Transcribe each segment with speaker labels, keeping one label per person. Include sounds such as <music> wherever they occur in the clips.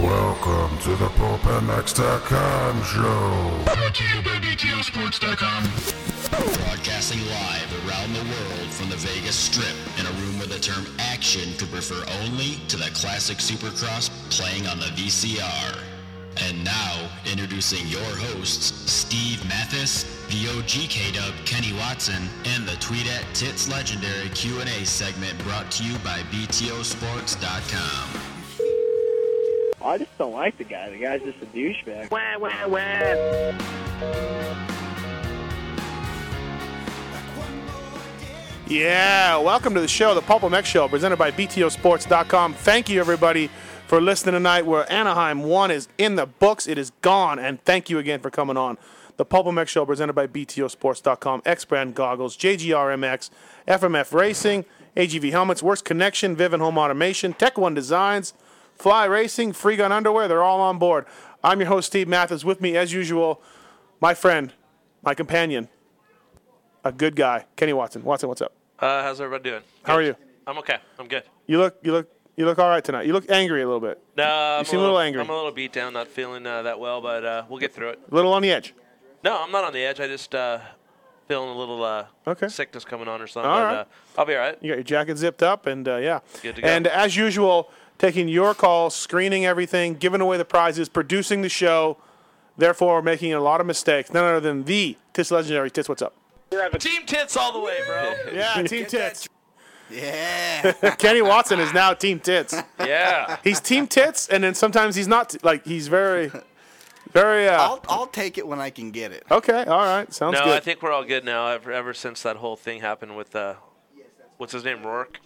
Speaker 1: Welcome to the PulpMX.com show.
Speaker 2: Brought to you by BTOsports.com. Broadcasting live around the world from the Vegas Strip in a room where the term action could refer only to the classic Supercross playing on the VCR. And now, introducing your hosts, Steve Mathis, the OG K-Dub Kenny Watson, and the Tweet at Tits Legendary Q&A segment brought to you by BTOsports.com.
Speaker 3: I just don't like the guy. The guy's just a douchebag.
Speaker 4: Wah, wah, wah.
Speaker 5: Yeah, welcome to the show, the Pulp MX Show, presented by BTOsports.com. Thank you, everybody, for listening tonight. Where Anaheim 1 is in the books, it is gone, and thank you again for coming on. The Pulp MX Show, presented by BTOsports.com, X Brand Goggles, JGRMX, FMF Racing, AGV Helmets, Worst Connection, Vivin Home Automation, Tech One Designs, Fly Racing, Free Gun Underwear, they're all on board. I'm your host, Steve Mathis. With me, as usual, my friend, my companion, a good guy, Kenny Watson. Watson, what's up?
Speaker 6: Uh, how's everybody doing?
Speaker 5: How are you?
Speaker 6: I'm okay. I'm good.
Speaker 5: You look, you look, you look all right tonight. You look angry a little bit.
Speaker 6: No, I'm
Speaker 5: you seem a little, angry.
Speaker 6: I'm a little beat down, not feeling uh, that well, but uh, we'll get through it.
Speaker 5: A little on the edge.
Speaker 6: No, I'm not on the edge. I just uh, feeling a little uh,
Speaker 5: Okay.
Speaker 6: sickness coming on or something.
Speaker 5: All
Speaker 6: but,
Speaker 5: right.
Speaker 6: uh, I'll be all right.
Speaker 5: You got your jacket zipped up, and uh, yeah.
Speaker 6: Good to go.
Speaker 5: And as usual, taking your calls, screening everything, giving away the prizes, producing the show, therefore making a lot of mistakes. None other than the Tits Legendary Tits. What's up? <laughs>
Speaker 6: Team tits all the way, bro.
Speaker 5: Yeah, Team Tits.
Speaker 7: Yeah.
Speaker 5: Kenny Watson is now Team Tits.
Speaker 6: yeah.
Speaker 5: He's Team Tits, and then sometimes he's not. t- like he's very, very. Uh,
Speaker 7: I'll, I'll take it when I can get it.
Speaker 5: okay, all right, <laughs> sounds
Speaker 6: No,
Speaker 5: good.
Speaker 6: I think we're all good now. Ever, ever since that whole thing happened with uh, what's his name, Rourke.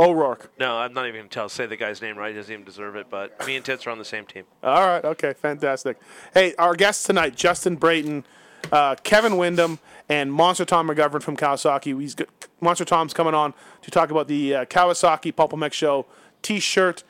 Speaker 5: O'Rourke.
Speaker 6: No, I'm not even gonna tell. Say the guy's name right. He doesn't even deserve it. But me and Tits are on the same team.
Speaker 5: All right. Okay. Fantastic. Hey, our guests tonight: Justin Brayton, uh, Kevin Wyndham, and Monster Tom McGovern from Kawasaki. He's good. Monster Tom's coming on to talk about the uh, Kawasaki Pulpamex Show T-shirt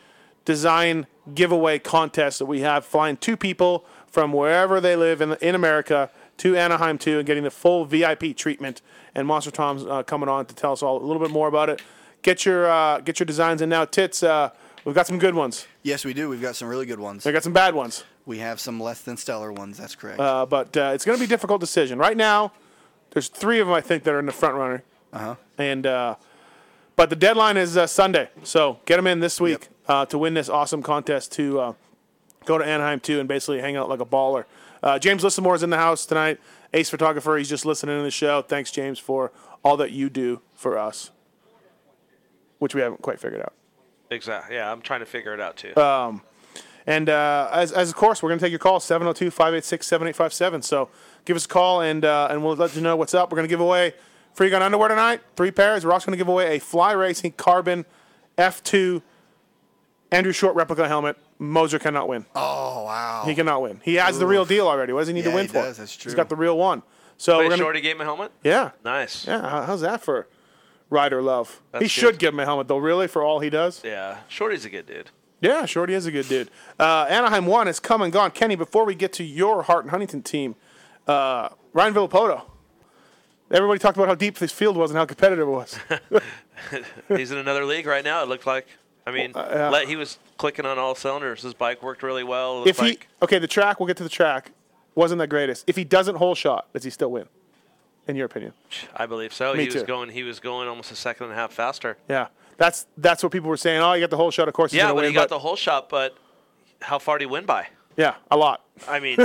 Speaker 5: design giveaway contest that we have, flying two people from wherever they live in, in America to Anaheim too, and getting the full VIP treatment. And Monster Tom's uh, coming on to tell us all a little bit more about it. Get your uh, get your designs in now, tits. Uh, we've got some good ones.
Speaker 7: Yes, we do. We've got some really good ones.
Speaker 5: We got some bad ones.
Speaker 7: We have some less than stellar ones. That's correct.
Speaker 5: Uh, but uh, it's going to be a difficult decision. Right now, there's three of them I think that are in the front runner,
Speaker 7: Uh-huh.
Speaker 5: and uh, but the deadline is uh, Sunday, so get them in this week uh, to win this awesome contest to uh, go to Anaheim too and basically hang out like a baller. Uh, James Lissamore is in the house tonight. Ace photographer, he's just listening to the show. Thanks, James, for all that you do for us, which we haven't quite figured out.
Speaker 6: Exactly. Yeah, I'm trying to figure it out too.
Speaker 5: Uh, Um, And uh, as, as of course, we're going to take your call 702 586 7857. So give us a call and uh, and we'll let you know what's up. We're going to give away free gun underwear tonight, three pairs. We're also going to give away a Fly Racing Carbon F2 Andrew Short replica helmet. Moser cannot win.
Speaker 7: oh, wow.
Speaker 5: He cannot win. He has the real deal already. What does he need to
Speaker 7: Yeah,
Speaker 5: win
Speaker 7: he
Speaker 5: for?
Speaker 7: does. That's
Speaker 5: He's
Speaker 7: true.
Speaker 5: got the real one. So
Speaker 6: Wait,
Speaker 5: we're gonna,
Speaker 6: Shorty gave him a helmet.
Speaker 5: yeah,
Speaker 6: Nice.
Speaker 5: yeah. how- How's that for rider love?
Speaker 6: That's
Speaker 5: he
Speaker 6: good.
Speaker 5: should give him a helmet though. Really, for all he does.
Speaker 6: Yeah. Shorty's a good dude. <laughs>
Speaker 5: Yeah, Shorty is a good dude. Uh, Anaheim 1 is come and gone. Kenny, before we get to your Hart and Huntington team, uh, Ryan Villapoto. Everybody talked about how deep this field was and how competitive
Speaker 6: <laughs>
Speaker 5: it was. <laughs>
Speaker 6: He's in another league right now. It looked like. I mean,
Speaker 5: uh,
Speaker 6: let, he was clicking on all cylinders. His bike worked really well. It looked
Speaker 5: if he
Speaker 6: like,
Speaker 5: okay, the track, we'll get to the track, wasn't the greatest. If he doesn't hole shot, does he still win? In your opinion,
Speaker 6: I believe so.
Speaker 5: Me
Speaker 6: He was
Speaker 5: too.
Speaker 6: going. He was going almost a second and a half faster.
Speaker 5: yeah, that's that's what people were saying. Oh, you got the hole shot, of course. he's
Speaker 6: Yeah,
Speaker 5: gonna
Speaker 6: but
Speaker 5: win,
Speaker 6: he got the whole shot. But how far did he win by?
Speaker 5: yeah, a lot. <laughs>
Speaker 6: I mean,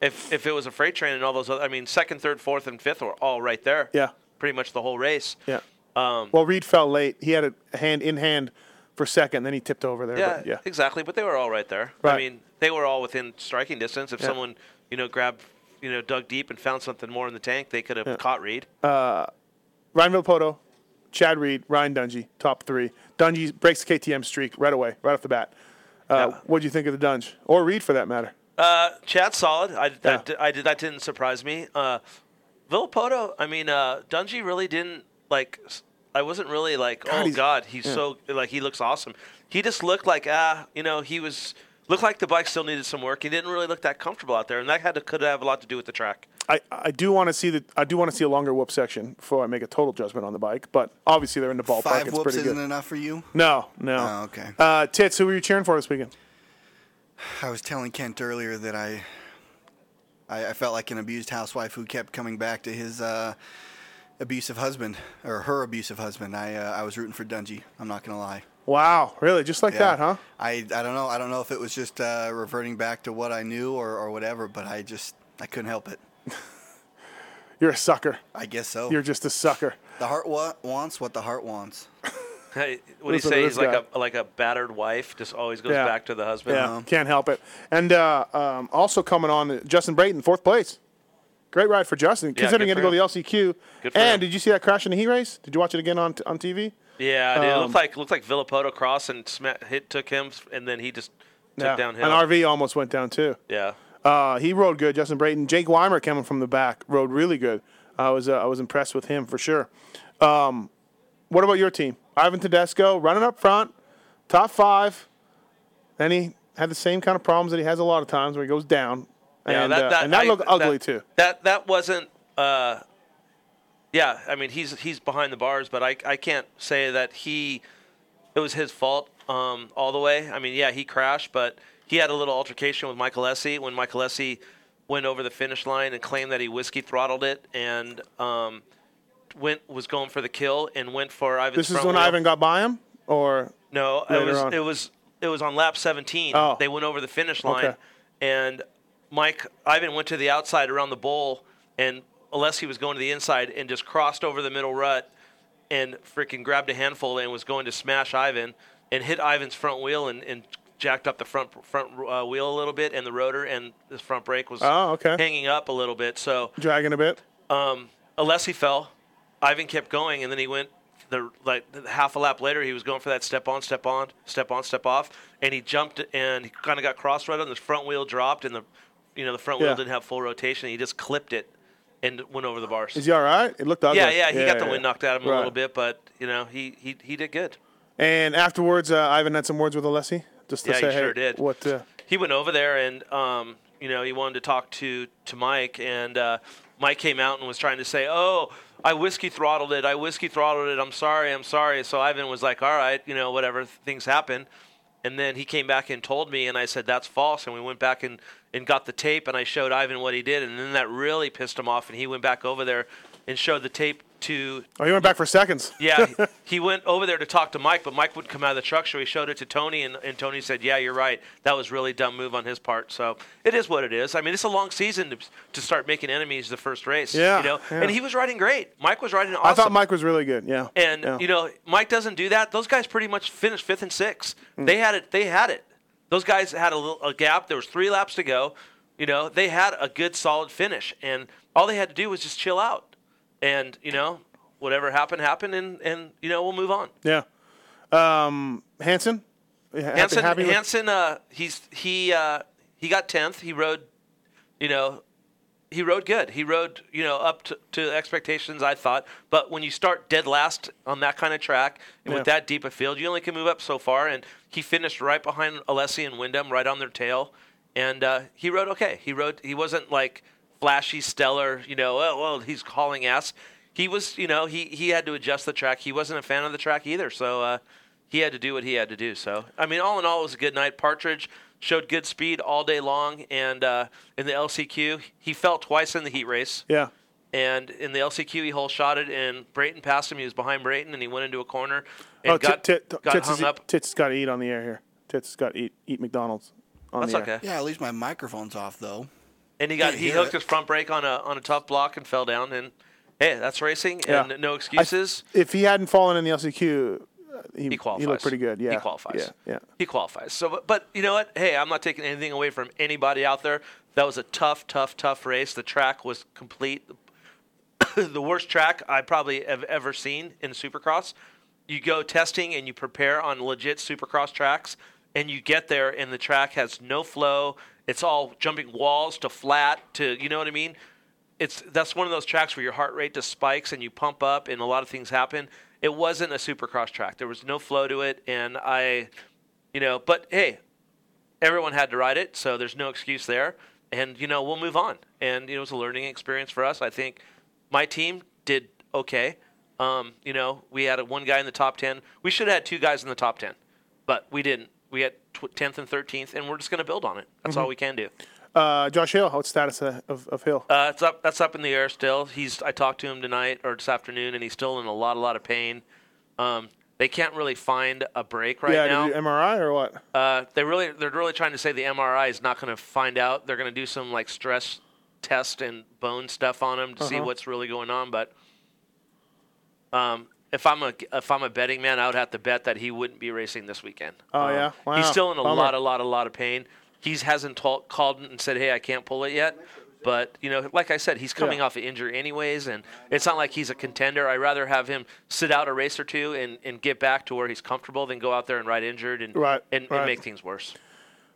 Speaker 6: if if it was a freight train and all those other, I mean, second, third, fourth, and fifth were all right there.
Speaker 5: Yeah.
Speaker 6: pretty much the whole race. Um,
Speaker 5: Yeah. well, Reed fell late. He had a hand in hand for second, then he tipped over there.
Speaker 6: Yeah,
Speaker 5: but yeah.
Speaker 6: exactly. But they were all right there.
Speaker 5: Right.
Speaker 6: I mean, they were all within striking distance. If
Speaker 5: Yeah.
Speaker 6: someone you know grabbed, you know, dug deep and found something more in the tank, they could have caught Reed.
Speaker 5: Uh, Ryan Villapoto, Chad Reed, Ryan Dungy, top three. Dungy breaks the KTM streak right away, right off the bat. Uh,
Speaker 6: Yeah.
Speaker 5: What do you think of the Dunge or Reed for that matter?
Speaker 6: Uh, Chad's solid. I, that,
Speaker 5: Yeah.
Speaker 6: I did that didn't surprise me. Uh, Villapoto, I mean, uh, Dungy really didn't like. s- I wasn't really like, oh
Speaker 5: he's-
Speaker 6: god, he's so like he looks awesome. He just looked like ah, you know, he was looked like the bike still needed some work. He didn't really look that comfortable out there, and that had to, could have a lot to do with the track.
Speaker 5: I, I do want to see the I do want to see a longer whoop section before I make a total judgment on the bike, but obviously they're in the ballpark.
Speaker 7: Five
Speaker 5: it's
Speaker 7: whoops
Speaker 5: pretty
Speaker 7: isn't
Speaker 5: good.
Speaker 7: enough for you?
Speaker 5: No, no.
Speaker 7: Oh, okay.
Speaker 5: Uh, Tits, who were you cheering for this weekend?
Speaker 7: I was telling Kent earlier that I, I, I felt like an abused housewife who kept coming back to his uh, abusive husband or her abusive husband. I uh, I was rooting for Dungy. I'm not gonna lie.
Speaker 5: Wow, really? Just like that, huh?
Speaker 7: I I don't know. I don't know if it was just uh, reverting back to what I knew or, or whatever, but I just I couldn't help it.
Speaker 5: You're a sucker.
Speaker 7: I guess so.
Speaker 5: You're just a sucker.
Speaker 7: the heart wa- wants what the heart wants.
Speaker 6: Hey, what do you
Speaker 5: Listen to
Speaker 6: say?
Speaker 5: this
Speaker 6: He's like
Speaker 5: guy.
Speaker 6: a like a battered wife, just always goes
Speaker 5: Yeah.
Speaker 6: back to the husband.
Speaker 5: Yeah, can't help it. And uh, um, also coming on, Justin Brayton, fourth place. Great ride for Justin,
Speaker 6: Yeah,
Speaker 5: considering
Speaker 6: good
Speaker 5: he
Speaker 6: for
Speaker 5: had to go to the LCQ.
Speaker 6: Good for
Speaker 5: and
Speaker 6: him.
Speaker 5: did you see that crash in the heat race? Did you watch it again on, on TV?
Speaker 6: Yeah, dude, it
Speaker 5: Um,
Speaker 6: looked like looked like Villapoto cross and sma- hit took him, and then he just took
Speaker 5: Yeah.
Speaker 6: down him.
Speaker 5: An RV almost went down too.
Speaker 6: yeah,
Speaker 5: Uh, he rode good. Justin Brayton, Jake Weimer coming from the back rode really good. I was uh, I was impressed with him for sure. Um, what about your team? Ivan Tedesco running up front, top five. Then he had the same kind of problems that he has a lot of times where he goes down.
Speaker 6: yeah,
Speaker 5: and, uh, and that
Speaker 6: I-
Speaker 5: looked ugly
Speaker 6: that-
Speaker 5: too.
Speaker 6: That that wasn't. Uh, yeah, I mean he's he's behind the bars, but I I can't say that he it was his fault um, all the way. I mean, yeah, he crashed, but he had a little altercation with Michael Essie when Michael Essie went over the finish line and claimed that he whiskey throttled it and um, went was going for the kill and went for Ivan's
Speaker 5: This is
Speaker 6: front
Speaker 5: when
Speaker 6: wheel.
Speaker 5: Ivan got by him, or
Speaker 6: No,
Speaker 5: later
Speaker 6: it was
Speaker 5: on?
Speaker 6: it was it was on lap 17.
Speaker 5: Oh.
Speaker 6: They went over the finish line,
Speaker 5: Okay.
Speaker 6: and Mike Ivan went to the outside around the bowl, and Alessi was going to the inside and just crossed over the middle rut, and freaking grabbed a handful and was going to smash Ivan and hit Ivan's front wheel and. and Jacked up the front front uh, wheel a little bit, and the rotor and the front brake was
Speaker 5: Oh, okay.
Speaker 6: hanging up a little bit. So
Speaker 5: dragging a bit?
Speaker 6: um, Alessi fell. Ivan kept going, and then he went the like half a lap later. He was going for that step on, step on, step on, step off, and he jumped and he kind of got cross right on the front wheel dropped, and the you know the front
Speaker 5: Yeah.
Speaker 6: wheel didn't have full rotation. He just clipped it and went over the bars.
Speaker 5: Is he all right? It looked ugly.
Speaker 6: yeah, yeah, he got the wind knocked out of him a
Speaker 5: Right.
Speaker 6: little bit, but you know he he, he did good.
Speaker 5: And afterwards, uh, Ivan had some words with Alessi, just to
Speaker 6: Yeah, he
Speaker 5: say, hey,
Speaker 6: sure did.
Speaker 5: what? Uh,
Speaker 6: he went over there and um, you know he wanted to talk to to Mike and uh, Mike came out and was trying to say, "Oh, I whiskey throttled it. I whiskey throttled it. I'm sorry. I'm sorry." So Ivan was like, "All right, you know, whatever. Things happen." And then he came back and told me, and I said, "That's false." And we went back and and got the tape, and I showed Ivan what he did, and then that really pissed him off, and he went back over there and showed the tape to
Speaker 5: oh, he went back for seconds.
Speaker 6: yeah,
Speaker 5: <laughs>
Speaker 6: he- he went over there to talk to Mike, but Mike wouldn't come out of the truck, so he showed it to Tony, and, and Tony said, "Yeah, you're right. That was really dumb move on his part." So it is what it is. I mean, it's a long season to, to start making enemies the first race.
Speaker 5: Yeah,
Speaker 6: you know,
Speaker 5: yeah.
Speaker 6: and he was riding great. Mike was riding awesome.
Speaker 5: I thought Mike was really good. Yeah.
Speaker 6: and
Speaker 5: yeah.
Speaker 6: you know Mike doesn't do that. Those guys pretty much finished fifth and sixth.
Speaker 5: Hmm.
Speaker 6: They had it. They had it. Those guys had a, little, a gap. There was three laps to go. You know, they had a good solid finish, and all they had to do was just chill out, and you know. Whatever happened, happened, and, and you know we'll move on.
Speaker 5: Yeah. Um, Hanson.
Speaker 6: Hansen,
Speaker 5: with-
Speaker 6: Hansen, uh, he's he uh, he got tenth. He rode, you know, he rode good. He rode, you know, up to, to expectations. I thought, but when you start dead last on that kind of track and with
Speaker 5: Yeah.
Speaker 6: that deep a field, you only can move up so far. And he finished right behind Alessi and Wyndham, right on their tail, and uh, he rode okay. He rode. He wasn't like flashy, stellar. You know, oh well, he's hauling ass. He was, you know, he, he had to adjust the track. He wasn't a fan of the track either, so uh, he had to do what he had to do. So, I mean, all in all, it was a good night. Partridge showed good speed all day long, and uh, in the LCQ, he fell twice in the heat race.
Speaker 5: yeah.
Speaker 6: And in the LCQ, he hole shotted, and Brayton passed him. He was behind Brayton, and he went into a corner and
Speaker 5: Oh,
Speaker 6: got,
Speaker 5: tit, tit,
Speaker 6: got
Speaker 5: tits,
Speaker 6: hung
Speaker 5: is,
Speaker 6: up.
Speaker 5: tits has got to eat on the air here. Tits has got to eat, eat McDonald's. On
Speaker 6: That's
Speaker 5: the
Speaker 6: okay.
Speaker 5: Air.
Speaker 7: Yeah, at least my microphone's off though.
Speaker 6: And he got
Speaker 7: Yeah,
Speaker 6: he
Speaker 7: yeah.
Speaker 6: hooked his front brake on a on a tough block and fell down. And hey, that's racing,
Speaker 5: Yeah.
Speaker 6: and no excuses.
Speaker 5: If he hadn't fallen in the LCQ, uh, he,
Speaker 6: he qualifies.
Speaker 5: He looked pretty good. Yeah.
Speaker 6: he qualifies.
Speaker 5: Yeah. yeah.
Speaker 6: he qualifies. So, but, but you know what? Hey, I'm not taking anything away from anybody out there. That was a tough, tough, tough race. The track was complete. <coughs> the worst track I probably have ever seen in Supercross. You go testing and you prepare on legit Supercross tracks, and you get there and the track has no flow. It's all jumping walls to flat to you know what I mean. It's that's one of those tracks where your heart rate just spikes and you pump up and a lot of things happen. It wasn't a Supercross track. There was no flow to it, and I, you know, but hey, everyone had to ride it, so there's no excuse there. And you know, we'll move on. And you know, it was a learning experience for us. I think my team did okay. Um, you know, we had a, one guy in the top ten. We should have had two guys in the top ten, but we didn't. We we had tw- 10th and 13th, and we're just going to build on it. That's all
Speaker 5: Mhm.
Speaker 6: we can do.
Speaker 5: Uh, Josh Hill, what's the status of, of, of Hill?
Speaker 6: Uh, it's up. That's up in the air still. He's. I talked to him tonight or this afternoon, and he's still in a lot, a lot of pain. Um, they can't really find a break right
Speaker 5: yeah,
Speaker 6: now.
Speaker 5: did you MRI or what?
Speaker 6: Uh, they really, they're really trying to say the MRI is not going to find out. They're going to do some like stress test and bone stuff on him to see
Speaker 5: Uh-huh.
Speaker 6: what's really going on. But um, if I'm a if I'm a betting man, I would have to bet that he wouldn't be racing this weekend.
Speaker 5: Oh,
Speaker 6: Um,
Speaker 5: yeah? Wow.
Speaker 6: he's still in a
Speaker 5: Bummer.
Speaker 6: lot, a lot, a lot of pain. He hasn't ta- called and said, "Hey, I can't pull it yet." But you know, like I said, he's coming
Speaker 5: Yeah.
Speaker 6: off an injury anyways, and it's not like he's a contender. I'd rather have him sit out a race or two and, and get back to where he's comfortable than go out there and ride injured and
Speaker 5: Right,
Speaker 6: and,
Speaker 5: right.
Speaker 6: and make things worse.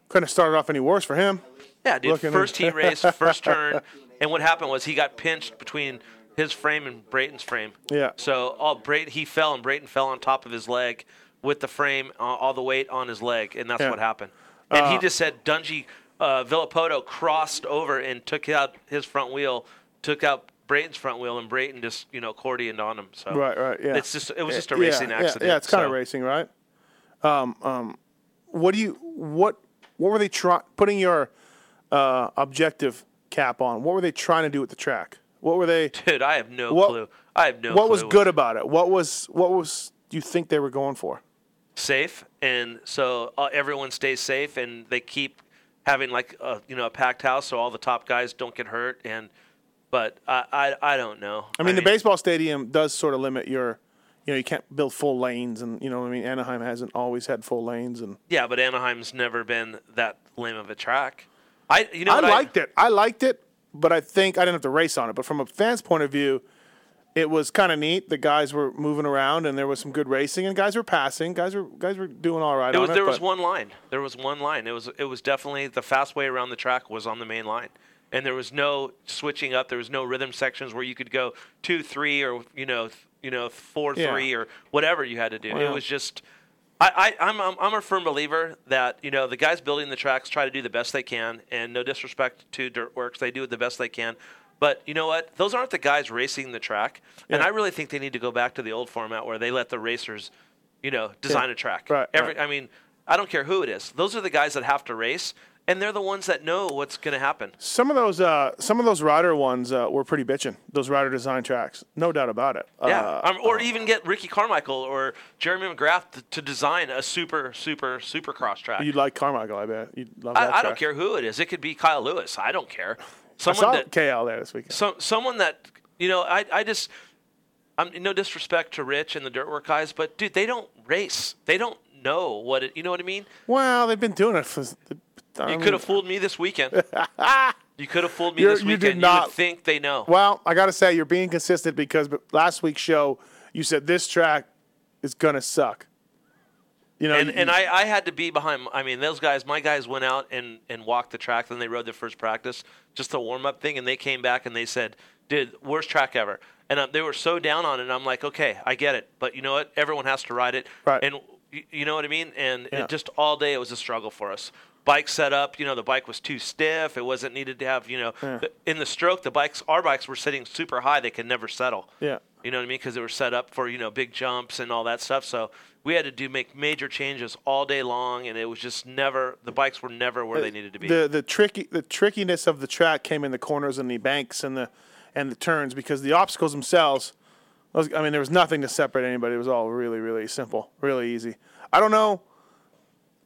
Speaker 5: Couldn't have started off any worse for him.
Speaker 6: Yeah, dude.
Speaker 5: Looking-
Speaker 6: first he raced,
Speaker 5: <laughs>
Speaker 6: first turn, and what happened was he got pinched between his frame and Brayton's frame.
Speaker 5: Yeah.
Speaker 6: So all Brayton he fell and Brayton fell on top of his leg with the frame, uh, all the weight on his leg, and that's
Speaker 5: Yeah.
Speaker 6: what happened. And he
Speaker 5: Uh,
Speaker 6: just said Dungy uh, Villapoto crossed over and took out his front wheel, took out Brayton's front wheel, and Brayton just you know cordioned on him. So
Speaker 5: Right, right, yeah. Eh,
Speaker 6: It's just it was just a
Speaker 5: Yeah,
Speaker 6: racing
Speaker 5: yeah,
Speaker 6: accident.
Speaker 5: Yeah, it's kind of
Speaker 6: so.
Speaker 5: racing, right? Um, um, what do you what what were they trying putting your uh, objective cap on? What were they trying to do with the track? What were they?
Speaker 6: Dude, I have no
Speaker 5: What-
Speaker 6: clue. I have no.
Speaker 5: what was
Speaker 6: clue.
Speaker 5: good about it? What was what was you think they were going for?
Speaker 6: safe, and so uh, everyone stays safe, and they keep having like a, you know a packed house, so all the top guys don't get hurt. And but I I, I don't know.
Speaker 5: I mean, the baseball stadium does sort of limit your, you know, you can't build full lanes, and you know, what I mean, Anaheim hasn't always had full lanes, and
Speaker 6: yeah, but Anaheim's never been that lame of a track. I you know
Speaker 5: I
Speaker 6: what
Speaker 5: liked it. I liked it, but I think I didn't have to race on it. But from a fan's point of view, it was kind of neat. The guys were moving around, and there was some good racing, and guys were passing. Guys were guys were doing all right.
Speaker 6: It was,
Speaker 5: on
Speaker 6: there
Speaker 5: it,
Speaker 6: was
Speaker 5: but-
Speaker 6: one line. There was one line. It was it was definitely the fast way around the track was on the main line, and there was no switching up. There was no rhythm sections where you could go two three or you know th- you know four
Speaker 5: Yeah.
Speaker 6: three or whatever you had to do.
Speaker 5: Wow.
Speaker 6: It was just. I, I, I'm, I'm, I'm a firm believer that you know the guys building the tracks try to do the best they can, and no disrespect to Dirt Works, they do it the best they can. But you know what? Those aren't the guys racing the track, and
Speaker 5: Yeah.
Speaker 6: I really think they need to go back to the old format where they let the racers, you know, design
Speaker 5: Yeah.
Speaker 6: a track.
Speaker 5: Right,
Speaker 6: Every,
Speaker 5: right.
Speaker 6: I mean, I don't care who it is. Those are the guys that have to race, and they're the ones that know what's going to happen.
Speaker 5: some of those uh, some of those rider ones uh, were pretty bitching. Those rider design tracks, no doubt about it.
Speaker 6: Yeah,
Speaker 5: Uh,
Speaker 6: um, or even get Ricky Carmichael or Jeremy McGrath to, to design a super, super, super cross track.
Speaker 5: you'd like Carmichael, I bet. You'd love that
Speaker 6: I, I don't
Speaker 5: track.
Speaker 6: care who it is. It could be Kyle Lewis. I don't care.
Speaker 5: I
Speaker 6: Someone
Speaker 5: saw
Speaker 6: that
Speaker 5: KL there this weekend.
Speaker 6: some someone that you know. I I just. I'm no disrespect to Rich and the Dirtwork guys, but dude, they don't race. They don't know what it. You know what I mean?
Speaker 5: Well, they've been doing it for.
Speaker 6: You could have fooled me this
Speaker 5: <laughs>
Speaker 6: weekend. you could have fooled me
Speaker 5: You're-
Speaker 6: this
Speaker 5: you did
Speaker 6: weekend. would
Speaker 5: not-
Speaker 6: think they know.
Speaker 5: Well, I gotta say you're being consistent because b- last week's show you said this track is gonna suck. You know,
Speaker 6: and
Speaker 5: you-
Speaker 6: and I, I had to be behind. I mean, those guys, my guys went out and, and walked the track. Then they rode their first practice, just a warm up thing. And they came back and they said, "Dude, worst track ever." And uh, they were so down on it. And I'm like, okay, I get it, but you know what? Everyone has to ride it,
Speaker 5: Right.
Speaker 6: and you, you know what I mean. And
Speaker 5: Yeah.
Speaker 6: it just all day it was a struggle for us. Bike setup, you know, the bike was too stiff. It wasn't needed to have, you know, the- in the stroke, the bikes, our bikes were sitting super high. They could never settle.
Speaker 5: Yeah.
Speaker 6: You know what I mean? Because they were set up for you know big jumps and all that stuff. So we had to do make major changes all day long, and it was just never the bikes were never where they needed to be.
Speaker 5: uh, the the tricky the trickiness of the track came in the corners and the banks and the and the turns because the obstacles themselves. was- I mean, there was nothing to separate anybody. It was all really, really simple, really easy. I don't know.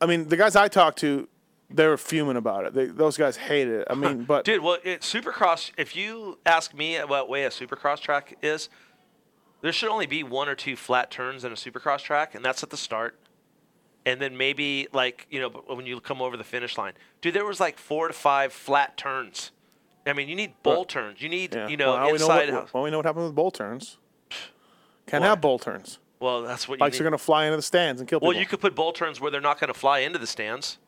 Speaker 5: I mean, the guys I talked to, they were fuming about it. They, those guys hated it.
Speaker 6: <laughs>
Speaker 5: I mean, but
Speaker 6: Dude, well, it, Supercross. If you ask me what way a Supercross track is, there should only be one or two flat turns in a Supercross track, and that's at the start. And then maybe like you know b- when you come over the finish line, dude, there was like four to five flat turns. I mean, you need bowl
Speaker 5: Right.
Speaker 6: turns. You need
Speaker 5: yeah.
Speaker 6: you know
Speaker 5: well, now
Speaker 6: inside.
Speaker 5: We know
Speaker 6: house.
Speaker 5: what, well, we know what happened with bowl turns. Can't
Speaker 6: What?
Speaker 5: have bowl turns.
Speaker 6: Well, that's what you
Speaker 5: Bikes
Speaker 6: need.
Speaker 5: are going to fly into the stands and kill people.
Speaker 6: Well, you could put bowl turns where they're not going to fly into the stands.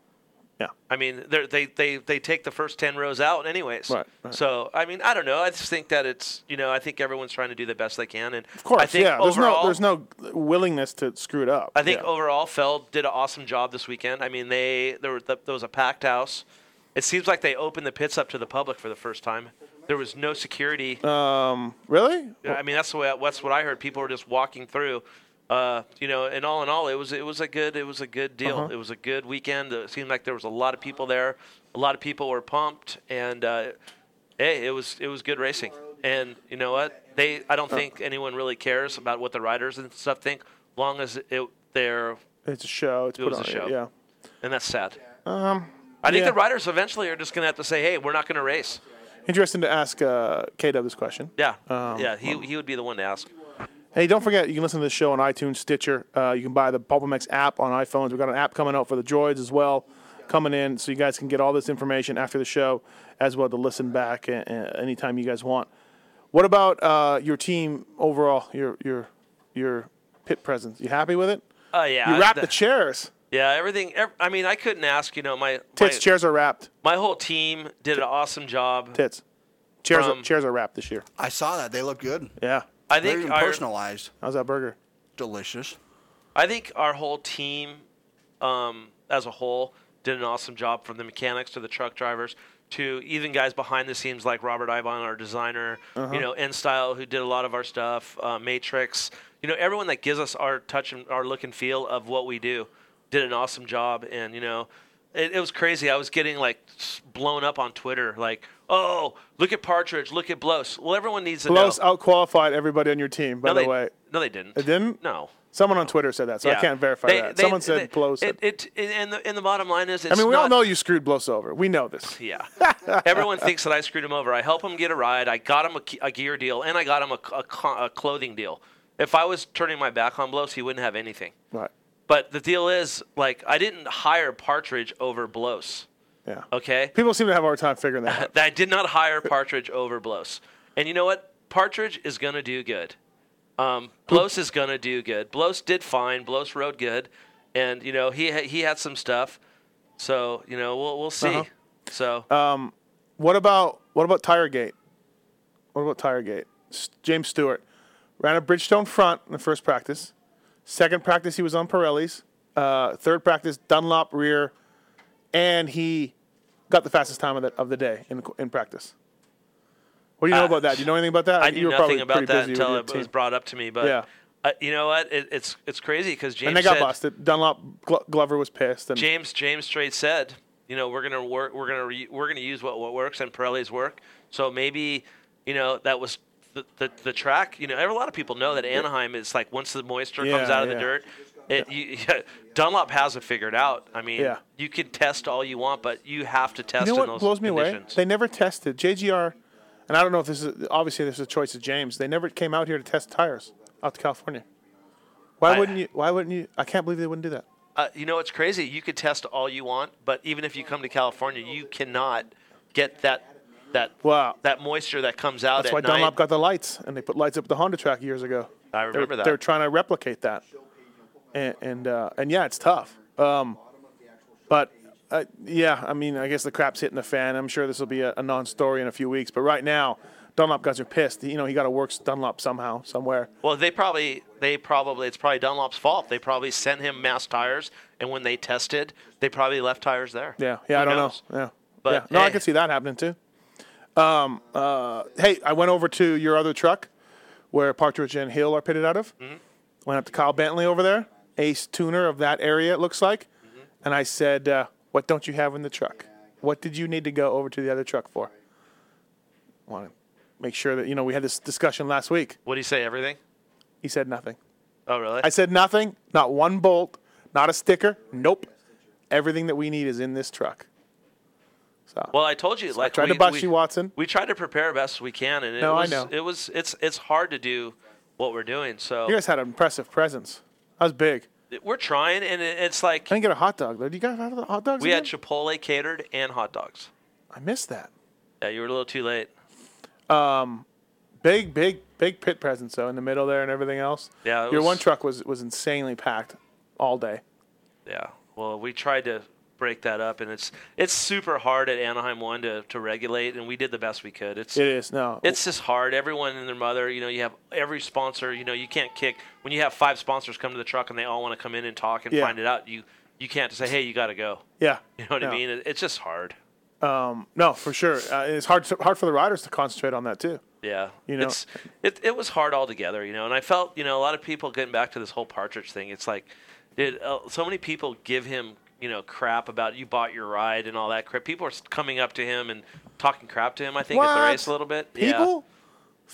Speaker 5: Yeah.
Speaker 6: I mean, they're- they they they take the first ten rows out, anyways.
Speaker 5: Right, right.
Speaker 6: So I mean, I don't know. I just think that it's you know I think everyone's trying to do the best they can, and
Speaker 5: Of course,
Speaker 6: I think
Speaker 5: yeah. There's
Speaker 6: overall,
Speaker 5: no there's no willingness to screw it up.
Speaker 6: I think
Speaker 5: yeah.
Speaker 6: overall, Feld did an awesome job this weekend. I mean, they there, were, there was a packed house. It seems like they opened the pits up to the public for the first time. There was no security.
Speaker 5: Um, really?
Speaker 6: I mean, that's the way. That's what I heard. People were just walking through, Uh, you know, and all in all, it was it was a good it was a good deal.
Speaker 5: Uh-huh.
Speaker 6: It was a good weekend. It seemed like there was a lot of people there. A lot of people were pumped, and uh, hey, it was it was good racing. And you know what? They I don't think anyone really cares about what the riders and stuff think, long as it they're
Speaker 5: It's a show. It's
Speaker 6: It
Speaker 5: put
Speaker 6: was
Speaker 5: on.
Speaker 6: a show.
Speaker 5: Yeah.
Speaker 6: and that's sad.
Speaker 5: Um,
Speaker 6: I think
Speaker 5: yeah.
Speaker 6: the riders eventually are just gonna have to say, hey, we're not gonna race.
Speaker 5: Interesting to ask uh, KW this question.
Speaker 6: Yeah,
Speaker 5: Um,
Speaker 6: yeah, he he would be the one to ask.
Speaker 5: Hey, don't forget, you can listen to the show on iTunes, Stitcher. Uh, you can buy the Pulpamex app on iPhones. We've got an app coming out for the droids as well, coming in, so you guys can get all this information after the show, as well to listen back a- a- anytime you guys want. What about uh, your team overall? Your your your pit presence. You happy with it?
Speaker 6: Oh yeah,
Speaker 5: you wrapped
Speaker 6: the-
Speaker 5: the chairs.
Speaker 6: Yeah, everything. Ev- I mean, I couldn't ask. You know, my my,
Speaker 5: Tits chairs are wrapped.
Speaker 6: my whole team did an awesome job.
Speaker 5: Tits. Chairs are,
Speaker 6: From-
Speaker 5: chairs are wrapped this year.
Speaker 7: I saw that. They look good.
Speaker 5: Yeah.
Speaker 6: Um, I
Speaker 7: They're
Speaker 6: think
Speaker 7: even
Speaker 6: our,
Speaker 7: personalized.
Speaker 5: How's that burger?
Speaker 7: Delicious.
Speaker 6: I think our whole team, um, as a whole, did an awesome job from the mechanics to the truck drivers to even guys behind the scenes like Robert Ivan, our designer, you know, N Style, who did a lot of our stuff, uh, Matrix, you know, everyone that gives us our touch and our look and feel of what we do did an awesome job. And, you know, it, it was crazy. I was getting like s- blown up on Twitter, like, oh, look at Partridge, look at Blos. Well, everyone needs to
Speaker 5: Blows
Speaker 6: know.
Speaker 5: out qualified everybody on your team, by
Speaker 6: no,
Speaker 5: the
Speaker 6: they,
Speaker 5: way.
Speaker 6: no, they didn't.
Speaker 5: It didn't?
Speaker 6: No.
Speaker 5: Someone on Twitter said that, so I
Speaker 6: Yeah.
Speaker 5: can't verify
Speaker 6: They-
Speaker 5: that.
Speaker 6: they-
Speaker 5: Someone said
Speaker 6: they-
Speaker 5: Blow said.
Speaker 6: It, it, it- and, the, and the bottom line is, it's
Speaker 5: I mean, we all
Speaker 6: not-
Speaker 5: know you screwed Bloss over. We know this.
Speaker 6: Yeah, <laughs>
Speaker 5: <laughs>
Speaker 6: everyone thinks that I screwed him over. I help him get a ride. I got him a, ke- a gear deal, and I got him a, co- a, co- a clothing deal. If I was turning my back on Blows, he wouldn't have anything.
Speaker 5: Right.
Speaker 6: But the deal is, like, I didn't hire Partridge over Blows.
Speaker 5: Yeah.
Speaker 6: Okay,
Speaker 5: People seem to have a hard time
Speaker 6: <laughs>
Speaker 5: figuring that out.
Speaker 6: that I did not hire Partridge over Blows. And you know what? Partridge is gonna do good. Um, Blos is gonna do good. Blos did fine. Blos rode good, and you know he ha- he had some stuff. So you know we'll we'll see.
Speaker 5: Uh-huh.
Speaker 6: So
Speaker 5: Um, What about what about Tiregate? What about Tiregate? S- James Stewart ran a Bridgestone front in the first practice. Second practice, he was on Pirelli's. Uh, third practice, Dunlop rear, and he got the fastest time of the, of the day in, in practice. What do you know
Speaker 6: Uh,
Speaker 5: about that? Do you know anything about that?
Speaker 6: I knew
Speaker 5: you were
Speaker 6: nothing
Speaker 5: probably
Speaker 6: about
Speaker 5: pretty
Speaker 6: that
Speaker 5: busy with
Speaker 6: until
Speaker 5: your
Speaker 6: it was
Speaker 5: team.
Speaker 6: brought up to me. But
Speaker 5: Yeah.
Speaker 6: uh, you know what? It, it's it's crazy because James
Speaker 5: and they got
Speaker 6: said,
Speaker 5: busted. Dunlop Glo- Glover was pissed, and
Speaker 6: James James Straight said, you know, we're gonna work, we're gonna re, we're gonna use what what works and Pirelli's work. So maybe, you know, that was the the, the track. You know, a lot of people know that Anaheim is like once the moisture comes
Speaker 5: Yeah,
Speaker 6: out of
Speaker 5: yeah.
Speaker 6: the dirt, it you, Dunlop has it figured out. I mean,
Speaker 5: Yeah.
Speaker 6: you can test all you want, but you have to test
Speaker 5: You know
Speaker 6: in
Speaker 5: what
Speaker 6: those
Speaker 5: blows me
Speaker 6: conditions.
Speaker 5: away? They never tested JGR, and I don't know if this is obviously this is a choice of James. They never came out here to test tires out to California. Why
Speaker 6: I-
Speaker 5: wouldn't you? Why wouldn't you? I can't believe they wouldn't do that.
Speaker 6: Uh, you know, it's crazy. You could test all you want, but even if you come to California, you cannot get that that
Speaker 5: Wow.
Speaker 6: that moisture that comes out. at
Speaker 5: That's why
Speaker 6: night.
Speaker 5: Dunlop got the lights, and they put lights up at the Honda track years ago.
Speaker 6: I remember
Speaker 5: they're,
Speaker 6: that.
Speaker 5: They're trying to replicate that, and and, uh, and yeah, it's tough. Um, but uh, yeah, I mean, I guess the crap's hitting the fan. I'm sure this will be a, a non-story in a few weeks. But right now, Dunlop guys are pissed. You know, he got to work Dunlop somehow, somewhere.
Speaker 6: Well, they probably they probably it's probably Dunlop's fault. They probably sent him mass tires, and when they tested, they probably left tires there.
Speaker 5: Yeah, yeah,
Speaker 6: Who
Speaker 5: I don't
Speaker 6: knows?
Speaker 5: know. Yeah,
Speaker 6: But,
Speaker 5: yeah. no, I
Speaker 6: hey.
Speaker 5: can see that happening too. Um, uh, hey, I went over to your other truck where Partridge and Hill are pitted out
Speaker 6: Mm-hmm.
Speaker 5: of. Went up to Kyle Bentley over there, ace tuner of that area, it looks like.
Speaker 6: Mm-hmm.
Speaker 5: And I said, uh, "What don't you have in the truck? What did you need to go over to the other truck for?" Want to make sure that you know we had this discussion last week.
Speaker 6: What do you say? Everything?
Speaker 5: He said nothing.
Speaker 6: Oh, really?
Speaker 5: I said nothing, not one bolt, not a sticker. Nope. Everything that we need is in this truck. So
Speaker 6: well, I told you. Like
Speaker 5: tried
Speaker 6: we,
Speaker 5: to bust
Speaker 6: we-
Speaker 5: you, Watson.
Speaker 6: We tried to prepare best we can, and it
Speaker 5: No, I
Speaker 6: was
Speaker 5: know.
Speaker 6: it was it's it's hard to do what we're doing. So
Speaker 5: You guys had an impressive presence. That was big.
Speaker 6: we're trying, and it, it's like
Speaker 5: I didn't get a hot dog though. Do you guys have hot dogs?
Speaker 6: we had
Speaker 5: again?
Speaker 6: Chipotle catered and hot dogs.
Speaker 5: I missed that. Um,
Speaker 6: Yeah, you were a little too late.
Speaker 5: Big, big, big pit presence though in the middle there and everything else.
Speaker 6: Yeah, it
Speaker 5: your
Speaker 6: was-
Speaker 5: one truck was was insanely packed all day.
Speaker 6: Yeah. Well, we tried to break that up, and it's it's super hard at Anaheim One to, to regulate, and we did the best we could. It's
Speaker 5: It is no.
Speaker 6: it's just hard. Everyone and their mother, you know, you have every sponsor. You know, you can't kick when you have five sponsors come to the truck and they all want to come in and talk and
Speaker 5: Yeah.
Speaker 6: find it out. You you can't just say, hey, you got to go. <laughs>
Speaker 5: yeah.
Speaker 6: You know what
Speaker 5: no. Um,
Speaker 6: I mean? It, it's just hard.
Speaker 5: No, for sure. Uh, it's hard hard for the riders to concentrate on that too.
Speaker 6: Yeah,
Speaker 5: You know?
Speaker 6: it's it, it was hard altogether, you know. And I felt, you know, a lot of people getting back to this whole Partridge thing. It's like, dude, uh, so many people give him, you know, crap about you bought your ride and all that crap. People are s- coming up to him and talking crap to him. I think at the
Speaker 5: What?
Speaker 6: race a little bit.
Speaker 5: People?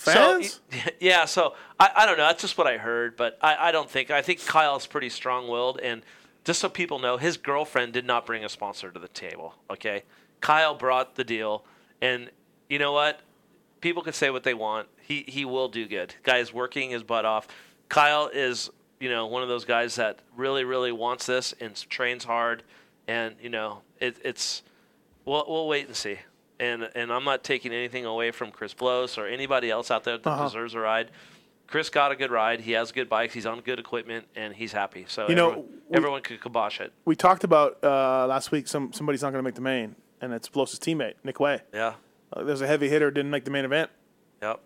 Speaker 6: yeah.
Speaker 5: Fans?
Speaker 6: So, y- <laughs> yeah, so I, I don't know. That's just what I heard, but I, I don't think. I think Kyle's pretty strong willed. And just so people know, his girlfriend did not bring a sponsor to the table, okay? Kyle brought the deal. And you know what? people can say what they want. He he will do good. Guy is working his butt off. Kyle is you know one of those guys that really really wants this and trains hard, and you know it, it's we'll we'll wait and see. And and I'm not taking anything away from Chris Blows or anybody else out there that
Speaker 5: Uh-huh.
Speaker 6: deserves a ride. Chris got a good ride. He has good bikes. He's on good equipment, and he's happy. So
Speaker 5: You know,
Speaker 6: everyone,
Speaker 5: we-
Speaker 6: everyone could kibosh it.
Speaker 5: We talked about uh, last week some somebody's not going to make the main, and it's Pelosi's teammate, Nick Way.
Speaker 6: Yeah.
Speaker 5: Uh, there's a heavy hitter didn't make the main event.
Speaker 6: Yep.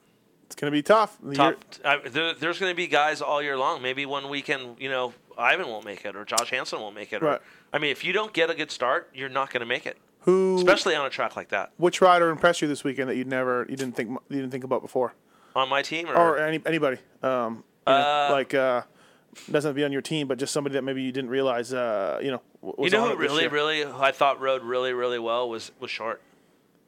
Speaker 5: It's going to be tough. The
Speaker 6: Top.
Speaker 5: year-
Speaker 6: I, there, there's going to be guys all year long. Maybe one weekend, you know, Ivan won't make it or Josh Hansen won't make it. Or,
Speaker 5: Right.
Speaker 6: I mean, if you don't get a good start, you're not going to make it,
Speaker 5: who?
Speaker 6: especially on a track like that.
Speaker 5: which rider impressed you this weekend that you never you didn't think you didn't think about before,
Speaker 6: On my team, or,
Speaker 5: or any, anybody? Um, you know,
Speaker 6: Uh,
Speaker 5: like uh, doesn't have to be on your team, but just somebody that maybe you didn't realize. Uh, you know, w-
Speaker 6: you
Speaker 5: was
Speaker 6: know
Speaker 5: on
Speaker 6: who
Speaker 5: it this
Speaker 6: really,
Speaker 5: year.
Speaker 6: really, who I thought rode really, really well was was Short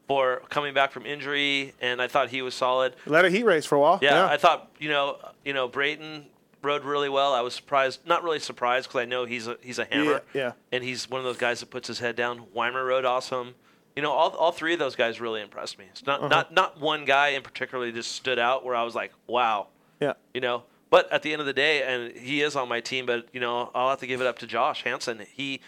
Speaker 6: for coming back from injury, and I thought he was solid.
Speaker 5: let a heat race for a while.
Speaker 6: Yeah, I thought you know, you know, Brayton rode really well. I was surprised, not really surprised, because I know he's a he's a hammer.
Speaker 5: yeah.
Speaker 6: and he's one of those guys that puts his head down. Weimer rode awesome. You know, all, all three of those guys really impressed me. It's
Speaker 5: Uh-huh.
Speaker 6: not not not one guy in particular just stood out where I was like, wow,
Speaker 5: yeah.
Speaker 6: you know. But at the end of the day, and he is on my team, but you know, I'll have to give it up to Josh Hansen. He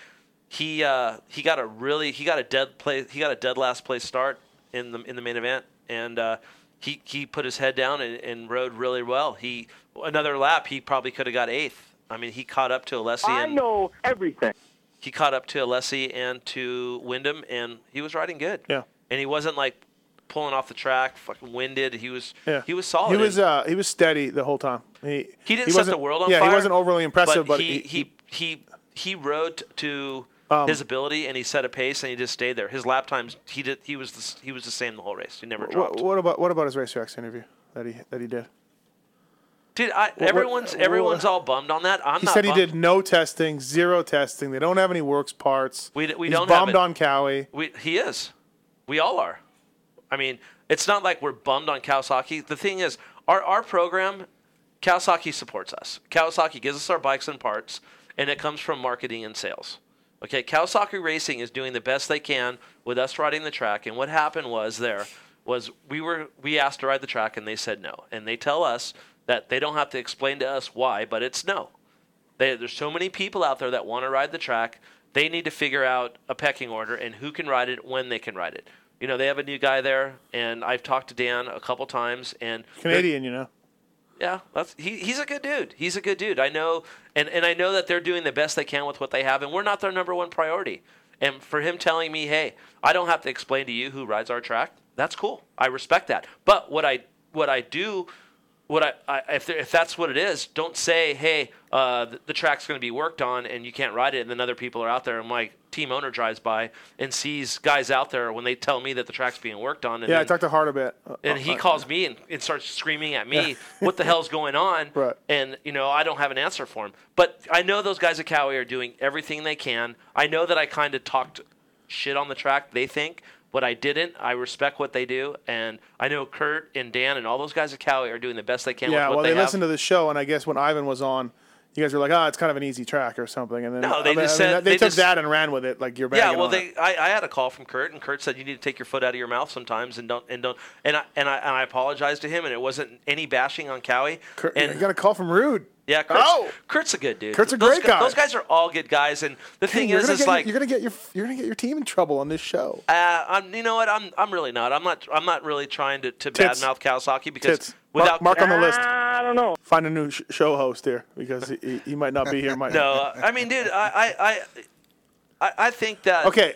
Speaker 6: he uh, he got a really he got a dead play he got a dead last place start in the in the main event, and uh, he he put his head down and, and rode really well. He another lap he probably could have got eighth. I mean, he caught up to Alessi
Speaker 4: I
Speaker 6: and
Speaker 4: know everything.
Speaker 6: he caught up to Alessi and to Wyndham, and he was riding good.
Speaker 5: Yeah.
Speaker 6: and he wasn't like pulling off the track, fucking winded. He was
Speaker 5: Yeah.
Speaker 6: he was solid.
Speaker 5: He was uh, he was steady the whole time. He
Speaker 6: He didn't set
Speaker 5: wasn't-
Speaker 6: the world on
Speaker 5: yeah,
Speaker 6: fire.
Speaker 5: he wasn't overly impressive, but,
Speaker 6: he he he, he rode to
Speaker 5: Um,
Speaker 6: his ability and he set a pace and he just stayed there. His lap times he did he was the, s- he was the same the whole race. He never
Speaker 5: Wha-
Speaker 6: dropped.
Speaker 5: What about what about his racetracks interview that he that he did?
Speaker 6: Dude, I, everyone's
Speaker 5: what-
Speaker 6: everyone's all bummed on that. I'm
Speaker 5: He
Speaker 6: not.
Speaker 5: said he
Speaker 6: bummed.
Speaker 5: did no testing, zero testing. They don't have any works parts.
Speaker 6: We d- we
Speaker 5: He's
Speaker 6: don't have
Speaker 5: bombed
Speaker 6: it.
Speaker 5: on Cowie.
Speaker 6: We, he is. We all are. I mean, it's not like we're bummed on Kawasaki. The thing is, our, our program, Kawasaki supports us. Kawasaki gives us our bikes and parts, and it comes from marketing and sales. Okay, Kawasaki Racing is doing the best they can with us riding the track. And what happened was there was we were we asked to ride the track, and they said no. And they tell us that they don't have to explain to us why, but it's no. They, there's so many people out there that want to ride the track. They need to figure out a pecking order and who can ride it, when they can ride it. You know, they have a new guy there, and I've talked to Dan a couple times, and
Speaker 5: Canadian, you know.
Speaker 6: yeah, that's, he, he's a good dude. He's a good dude. I know, and, and I know that they're doing the best they can with what they have, and we're not their number one priority. And for him telling me, hey, I don't have to explain to you who rides our track, that's cool. I respect that. But what I what I do, what I, I if, there, if that's what it is, don't say, hey, uh, the, the track's going to be worked on and you can't ride it, and then other people are out there, and my team owner drives by and sees guys out there when they tell me that the track's being worked on. And
Speaker 5: Yeah, I
Speaker 6: then-
Speaker 5: talked to Hart a bit. Uh,
Speaker 6: and
Speaker 5: uh,
Speaker 6: he
Speaker 5: uh,
Speaker 6: calls me and, and starts screaming at me, "What the hell's going on?"
Speaker 5: <laughs> Right.
Speaker 6: And you know, I don't have an answer for him. But I know those guys at Cowie are doing everything they can. I know that I kind of talked shit on the track. They think, but I didn't. I respect what they do, and I know Kurt and Dan and all those guys at Cowie are doing the best they can. with
Speaker 5: Yeah,
Speaker 6: what
Speaker 5: well, they,
Speaker 6: have.
Speaker 5: listened to the show, and I guess when Ivan was on, you guys were like, "Ah, it's kind of an easy track or something." And then
Speaker 6: No,
Speaker 5: I
Speaker 6: they
Speaker 5: mean-
Speaker 6: just
Speaker 5: I mean,
Speaker 6: said-
Speaker 5: that- they,
Speaker 6: they
Speaker 5: took
Speaker 6: just-
Speaker 5: that and ran with it, like you're
Speaker 6: Yeah,
Speaker 5: bagging
Speaker 6: well,
Speaker 5: on
Speaker 6: they,
Speaker 5: it.
Speaker 6: I, I had a call from Kurt, and Kurt said you need to take your foot out of your mouth sometimes, and don't and don't and I and I, and I apologized to him, and it wasn't any bashing on Cowie.
Speaker 5: Kurt,
Speaker 6: and
Speaker 5: I got a call from Rude.
Speaker 6: Yeah, Kurt's,
Speaker 5: Oh!
Speaker 6: Kurt's a good dude.
Speaker 5: Kurt's a
Speaker 6: Those
Speaker 5: great
Speaker 6: gu-
Speaker 5: guy.
Speaker 6: Those guys are all good guys, and the thing
Speaker 5: you're
Speaker 6: is,
Speaker 5: gonna
Speaker 6: is
Speaker 5: get
Speaker 6: like,
Speaker 5: your, you're gonna get your you're gonna get your team in trouble on this show.
Speaker 6: uh, I'm, you know what? I'm, I'm really not. I'm not. I'm not really trying to, to
Speaker 5: Tits.
Speaker 6: badmouth Kawasaki because
Speaker 5: Tits.
Speaker 6: without
Speaker 5: mark, mark on the
Speaker 6: <laughs>
Speaker 5: list.
Speaker 3: Uh,
Speaker 4: I don't know.
Speaker 5: Find a new sh- show host here because he- he, he might not be here.
Speaker 6: <laughs>
Speaker 5: Might
Speaker 6: no, uh, I mean, dude, I, I, I, I, I think that
Speaker 5: Okay,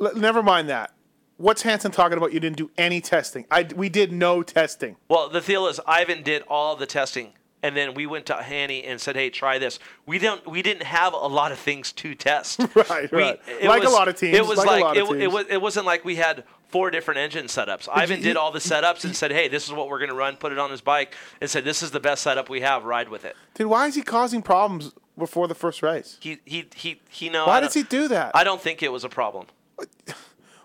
Speaker 5: l- never mind that. What's Hanson talking about? You didn't do any testing. I we did no testing.
Speaker 6: Well, the deal is, Ivan did all the testing. And then we went to Hanny and said, "Hey, try this." We don't. We didn't have a lot of things to test.
Speaker 5: <laughs> Right,
Speaker 6: We-
Speaker 5: right.
Speaker 6: it
Speaker 5: Like a
Speaker 6: was-
Speaker 5: lot of teams,
Speaker 6: It was
Speaker 5: like
Speaker 6: like,
Speaker 5: a lot
Speaker 6: it,
Speaker 5: of
Speaker 6: w- it
Speaker 5: teams.
Speaker 6: was. It wasn't like we had four different engine setups. Ivan did all the setups and said, "Hey, this is what we're going to run." Put it on his bike and said, "This is the best setup we have. Ride with it."
Speaker 5: Dude, why is he causing problems before the first race?
Speaker 6: He he he he. No.
Speaker 5: Why
Speaker 6: I
Speaker 5: does he
Speaker 6: don't-
Speaker 5: do that?
Speaker 6: I don't think it was a problem.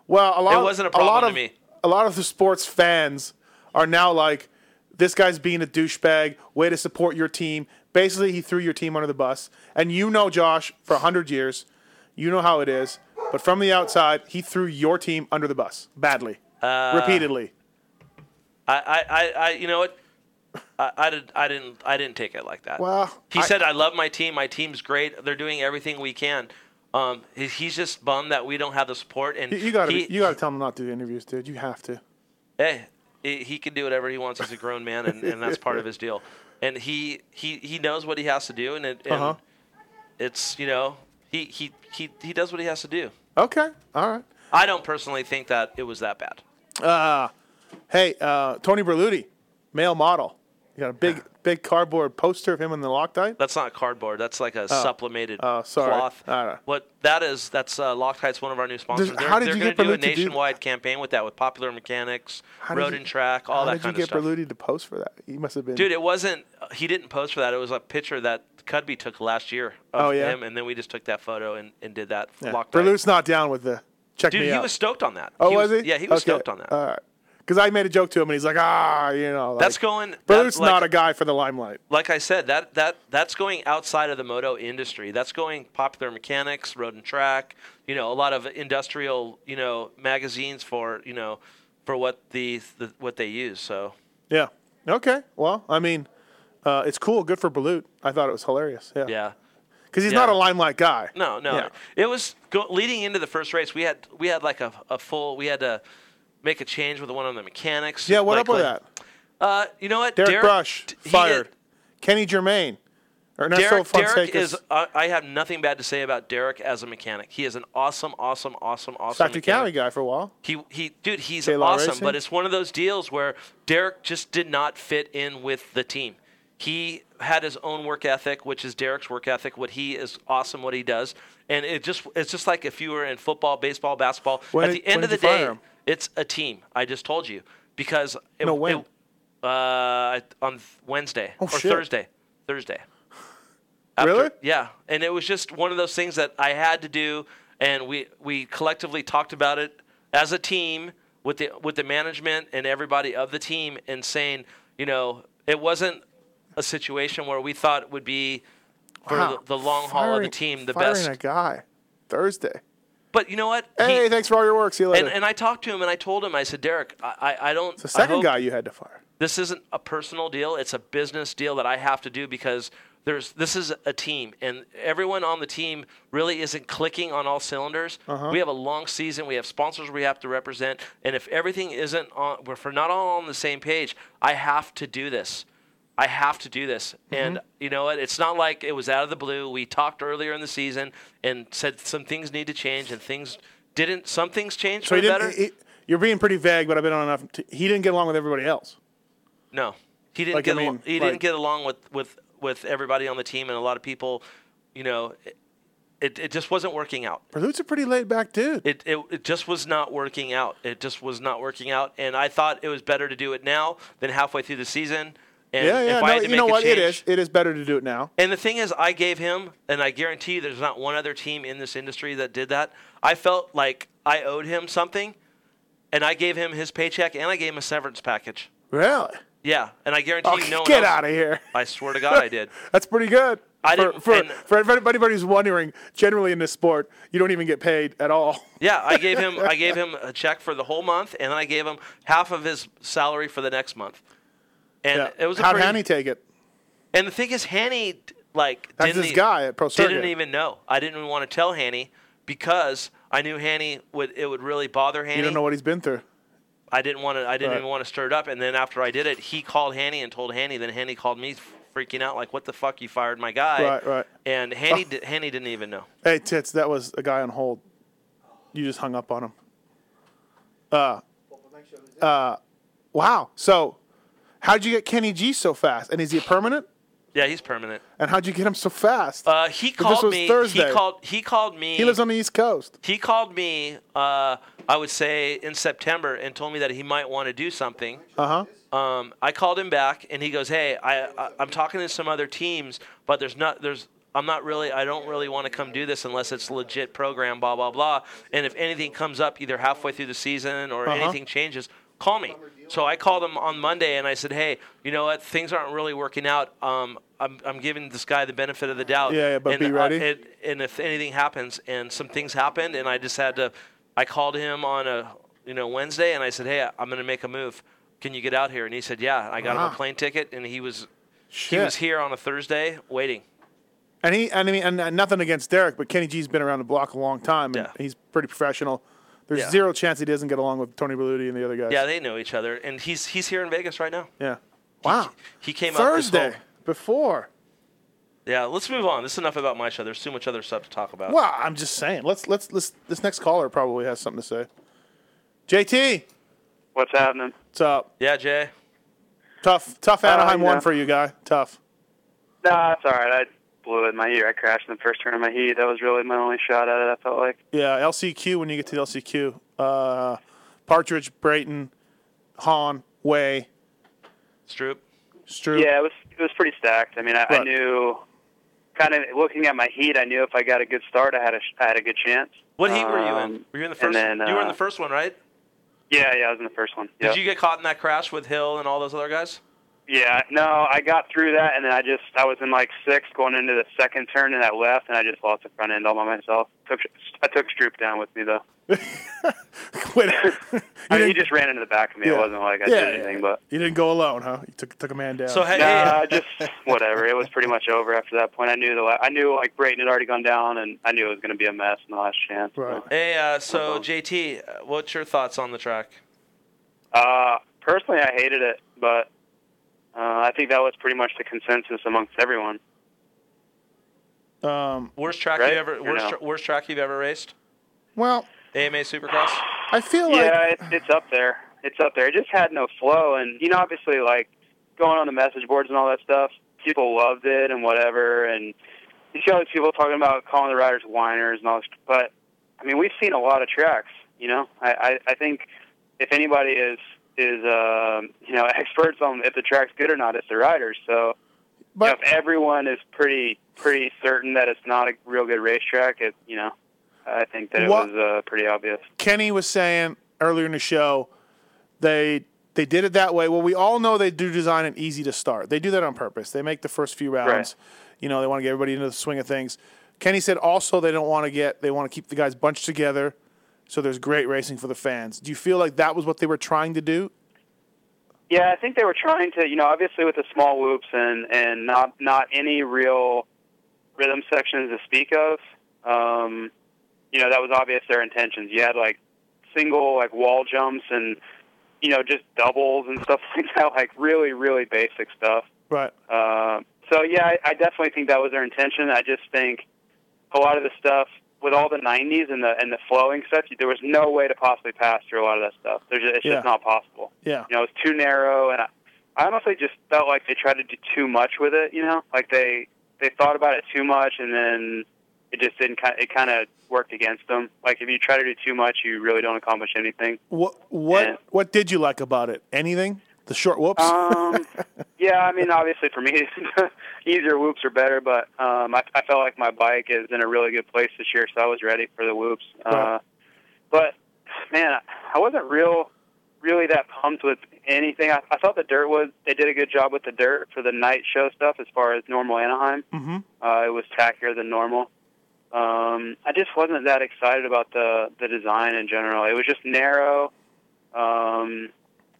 Speaker 5: Well, a lot.
Speaker 6: It
Speaker 5: of-
Speaker 6: wasn't a
Speaker 5: lot
Speaker 6: problem to
Speaker 5: of,
Speaker 6: me.
Speaker 5: A lot of the sports fans are now like, "This guy's being a douchebag. Way to support your team." Basically, he threw your team under the bus, and you know, Josh, for hundred years, you know how it is. But from the outside, he threw your team under the bus badly,
Speaker 6: Uh,
Speaker 5: repeatedly.
Speaker 6: I, I, I, I you know what? I, I, did, I didn't I didn't take it like that.
Speaker 5: Well,
Speaker 6: uh, he
Speaker 5: I-
Speaker 6: said, "I love my team. My team's great. They're doing everything we can." Um, he- he's just bummed that we don't have the support, and
Speaker 5: You, you gotta,
Speaker 6: he,
Speaker 5: you gotta tell him not to do interviews, dude. You have to.
Speaker 6: hey, he he can do whatever he wants. He's a grown man, and, and that's part of his deal. And he he he knows what he has to do, and, it, and
Speaker 5: Uh-huh.
Speaker 6: it's you know he, he he he does what he has to do.
Speaker 5: Okay, all right.
Speaker 6: I don't personally think that it was that bad.
Speaker 5: Hey, uh, Tony Berluti, male model. You got a big, big cardboard poster of him in the Loctite.
Speaker 6: That's not cardboard. That's like a sublimated
Speaker 5: Oh, sorry.
Speaker 6: cloth.
Speaker 5: All right.
Speaker 6: What that is? That's uh, Loctite's one of our new sponsors.
Speaker 5: Does-
Speaker 6: they're
Speaker 5: how did
Speaker 6: they're
Speaker 5: you
Speaker 6: going
Speaker 5: get
Speaker 6: to do a
Speaker 5: Berluti to do
Speaker 6: nationwide campaign with that, with popular mechanics,
Speaker 5: How did
Speaker 6: road
Speaker 5: you-
Speaker 6: and track, all
Speaker 5: How
Speaker 6: that
Speaker 5: did you
Speaker 6: kind
Speaker 5: get
Speaker 6: of stuff.
Speaker 5: Berluti to post for that? He must have been.
Speaker 6: Dude, it wasn't. He didn't post for that. It was a picture that Cudby took last year of
Speaker 5: Oh, yeah?
Speaker 6: him, and then we just took that photo and, and did that.
Speaker 5: Yeah.
Speaker 6: Loctite.
Speaker 5: Berluti's not down with the check
Speaker 6: Dude,
Speaker 5: me
Speaker 6: he
Speaker 5: out.
Speaker 6: was stoked on that.
Speaker 5: oh,
Speaker 6: he
Speaker 5: was,
Speaker 6: was
Speaker 5: he?
Speaker 6: Yeah, he was
Speaker 5: Okay.
Speaker 6: stoked on that.
Speaker 5: All right. Because I made a joke to him, and he's like, ah, you know. Like,
Speaker 6: That's going- that-
Speaker 5: Berluti's
Speaker 6: like-
Speaker 5: not a guy for the limelight.
Speaker 6: like I said, that that that's going outside of the moto industry. That's going popular mechanics, road and track. You know, a lot of industrial, you know, magazines for you know, for what the, the what they use. So
Speaker 5: Yeah. Okay. Well, I mean, uh, it's cool. Good for Berlut. I thought it was hilarious. Yeah.
Speaker 6: yeah,
Speaker 5: Because he's
Speaker 6: Yeah.
Speaker 5: not a limelight guy.
Speaker 6: no, no,
Speaker 5: Yeah.
Speaker 6: it was go, leading into the first race. We had we had like a, a full. We had to make a change with one of the mechanics.
Speaker 5: Yeah. What
Speaker 6: like,
Speaker 5: up with
Speaker 6: like-
Speaker 5: that?
Speaker 6: Uh, you know what,
Speaker 5: Derek,
Speaker 6: Derek
Speaker 5: Brush
Speaker 6: d- he did-
Speaker 5: fired. Kenny Germain. Ernesto
Speaker 6: Derek, Derek
Speaker 5: Fonseca.
Speaker 6: is. I I have nothing bad to say about Derek as a mechanic. He is an awesome, awesome, awesome, awesome.
Speaker 5: Dr.
Speaker 6: mechanic.
Speaker 5: County guy for a while.
Speaker 6: He he, dude, he's
Speaker 5: J-Law
Speaker 6: awesome.
Speaker 5: Racing?
Speaker 6: But it's one of those deals where Derek just did not fit in with the team. He had his own work ethic, which is Derek's work ethic. What he is awesome, what he does, and it just it's just like if you were in football, baseball, basketball.
Speaker 5: When
Speaker 6: At
Speaker 5: did-
Speaker 6: the end
Speaker 5: when
Speaker 6: of the
Speaker 5: did you fire
Speaker 6: day,
Speaker 5: him?
Speaker 6: it's a team. I just told you because it,
Speaker 5: No, when?
Speaker 6: it- uh, on Wednesday
Speaker 5: Oh,
Speaker 6: or
Speaker 5: shit.
Speaker 6: Thursday, Thursday.
Speaker 5: Really?
Speaker 6: Yeah, and it was just one of those things that I had to do, and we we collectively talked about it as a team with the with the management and everybody of the team, and saying, you know, it wasn't a situation where we thought would be for
Speaker 5: Wow.
Speaker 6: the, the long haul of the
Speaker 5: Firing-
Speaker 6: team the
Speaker 5: firing
Speaker 6: best.
Speaker 5: a guy. Thursday.
Speaker 6: But you know what? He-
Speaker 5: Hey, thanks for all your work. See you later.
Speaker 6: and, and I talked to him and I told him I said Derek I, I, I don't
Speaker 5: the second
Speaker 6: I hope-
Speaker 5: guy you had to fire.
Speaker 6: this isn't a personal deal it's a business deal that i have to do because there's this is a team and everyone on the team really isn't clicking on all cylinders
Speaker 5: Uh-huh.
Speaker 6: we have a long season we have sponsors we have to represent and if everything isn't on if we're not all on the same page i have to do this I have to do this.
Speaker 5: Mm-hmm.
Speaker 6: And you know what? It's not like it was out of the blue. We talked earlier in the season and said some things need to change, and things didn't. Some things changed
Speaker 5: So
Speaker 6: for
Speaker 5: he
Speaker 6: the
Speaker 5: didn't.
Speaker 6: better.
Speaker 5: he- you're being pretty vague, but I've been on enough. To, he didn't get along with everybody else.
Speaker 6: No, he didn't
Speaker 5: Like, I
Speaker 6: get along,
Speaker 5: mean,
Speaker 6: he
Speaker 5: like-
Speaker 6: didn't get along with, with with everybody on the team and a lot of people. You know, it- it it just wasn't working out.
Speaker 5: Berlut's a pretty laid back dude.
Speaker 6: It, it it just was not working out. It just was not working out. And I thought it was better to do it now than halfway through the season. And
Speaker 5: yeah, yeah.
Speaker 6: If
Speaker 5: No,
Speaker 6: I had to
Speaker 5: you
Speaker 6: make
Speaker 5: know
Speaker 6: a
Speaker 5: what? It
Speaker 6: change-
Speaker 5: is. It is better to do it now.
Speaker 6: and the thing is, I gave him, and I guarantee you, there's not one other team in this industry that did that. I felt like I owed him something, and I gave him his paycheck, and I gave him a severance package.
Speaker 5: Really?
Speaker 6: Yeah, and I guarantee
Speaker 5: Oh,
Speaker 6: you, no one
Speaker 5: get
Speaker 6: else-
Speaker 5: out of here.
Speaker 6: I swear to God, I did.
Speaker 5: That's pretty good.
Speaker 6: I
Speaker 5: for,
Speaker 6: didn't-
Speaker 5: For,
Speaker 6: and-
Speaker 5: for anybody who's wondering, generally in this sport, you don't even get paid at all.
Speaker 6: Yeah, I gave him I gave him a check for the whole month, and then I gave him half of his salary for the next month. And it was a
Speaker 5: How'd
Speaker 6: pretty,
Speaker 5: Hanny take it?
Speaker 6: And the thing is, Hanny like
Speaker 5: That's
Speaker 6: didn't
Speaker 5: his
Speaker 6: e-
Speaker 5: guy at Pro Circuit.
Speaker 6: Didn't even know. I didn't even want to tell Hanny because I knew Hanny would it would really bother Hanny.
Speaker 5: You don't know what he's been through.
Speaker 6: I didn't want to. I didn't
Speaker 5: Right.
Speaker 6: even want to stir it up. And then after I did it, he called Hanny and told Hanny. Then Hanny called me, freaking out like, "What the fuck? You fired my guy!"
Speaker 5: Right, right.
Speaker 6: And
Speaker 5: <laughs>
Speaker 6: Hanny di- Hanny didn't even know.
Speaker 5: Hey, tits, that was a guy on hold. You just hung up on him. Uh, uh, wow. So, how'd you get Kenny G so fast? And is he a permanent?
Speaker 6: Yeah, he's permanent.
Speaker 5: And how'd you get him so fast?
Speaker 6: Uh, he
Speaker 5: If
Speaker 6: called
Speaker 5: this was
Speaker 6: me.
Speaker 5: Thursday.
Speaker 6: He called. He called me.
Speaker 5: He lives on the East Coast.
Speaker 6: He called me. Uh, I would say in September, and told me that he might want to do something.
Speaker 5: Uh huh.
Speaker 6: Um, I called him back, and he goes, "Hey, I, I I'm talking to some other teams, but there's not there's." I'm not really. I don't really want to come do this unless it's a legit program. Blah blah blah. And if anything comes up, either halfway through the season or
Speaker 5: Uh-huh.
Speaker 6: anything changes, call me. So I called him on Monday and I said, "Hey, you know what? Things aren't really working out. Um, I'm, I'm giving this guy the benefit of the doubt.
Speaker 5: Yeah, yeah, but
Speaker 6: and,
Speaker 5: be
Speaker 6: uh,
Speaker 5: ready.
Speaker 6: and- and if anything happens, and some things happened, and I just had to, I called him on a you know Wednesday, and I said, hey, I'm gonna make a move. Can you get out here? And he said, yeah. I got him
Speaker 5: Wow.
Speaker 6: a plane ticket, and he was
Speaker 5: Shit.
Speaker 6: he was here on a Thursday waiting.
Speaker 5: And he, and I mean, and, and nothing against Derek, but Kenny G's been around the block a long time, and
Speaker 6: Yeah.
Speaker 5: he's pretty professional. There's
Speaker 6: Yeah.
Speaker 5: zero chance he doesn't get along with Tony Belluti and the other guys.
Speaker 6: Yeah, they know each other, and he's he's here in Vegas right now.
Speaker 5: yeah. Wow.
Speaker 6: He came out this
Speaker 5: Thursday
Speaker 6: whole-
Speaker 5: before.
Speaker 6: yeah, let's move on. This is enough about my show. There's too much other stuff to talk about.
Speaker 5: Well, I'm just saying. Let's let's let's. This next caller probably has something to say. JT,
Speaker 4: What's happening?
Speaker 5: what's up?
Speaker 6: Yeah, Jay.
Speaker 5: Tough, tough Anaheim
Speaker 4: Uh, yeah.
Speaker 5: one for you, guy. Tough.
Speaker 4: Nah, it's all right. I blew it in my heat. I crashed in the first turn of my heat. That was really my only shot at it. I felt like.
Speaker 5: Yeah, LCQ when you get to the LCQ. Uh, Partridge, Brayton, Hahn, Way,
Speaker 6: Stroop.
Speaker 5: Stroop.
Speaker 4: Yeah, it was it was pretty stacked. I mean, I, I
Speaker 5: Right.
Speaker 4: knew. Kind of looking at my heat, I knew if I got a good start, I had a sh- I had a good chance.
Speaker 6: What heat were you in?
Speaker 4: Um,
Speaker 6: Were you in the first?
Speaker 4: and then,
Speaker 6: you were in
Speaker 4: uh,
Speaker 6: the first one, right?
Speaker 4: Yeah, yeah, I was in the first one.
Speaker 6: Did
Speaker 4: Yep.
Speaker 6: you get caught in that crash with Hill and all those other guys?
Speaker 4: Yeah, no, I got through that, and then I just I was in like sixth going into the second turn, and I left, and I just lost the front end all by myself. Took I took Stroop down with me though.
Speaker 5: Wait, <laughs> you
Speaker 4: I mean, he
Speaker 5: didn't-
Speaker 4: just ran into the back of me.
Speaker 5: Yeah.
Speaker 4: It wasn't like I
Speaker 5: Yeah,
Speaker 4: did anything,
Speaker 5: you didn't go alone, huh? You took took a man down.
Speaker 6: So hey, uh,
Speaker 4: but nah, just whatever. It was pretty much over after that point. I knew the la- I knew like Brayton had already gone down, and I knew it was going to be a mess in the last chance. so.
Speaker 5: Right.
Speaker 6: Hey, uh, so JT, uh, what's your thoughts on the track?
Speaker 4: Uh, personally, I hated it, but uh, I think that was pretty much the consensus amongst everyone.
Speaker 5: Um,
Speaker 6: Worst track
Speaker 4: Right
Speaker 6: you ever
Speaker 4: or
Speaker 6: worst,
Speaker 4: no?
Speaker 6: tra- worst track you've ever raced?
Speaker 5: well,
Speaker 6: AMA Supercross.
Speaker 5: I feel
Speaker 4: Yeah,
Speaker 5: like
Speaker 4: it, it's up there. It's up there. It just had no flow, and you know, obviously, like going on the message boards and all that stuff, people loved it and whatever. And you see all these people talking about calling the riders whiners and all this. But I mean, we've seen a lot of tracks. You know, I I, I think if anybody is is um, you know <laughs> experts on if the track's good or not, it's the riders. So you know,
Speaker 5: but
Speaker 4: if everyone is pretty pretty certain that it's not a real good racetrack, it you know, I think that it
Speaker 5: What-
Speaker 4: was uh, pretty obvious.
Speaker 5: Kenny was saying earlier in the show they they did it that way. Well, we all know they do design it easy to start. They do that on purpose. They make the first few rounds. You know, they want to get everybody into the swing of things. Kenny said also they don't want to get they want to keep the guys bunched together so there's great racing for the fans. Do you feel like that was what they were trying to do?
Speaker 4: Yeah, I think they were trying to, you know, obviously with the small whoops and and not not any real rhythm sections to speak of. Um, you know, that was obvious their intentions. You had like single like wall jumps and you know just doubles and stuff <laughs> like that, like really really basic stuff.
Speaker 5: Right.
Speaker 4: Uh, so yeah, I, I definitely think that was their intention. I just think a lot of the stuff with all the '90s and the and the flowing stuff, there was no way to possibly pass through a lot of that stuff. There's just, it's just
Speaker 5: Yeah.
Speaker 4: not possible.
Speaker 5: Yeah.
Speaker 4: You know, it's too narrow, and I, I honestly just felt like they tried to do too much with it. You know, like they they thought about it too much, and then it just didn't. ki- It kind of worked against them. Like if you try to do too much, you really don't accomplish anything.
Speaker 5: What what
Speaker 4: Yeah.
Speaker 5: what did you like about it? Anything? The short whoops?
Speaker 4: Um, yeah, I mean, obviously for me, <laughs> easier whoops are better, but um, I, I felt like my bike is in a really good place this year, so I was ready for the whoops. Uh,
Speaker 5: Right.
Speaker 4: but man, I wasn't real, really that pumped with anything. I, I thought the dirt was they did a good job with the dirt for the night show stuff as far as normal Anaheim.
Speaker 5: mm-hmm. <laughs>
Speaker 4: Uh, it was tackier than normal. Um, I just wasn't that excited about the the design in general. It was just narrow, um,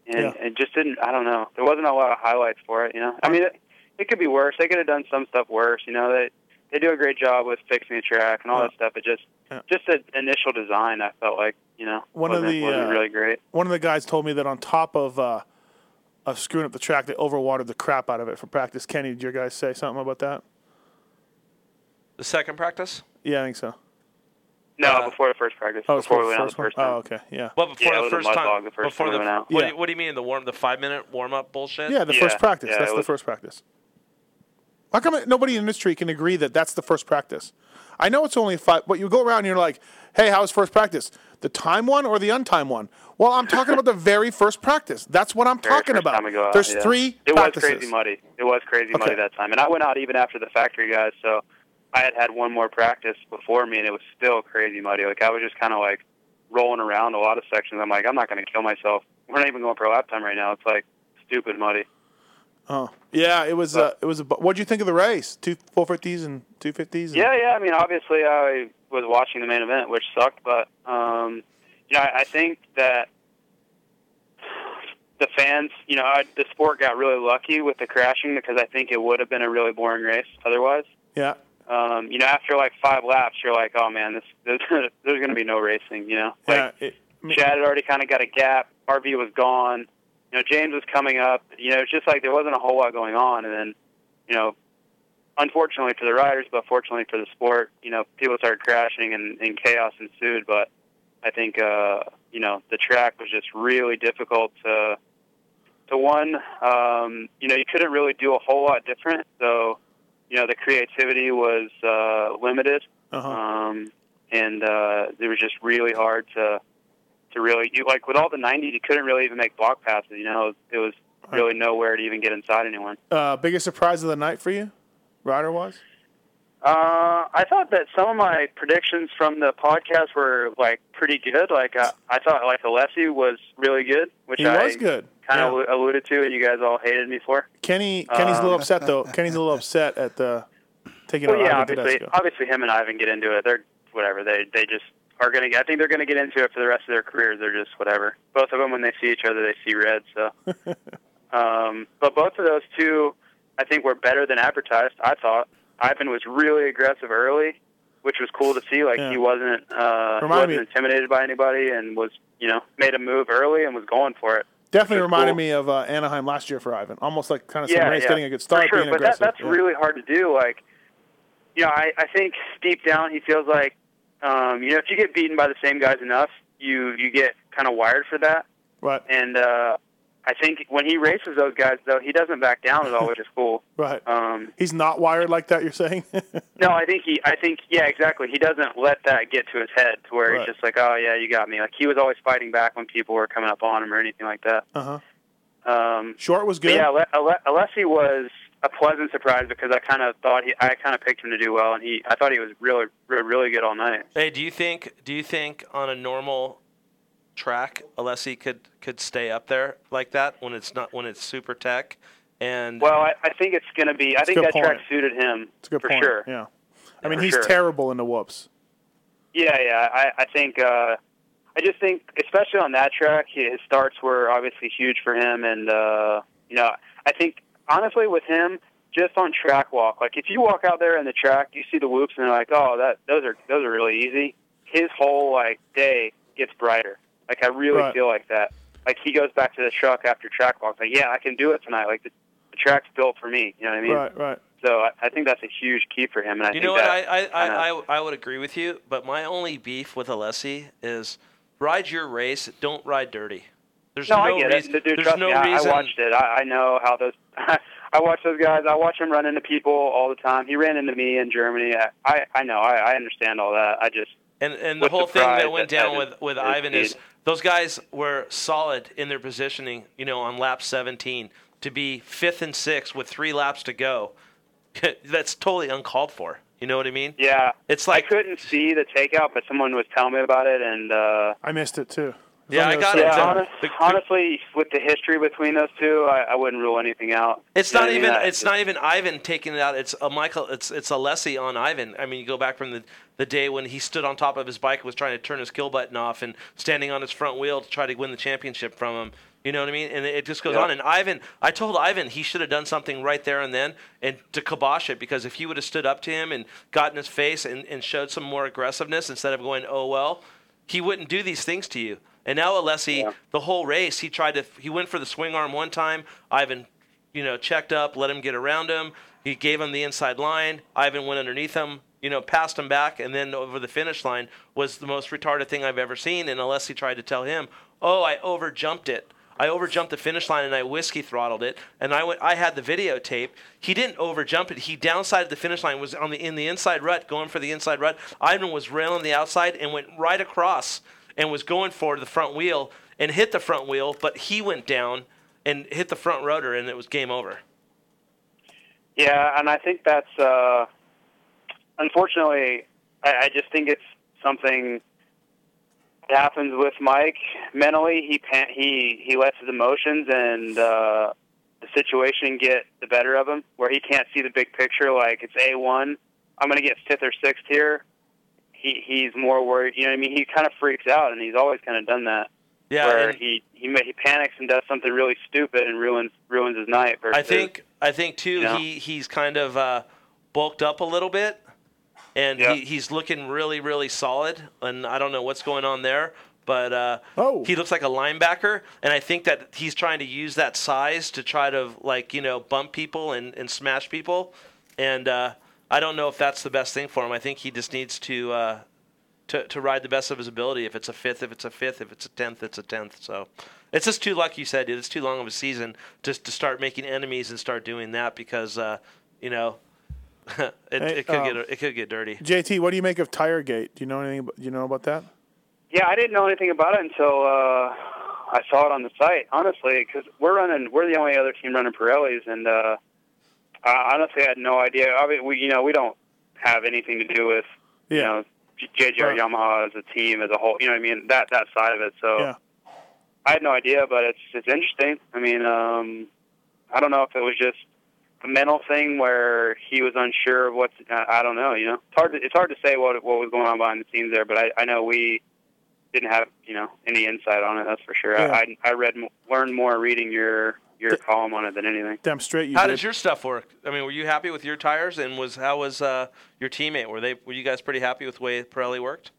Speaker 4: and
Speaker 5: Yeah.
Speaker 4: it just didn't. I don't know. There wasn't a lot of highlights for it. You know, I mean, it, it could be worse. They could have done some stuff worse. You know, they they do a great job with fixing the track and all that stuff. It just
Speaker 5: Yeah.
Speaker 4: just the initial design. I felt like you know
Speaker 5: One of
Speaker 4: wasn't,
Speaker 5: the,
Speaker 4: wasn't
Speaker 5: uh,
Speaker 4: really great.
Speaker 5: one of the guys told me that on top of uh, of screwing up the track, they overwatered the crap out of it for practice. Kenny, did your guys say something about that?
Speaker 6: The second practice.
Speaker 5: Yeah, I think so.
Speaker 4: No,
Speaker 6: uh,
Speaker 4: before the first practice,
Speaker 5: Oh, it's
Speaker 4: before we
Speaker 5: the
Speaker 4: went out the
Speaker 5: one?
Speaker 4: first time.
Speaker 5: Oh, okay, yeah,
Speaker 6: Well, before
Speaker 4: Yeah, it
Speaker 6: the
Speaker 4: was a
Speaker 6: first
Speaker 4: mud
Speaker 6: time.
Speaker 4: dog the first
Speaker 6: before
Speaker 4: time
Speaker 6: the
Speaker 4: we went out.
Speaker 6: What, do
Speaker 5: Yeah.
Speaker 6: you, what do you mean the warm the five minute warm up bullshit?
Speaker 5: yeah. The
Speaker 4: yeah,
Speaker 5: first practice.
Speaker 4: yeah,
Speaker 5: That's
Speaker 4: it
Speaker 5: the
Speaker 4: was-
Speaker 5: first practice. How come nobody in the industry can agree that that's the first practice? I know it's only five, but you go around and you're like, hey, how's first practice? The time one or the untimed one? Well, I'm talking about the very first practice. That's what I'm
Speaker 4: Very
Speaker 5: talking
Speaker 4: first
Speaker 5: about.
Speaker 4: time we go out,
Speaker 5: There's
Speaker 4: yeah.
Speaker 5: three
Speaker 4: It
Speaker 5: practices.
Speaker 4: was crazy muddy. It was crazy muddy that time, and I went out even after the factory guys. So I had had one more practice before me, and it was still crazy muddy. Like I was just kind of like rolling around a lot of sections. I'm like, I'm not going to kill myself. We're not even going for a lap time right now. It's like stupid muddy.
Speaker 5: Oh, yeah, it was. Uh, it was. A, bu- what'd you think of the race? Two 450s and 250s. And,
Speaker 4: Yeah, yeah. I mean, obviously, I was watching the main event, which sucked, but um, you know, I, I think that the fans, you know, I, the sport got really lucky with the crashing because I think it would have been a really boring race otherwise.
Speaker 5: yeah.
Speaker 4: Um, you know, after like five laps, you're like, oh man, this, <laughs> this there's going to be no racing. You know, like
Speaker 5: yeah, it-
Speaker 4: Chad had already kind of got a gap. RV was gone. You know, James was coming up. You know, it's just like there wasn't a whole lot going on. And then, you know, unfortunately for the riders, but fortunately for the sport, you know, people started crashing and, and chaos ensued. But I think, uh, you know, the track was just really difficult to, to one, um, you know, you couldn't really do a whole lot different. So, you know, the creativity was uh, limited.
Speaker 5: uh-huh.
Speaker 4: Um, and uh, it was just really hard to to really you like with all the 90s, you couldn't really even make block passes. You know, it was really nowhere to even get inside anyone.
Speaker 5: uh, biggest surprise of the night for you, rider wise?
Speaker 4: Uh, I thought that some of my predictions from the podcast were like pretty good. Like I, I thought like Alessi was really good, which
Speaker 5: He
Speaker 4: I
Speaker 5: was good.
Speaker 4: kind
Speaker 5: Yeah.
Speaker 4: of alluded to, and you guys all hated me for.
Speaker 5: Kenny Kenny's a little upset
Speaker 4: <laughs>
Speaker 5: though. Kenny's a little upset at the taking
Speaker 4: Um, Well,
Speaker 5: on
Speaker 4: yeah,
Speaker 5: Ivan
Speaker 4: obviously, Uh,
Speaker 5: Tedesco.
Speaker 4: obviously, him and Ivan get into it. They're whatever. They they just are going to. I think they're going to get into it for the rest of their careers. They're just whatever. Both of them, when they see each other, they see red. So, um, but both of those two, I think, were better than advertised. I thought Ivan was really aggressive early, which was cool to see. Like
Speaker 5: Yeah.
Speaker 4: he wasn't uh, he
Speaker 5: Remind
Speaker 4: wasn't
Speaker 5: me-
Speaker 4: intimidated by anybody, and was you know made a move early and was going for it.
Speaker 5: Definitely
Speaker 4: It's
Speaker 5: reminded
Speaker 4: cool.
Speaker 5: me of uh, Anaheim last year for Ivan. Almost like kind of some race getting a good start,
Speaker 4: For sure,
Speaker 5: being
Speaker 4: but
Speaker 5: aggressive.
Speaker 4: That, that's
Speaker 5: yeah.
Speaker 4: really hard to do. Like, you know, I, I think deep down he feels like, um, you know, if you get beaten by the same guys enough, you you get kind of wired for that.
Speaker 5: right,
Speaker 4: And uh, I think when he races those guys, though, he doesn't back down at all,
Speaker 5: <laughs>
Speaker 4: which is cool.
Speaker 5: right.
Speaker 4: Um,
Speaker 5: He's not wired like that. You're saying? <laughs>
Speaker 4: no, I think he, I think, yeah, exactly. He doesn't let that get to his head to where
Speaker 5: Right.
Speaker 4: he's just like, oh yeah, you got me. Like he was always fighting back when people were coming up on him or anything like that.
Speaker 5: uh huh.
Speaker 4: Um,
Speaker 5: Short was
Speaker 4: But
Speaker 5: good.
Speaker 4: Yeah, uh, Ale- Ale- Alessi was a pleasant surprise because I kind of thought he, I kind of picked him to do well, and he, I thought he was really, really, really good all night.
Speaker 6: Hey, do you think do you think on a normal track Alessi could could stay up there like that when it's not when it's super tech and
Speaker 4: Well, I, I think it's going to be. I
Speaker 5: a
Speaker 4: think
Speaker 5: good
Speaker 4: that track
Speaker 5: point.
Speaker 4: suited him
Speaker 5: It's a good
Speaker 4: for
Speaker 5: point.
Speaker 4: sure.
Speaker 5: Yeah. I mean,
Speaker 4: for
Speaker 5: he's
Speaker 4: sure.
Speaker 5: terrible in the whoops.
Speaker 4: Yeah, yeah. I, I think uh, I just think, especially on that track, hi- his starts were obviously huge for him, and uh, you know, I think honestly with him, just on track walk, like if you walk out there in the track, you see the whoops, and they're like, oh, that those are those are really easy. His whole like day gets brighter. Like I really
Speaker 5: Right.
Speaker 4: feel like that. Like he goes back to the truck after track walk, like yeah, I can do it tonight. Like the, the track's built for me. You know what I mean?
Speaker 5: Right, right.
Speaker 4: So I, I think that's a huge key for him, and I
Speaker 6: you
Speaker 4: think
Speaker 6: know what I
Speaker 4: that
Speaker 6: I,
Speaker 4: kinda-
Speaker 6: I, I I would agree with you, but my only beef with Alessi is ride your race, don't ride dirty. There's
Speaker 4: No,
Speaker 6: no
Speaker 4: I get
Speaker 6: reason
Speaker 4: it. Dude,
Speaker 6: there's
Speaker 4: trust
Speaker 6: no
Speaker 4: me, I, I
Speaker 6: reason
Speaker 4: watched it. I, I know how those. <laughs> I watch those guys. I watch him run into people all the time. He ran into me in Germany. I, I, I know. I, I understand all that. I just
Speaker 6: And and the
Speaker 4: with
Speaker 6: whole
Speaker 4: the
Speaker 6: thing
Speaker 4: pride
Speaker 6: that went
Speaker 4: that
Speaker 6: down
Speaker 4: that
Speaker 6: with,
Speaker 4: is-
Speaker 6: with
Speaker 4: is
Speaker 6: Ivan is
Speaker 4: needed.
Speaker 6: those guys were solid in their positioning, you know, on lap 17 to be fifth and sixth with three laps to go. <laughs> That's totally uncalled for. You know what I mean?
Speaker 4: yeah.
Speaker 6: It's like-
Speaker 4: I couldn't see the takeout, but someone was telling me about it, and uh,
Speaker 5: I missed it too. It was
Speaker 6: Yeah,
Speaker 5: on
Speaker 6: I
Speaker 5: the
Speaker 6: got
Speaker 5: other
Speaker 6: it.
Speaker 5: side.
Speaker 4: yeah.
Speaker 6: the-
Speaker 4: Honest,
Speaker 6: the-
Speaker 4: honestly, with the history between those two, I, I wouldn't rule anything out.
Speaker 6: It's
Speaker 4: You know
Speaker 6: not
Speaker 4: what I mean?
Speaker 6: even
Speaker 4: I-
Speaker 6: it's not even Ivan taking it out. It's a Michael. It's it's a Lessie on Ivan. I mean, you go back from the the day when he stood on top of his bike, and was trying to turn his kill button off, and standing on his front wheel to try to win the championship from him. You know what I mean? And it just goes
Speaker 4: Yeah.
Speaker 6: on. And Ivan, I told Ivan he should have done something right there and then, and to kibosh it because if he would have stood up to him and got in his face and, and showed some more aggressiveness instead of going, oh well, he wouldn't do these things to you. And now Alessi, the whole race, he tried to he went for the swing arm one time. Ivan you know, checked up, let him get around him. He gave him the inside line. Ivan went underneath him, you know, passed him back, and then over the finish line was the most retarded thing I've ever seen. And Alessi tried to tell him, "Oh, I overjumped it. I overjumped the finish line and I whiskey throttled it. And I went. I had the videotape. He didn't overjump it. He downsided the finish line. Was on the in the inside rut, going for the inside rut. Ivan was railing the outside and went right across and was going for the front wheel and hit the front wheel, but he went down and hit the front rotor and it was game over.
Speaker 4: Yeah, and I think that's uh, unfortunately, I, I just think it's something that happens with Mike mentally. He pan- he he lets his emotions and uh, the situation get the better of him, where he can't see the big picture. Like it's a one, I'm going to get fifth or sixth here. He he's more worried. You know what I mean? He kind of freaks out, and he's always kind of done that.
Speaker 6: Yeah,
Speaker 4: where
Speaker 6: and-
Speaker 4: he he ma- he panics and does something really stupid and ruins ruins his night. Versus,
Speaker 6: I think I think too
Speaker 4: Yeah.
Speaker 6: he he's kind of uh, bulked up a little bit, and
Speaker 4: Yeah.
Speaker 6: he, he's looking really really solid. And I don't know what's going on there, but uh,
Speaker 5: Oh.
Speaker 6: he looks like a linebacker. And I think that he's trying to use that size to try to like you know bump people and, and smash people. And uh, I don't know if that's the best thing for him. I think he just needs to. Uh, to, to ride the best of his ability. If it's a fifth, if it's a fifth, if it's a tenth, it's a tenth. So it's just too, like you said, dude, it's too long of a season just to start making enemies and start doing that because, uh, you know, <laughs> it,
Speaker 5: Hey,
Speaker 6: it could
Speaker 5: um,
Speaker 6: get it could get dirty.
Speaker 5: JT, what do you make of Tiregate? Do you know anything? About, do you know about that?
Speaker 4: Yeah, I didn't know anything about it until uh, I saw it on the site. Honestly, because we're running, we're the only other team running Pirellis, and uh, I honestly had no idea. I mean, we you know we don't have anything to do with you
Speaker 5: Yeah.
Speaker 4: know JJ
Speaker 5: Right.
Speaker 4: Yamaha as a team as a whole. You know what I mean? That that side of it. So
Speaker 5: Yeah.
Speaker 4: I had no idea, but it's it's interesting. I mean, um, I don't know if it was just a mental thing where he was unsure of what's. I I don't know. You know, it's hard. To, it's hard to say what what was going on behind the scenes there, but I, I know we didn't have you know any insight on it. That's for sure.
Speaker 5: Yeah.
Speaker 4: I, I I read m- learned more reading your your column on it than anything.
Speaker 5: Damn straight you
Speaker 6: How
Speaker 5: did.
Speaker 6: did your stuff work? I mean, were you happy with your tires? And was how was uh, your teammate? Were they were you guys pretty happy with the way Pirelli worked?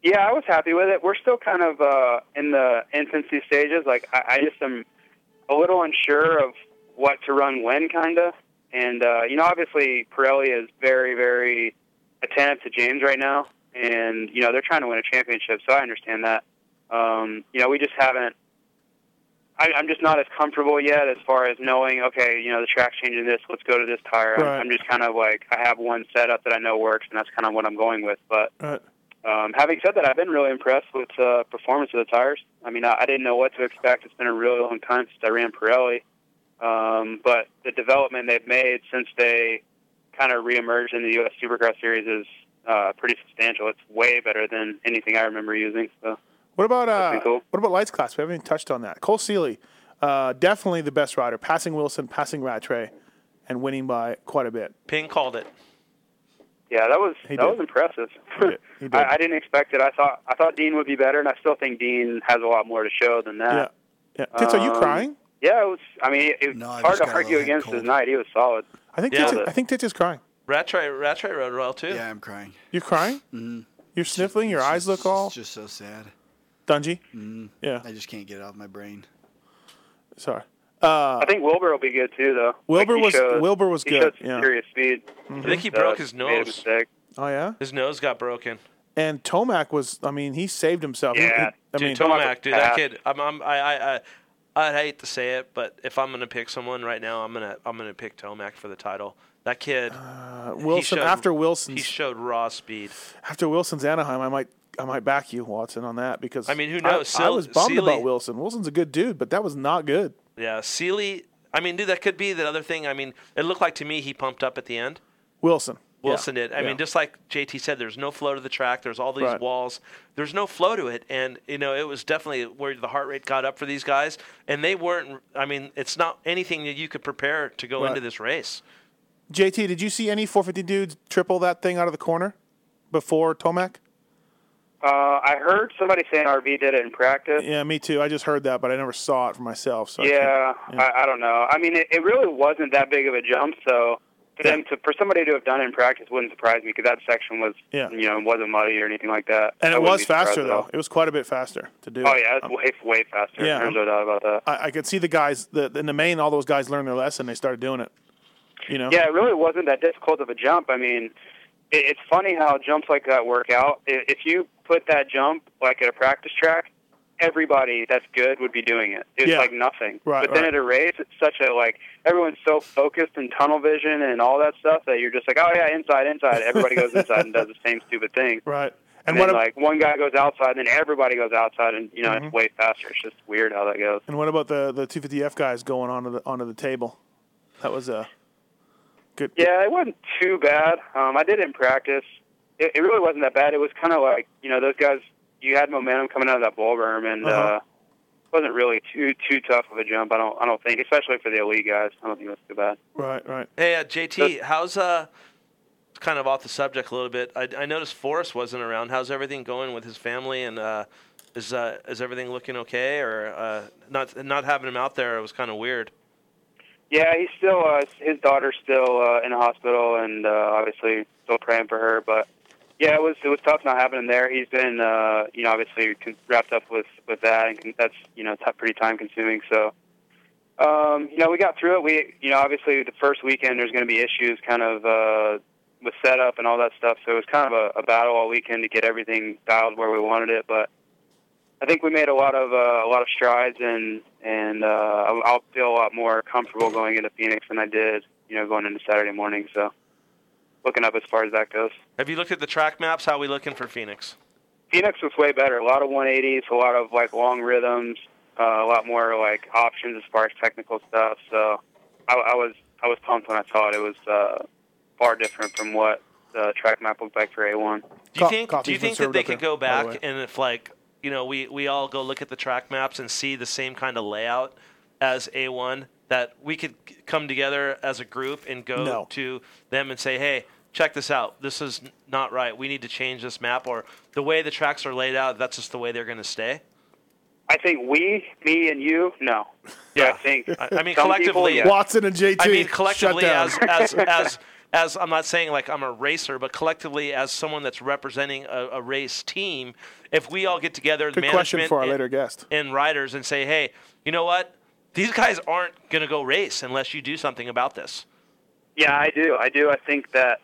Speaker 4: Yeah, I was happy with it. We're still kind of uh, in the infancy stages. Like I, I just am a little unsure of what to run when, kinda. And uh, you know, obviously Pirelli is very, very attentive to James right now, and you know they're trying to win a championship, so I understand that. Um, you know, we just haven't. I, I'm just not as comfortable yet as far as knowing. Okay, you know the track's changing this. Let's go to this tire.
Speaker 5: Right.
Speaker 4: I'm, I'm just kind of like I have one setup that I know works, and that's kind of what I'm going with. But
Speaker 5: Right.
Speaker 4: um, having said that, I've been really impressed with uh, performance of the tires. I mean, I, I didn't know what to expect. It's been a really long time since I ran Pirelli, um, but the development they've made since they kind of reemerged in the U.S. Supercross Series is uh, pretty substantial. It's way better than anything I remember using. So
Speaker 5: What about uh,
Speaker 4: That'd be cool.
Speaker 5: what about lights class? We haven't even touched on that. Cole Seeley, uh, definitely the best rider, passing Wilson, passing Rattray, and winning by quite a bit.
Speaker 6: Ping called it.
Speaker 4: yeah, that was
Speaker 5: He
Speaker 4: that
Speaker 5: did.
Speaker 4: was impressive. <laughs>
Speaker 5: He did. He
Speaker 4: <laughs>
Speaker 5: did.
Speaker 4: I, I didn't expect it. I thought I thought Dean would be better, and I still think Dean has a lot more to show than that.
Speaker 5: Yeah, yeah. Tits, are you
Speaker 4: Um,
Speaker 5: crying?
Speaker 4: Yeah, it was. I mean, it, it was
Speaker 7: No, I've
Speaker 4: hard
Speaker 7: just
Speaker 4: to
Speaker 7: got a
Speaker 4: argue
Speaker 7: little head
Speaker 4: against
Speaker 7: cold.
Speaker 4: his night. He was solid.
Speaker 5: I think
Speaker 6: yeah,
Speaker 5: Tits,
Speaker 6: but-
Speaker 5: I think Tits is crying.
Speaker 6: Rattray Rattray rode well too.
Speaker 7: Yeah, I'm crying.
Speaker 5: You're crying. Mm-hmm. You're sniffling. Your
Speaker 7: It's
Speaker 5: eyes
Speaker 7: just-
Speaker 5: look
Speaker 7: it's
Speaker 5: all
Speaker 7: just so sad. Mm-hmm.
Speaker 5: dungy. Yeah,
Speaker 7: I just can't get it out of my brain.
Speaker 5: sorry. Uh,
Speaker 4: I think Wilbur will be good too, though.
Speaker 5: Wilbur
Speaker 4: he
Speaker 5: was- Wilbur was
Speaker 4: he
Speaker 5: good,
Speaker 4: Showed some
Speaker 5: yeah. Mm-hmm.
Speaker 4: serious speed.
Speaker 6: I think he
Speaker 4: Uh,
Speaker 6: broke his
Speaker 4: made a
Speaker 6: nose.
Speaker 4: mistake.
Speaker 5: Oh yeah.
Speaker 6: His nose got broken.
Speaker 5: And Tomac was. I mean, he saved himself. He-
Speaker 4: Yeah.
Speaker 5: he- I
Speaker 6: dude,
Speaker 5: mean,
Speaker 6: Tomac, dude, that
Speaker 4: Pat.
Speaker 6: kid. I'm, I'm, I, I, I, I'd hate to say it, but if I'm gonna pick someone right now, I'm gonna, I'm gonna pick Tomac for the title. That kid,
Speaker 5: Uh, Wilson
Speaker 6: showed-
Speaker 5: after
Speaker 6: he
Speaker 5: Wilson's
Speaker 6: showed raw speed.
Speaker 5: after Wilson's Anaheim, I might I might back you Watson on that because
Speaker 6: I mean, who knows?
Speaker 5: I, I
Speaker 6: Seal-
Speaker 5: was bummed about
Speaker 6: Sealy-
Speaker 5: Wilson. Wilson's a good dude, but that was not good.
Speaker 6: Yeah, Sealy. I mean, dude, that could be the other thing. I mean, it looked like to me he pumped up at the end.
Speaker 5: Wilson. Yeah.
Speaker 6: Wilson did. I
Speaker 5: Yeah.
Speaker 6: mean, just like JT said, there's no flow to the track. There's all these
Speaker 5: Right.
Speaker 6: walls. There's no flow to it, and you know it was definitely where the heart rate got up for these guys, and they weren't. I mean, it's not anything that you could prepare to go
Speaker 5: Right.
Speaker 6: into this race.
Speaker 5: JT, did you see any 450 dudes triple that thing out of the corner before Tomac?
Speaker 4: Uh, I heard somebody saying RV did it in practice.
Speaker 5: Yeah, me too. I just heard that, but I never saw it for myself. So I can't-
Speaker 4: Yeah, I, I don't know. I mean, it, it really wasn't that big of a jump, so for them to for somebody to have done it in practice wouldn't surprise me because that section was
Speaker 5: Yeah.
Speaker 4: you know wasn't muddy or anything like that.
Speaker 5: and
Speaker 4: I
Speaker 5: it
Speaker 4: wouldn't
Speaker 5: was
Speaker 4: be surprised
Speaker 5: faster
Speaker 4: at
Speaker 5: though.
Speaker 4: all.
Speaker 5: It was quite a bit faster to do.
Speaker 4: Oh
Speaker 5: it.
Speaker 4: yeah, it's way way faster.
Speaker 5: Yeah.
Speaker 4: There's no doubt about that.
Speaker 5: I, I could see the guys the, in the main. All those guys learned their lesson. They started doing it. You know.
Speaker 4: Yeah, it really wasn't that difficult of a jump. I mean, it, it's funny how jumps like that work out. I- If you put that jump like at a practice track, everybody that's good would be doing it. It's
Speaker 5: Yeah.
Speaker 4: like nothing.
Speaker 5: Right,
Speaker 4: but then at
Speaker 5: right.
Speaker 4: a race, it's such a like everyone's so focused and tunnel vision and all that stuff that you're just like, oh yeah, inside, inside. Everybody goes inside and does the same stupid thing.
Speaker 5: <laughs> Right.
Speaker 4: And,
Speaker 5: And what,
Speaker 4: then,
Speaker 5: ab- Mm-hmm.
Speaker 4: like one guy goes outside, and then everybody goes outside, and you know it's way faster. It's just weird how that goes.
Speaker 5: and what about the, the 250F guys going onto the, onto the table? That was uh, a good.
Speaker 4: Yeah, it wasn't too bad. Um, I did it in practice. It, it really wasn't that bad. It was kind of like you know those guys. You had momentum coming out of that bull berm, and uh
Speaker 5: Uh-huh.
Speaker 4: it wasn't really too too tough of a jump. I don't I don't think, especially for the elite guys. I don't think it was too bad.
Speaker 5: Right, right.
Speaker 6: Hey, uh, JT, how's uh, kind of off the subject a little bit. I, I noticed Forrest wasn't around. How's everything going with his family and uh, is uh, is everything looking okay or uh, not not having him out there? It was kind of weird.
Speaker 4: Yeah, he's still uh, his daughter's still uh, in the hospital, and uh, obviously still praying for her. But yeah, it was it was tough not having him there. He's been uh, you know obviously con- wrapped up with with that, and con- that's you know t- pretty time consuming. So um, you know we got through it. We you know obviously the first weekend there's going to be issues kind of uh, with setup and all that stuff. So it was kind of a, a battle all weekend to get everything dialed where we wanted it, but. I think we made a lot of uh, a lot of strides, and and uh, I'll I'll feel a lot more comfortable going into Phoenix than I did, you know, going into Saturday morning. So, looking up as far as that goes,
Speaker 6: Have you looked at the track maps? How are we looking for Phoenix?
Speaker 4: Phoenix was way better. A lot of 180s, a lot of like long rhythms, uh, a lot more like options as far as technical stuff. So, I, I was I was pumped when I saw it. It was uh, far different from what the track map looked like for A1.
Speaker 6: Do you
Speaker 5: Co-
Speaker 6: think do
Speaker 5: coffee's
Speaker 6: you
Speaker 5: been
Speaker 6: think that
Speaker 5: served
Speaker 6: they
Speaker 5: up
Speaker 6: could
Speaker 5: there,
Speaker 6: go
Speaker 5: by the
Speaker 6: back
Speaker 5: way.
Speaker 6: and if like you know we we all go look at the track maps and see the same kind of layout as A1 that we could c- come together as a group and go
Speaker 5: No.
Speaker 6: to them and say hey check this out this is n- not right we need to change this map or the way the tracks are laid out that's just the way they're going to stay
Speaker 4: I think we, me, and you, no.
Speaker 6: Yeah.
Speaker 4: I think.
Speaker 6: I- I mean,
Speaker 4: some
Speaker 6: collectively,
Speaker 4: people, yeah.
Speaker 5: Watson and JT.
Speaker 6: I mean,
Speaker 5: shut
Speaker 6: collectively
Speaker 5: down.
Speaker 6: as
Speaker 5: <laughs>
Speaker 6: as as as I'm not saying like I'm a racer, but collectively as someone that's representing a, a race team, if we all get together,
Speaker 5: Good
Speaker 6: management
Speaker 5: question for our
Speaker 6: and,
Speaker 5: later guest.
Speaker 6: and riders, and say, hey, you know what? These guys aren't going to go race unless you do something about this.
Speaker 4: Yeah, I do. I do. I think that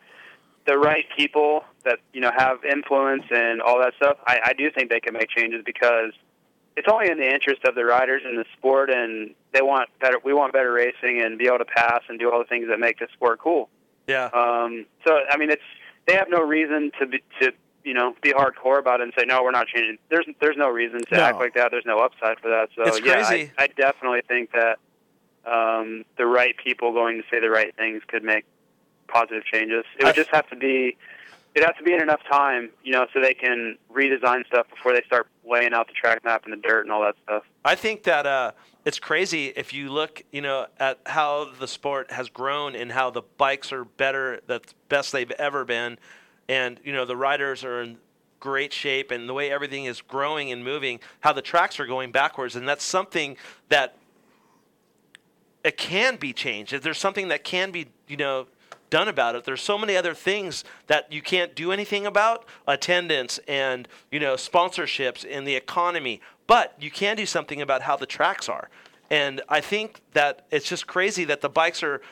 Speaker 4: the right people that you know have influence and all that stuff. I, I do think they can make changes because it's only in the interest of the riders and the sport, and they want better. We want better racing and be able to pass and do all the things that make this sport cool.
Speaker 6: Yeah.
Speaker 8: uh,
Speaker 4: Um, so I mean, it's they have no reason to be, to you know be hardcore about it and say no, we're not changing. There's there's no reason to
Speaker 5: No.
Speaker 4: act like that. There's no upside for that. So
Speaker 6: It's
Speaker 4: yeah,
Speaker 6: crazy.
Speaker 4: I, I definitely think that um, the right people going to say the right things could make positive changes. It would
Speaker 6: I've-
Speaker 4: just have to be. It has to be in enough time, you know, so they can redesign stuff before they start laying out the track map and the dirt and all that stuff.
Speaker 6: I think that uh, it's crazy if you look, you know, at how the sport has grown and how the bikes are better, the best they've ever been, and you know the riders are in great shape, and the way everything is growing and moving, how the tracks are going backwards, and that's something that it can be changed. If there's something that can be, you know, done about it, there's so many other things that you can't do anything about attendance and, you know, sponsorships and the economy. But you can do something about how the tracks are. And I think that it's just crazy that the bikes are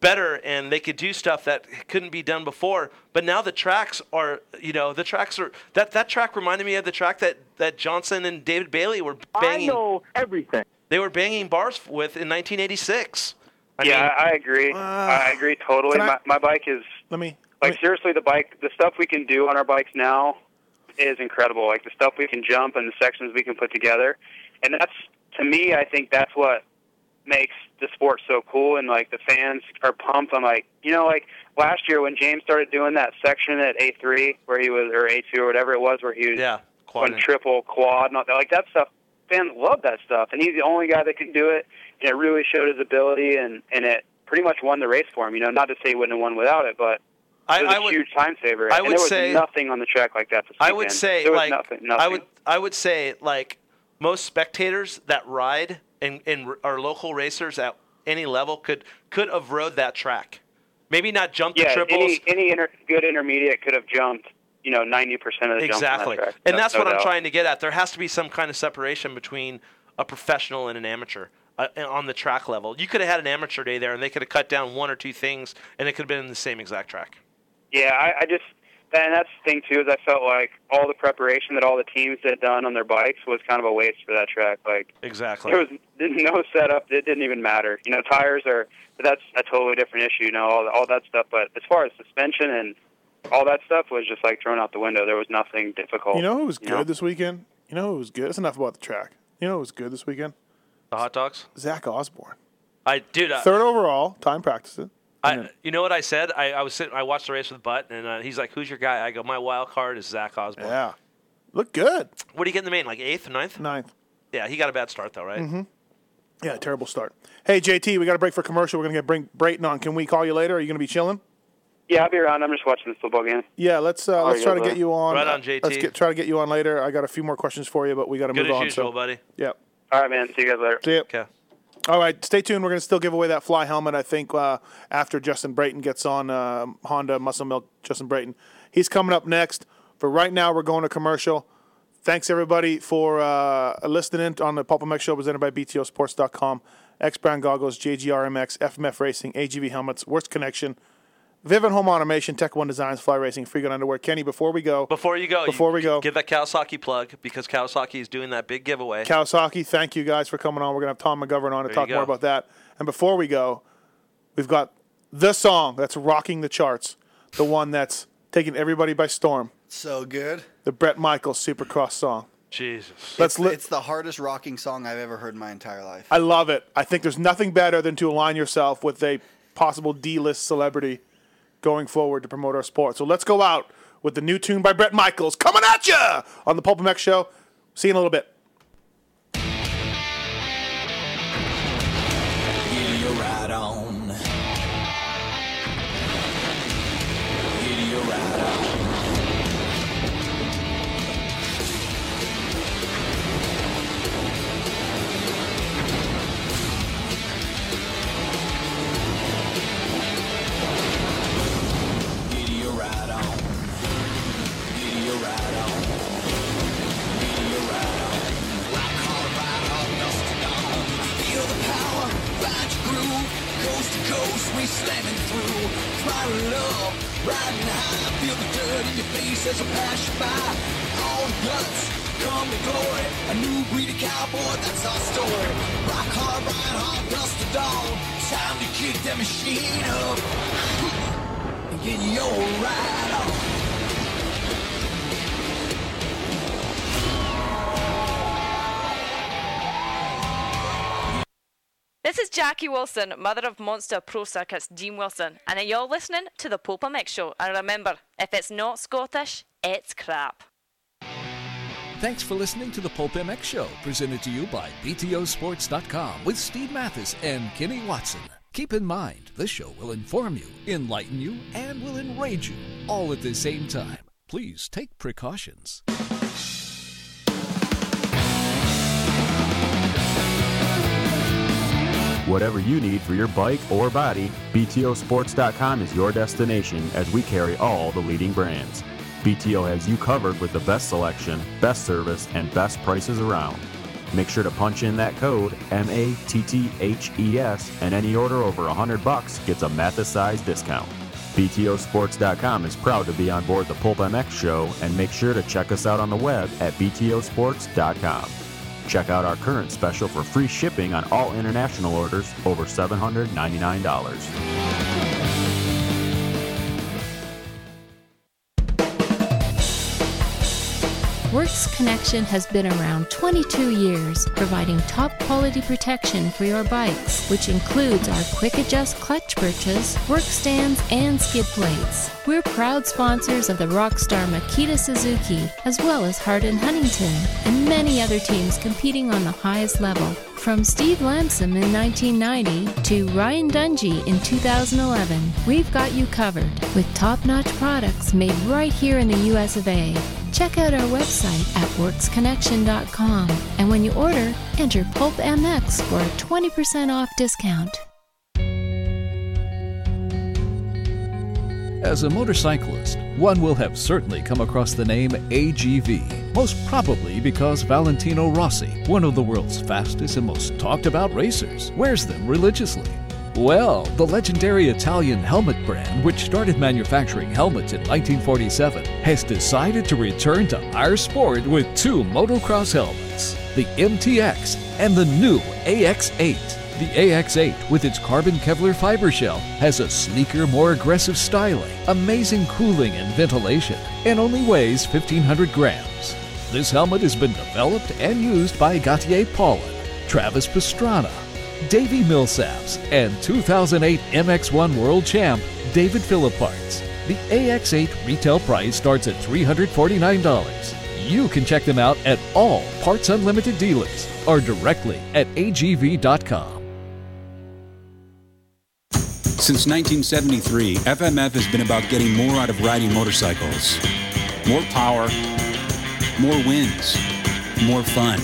Speaker 6: better and they could do stuff that couldn't be done before. But now the tracks are, you know, the tracks are that that track reminded me of the track that that Johnson and David Bailey were banging
Speaker 3: everything.
Speaker 6: they were banging bars f- with in 1986. I
Speaker 4: yeah,
Speaker 6: mean,
Speaker 4: I I agree. I agree totally.
Speaker 5: can I-
Speaker 4: my, my bike is
Speaker 5: Let me.
Speaker 4: like
Speaker 5: let me-
Speaker 4: seriously the bike the stuff we can do on our bikes now is incredible like the stuff we can jump and the sections we can put together and that's to me i think that's what makes the sport so cool and like the fans are pumped i'm like you know like last year when james started doing that section at a3 where he was or a2 or whatever it was where he was
Speaker 6: yeah,
Speaker 4: on
Speaker 6: quad.
Speaker 4: triple quad and all that like that stuff fans love that stuff and he's the only guy that can do it and it really showed his ability and and it pretty much won the race for him you know not to say he wouldn't have won without it but
Speaker 6: I,
Speaker 4: it was
Speaker 6: I
Speaker 4: a
Speaker 6: would,
Speaker 4: huge time saver.
Speaker 6: I
Speaker 4: and
Speaker 6: would
Speaker 4: there was
Speaker 6: say-
Speaker 4: nothing on the track like that. This
Speaker 6: I would
Speaker 4: weekend.
Speaker 6: say
Speaker 4: there was
Speaker 6: like,
Speaker 4: nothing, nothing.
Speaker 6: I would, I would say like most spectators that ride and and r- are local racers at any level could could have rode that track. Maybe not jump the
Speaker 4: yeah,
Speaker 6: triples.
Speaker 4: any any inter- good intermediate could have jumped, you know, ninety percent of the jumps on
Speaker 6: exactly,
Speaker 4: that track.
Speaker 6: and
Speaker 4: No-
Speaker 6: that's
Speaker 4: no
Speaker 6: what I'm
Speaker 4: doubt.
Speaker 6: trying to get at. There has to be some kind of separation between a professional and an amateur. Uh, and on the track level, you could have had an amateur day there, and they could have cut down one or two things, and it could have been the same exact track.
Speaker 4: Yeah, I, I just and that's the thing too is I felt like all the preparation that all the teams had done on their bikes was kind of a waste for that track. Like
Speaker 6: Exactly.
Speaker 4: there was didn't no setup. It didn't even matter. You know, tires are but that's a totally different issue. You know, all all that stuff. But as far as suspension and all that stuff was just like thrown out the window. There was nothing
Speaker 6: Oh,
Speaker 4: difficult.
Speaker 5: You know who was
Speaker 4: you
Speaker 5: good this weekend? You know who was good? That's enough about the track. You know who was good this weekend?
Speaker 6: the hot dogs.
Speaker 5: Zach Osborne.
Speaker 6: I dude. uh, I,
Speaker 5: Third overall, time practice it.
Speaker 6: I, you know what I said? I, I was sitting. I watched the race with Butt, and uh, he's like, "Who's your guy?" I go, "My wild card is Zach Osborne."
Speaker 5: Yeah. Looked good.
Speaker 6: What do you get in the main? Like eighth, ninth?
Speaker 5: Ninth. Mm-hmm.
Speaker 6: Yeah, he got a bad start though, right?
Speaker 5: Yeah, terrible start. Hey, JT, we got a break for commercial. We're going to get bring Brayton on. Can we call you later? Are you going to be chilling?
Speaker 4: Yeah, I'll be around. I'm just watching this football game.
Speaker 5: Yeah, let's uh, let's
Speaker 4: yeah,
Speaker 5: try to
Speaker 4: bro.
Speaker 5: get you on.
Speaker 6: Right on,
Speaker 5: Uh,
Speaker 6: JT.
Speaker 5: Let's get, try to get you on later. I got a few more questions for you, but we got to
Speaker 6: Good
Speaker 5: move
Speaker 6: as
Speaker 5: on.
Speaker 6: usual,
Speaker 5: so,
Speaker 6: buddy.
Speaker 5: yeah.
Speaker 4: All right, man. See you guys later.
Speaker 5: See ya.
Speaker 6: Okay.
Speaker 5: All right, stay tuned. We're going to still give away that fly helmet, I think, uh, after Justin Brayton gets on uh, Honda Muscle Milk. Justin Brayton. He's coming up next. For right now, we're going to commercial. Thanks, everybody, for uh, listening on the Pulp MX Show presented by BTOsports.com. X Brown Goggles, JGRMX, FMF Racing, AGV Helmets, Worst Connection, Vivint Home Automation, Tech One Designs, Fly Racing, Free Gun Underwear. Kenny, before we go,
Speaker 6: Before you go,
Speaker 5: Before
Speaker 6: you
Speaker 5: we go.
Speaker 6: give that Kawasaki plug because Kawasaki is doing that big giveaway.
Speaker 5: Kawasaki, thank you guys for coming on. We're going to have Tom McGovern on to
Speaker 6: you
Speaker 5: talk
Speaker 6: go.
Speaker 5: more about that. And before we go, we've got the song that's rocking the charts, the one that's taking everybody by storm,
Speaker 7: So good.
Speaker 5: the Brett Michaels Supercross song.
Speaker 6: Jesus.
Speaker 5: Let's li-
Speaker 7: It's the hardest rocking song I've ever heard in my entire life.
Speaker 5: I love it. I think there's nothing better than to align yourself with a possible D-list celebrity going forward to promote our sport. So let's go out with the new tune by Brett Michaels coming at ya on the Pulp MX show. See you in a little bit.
Speaker 9: Get your ride on. Get your ride on. Get your ride on. Get your ride on. Get your ride on. Rock hard, ride hard, dust to dawn. Feel the power, find your groove. Coast to coast, we slamming through. Throttle up, riding high. Feel the dirt in your face as I pass you by. All guts come to glory. A new breed of cowboy, that's our story. Rock hard, ride hard, dust to dawn. Time to kick that machine up. <laughs> And get your ride on.
Speaker 10: This is Jackie Wilson, mother of Monster Pro Circuit's Dean Wilson, and are you're listening to the Popa Mix Show. And remember, if it's not Scottish, it's crap.
Speaker 11: Thanks for listening to the Pulp MX Show, presented to you by BTOsports.com with Steve Mathis and Kenny Watson. Keep in mind, this show will inform you, enlighten you, and will enrage you, all at the same time. Please take precautions.
Speaker 12: Whatever you need for your bike or body, BTOsports.com is your destination as we carry all the leading brands. BTO has you covered with the best selection, best service, and best prices around. Make sure to punch in that code M-A-T-T-H-E-S E and any order over 100 bucks gets a Mathis size discount. BTOsports.com is proud to be on board the Pulp MX show and make sure to check us out on the web at BTOsports.com. Check out our current special for free shipping on all international orders over $799.
Speaker 13: Works Connection has been around 22 years, providing top quality protection for your bikes, which includes our quick adjust clutch perches, work stands, and skid plates. We're proud sponsors of the rockstar Makita Suzuki, as well as Hardin Huntington, and many other teams competing on the highest level. From Steve Lamson in 1990 to Ryan Dungey in 2011, we've got you covered with top notch products made right here in the US of A. Check out our website at worksconnection.com and when you order, enter Pulp MX for a 20% off discount.
Speaker 11: As a motorcyclist, one will have certainly come across the name AGV, most probably because Valentino Rossi, one of the world's fastest and most talked about racers, wears them religiously. Well, the legendary Italian helmet brand, which started manufacturing helmets in 1947, has decided to return to our sport with two motocross helmets the MTX and the new AX8. The AX8, with its carbon Kevlar fiber shell, has a sleeker, more aggressive styling, amazing cooling and ventilation, and only weighs 1,500 grams. This helmet has been developed and used by Gautier Paulin, Travis Pastrana, Davey Millsaps, and 2008 MX1 World Champ David Philipparts. The AX8 retail price starts at $349. You can check them out at all Parts Unlimited dealers or directly at agv.com.
Speaker 14: Since 1973, FMF has been about getting more out of riding motorcycles. More power, more wins, more fun.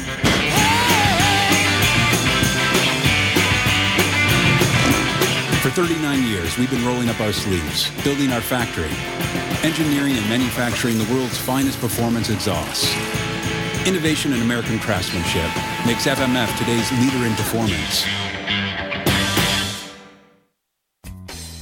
Speaker 14: For 39 years, we've been rolling up our sleeves, building our factory, engineering and manufacturing the world's finest performance exhausts. Innovation and American craftsmanship makes FMF today's leader in performance.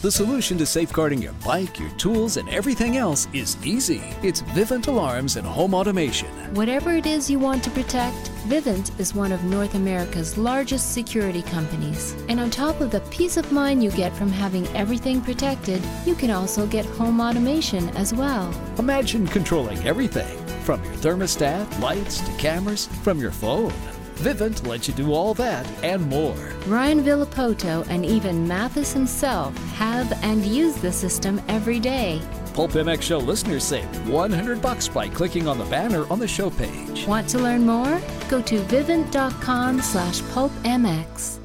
Speaker 11: The solution to safeguarding your bike, your tools, and everything else is easy. It's Vivint Alarms and Home Automation.
Speaker 13: Whatever it is you want to protect, Vivint is one of North America's largest security companies. And on top of the peace of mind you get from having everything protected, you can also get home automation as well.
Speaker 11: Imagine controlling everything from your thermostat, lights, to cameras, from your phone. Vivint lets you do all that and more.
Speaker 13: Ryan Villapoto and even Mathis himself have and use the system every day.
Speaker 11: Pulp MX Show listeners save 100 bucks by clicking on the banner on the show page.
Speaker 13: Want to learn more? Go to vivint.com slash pulpmx.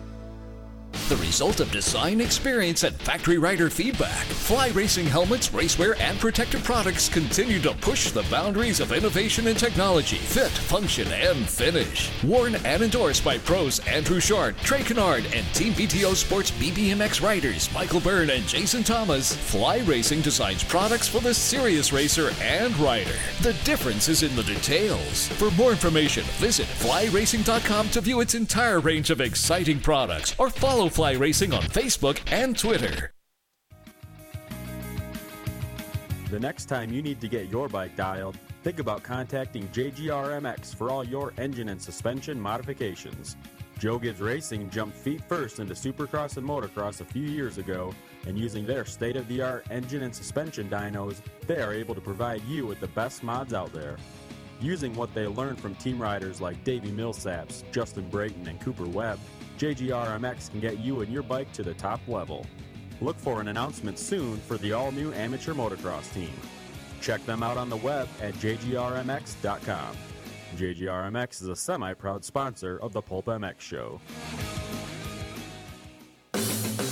Speaker 11: The result of design experience and factory rider feedback, Fly Racing helmets, racewear, and protective products continue to push the boundaries of innovation and technology, fit, function, and finish. Worn and endorsed by pros Andrew Short, Trey Kennard, and Team BTO Sports BBMX riders Michael Byrne and Jason Thomas, Fly Racing designs products for the serious racer and rider. The difference is in the details. For more information, visit flyracing.com to view its entire range of exciting products or follow Fly Racing on Facebook and Twitter.
Speaker 12: The next time you need to get your bike dialed, think about contacting JGRMX for all your engine and suspension modifications. Joe Gibbs Racing jumped feet first into supercross and motocross a few years ago, and using their state of the art engine and suspension dynos, they are able to provide you with the best mods out there. Using what they learned from team riders like Davey Millsaps, Justin Brayton, and Cooper Webb, JGRMX can get you and your bike to the top level. Look for an announcement soon for the all new amateur motocross team. Check them out on the web at jgrmx.com. JGRMX is a semi proud sponsor of the Pulp MX show.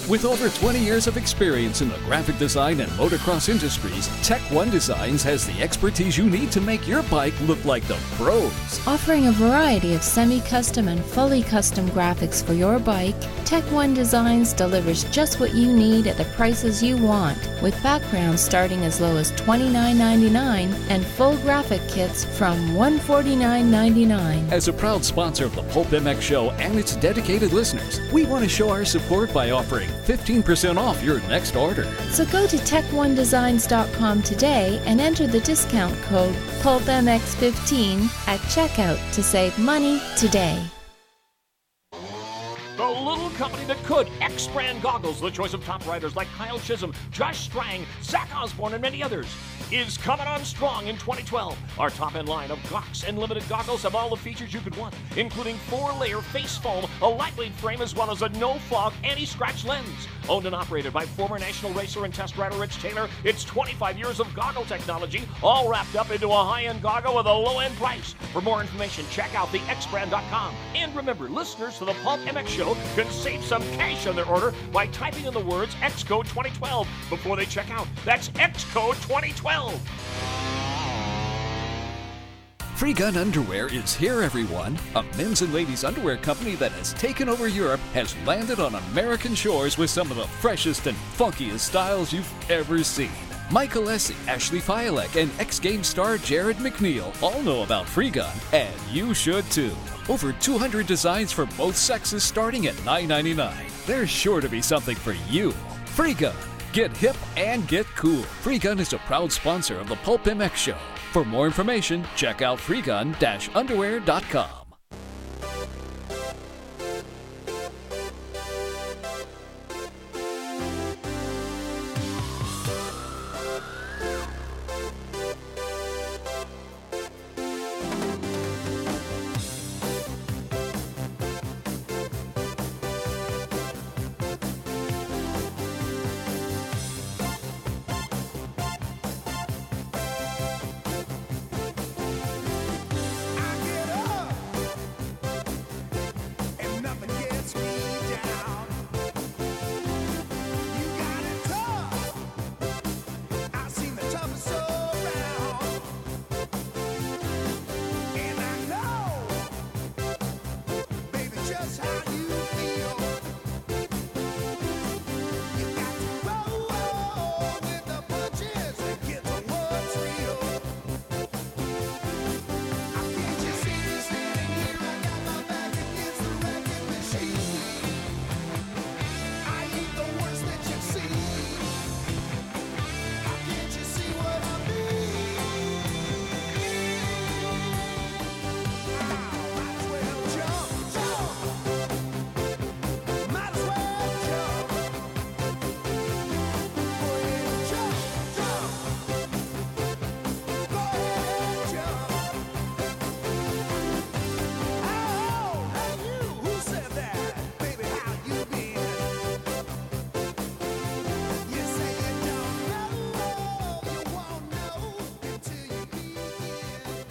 Speaker 11: With over 20 years of experience in the graphic design and motocross industries, Tech One Designs has the expertise you need to make your bike look like the pros.
Speaker 13: Offering a variety of semi custom and fully custom graphics for your bike, Tech One Designs delivers just what you need at the prices you want, with backgrounds starting as low as $29.99 and full graphic kits from $149.99.
Speaker 11: As a proud sponsor of the Pulp MX Show and its dedicated listeners, we want to show our support by offering 15% off your next order.
Speaker 13: So go to tech1designs.com today and enter the discount code PulpMX15 at checkout to save money today.
Speaker 15: The little company that could. X brand goggles, the choice of top riders like Kyle Chisholm, Josh Strang, Zach Osborne, and many others, is coming on strong in 2012. Our top end line of Gox and limited goggles have all the features you could want, including four layer face foam, a lightweight frame, as well as a no fog anti scratch lens. Owned and operated by former national racer and test rider Rich Taylor, it's 25 years of goggle technology, all wrapped up into a high end goggle with a low end price. For more information, check out thexbrand.com. And remember, listeners to the Pulp MX Show can save some cash on their order by typing in the words Xcode 2012 before they check out. That's Xcode 2012.
Speaker 11: Free Gun Underwear is here, everyone. A men's and ladies' underwear company that has taken over Europe has landed on American shores with some of the freshest and funkiest styles you've ever seen. Michael Essie, Ashley Fialek, and ex game star Jared McNeil all know about Free Gun, and you should too. Over 200 designs for both sexes starting at $9.99. There's sure to be something for you. Free Gun. Get hip and get cool. Free Gun is a proud sponsor of the Pulp MX Show. For more information, check out freegun-underwear.com.
Speaker 9: And nothing gets me down. You got it tough. I've seen the toughest around. And I know, baby, just how you feel. You got to roll with the punches and get to what's real. I can't just sit here standing here. I got my back against the wrecking machine. I ain't the worst that you've seen. How can't you see what I mean?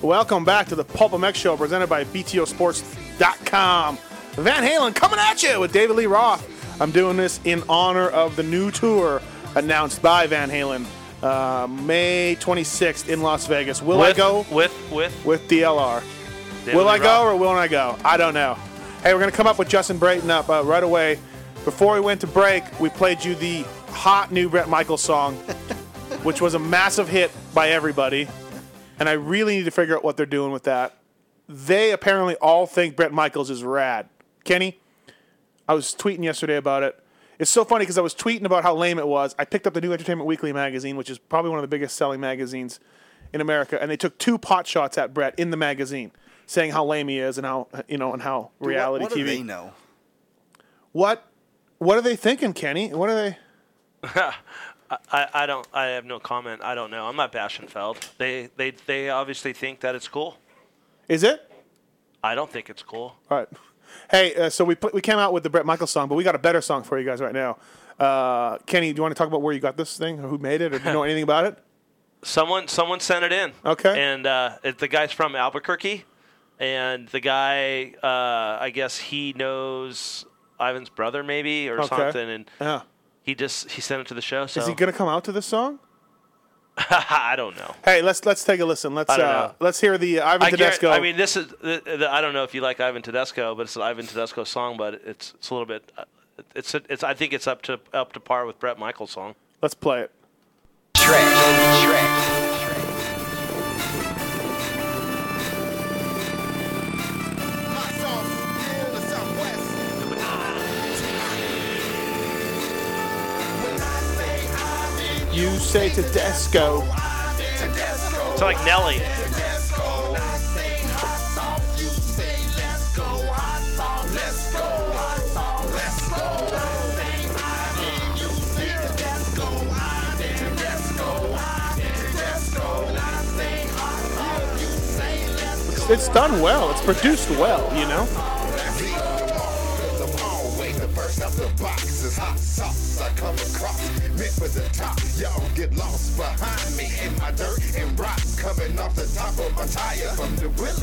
Speaker 5: Welcome back to the Pulp MX Show, presented by BTOsports.com. Van Halen coming at you with David Lee Roth. I'm doing this in honor of the new tour announced by Van Halen, uh, May 26th in Las Vegas. Will I
Speaker 6: With-
Speaker 5: go?
Speaker 6: with with
Speaker 5: With DLR.
Speaker 6: David
Speaker 5: will
Speaker 6: Lee
Speaker 5: I go or won't I go? I don't know. Hey, we're going to come up with Justin Brayton up uh, right away. Before we went to break, we played you the hot new Brett Michaels song, <laughs> which was a massive hit by everybody. And I really need to figure out what they're doing with that. They apparently all think Brett Michaels is rad. Kenny, I was tweeting yesterday about it. It's so funny because I was tweeting about how lame it was. I picked up the New Entertainment Weekly magazine, which is probably one of the biggest selling magazines in America, and they took two pot shots at Brett in the magazine, saying how lame he is and how you know and how
Speaker 7: Dude, what-
Speaker 5: reality
Speaker 7: what
Speaker 5: TV.
Speaker 7: do they know?
Speaker 5: What what are they thinking, Kenny? What are they?
Speaker 6: <laughs> I, I I don't. I have no comment. I don't know. I'm not bashing Feld. They they they obviously think that it's cool.
Speaker 5: Is it?
Speaker 6: I don't think it's cool.
Speaker 5: All right. Hey, uh, so we put, we came out with the Brett Michaels song, but we got a better song for you guys right now. Uh, Kenny, do you want to talk about where you got this thing, or who made it, or
Speaker 6: <laughs>
Speaker 5: do you know anything about it?
Speaker 6: Someone someone sent it in. Okay. And uh, it, the guy's from Albuquerque, and the guy uh, I guess he knows Ivan's brother maybe or
Speaker 5: Okay.
Speaker 6: something, and
Speaker 5: Yeah.
Speaker 6: he just he sent it to the show. So
Speaker 5: Uh, Is he gonna come out to this song?
Speaker 6: <laughs> I don't know.
Speaker 5: Hey, let's let's take a listen. Let's
Speaker 6: I don't
Speaker 5: uh,
Speaker 6: know.
Speaker 5: let's hear the uh, Ivan
Speaker 6: I, guarant-
Speaker 5: Tedesco.
Speaker 6: I mean, this is the, the, I don't know if you like Ivan Tedesco, but it's an Ivan Tedesco song, but it's it's a little bit. uh, It's it's I think it's up to up to par with Brett Michaels' song.
Speaker 5: let's play it. You say Tedesco.
Speaker 6: It's like Nelly.
Speaker 5: It's, it's done well. It's produced well. You know.
Speaker 9: You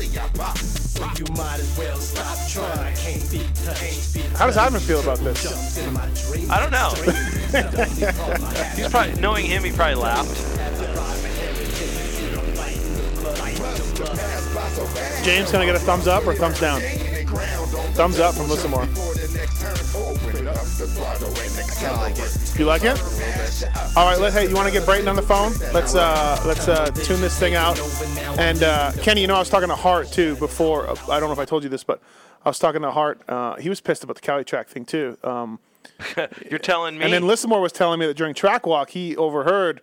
Speaker 9: might as well stop trying. Can't be touched.
Speaker 5: How does Ivan feel about this? <laughs>
Speaker 6: I don't know. He's probably knowing him. He probably laughed. <laughs>
Speaker 5: James, can I get a thumbs up or thumbs down? Thumbs up from Listen More.
Speaker 9: Or the next turn forward.
Speaker 5: You like it? All right. Let hey, you want to get Brayton on the phone? Let's uh, let's uh, tune this thing out. And uh, Kenny, you know, I was talking to Hart too before. I don't know if I told you this, but I was talking to Hart. Uh, he was pissed about the Cali track thing too. Um,
Speaker 6: You're telling me.
Speaker 5: and then Lissamore was telling me that during track walk, he overheard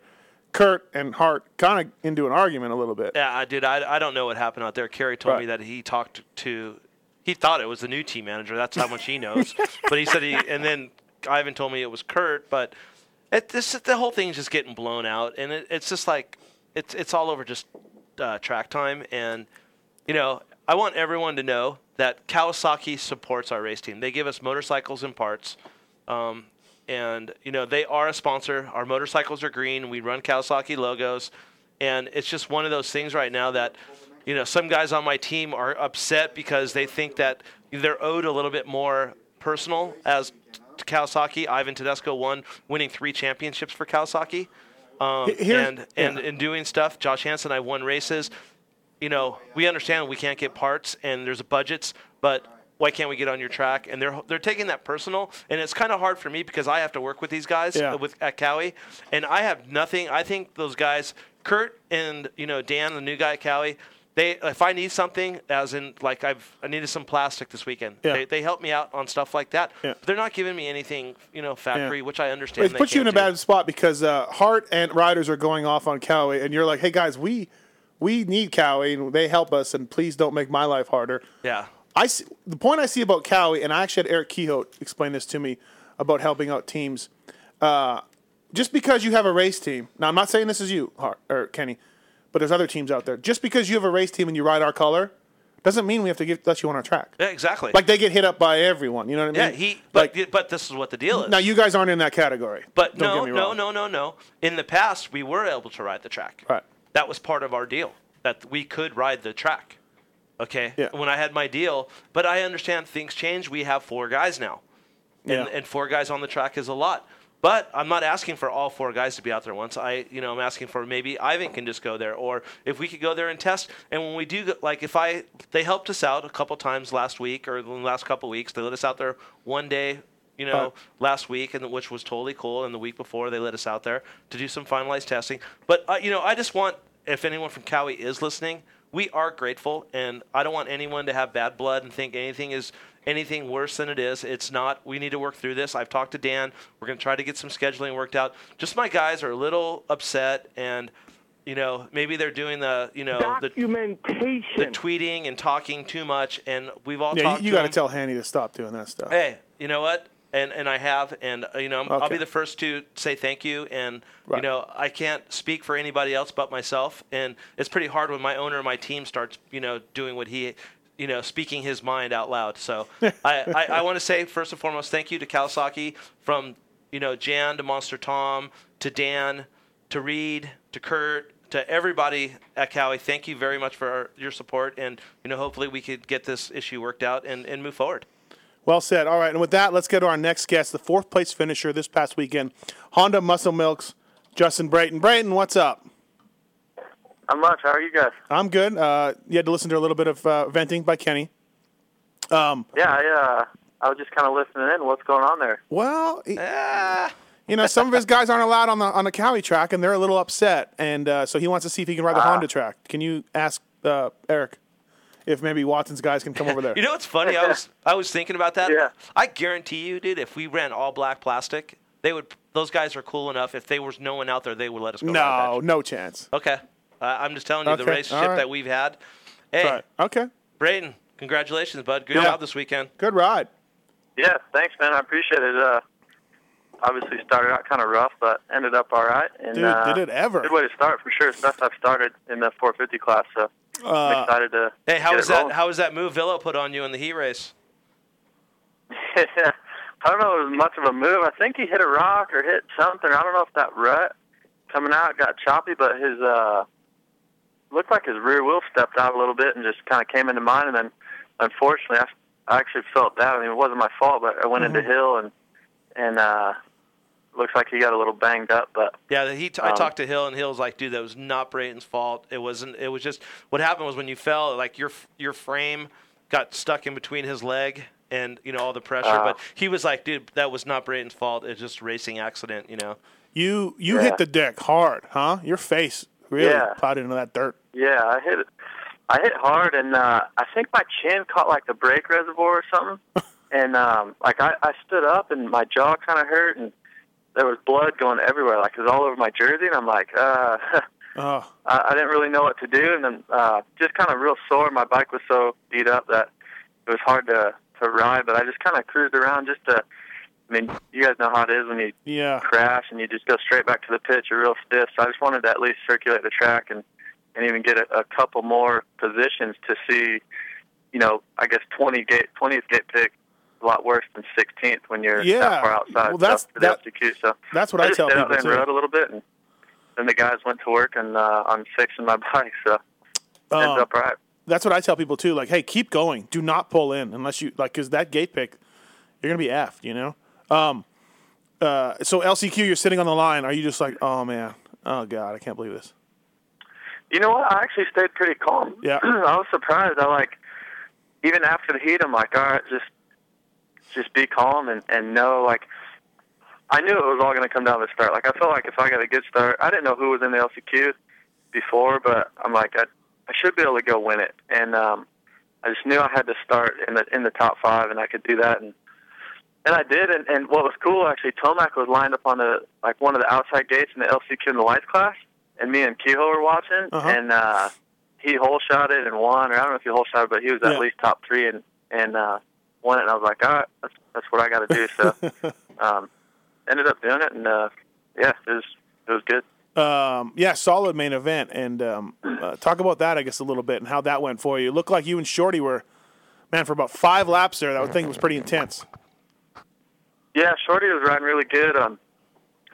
Speaker 5: Kurt and Hart kind of into an argument a little bit.
Speaker 6: Yeah, I- dude, I, I don't know what happened out there. Kerry told me that he talked to, he thought it was the new team manager. That's how much he knows. but he said he, and then Ivan told me it was Kurt. But it, this the whole thing's just getting blown out, and it, it's just like it's it's all over just uh, track time. And you know, I want everyone to know that Kawasaki supports our race team. They give us motorcycles and parts. Um, and you know they are a sponsor. Our motorcycles are green. We run Kawasaki logos, and it's just one of those things right now that you know some guys on my team are upset because they think that they're owed a little bit more personal as t- Kawasaki. Ivan Tedesco won, winning three championships for Kawasaki, um,
Speaker 5: H- here's-
Speaker 6: and and
Speaker 5: yeah.
Speaker 6: in doing stuff, Josh Hansen and I won races. You know, we understand we can't get parts and there's budgets, but why can't we get on your track? And they're they're taking that personal, and it's kind of hard for me because I have to work with these guys
Speaker 5: Yeah.
Speaker 6: with at Cowie, and I have nothing. I think those guys, Kurt and you know Dan, the new guy at Cowie, they if I need something, as in like I've I needed some plastic this weekend,
Speaker 5: Yeah.
Speaker 6: they, they help me out on stuff like that.
Speaker 5: Yeah.
Speaker 6: But they're not giving me anything, you know, factory, which I understand.
Speaker 5: It
Speaker 6: they
Speaker 5: puts you in
Speaker 6: can't
Speaker 5: a bad spot because uh, Hart and Riders are going off on Callaway, and you're like, "Hey guys, we we need Callaway, and they help us, and please don't make my life harder."
Speaker 6: do. Yeah.
Speaker 5: I see, the point I see about Cowie, and I actually had Eric Kehoe explain this to me about helping out teams. Uh, just because you have a race team, now I'm not saying this is you Har- or Kenny, but there's other teams out there. Just because you have a race team and you ride our color, doesn't mean we have to give, let you on our track.
Speaker 6: Yeah, exactly.
Speaker 5: Like they get hit up by everyone. You know what I
Speaker 6: yeah,
Speaker 5: mean?
Speaker 6: he. But but this is what the deal is.
Speaker 5: now you guys aren't in that category.
Speaker 6: But
Speaker 5: don't
Speaker 6: no,
Speaker 5: get me
Speaker 6: no,
Speaker 5: wrong.
Speaker 6: no, no, no. In the past, we were able to ride the track.
Speaker 5: Right.
Speaker 6: That was part of our deal that we could ride the track. Okay.
Speaker 5: Yeah.
Speaker 6: When I had my deal, but I understand things change. We have four guys now, and,
Speaker 5: Yeah.
Speaker 6: and four guys on the track is a lot. But I'm not asking for all four guys to be out there once. I, you know, I'm asking for maybe Ivan can just go there, or if we could go there and test. And when we do, go- like if I, they helped us out a couple times last week or the last couple weeks. They let us out there one day, you know,
Speaker 5: Right.
Speaker 6: last week, and which was totally cool. And the week before, they let us out there to do some finalized testing. But uh, you know, I just want if anyone from Cowie is listening, we are grateful, and I don't want anyone to have bad blood and think anything is anything worse than it is. It's not. We need to work through this. I've talked to Dan. We're going to try to get some scheduling worked out. Just my guys are a little upset and. You know, maybe they're doing the you know documentation, the, the tweeting and talking too much, and we've all
Speaker 5: Yeah,
Speaker 6: talked.
Speaker 5: you, you
Speaker 6: to
Speaker 5: got to
Speaker 6: them.
Speaker 5: tell Hanny to stop doing that stuff.
Speaker 6: Hey, you know what? And and I have, and uh, you know, I'm, I'll
Speaker 5: Okay.
Speaker 6: be the first to say thank you. And you
Speaker 5: Right.
Speaker 6: know, I can't speak for anybody else but myself. And it's pretty hard when my owner and my team starts, you know, doing what he, you know, speaking his mind out loud.
Speaker 5: <laughs>
Speaker 6: So I, I, I want to say first and foremost, thank you to Kawasaki from you know Jan to Monster Tom to Dan to Reed to Kurt. To everybody at Cowie, thank you very much for our, your support, and you know, hopefully we could get this issue worked out and, and move forward.
Speaker 5: Well said. All right, and with that, let's get to our next guest, the fourth place finisher this past weekend, Honda Muscle Milks, Justin Brayton. Brayton, what's up?
Speaker 8: I'm much. How are you guys?
Speaker 5: I'm good. Uh, you had to listen to a little bit of uh, venting by Kenny. Um,
Speaker 8: Yeah, I, uh, I was just kind of listening in. What's going on there?
Speaker 5: well, he- you know, some of his guys aren't allowed on the on the Cowie track, and they're a little upset, and uh, so he wants to see if he can ride the
Speaker 8: Ah.
Speaker 5: Honda track. Can you ask uh, Eric if maybe Watson's guys can come over there?
Speaker 6: <laughs> You know what's funny? I was I was thinking about that. Yeah. I guarantee you, dude, if we ran all black plastic, they would. Those guys are cool enough. If there was no one out there, they would let us go. ride
Speaker 5: <laughs> no, no chance.
Speaker 6: that. Okay. Uh, I'm just telling you the
Speaker 5: Okay,
Speaker 6: relationship
Speaker 5: all right.
Speaker 6: that we've had. Hey,
Speaker 5: Right. Okay,
Speaker 6: Brayden, congratulations, bud. Good
Speaker 5: Yeah.
Speaker 6: job this weekend.
Speaker 5: good ride.
Speaker 8: Yeah, thanks, man. I appreciate it. Uh, obviously started out kind of rough, but ended up all right. And,
Speaker 5: Dude,
Speaker 8: uh,
Speaker 5: did it ever.
Speaker 8: Good way to start for sure. It's the best I've started in the 450 class, so I'm
Speaker 6: Uh,
Speaker 8: excited to.
Speaker 6: Hey, how
Speaker 8: get
Speaker 6: was
Speaker 8: it
Speaker 6: that?
Speaker 8: rolling.
Speaker 6: How was that move Villa put on you in the heat race?
Speaker 8: <laughs> I don't know. It was much of a move. I think he hit a rock or hit something. I don't know if that rut coming out got choppy, but his uh looked like his rear wheel stepped out a little bit and just kind of came into mine. And then, unfortunately, I, I actually felt that. I mean, it wasn't my fault, but I went into hill and and uh looks like he got a little banged up. But
Speaker 6: Yeah, the heat. I
Speaker 8: Um,
Speaker 6: talked to Hill, and Hill's like, "Dude, that was not Brayton's fault. It wasn't. It was just what happened was when you fell, like your your frame got stuck in between his leg, and you know all the pressure.
Speaker 5: Ah.
Speaker 6: but he was like, dude, that was not Brayton's fault. It's just a racing accident, you know.
Speaker 5: You you
Speaker 6: Yeah.
Speaker 5: hit the deck hard, huh? Your face really
Speaker 8: Yeah.
Speaker 5: plowed into that dirt.
Speaker 8: Yeah, I hit it. I hit hard, and uh, I think my chin caught like the brake reservoir or something. and um, like I, I stood up, and my jaw kind of hurt, and there was blood going everywhere, like it was all over my jersey. And I'm like, uh, <laughs>
Speaker 5: Oh,
Speaker 8: I, I didn't really know what to do, and then uh, just kind of real sore. My bike was so beat up that it was hard to to ride, but I just kind of cruised around just to. I mean, you guys know how it is when you
Speaker 5: yeah.
Speaker 8: crash and you just go straight back to the pitch. You're real stiff. So I just wanted to at least circulate the track and and even get a, a couple more positions to see, you know, I guess 20 gate 20th gate pick is a lot worse than 16th when you're
Speaker 5: Yeah.
Speaker 8: that far outside.
Speaker 5: Well, that's-
Speaker 8: so, for the
Speaker 5: that-
Speaker 8: LCQ. So
Speaker 5: that's what I
Speaker 8: just
Speaker 5: tell
Speaker 8: stayed out there
Speaker 5: people,
Speaker 8: and
Speaker 5: too.
Speaker 8: rode a little bit, and then the guys went to work and uh, I'm fixing my <laughs> bike. So
Speaker 5: Um,
Speaker 8: ended up right.
Speaker 5: That's what I tell people too. Like, hey, keep going. Do not pull in unless you like, because that gate pick, you're gonna be effed. You know. Um, uh, so LCQ, you're sitting on the line. Are you just like, oh man, oh god, I can't believe this?
Speaker 8: You know what? I actually stayed pretty calm.
Speaker 5: Yeah.
Speaker 8: <clears throat> I was surprised. I like even after the heat, I'm like, all right, just just be calm and and know like I knew it was all going to come down to the start. Like I felt like if I got a good start, I didn't know who was in the LCQ before, but I'm like, I I should be able to go win it, and um, I just knew I had to start in the in the top five, and I could do that, and and I did, and and what was cool actually, Tomac was lined up on the like one of the outside gates in the LCQ in the lights class, and me and Kehoe were watching,
Speaker 5: Uh-huh.
Speaker 8: and uh, he hole shot it and won, or I don't know if he hole shot it, but he was at
Speaker 5: Yeah.
Speaker 8: least top three and and uh, won it, and I was like, all right, that's that's what I got to do,
Speaker 5: <laughs>
Speaker 8: so um, ended up doing it, and uh, yeah, it was it was good.
Speaker 5: Um, yeah, solid main event, and um, uh, talk about that, I guess, a little bit and how that went for you. Looked like you and Shorty were, man, for about five laps there. That thing was pretty intense.
Speaker 8: Yeah, Shorty was riding really good. Um,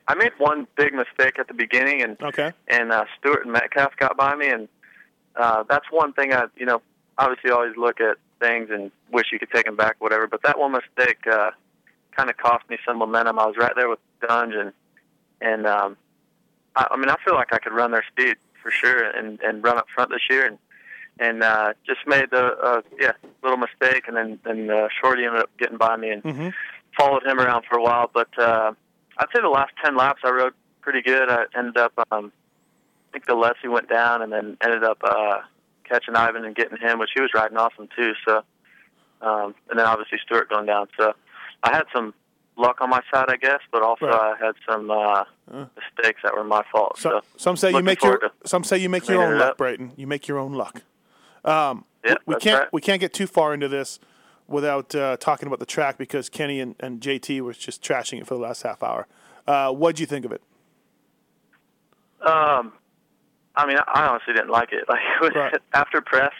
Speaker 8: I made one big mistake at the beginning, and
Speaker 5: Okay.
Speaker 8: and uh, Stewart and Metcalf got by me, and uh, that's one thing I, you know, obviously always look at things and wish you could take them back, whatever. But that one mistake uh, kind of cost me some momentum. I was right there with Dunge, and and um, I, I mean, I feel like I could run their speed for sure, and and run up front this year, and and uh, just made the uh, yeah little mistake, and then then uh, Shorty ended up getting by me, and
Speaker 5: Mm-hmm.
Speaker 8: followed him around for a while, but uh, I'd say the last ten laps I rode pretty good. I ended up, um, I think Gillespie went down, and then ended up uh, catching Ivan and getting him, which he was riding awesome too. So, um, and then obviously Stewart going down. So, I had some luck on my side, I guess, but also
Speaker 5: Right.
Speaker 8: I had some uh,
Speaker 5: Uh.
Speaker 8: mistakes that were my fault. So,
Speaker 5: Some say you
Speaker 8: looking
Speaker 5: make your
Speaker 8: forward to
Speaker 5: some say you make your
Speaker 8: cleaning
Speaker 5: own
Speaker 8: it
Speaker 5: luck,
Speaker 8: up.
Speaker 5: Brayton. You make your own luck. Um,
Speaker 8: Yeah,
Speaker 5: we
Speaker 8: that's
Speaker 5: can't
Speaker 8: right.
Speaker 5: we can't get too far into this without uh, talking about the track because Kenny and, and JT was just trashing it for the last half hour. Uh, what'd you think of it?
Speaker 8: Um, I mean, I honestly didn't like it. <laughs> Like it was, after press,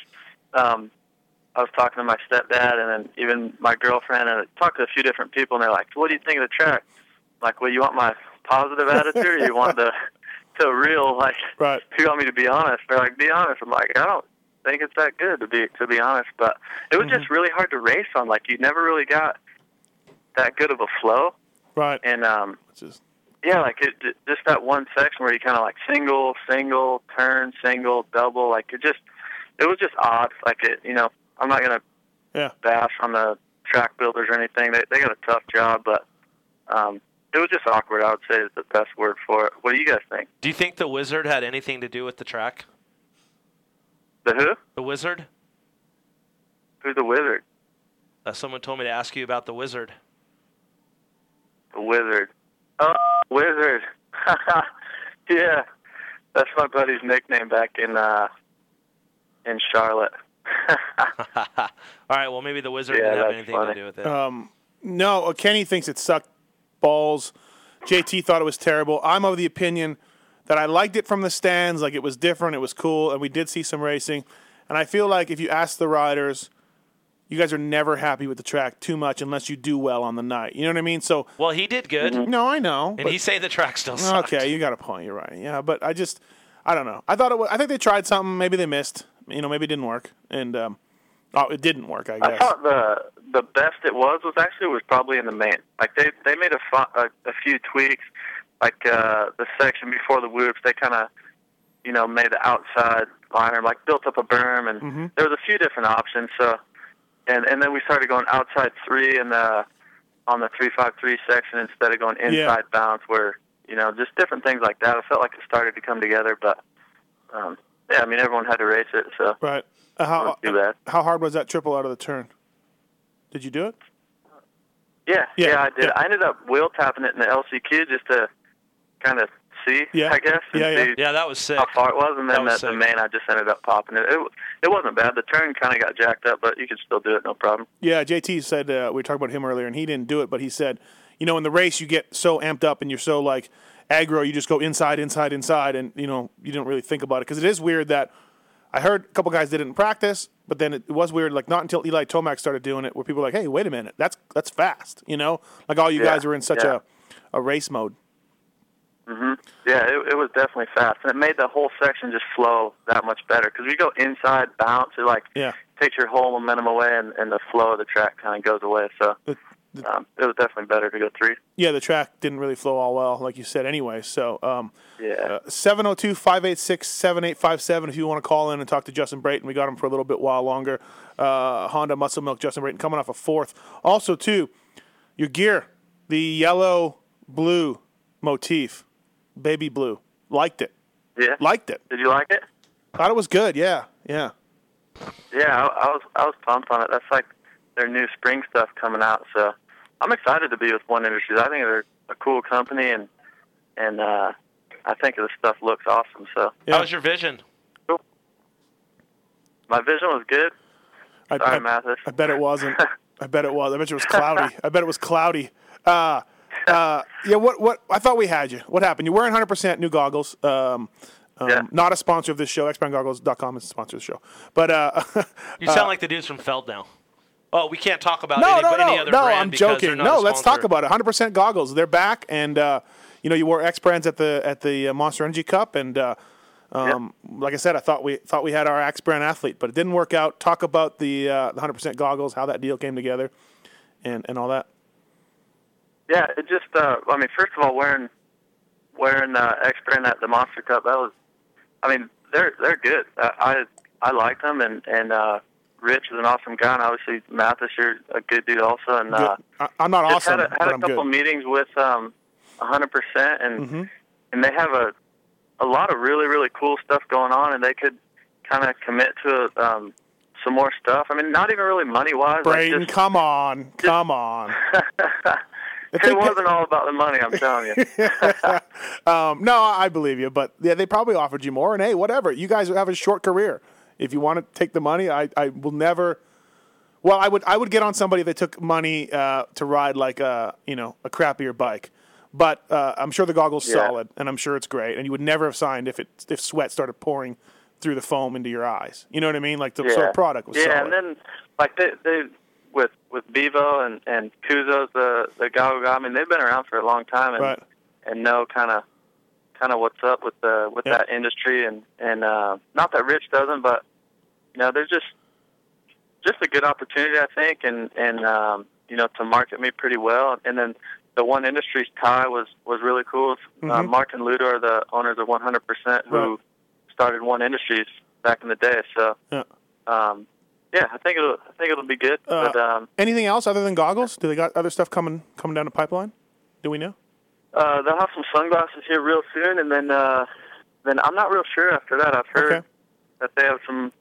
Speaker 8: um, I was talking to my stepdad and then even my girlfriend, and I talked to a few different people, and they're like, "What do you think of the track?" I'm like, well, you want my positive attitude, or you want the the real like?
Speaker 5: Right.
Speaker 8: You want me to be honest? They're like, "Be honest." I'm like, I don't think it's that good to be to be honest, but it was just really hard to race on. Like you never really got that good of a flow.
Speaker 5: Right.
Speaker 8: And um,
Speaker 5: Just
Speaker 8: yeah, like it, it- just that one section where you kind of like single, single, turn, single, double. Like it just, it was just odd. Like it, you know, I'm not gonna
Speaker 5: Yeah.
Speaker 8: bash on the track builders or anything. They they got a tough job, but um, it was just awkward. I would say is the best word for it. What do you guys think?
Speaker 6: Do you think the wizard had anything to do with the track?
Speaker 8: The who?
Speaker 6: The wizard?
Speaker 8: Who's the wizard?
Speaker 6: Uh, someone told me to ask you about the
Speaker 8: <laughs>
Speaker 6: wizard.
Speaker 8: The wizard. Oh, wizard. <laughs> yeah, that's my buddy's nickname back in uh, in Charlotte.
Speaker 6: All right, well maybe the wizard
Speaker 8: Yeah,
Speaker 6: didn't have
Speaker 8: that's
Speaker 6: anything to
Speaker 8: funny.
Speaker 6: do with it.
Speaker 5: Um, no, uh, Kenny thinks it sucked balls. JT thought it was terrible. I'm of the opinion that I liked it from the stands. Like it was different, it was cool, and we did see some racing. And I feel like if you ask the riders, you guys are never happy with the track too much unless you do well on the night. You know what I mean? So Mm-hmm.
Speaker 6: well, he did good.
Speaker 5: No, I know.
Speaker 6: And
Speaker 5: but-
Speaker 6: he say the track still sucked.
Speaker 5: Okay, you got a point. You're right. Yeah, but I just, I don't know. I thought it was. I think they tried something. Maybe they missed. You know, maybe it didn't work. And um, oh, it didn't work. I guess.
Speaker 8: I thought the the best it was was actually was probably in the main. Like they they made a, fi- a, a few tweaks, like uh, the section before the whoops. They kind of you know made the outside liner like built up a berm, and
Speaker 5: Mhm.
Speaker 8: there was a few different options. So and and then we started going outside three and uh, on the three five three section instead of going inside
Speaker 5: Yeah.
Speaker 8: bounce, where you know just different things like that. I felt like it started to come together, but um, yeah, I mean everyone had to race it, so
Speaker 5: Right. Uh, how
Speaker 8: not too bad.
Speaker 5: how hard was that triple out of the turn? Did you do it?
Speaker 8: Yeah,
Speaker 5: Yeah,
Speaker 8: yeah, I did. I ended up wheel tapping it in the LCQ just to kind of see,
Speaker 5: Yeah.
Speaker 8: I guess. and
Speaker 5: Yeah, yeah.
Speaker 8: see
Speaker 6: Yeah, that was sick.
Speaker 8: How far it was, and
Speaker 6: That
Speaker 8: then
Speaker 6: was
Speaker 8: at the
Speaker 6: sick.
Speaker 8: main, I just ended up popping it. It it wasn't bad. The turn kind of got jacked up, but you could still do it, no problem.
Speaker 5: Yeah, JT said uh, we were talking about him earlier, and he didn't do it, but he said, you know, in the race you get so amped up and you're so like aggro, you just go inside, inside, inside, and you know you don't really think about it because it is weird that I heard a couple guys did it in practice, but then it was weird. Like not until Eli Tomac started doing it, where people were like, hey, wait a minute, that's that's fast, you know, like all you
Speaker 8: Yeah,
Speaker 5: guys were in such
Speaker 8: yeah.
Speaker 5: a a race mode.
Speaker 8: hmm Yeah, it, it was definitely fast, and it made the whole section just flow that much better because we go inside bounce. It like
Speaker 5: Yeah.
Speaker 8: takes your whole momentum away, and, and the flow of the track kind of goes away. So um, it was definitely better to go three.
Speaker 5: Yeah, the track didn't really flow all well, like you said, anyway. So, um,
Speaker 8: Yeah.
Speaker 5: 702 586 7857 if you want to call in and talk to Justin Brayton. We got him for a little bit while longer. Uh, Honda Muscle Milk, Justin Brayton coming off a fourth. Also, too, your gear, the yellow blue motif, baby blue. Liked it.
Speaker 8: Yeah.
Speaker 5: Liked it.
Speaker 8: Did you like it?
Speaker 5: Thought it was good. Yeah. Yeah.
Speaker 8: Yeah, I, I was I was pumped on it. That's like their new spring stuff coming out. So I'm excited to be with One Industries. I think they're a cool company, and and uh, I think the stuff looks awesome. So
Speaker 6: How's your vision?
Speaker 8: my vision was good.
Speaker 5: I,
Speaker 8: Sorry,
Speaker 5: I-
Speaker 8: Mathis.
Speaker 5: I bet it wasn't. I bet it was. I bet you it
Speaker 8: <laughs>
Speaker 5: was cloudy. I bet it was cloudy. Uh, uh, yeah. What? What? I thought we had you. What happened? You're wearing 100 percent new goggles. Um, um, Not a sponsor of this show. XBandGoggles.com is the sponsor of the show. But uh, <laughs>
Speaker 6: You sound like the dudes from Feld now. Oh, we can't talk about
Speaker 5: no,
Speaker 6: any,
Speaker 5: no,
Speaker 6: any
Speaker 5: no,
Speaker 6: other
Speaker 5: no.
Speaker 6: brand
Speaker 5: I'm
Speaker 6: because
Speaker 5: joking.
Speaker 6: they're not a
Speaker 5: No, let's
Speaker 6: sponsor.
Speaker 5: talk about it. 100 percent goggles. They're back, and uh, you know you wore X brands at the at the uh, Monster Energy Cup, and uh, um, like I said, I thought we thought we had our X brand athlete, but it didn't work out. Talk about the uh, the 100 percent goggles, how that deal came together, and and all that.
Speaker 8: Yeah, it just uh I mean, first of all, wearing wearing uh X brand at the Monster Cup, that was I mean, they're they're good. I I, I like them and and uh Rich is an awesome guy and obviously Mathis you're a good dude also and uh
Speaker 5: I, I'm not
Speaker 8: just
Speaker 5: awesome,
Speaker 8: had a,
Speaker 5: but
Speaker 8: had a
Speaker 5: I'm
Speaker 8: couple
Speaker 5: good. Mm-hmm.
Speaker 8: meetings with um 100% and
Speaker 5: Hmm.
Speaker 8: and they have a a lot of really really cool stuff going on and they could kind of commit to um some more stuff. I mean, not even really money wise. Like
Speaker 5: Braden,
Speaker 8: just,
Speaker 5: come on, come on.
Speaker 8: <laughs> it wasn't all about the money. I'm telling you.
Speaker 5: <laughs> um, no, I I believe you, but yeah, they probably offered you more. And hey, whatever, you guys have a short career. If you want to take the money, I, I will never. Well, I would I would get on somebody that took money uh, to ride like a you know a crappier bike, but uh, I'm sure the goggle's
Speaker 8: Yeah.
Speaker 5: solid and I'm sure it's great. And you would never have signed if it if sweat started pouring through the foam into your eyes. You know what I mean? Like the so the product was
Speaker 8: yeah,
Speaker 5: solid.
Speaker 8: and then like they they with with Bevo and and Kuzo's the the Goggle guy. I mean, they've been around for a long time and
Speaker 5: Right.
Speaker 8: and know kind of kind of what's up with the with that industry and and uh, not that Rich doesn't, but you know, there's just just a good opportunity I think, and and um, you know to market me pretty well, and then. The one industries tie was was really cool. Uh,
Speaker 5: Mhm.
Speaker 8: Mark and Ludo are the owners of 100%, who
Speaker 5: Right.
Speaker 8: started One Industries back in the day. So
Speaker 5: Yeah.
Speaker 8: um, yeah, I think it'll I think it'll be good.
Speaker 5: Uh,
Speaker 8: but um,
Speaker 5: Anything else other than goggles? Do they got other stuff coming coming down the pipeline? Do we know?
Speaker 8: uh, they'll have some sunglasses here real soon, and then uh, then I'm not real sure after that. I've heard that they have some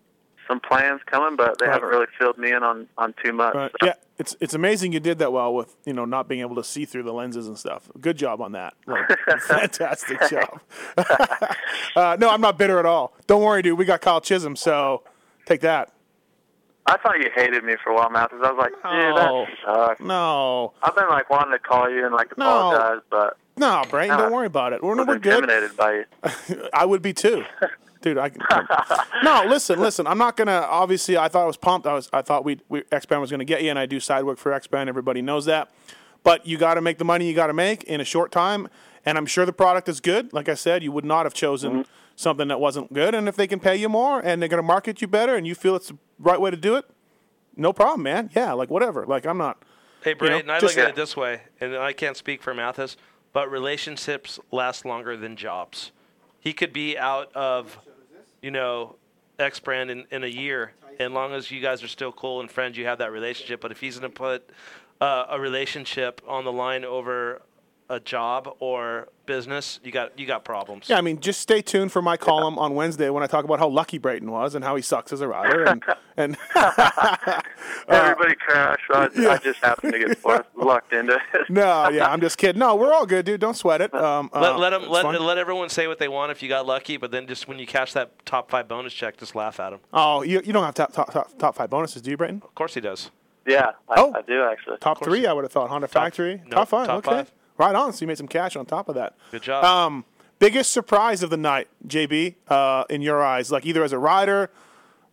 Speaker 8: some plans coming, but they
Speaker 5: Right.
Speaker 8: haven't really filled me in on on too much.
Speaker 5: Right. Yeah, it's it's amazing you did that well with you know not being able to see through the lenses and stuff. Good job on that. Like, fantastic job. <laughs> uh, no, I'm not bitter at all. Don't worry, dude. We got Kyle Chisholm, so take that.
Speaker 8: I thought you hated me for a while, Mathis. I was like, dude,
Speaker 5: No.
Speaker 8: that sucks.
Speaker 5: No,
Speaker 8: I've been like wanting to call you and like
Speaker 5: No.
Speaker 8: apologize, but
Speaker 5: no, Brayton,
Speaker 8: Nah.
Speaker 5: don't worry about it. We're,
Speaker 8: I was
Speaker 5: we're good.
Speaker 8: intimidated by
Speaker 5: <laughs>
Speaker 8: you.
Speaker 5: I would be too, dude. I no. Listen, listen. I'm not gonna. Obviously, I thought I was pumped. I was. I thought we, we X Band was gonna get you, and I do side work for X Band. Everybody knows that. But you got to make the money you got to make in a short time, and I'm sure the product is good. Like I said, you would not have chosen something that wasn't good. And if they can pay you more, and they're gonna market you better, and you feel it's the right way to do it, no problem, man. Yeah, like whatever. Like I'm not.
Speaker 6: Hey,
Speaker 5: know,
Speaker 6: Brayden, I
Speaker 5: just-
Speaker 6: look at it this way, and I can't speak for Mathis, but relationships last longer than jobs. He could be out of, you know, X brand in, in a year. And long as you guys are still cool and friends, you have that relationship. But if he's going to put uh, a relationship on the line over a job or business, you got you got problems.
Speaker 5: Yeah, I mean, just stay tuned for my column on Wednesday when I talk about how lucky Brayton was and how he sucks as a rider. And, and Uh,
Speaker 8: Everybody crashed. I, I just happened to
Speaker 5: <laughs>
Speaker 8: get fl- lucked into it.
Speaker 5: no, yeah, I'm just kidding. No, we're all good, dude. Don't sweat it. Um,
Speaker 6: let
Speaker 5: uh,
Speaker 6: let 'em-
Speaker 5: it's
Speaker 6: let,
Speaker 5: fun.
Speaker 6: let everyone say what they want if you got lucky, but then just when you cash that top five bonus check, just laugh at him.
Speaker 5: Oh, you, you don't have top, top, top, top five bonuses, do you, Brayton?
Speaker 6: Of course he does.
Speaker 8: Yeah, I,
Speaker 5: Oh.
Speaker 8: I do actually.
Speaker 5: Top three, I would have thought. Honda Factory.
Speaker 6: no,
Speaker 5: top five.
Speaker 6: top
Speaker 5: okay.
Speaker 6: five.
Speaker 5: Right on. So you made some cash on top of that.
Speaker 6: Good job.
Speaker 5: Um, biggest surprise of the night, JB, uh, in your eyes, like either as a rider,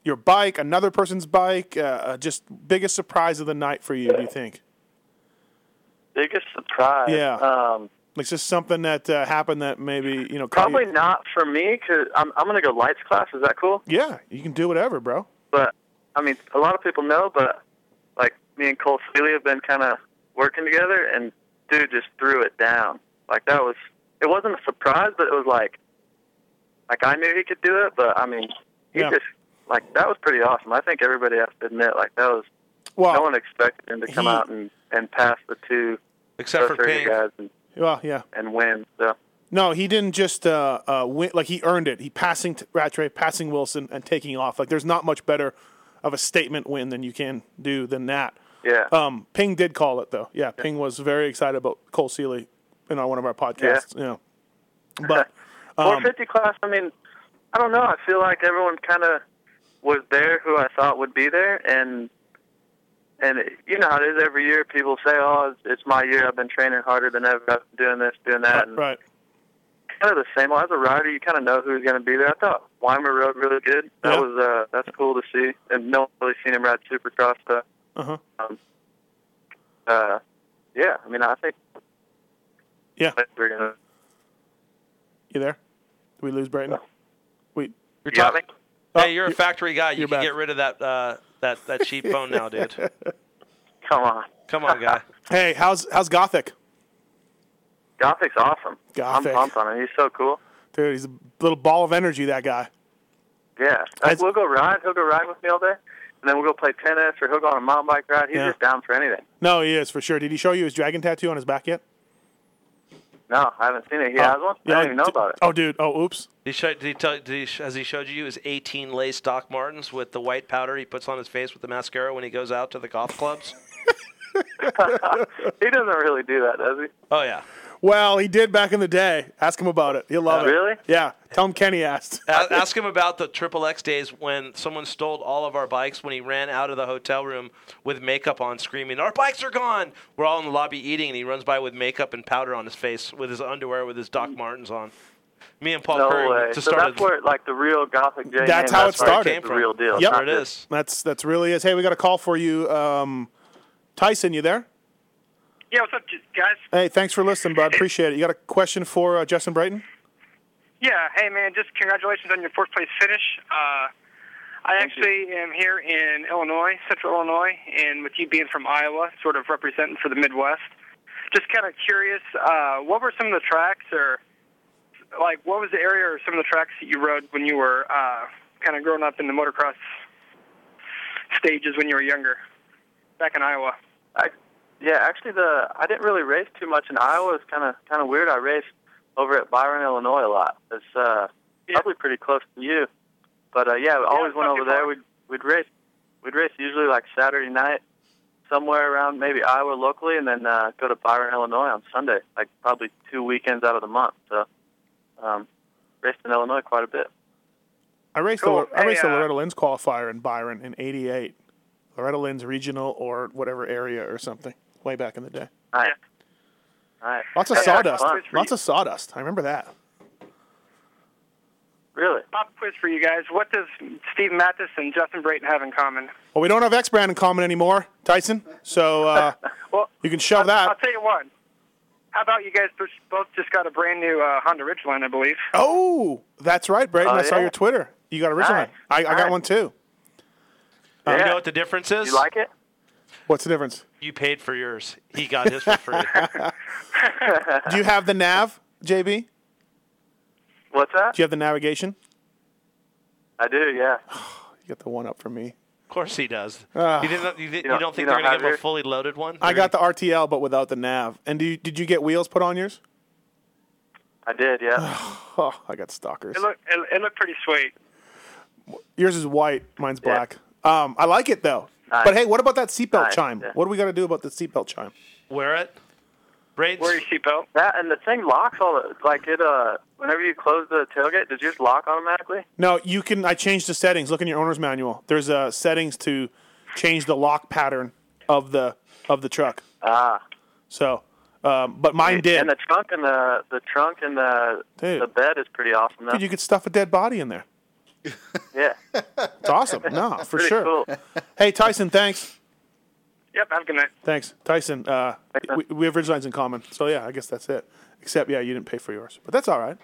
Speaker 5: your bike, another person's bike, uh, uh, just biggest surprise of the night for you. Do you think?
Speaker 8: Biggest surprise.
Speaker 5: Yeah.
Speaker 8: Um,
Speaker 5: Like just something that uh, happened that maybe you know. caught
Speaker 8: probably
Speaker 5: you-
Speaker 8: not for me because I'm I'm gonna go lights class. Is that cool?
Speaker 5: Yeah, you can do whatever, bro.
Speaker 8: But I mean, a lot of people know, but like me and Cole Seeley have been kind of working together, and dude just threw it down. Like that was it wasn't a surprise, but it was like like I knew he could do it, but I mean, he
Speaker 5: Yeah.
Speaker 8: just like that was pretty awesome. I think everybody has to admit like that was
Speaker 5: Well,
Speaker 8: no one expected him to come
Speaker 5: he-
Speaker 8: out and and pass the two
Speaker 5: Except for
Speaker 8: 30
Speaker 5: Payne.
Speaker 8: guys and,
Speaker 5: Well, yeah.
Speaker 8: and win. So
Speaker 5: No, he didn't just uh, uh, win. Like he earned it. He passing t- Rattray, passing Wilson, and taking off. Like there's not much better of a statement win than you can do than that.
Speaker 8: yeah.
Speaker 5: Um, Ping did call it though. Yeah, Ping was very excited about Cole Seeley in on one of our podcasts. Yeah.
Speaker 8: <laughs>
Speaker 5: But um,
Speaker 8: 450 class. I mean, I don't know. I feel like everyone kind of was there who I thought would be there, and and it, you know how it is every year. People say, "Oh, it's, it's my year. I've been training harder than ever. I've been doing this, doing that." And
Speaker 5: right.
Speaker 8: Kind of the same. Well, as a rider, you kind of know who's going to be there. I thought Weimer rode really good. That
Speaker 5: Yeah.
Speaker 8: was uh, that's cool to see, and no one really seen him ride Supercross. So,
Speaker 5: uh-huh.
Speaker 8: um, uh, yeah. I mean, I think
Speaker 5: yeah,
Speaker 8: we're gonna.
Speaker 5: you there? Did we lose Brayton?
Speaker 8: Oh.
Speaker 5: Wait.
Speaker 6: You're
Speaker 8: You got me?
Speaker 6: hey, you're a factory guy. You
Speaker 5: Oh, you're
Speaker 6: can
Speaker 5: back.
Speaker 6: get rid of that uh, that that cheap phone now, dude.
Speaker 8: <laughs> Come on.
Speaker 6: Come on, guy.
Speaker 5: <laughs> Hey, how's how's Gothic?
Speaker 8: Gothic's awesome.
Speaker 5: Gothic.
Speaker 8: I'm pumped on him. He's so cool.
Speaker 5: Dude, he's a little ball of energy. That guy.
Speaker 8: Yeah, like, we'll go ride. He'll go ride with me all day, and then we'll go play tennis, or he'll go on a mountain bike ride. He's
Speaker 5: Yeah.
Speaker 8: just down for anything.
Speaker 5: <laughs> No, he is for sure. Did he show you his dragon tattoo on his back yet?
Speaker 8: <laughs> No, I haven't seen it. He has one. I don't even know about it.
Speaker 5: Oh, dude. Oh, oops.
Speaker 6: He showed, did he tell, did he, sh- has he showed you his 18 lace Doc Martens with the white powder he puts on his face with the mascara when he goes out to the golf clubs?
Speaker 8: <laughs> he doesn't really do that, does he?
Speaker 6: Oh yeah.
Speaker 5: Well, he did back in the day. Ask him about it. He'll love
Speaker 6: Uh,
Speaker 8: Oh,
Speaker 5: it.
Speaker 6: really?
Speaker 5: Yeah. Tell him Kenny asked.
Speaker 6: A- Ask him about the Triple X days when someone stole all of our bikes when he ran out of the hotel room with makeup on, screaming, "Our bikes are gone!" We're all in the lobby eating, and he runs by with makeup and powder on his face, with his underwear, with his Doc Martens on. Me and Paul
Speaker 8: no
Speaker 6: Curry
Speaker 8: way.
Speaker 6: just
Speaker 8: So
Speaker 6: started.
Speaker 8: that's where like the real Gothic J.
Speaker 5: That's
Speaker 8: name,
Speaker 5: how
Speaker 8: that's
Speaker 5: it
Speaker 8: where
Speaker 5: started.
Speaker 8: came from. The real deal.
Speaker 5: Yep.
Speaker 8: Not
Speaker 5: There it
Speaker 8: just-
Speaker 5: is. That's that's really is. Hey, we got a call for you, um, Tyson. You there?
Speaker 16: Yeah, what's up, guys?
Speaker 5: Hey, thanks for listening, bud. Appreciate it. You got a question for uh, Justin Brighton?
Speaker 16: Yeah, hey man, just congratulations on your fourth place finish. Uh, I actually am here in Illinois, Central Illinois, and with you being from Iowa, sort of representing for the Midwest. Just kind of curious, uh, what were some of the tracks, or like what was the area or some of the tracks that you rode when you were uh, kind of growing up in the motocross stages when you were younger, back in Iowa?
Speaker 8: Yeah, actually, the I didn't really race too much in Iowa. It's kind of kind of weird. I raced over at Byron, Illinois, a lot. It's uh, probably pretty close to you, but uh, yeah, we always went over there. We'd we'd race, we'd race usually like Saturday night, somewhere around maybe Iowa locally, and then uh, go to Byron, Illinois on Sunday. Like probably two weekends out of the month. So, um, raced in Illinois quite a bit.
Speaker 5: I raced
Speaker 8: Cool.
Speaker 5: the I
Speaker 8: Hey,
Speaker 5: raced
Speaker 8: uh,
Speaker 5: the Loretta Lynn's qualifier in Byron in '88, Loretta Lynn's regional or whatever area or something, way back in the day.
Speaker 8: Nice. Nice.
Speaker 5: Lots of
Speaker 8: Hey, I got a
Speaker 5: sawdust.
Speaker 8: quiz for
Speaker 5: Lots
Speaker 8: you.
Speaker 5: of sawdust. I remember that.
Speaker 8: Really?
Speaker 16: Pop quiz for you guys. What does Steve Mathis and Justin Brayton have in common?
Speaker 5: Well, we don't have X brand in common anymore, Tyson.
Speaker 6: <laughs>
Speaker 5: So uh, you can shove that.
Speaker 16: I'll tell you what. How about you guys both- both just got a brand new uh, Honda Ridgeline, I believe.
Speaker 5: Oh, that's right, Brayton.
Speaker 16: Oh,
Speaker 5: I saw
Speaker 16: yeah.
Speaker 5: your Twitter. You got a original.
Speaker 16: Nice.
Speaker 5: I, I got
Speaker 16: Nice.
Speaker 5: one too.
Speaker 6: you know what the difference is? You like
Speaker 8: it?
Speaker 5: What's the difference?
Speaker 6: You paid for yours. He <laughs> got his for
Speaker 8: <laughs>
Speaker 6: free.
Speaker 5: Do you have the nav, JB?
Speaker 8: What's that?
Speaker 5: Do you have the navigation?
Speaker 8: I do, yeah.
Speaker 5: You got the one up for me.
Speaker 6: Of course he does.
Speaker 5: Ah.
Speaker 6: you, didn't, you, didn't-
Speaker 5: You know-
Speaker 6: you don't think
Speaker 5: you know
Speaker 6: they're going
Speaker 5: how
Speaker 6: to give him
Speaker 5: they're-
Speaker 6: a fully loaded one?
Speaker 5: I got the RTL, but without the nav. And do you, did you get wheels put on yours?
Speaker 8: I did, yeah.
Speaker 5: <sighs> Oh, I got stalkers.
Speaker 16: It looked it, it looked pretty sweet.
Speaker 5: Yours is white. Mine's black. Um, I like it though.
Speaker 6: Nice.
Speaker 5: But hey, what about that seatbelt
Speaker 6: Nice,
Speaker 5: chime?
Speaker 6: yeah.
Speaker 5: What do we got to do about the seatbelt chime?
Speaker 6: Wear it. Braids.
Speaker 8: Wear
Speaker 16: your seatbelt.
Speaker 8: That and the thing locks all the like it. Uh, whenever you close the tailgate, does yours lock automatically?
Speaker 5: No, you can. I changed the settings. Look in your owner's manual. There's uh, settings to change the lock pattern of the of the truck.
Speaker 8: Ah.
Speaker 5: So, um, but mine did.
Speaker 8: And the trunk and the the trunk and the
Speaker 5: Dude.
Speaker 8: the bed is pretty awesome. Though.
Speaker 5: Dude, you could stuff a dead body in there.
Speaker 8: <laughs> yeah.
Speaker 5: It's awesome.
Speaker 8: <laughs>
Speaker 5: No, for
Speaker 8: Pretty
Speaker 5: sure.
Speaker 8: cool.
Speaker 5: Hey, Tyson, thanks.
Speaker 16: Yep, have a good night.
Speaker 5: Thanks, Tyson. Uh, we, we have Ridgelines in common, so yeah, I guess that's it. Except, yeah, you didn't pay for yours, but that's all right.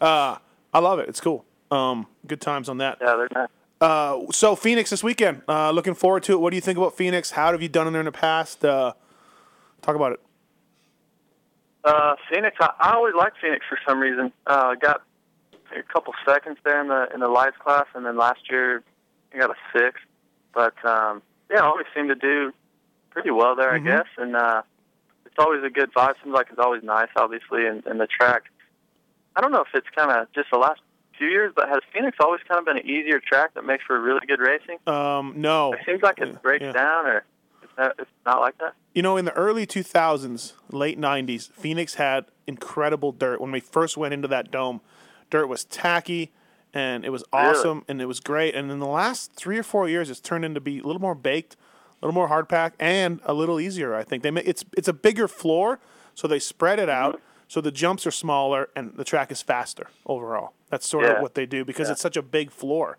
Speaker 5: Uh, I love it. It's cool. Um, good times on that.
Speaker 8: Yeah, they're nice.
Speaker 5: Uh, so Phoenix this weekend. Uh, looking forward to it. What do you think about Phoenix? How have you done in there in the past? Uh, talk about it.
Speaker 8: Uh, Phoenix. I, I always liked Phoenix for some reason. Uh, got a couple seconds there in the in the lights class, and then last year I got a sixth. But um, yeah, I always seem to do pretty well there, I
Speaker 5: Mhm.
Speaker 8: guess. And uh, it's always a good vibe. Seems like it's always nice, obviously, and, and the track. I don't know if it's kind of just the last few years, but has Phoenix always kind of been an easier track that makes for really good racing?
Speaker 5: Um, no,
Speaker 8: It seems like it breaks down, or it's not, it's not like that.
Speaker 5: You know, in the early 2000s, late 90s, Phoenix had incredible dirt. When we first went into that dome, dirt was tacky and it was
Speaker 8: Really?
Speaker 5: awesome and it was great. And in the last three or four years, it's turned into be a little more baked, a little more hard pack, and a little easier. I think they ma- it's it's a bigger floor, so they spread it
Speaker 8: Mm-hmm.
Speaker 5: out, so the jumps are smaller and the track is faster overall. That's sort
Speaker 8: Yeah.
Speaker 5: of what they do because
Speaker 8: Yeah.
Speaker 5: it's such a big floor,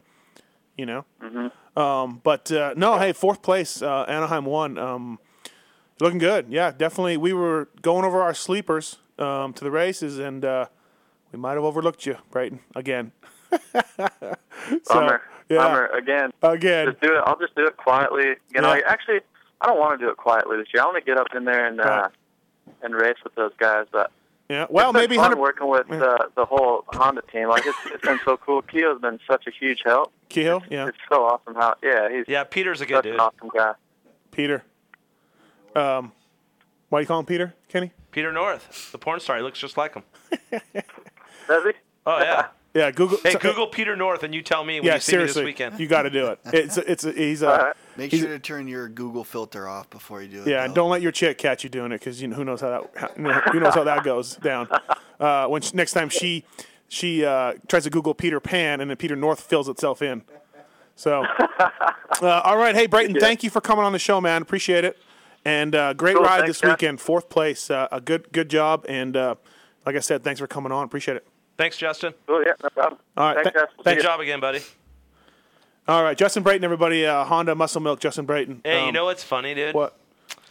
Speaker 5: you know.
Speaker 8: Mm-hmm.
Speaker 5: Um, but uh, no, hey, fourth place, uh, Anaheim won. Um, looking good, yeah, definitely. We were going over our sleepers um, to the races, and uh, we might have overlooked you, Brayton, again. <laughs> so,
Speaker 8: Bummer.
Speaker 5: Yeah,
Speaker 8: Bummer. Again.
Speaker 5: Again.
Speaker 8: Just do it. I'll just do it quietly. You know,
Speaker 5: Yeah.
Speaker 8: actually, I don't want to do it quietly this year. I want to get up in there and uh, and race with those guys. But
Speaker 5: yeah. Well,
Speaker 8: it's been
Speaker 5: maybe
Speaker 8: fun
Speaker 5: 100
Speaker 8: working with the the whole Honda team. Like it's, it's been so cool. Keo's been such a huge help.
Speaker 5: Keogh, yeah,
Speaker 8: It's so awesome how yeah he's
Speaker 6: yeah Peter's a good
Speaker 8: such
Speaker 6: dude.
Speaker 8: an awesome guy.
Speaker 5: Peter. Um, why do you call him Peter, Kenny?
Speaker 6: Peter North, the porn star. He looks just like
Speaker 8: <laughs>
Speaker 6: him.
Speaker 8: Does he?
Speaker 6: Oh
Speaker 8: <laughs>
Speaker 6: yeah.
Speaker 5: Yeah, Google.
Speaker 6: Hey,
Speaker 5: so-
Speaker 6: Google Peter North, and you tell me when
Speaker 5: yeah,
Speaker 6: you see
Speaker 5: seriously,
Speaker 6: me this weekend.
Speaker 5: you got to do it. It's it's he's uh, a
Speaker 7: Make
Speaker 5: he's-
Speaker 7: sure to turn your Google filter off before you do it.
Speaker 5: Yeah, and don't let your chick catch you doing it because you know, who knows how that how, who knows how that
Speaker 8: <laughs>
Speaker 5: goes down. Uh, when she, next time she she uh, tries to Google Peter Pan and then Peter North fills itself in.
Speaker 8: <laughs>
Speaker 5: So, uh, all right, hey Brayton, thank you for coming on the show, man. Appreciate it, and uh, great
Speaker 8: Cool,
Speaker 5: ride
Speaker 8: thanks,
Speaker 5: this
Speaker 8: Jeff.
Speaker 5: weekend. Fourth place, uh, a good good job, and uh, like I said, thanks for coming on. Appreciate it.
Speaker 6: Thanks, Justin.
Speaker 8: Oh yeah, no problem.
Speaker 5: All right, thank-
Speaker 6: Good
Speaker 5: thank-
Speaker 6: job again, buddy.
Speaker 5: All right, Justin Brayton, everybody, uh, Honda Muscle Milk, Justin Brayton.
Speaker 6: Hey, you
Speaker 5: Um,
Speaker 6: know what's funny, dude?
Speaker 5: what?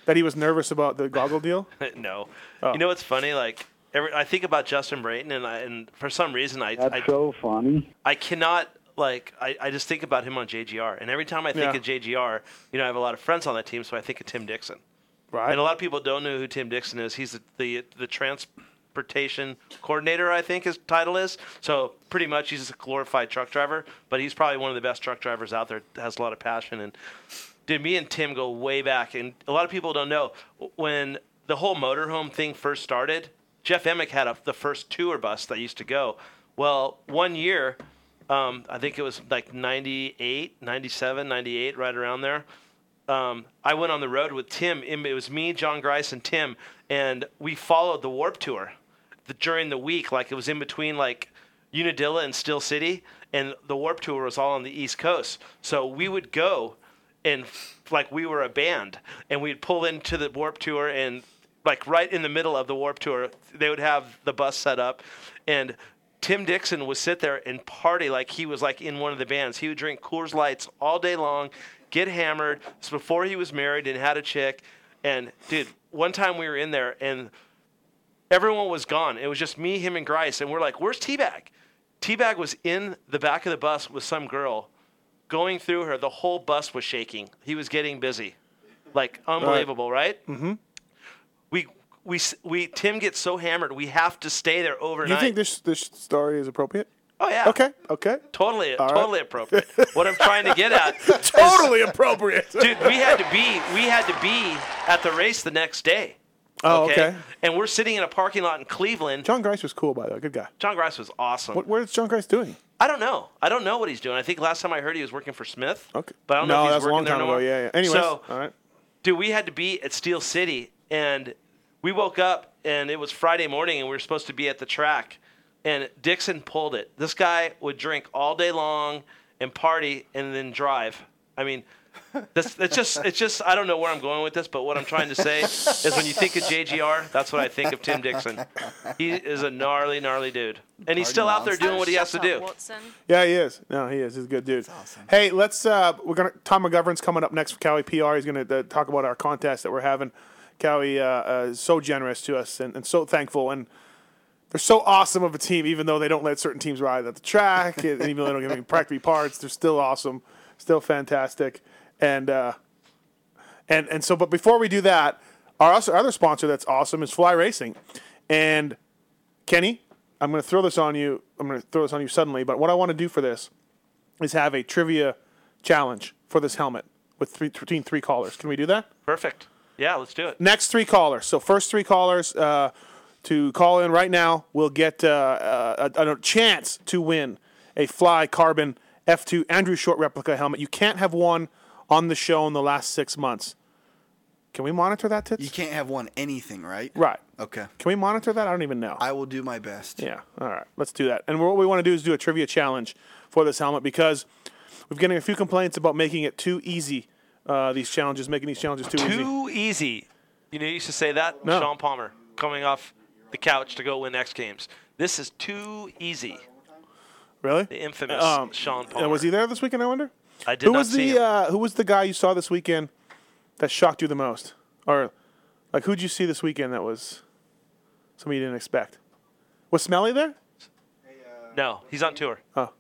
Speaker 5: That he was nervous about the goggle deal.
Speaker 6: <laughs> no.
Speaker 5: Oh.
Speaker 6: You know what's funny? Like every, I think about Justin Brayton, and I, and for some reason I
Speaker 3: That's
Speaker 6: I,
Speaker 3: so funny.
Speaker 6: I cannot like I, I just think about him on JGR, and every time I think
Speaker 3: Yeah.
Speaker 6: of JGR, you know I have a lot of friends on that team, so I think of Tim Dixon.
Speaker 5: Right.
Speaker 6: And a lot of people don't know who Tim Dixon is. He's the the, the transportation coordinator, I think his title is. So pretty much he's just a glorified truck driver, but he's probably one of the best truck drivers out there. Has a lot of passion and. Dude, me and Tim go way back, and a lot of people don't know when the whole motorhome thing first started. Jeff Emick had a, the first tour bus that used to go. Well, one year, um, I think it was like 98, 97, 98, right around there. Um, I went on the road with Tim. It was me, John Grice, and Tim, and we followed the Warp Tour the, during the week. Like it was in between like Unadilla and Still City, and the Warp Tour was all on the East Coast. So we would go and f- like we were a band and we'd pull into the warp tour and like right in the middle of the warp tour they would have the bus set up and Tim Dixon would sit there and party like he was like in one of the bands. He would drink Coors Lights all day long, get hammered. It's before he was married and had a chick. And dude, one time we were in there and everyone was gone. It was just me, him, and Grice. And we're like, where's Teabag? Teabag was in the back of the bus with some girl going through her. The whole bus was shaking. He was getting busy. Like, unbelievable, right?
Speaker 5: Mm-hmm.
Speaker 6: We, we, s- we, Tim gets so hammered, we have to stay there
Speaker 5: Do you
Speaker 6: overnight.
Speaker 5: think this this story is appropriate?
Speaker 6: Oh yeah.
Speaker 5: Okay. Okay.
Speaker 6: Totally,
Speaker 5: All right.
Speaker 6: totally appropriate. What I'm trying to get
Speaker 5: <laughs>
Speaker 6: at,
Speaker 5: totally
Speaker 6: <laughs>
Speaker 5: appropriate.
Speaker 6: dude. We had to be, we had to be at the race the next day.
Speaker 5: Oh, okay.
Speaker 6: And we're sitting in a parking lot in Cleveland.
Speaker 5: John Grice was cool, by the way. Good guy.
Speaker 6: John Grice was awesome.
Speaker 5: What, where's John Grice doing?
Speaker 6: I don't know. I don't know what he's doing. I think last time I heard he was working for Smith. Okay. But I don't know
Speaker 5: no,
Speaker 6: if he's
Speaker 5: that's a
Speaker 6: working
Speaker 5: long
Speaker 6: there
Speaker 5: time
Speaker 6: no
Speaker 5: ago.
Speaker 6: more.
Speaker 5: Yeah, yeah. Anyways,
Speaker 6: So,
Speaker 5: all right.
Speaker 6: dude, we had to be at Steel City, and we woke up, and it was Friday morning, and we were supposed to be at the track, and Dixon pulled it. This guy would drink all day long and party, and then drive. I mean, that's it's just it's just I don't know where I'm going with this, but what I'm trying to say is when you think of JGR, that's what I think of Tim Dixon. He is a gnarly, gnarly dude, and he's still out there doing what he has to do.
Speaker 5: Yeah, he is. No, he is. He's a good dude. Hey, let's. Uh, we're gonna. Tom McGovern's coming up next for Cowie PR. He's gonna uh, talk about our contest that we're having. Cowie uh, uh, is so generous to us and, and so thankful, and they're so awesome of a team. Even though they don't let certain teams ride at the track, and even though they don't give any practically parts, they're still awesome, still fantastic, and uh, and and so. But before we do that, our also- other sponsor that's awesome is Fly Racing, and Kenny, I'm going to throw this on you. I'm going to throw this on you suddenly, but what I want to do for this is have a trivia challenge for this helmet with three, between three callers. Can we do that?
Speaker 6: Perfect. Yeah, let's do it.
Speaker 5: Next three callers. So first three callers uh, to call in right now will get uh, a, a chance to win a Fly Carbon F2 Andrew Short replica helmet. You can't have one on the show in the last six months. Can we monitor that, Tits?
Speaker 7: You can't have one anything, right?
Speaker 5: Right.
Speaker 7: Okay.
Speaker 5: Can we monitor that? I don't even know.
Speaker 7: I will do my best.
Speaker 5: Yeah. All right. Let's do that. And what we want to do is do a trivia challenge for this helmet because we've getting a few complaints about making it too easy. Uh, these challenges, making these challenges too, easy.
Speaker 6: Too easy. You know, you used to say that.
Speaker 5: No.
Speaker 6: Sean Palmer coming off the couch to go win X Games. This is too easy.
Speaker 5: Really?
Speaker 6: The infamous Sean Palmer.
Speaker 5: uh, Was he there this weekend? I wonder.
Speaker 6: I did
Speaker 5: who
Speaker 6: not
Speaker 5: was
Speaker 6: see
Speaker 5: the Uh, who was the guy you saw this weekend that shocked you the most, or like who'd you see this weekend that was somebody you didn't expect? Was Smelly there?
Speaker 6: No, he's on tour.
Speaker 5: uh, Oh,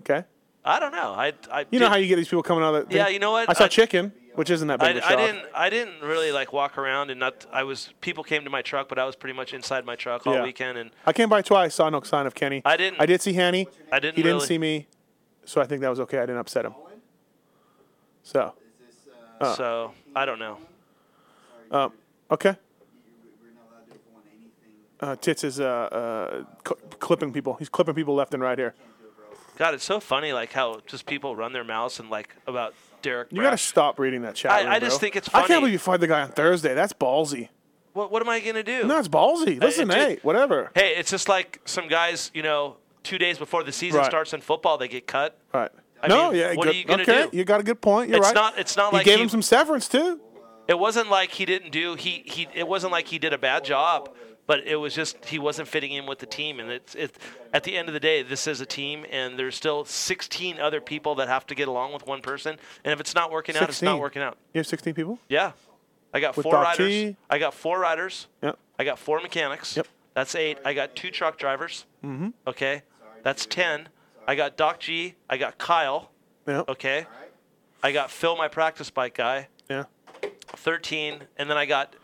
Speaker 5: okay.
Speaker 6: I don't know. I, I
Speaker 5: You know how you get these people coming out of the
Speaker 6: Yeah, you know what?
Speaker 5: I saw
Speaker 6: I-
Speaker 5: Chicken, which isn't that big of
Speaker 6: I,
Speaker 5: a
Speaker 6: I
Speaker 5: shock.
Speaker 6: didn't. I didn't really like walk around and not. I was. People came to my truck, but I was pretty much inside my truck all
Speaker 5: Yeah.
Speaker 6: weekend, and
Speaker 5: I came by twice, saw no sign of Kenny.
Speaker 6: I didn't-
Speaker 5: I did see Hanny.
Speaker 6: I didn't
Speaker 5: He didn't
Speaker 6: really-
Speaker 5: see me, so I think that was okay. I didn't upset him. So, uh,
Speaker 6: so I don't know.
Speaker 5: um, okay. Uh, Tits is uh, uh, cl- clipping people. He's clipping people left and right here.
Speaker 6: God, it's so funny, like how just people run their mouths and like about Derek.
Speaker 5: You got to stop reading that chat.
Speaker 6: I-
Speaker 5: room,
Speaker 6: I just
Speaker 5: bro.
Speaker 6: think it's
Speaker 5: I
Speaker 6: funny.
Speaker 5: can't believe you fired the guy on Thursday. That's ballsy.
Speaker 6: What, what am I gonna do?
Speaker 5: No, it's ballsy.
Speaker 6: Uh,
Speaker 5: Listen,
Speaker 6: it-
Speaker 5: hey, whatever.
Speaker 6: Hey, it's just like some guys, you know, two days before the season
Speaker 5: Right.
Speaker 6: starts in football, they get cut.
Speaker 5: Right.
Speaker 6: I
Speaker 5: no,
Speaker 6: mean,
Speaker 5: yeah.
Speaker 6: what
Speaker 5: good-
Speaker 6: are you gonna
Speaker 5: okay,
Speaker 6: do?
Speaker 5: you got a good point. You're
Speaker 6: It's
Speaker 5: right.
Speaker 6: not- it's not
Speaker 5: you
Speaker 6: like
Speaker 5: gave
Speaker 6: he-
Speaker 5: him some severance too.
Speaker 6: It wasn't like he didn't do he he. It wasn't like he did a bad job, but it was just he wasn't fitting in with the team. And it's it. At the end of the day, this is a team, and there's still 16 other people that have to get along with one person. And if it's not working out, it's not
Speaker 5: 16.
Speaker 6: working out.
Speaker 5: You have 16 people.
Speaker 6: Yeah, I got
Speaker 5: With
Speaker 6: four
Speaker 5: Doc
Speaker 6: riders.
Speaker 5: G.
Speaker 6: I got four riders.
Speaker 5: Yep.
Speaker 6: I got four mechanics. Yep. That's eight. I got two truck drivers.
Speaker 5: Mm-hmm.
Speaker 6: Okay. That's 10. I got Doc G. I got Kyle.
Speaker 5: Yep.
Speaker 6: Okay. I got Phil, my practice bike guy.
Speaker 5: Yeah.
Speaker 6: 13. And then I got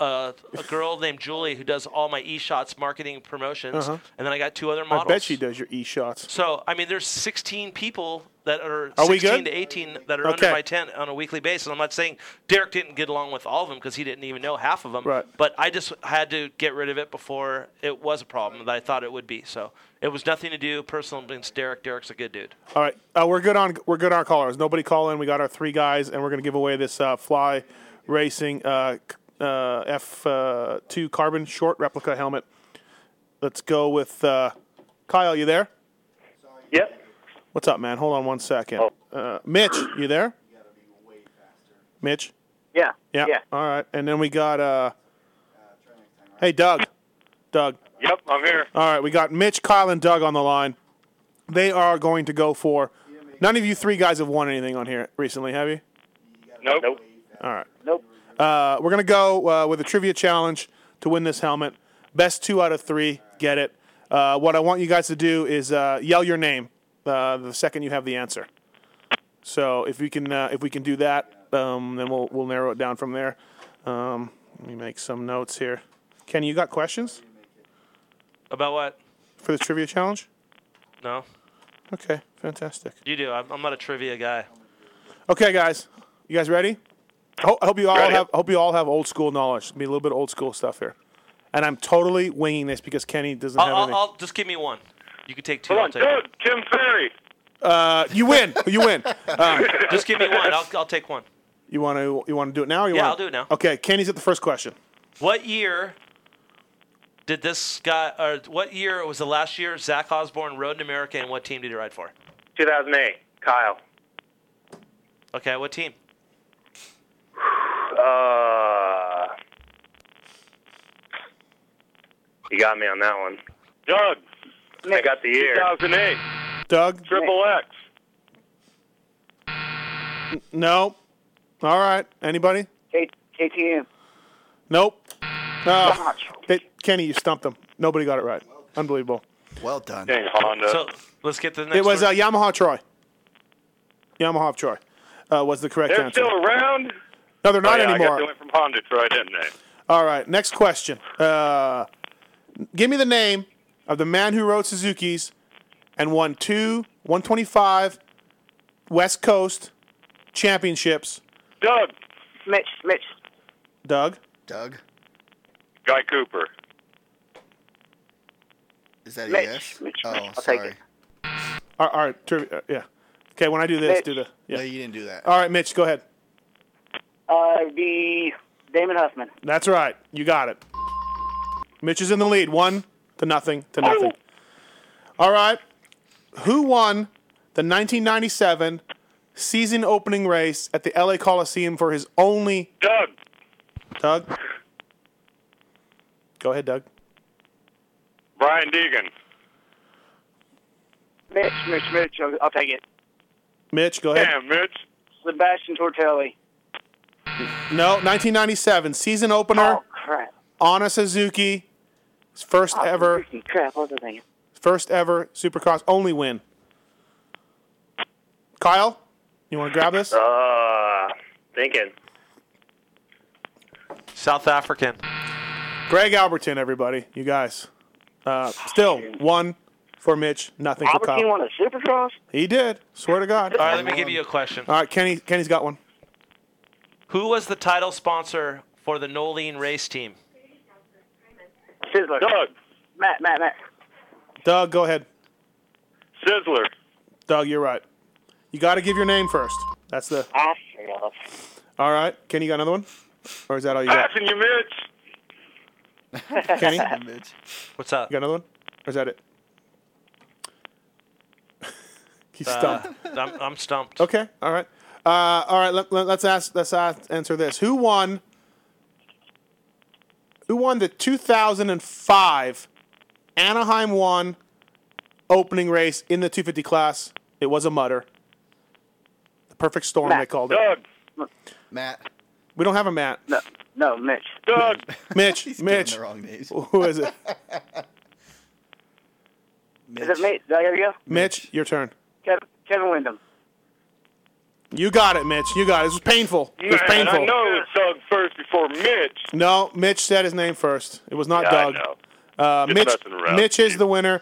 Speaker 6: uh, a girl named Julie who does all my e shots, marketing, promotions.
Speaker 5: Uh-huh.
Speaker 6: And then I got two other
Speaker 5: I
Speaker 6: models.
Speaker 5: bet she does your e shots.
Speaker 6: So, I mean, there's 16 people that are,
Speaker 5: Are we
Speaker 6: 16
Speaker 5: good?
Speaker 6: to 18 that are
Speaker 5: Okay.
Speaker 6: under my tent on a weekly basis. I'm not saying Derek didn't get along with all of them because he didn't even know half of them.
Speaker 5: Right.
Speaker 6: But I just had to get rid of it before it was a problem that I thought it would be. So it was nothing to do personal against Derek. Derek's a good dude.
Speaker 5: All right, uh, we're good on we're good on callers. Nobody call in. We got our three guys, and we're gonna give away this uh, Fly Racing uh, c- uh, F uh, two carbon short replica helmet. Let's go with uh, Kyle. You there?
Speaker 4: Yep.
Speaker 5: What's up, man? Hold on one second.
Speaker 17: Oh.
Speaker 5: Uh, Mitch, you there? Mitch.
Speaker 17: Yeah.
Speaker 5: Yeah. All right, and then we got. Uh, hey, Doug. Doug.
Speaker 17: Yep, I'm here.
Speaker 5: All right, we got Mitch, Kyle, and Doug on the line. They are going to go for. None of you three guys have won anything on here recently, have you?
Speaker 17: Nope. nope.
Speaker 5: All right.
Speaker 17: Nope.
Speaker 5: Uh, we're gonna go uh, with a trivia challenge to win this helmet. Best two out of three get it. Uh, what I want you guys to do is uh, yell your name uh, the second you have the answer. So if we can uh, if we can do that, um, then we'll we'll narrow it down from there. Um, let me make some notes here. Kenny, you got questions
Speaker 6: About what?
Speaker 5: for this trivia challenge?
Speaker 6: No,
Speaker 5: Okay, fantastic.
Speaker 6: you do. I'm, I'm not a trivia guy.
Speaker 5: Okay, guys, you guys ready? I ho- I hope you all
Speaker 6: Ready.
Speaker 5: have I hope you all have old school knowledge. Be a little bit of old school stuff here, and I'm totally winging this because Kenny doesn't
Speaker 6: I'll,
Speaker 5: have
Speaker 6: I'll,
Speaker 5: anything.
Speaker 6: I'll just give me one. You can take two.
Speaker 5: Come
Speaker 6: I'll
Speaker 5: on,
Speaker 6: take one.
Speaker 5: dude, uh, you win. You <laughs> win. Um,
Speaker 6: just give me one. I'll, I'll take one.
Speaker 5: you want to you want to do it now? Or you
Speaker 6: Yeah,
Speaker 5: wanna-
Speaker 6: I'll do it now.
Speaker 5: Okay, Kenny's at the first question.
Speaker 6: What year did this guy, or what year was the last year Zach Osborne rode in America, and what team did he ride for?
Speaker 16: 2008, Kyle.
Speaker 6: Okay, what team?
Speaker 16: Uh, you got me on that one. Doug. I got the year. 2008.
Speaker 5: Doug.
Speaker 16: Triple X.
Speaker 5: N- No. All right. Anybody?
Speaker 18: K- KTM.
Speaker 5: Nope. No. They- Kenny, you stumped him. Nobody got it right. Unbelievable.
Speaker 7: Well done.
Speaker 5: Dang, Honda.
Speaker 6: So let's get to the next.
Speaker 5: It was uh,
Speaker 6: one.
Speaker 5: Yamaha Troy. Yamaha of Troy uh, was the correct
Speaker 17: They're
Speaker 5: answer.
Speaker 17: still around.
Speaker 5: No, they're not
Speaker 17: oh, yeah, I got
Speaker 5: anymore.
Speaker 17: they went from Honda Troy, didn't they?
Speaker 5: All right, next question. Uh, give me the name of the man who rode Suzuki's and won two 125 West Coast championships.
Speaker 17: Doug.
Speaker 18: Mitch. Mitch.
Speaker 5: Doug.
Speaker 7: Doug.
Speaker 17: Guy Cooper.
Speaker 7: Is that a
Speaker 18: Mitch,
Speaker 7: yes?
Speaker 18: Mitch,
Speaker 7: oh,
Speaker 18: Mitch. I'll take
Speaker 7: sorry.
Speaker 5: All all right, tri- uh, yeah. Okay, when I do this,
Speaker 18: Mitch.
Speaker 5: do the. Yeah.
Speaker 7: No, you didn't do that.
Speaker 5: All right, Mitch, go ahead.
Speaker 18: Uh, it'd be Damon Huffman.
Speaker 5: That's right. You got it. Mitch is in the lead. One to nothing to nothing. All right. Who won the 1997 season opening race at the LA Coliseum for his only.
Speaker 17: Doug.
Speaker 5: Doug? Go ahead, Doug.
Speaker 17: Brian Deegan.
Speaker 18: Mitch. Mitch. Mitch.
Speaker 16: uh,
Speaker 18: I'll, I'll take it.
Speaker 5: Mitch, go ahead.
Speaker 17: Mitch.
Speaker 18: Sebastian Tortelli.
Speaker 5: No, 1997 season opener
Speaker 18: Crap.
Speaker 5: on a Suzuki. His first ever.
Speaker 18: Oh, freaking Crap. What was I thinking?
Speaker 5: First ever Supercross only win. Kyle, you want to grab this?
Speaker 16: Uh, thinking.
Speaker 6: South African.
Speaker 5: Greg Alberton, everybody, you guys. Uh, still one for Mitch, nothing for
Speaker 18: Albertine
Speaker 5: Kyle.
Speaker 18: won a Supercross.
Speaker 5: He did. Swear to God.
Speaker 6: All right, let me give you a question.
Speaker 5: All right, Kenny. Kenny's got one.
Speaker 6: Who was the title sponsor for the Nolene race team?
Speaker 18: Sizzler.
Speaker 17: Doug.
Speaker 18: Matt. Matt. Matt.
Speaker 5: Doug, go ahead.
Speaker 17: Sizzler.
Speaker 5: Doug, you're right. You got to give your name first. That's the.
Speaker 18: I forgot.
Speaker 5: All right, Kenny, you got another one, or is that all you got?
Speaker 17: Passing you, Mitch.
Speaker 5: Kenny,
Speaker 6: what's up?
Speaker 5: You got another one, or is that it? <laughs> He's
Speaker 6: Uh,
Speaker 5: stumped.
Speaker 6: I'm, I'm stumped.
Speaker 5: Okay. All right. Uh, all right. Let, let, us ask. Let's ask, answer this. Who won? Who won the 2005 Anaheim One opening race in the 250 class? It was a mutter. The perfect storm they called it.
Speaker 7: Matt.
Speaker 5: We don't have a Matt.
Speaker 18: No. No, Mitch.
Speaker 7: <laughs>
Speaker 17: Doug.
Speaker 5: Mitch.
Speaker 7: He's
Speaker 5: Mitch.
Speaker 7: giving the wrong names.
Speaker 5: Who
Speaker 7: <laughs>
Speaker 5: is it?
Speaker 18: Is it Mitch? There you go.
Speaker 5: Mitch. Your turn.
Speaker 18: Kevin, Kevin Wyndham.
Speaker 5: You got it, Mitch. You got it. This was painful. It was
Speaker 17: Man,
Speaker 5: painful.
Speaker 17: I know it's Doug first before Mitch.
Speaker 5: No, Mitch said his name first. It was not
Speaker 17: Yeah, I
Speaker 5: Doug. Uh,
Speaker 17: Just
Speaker 5: Mitch,
Speaker 17: messing around.
Speaker 5: Mitch is the winner.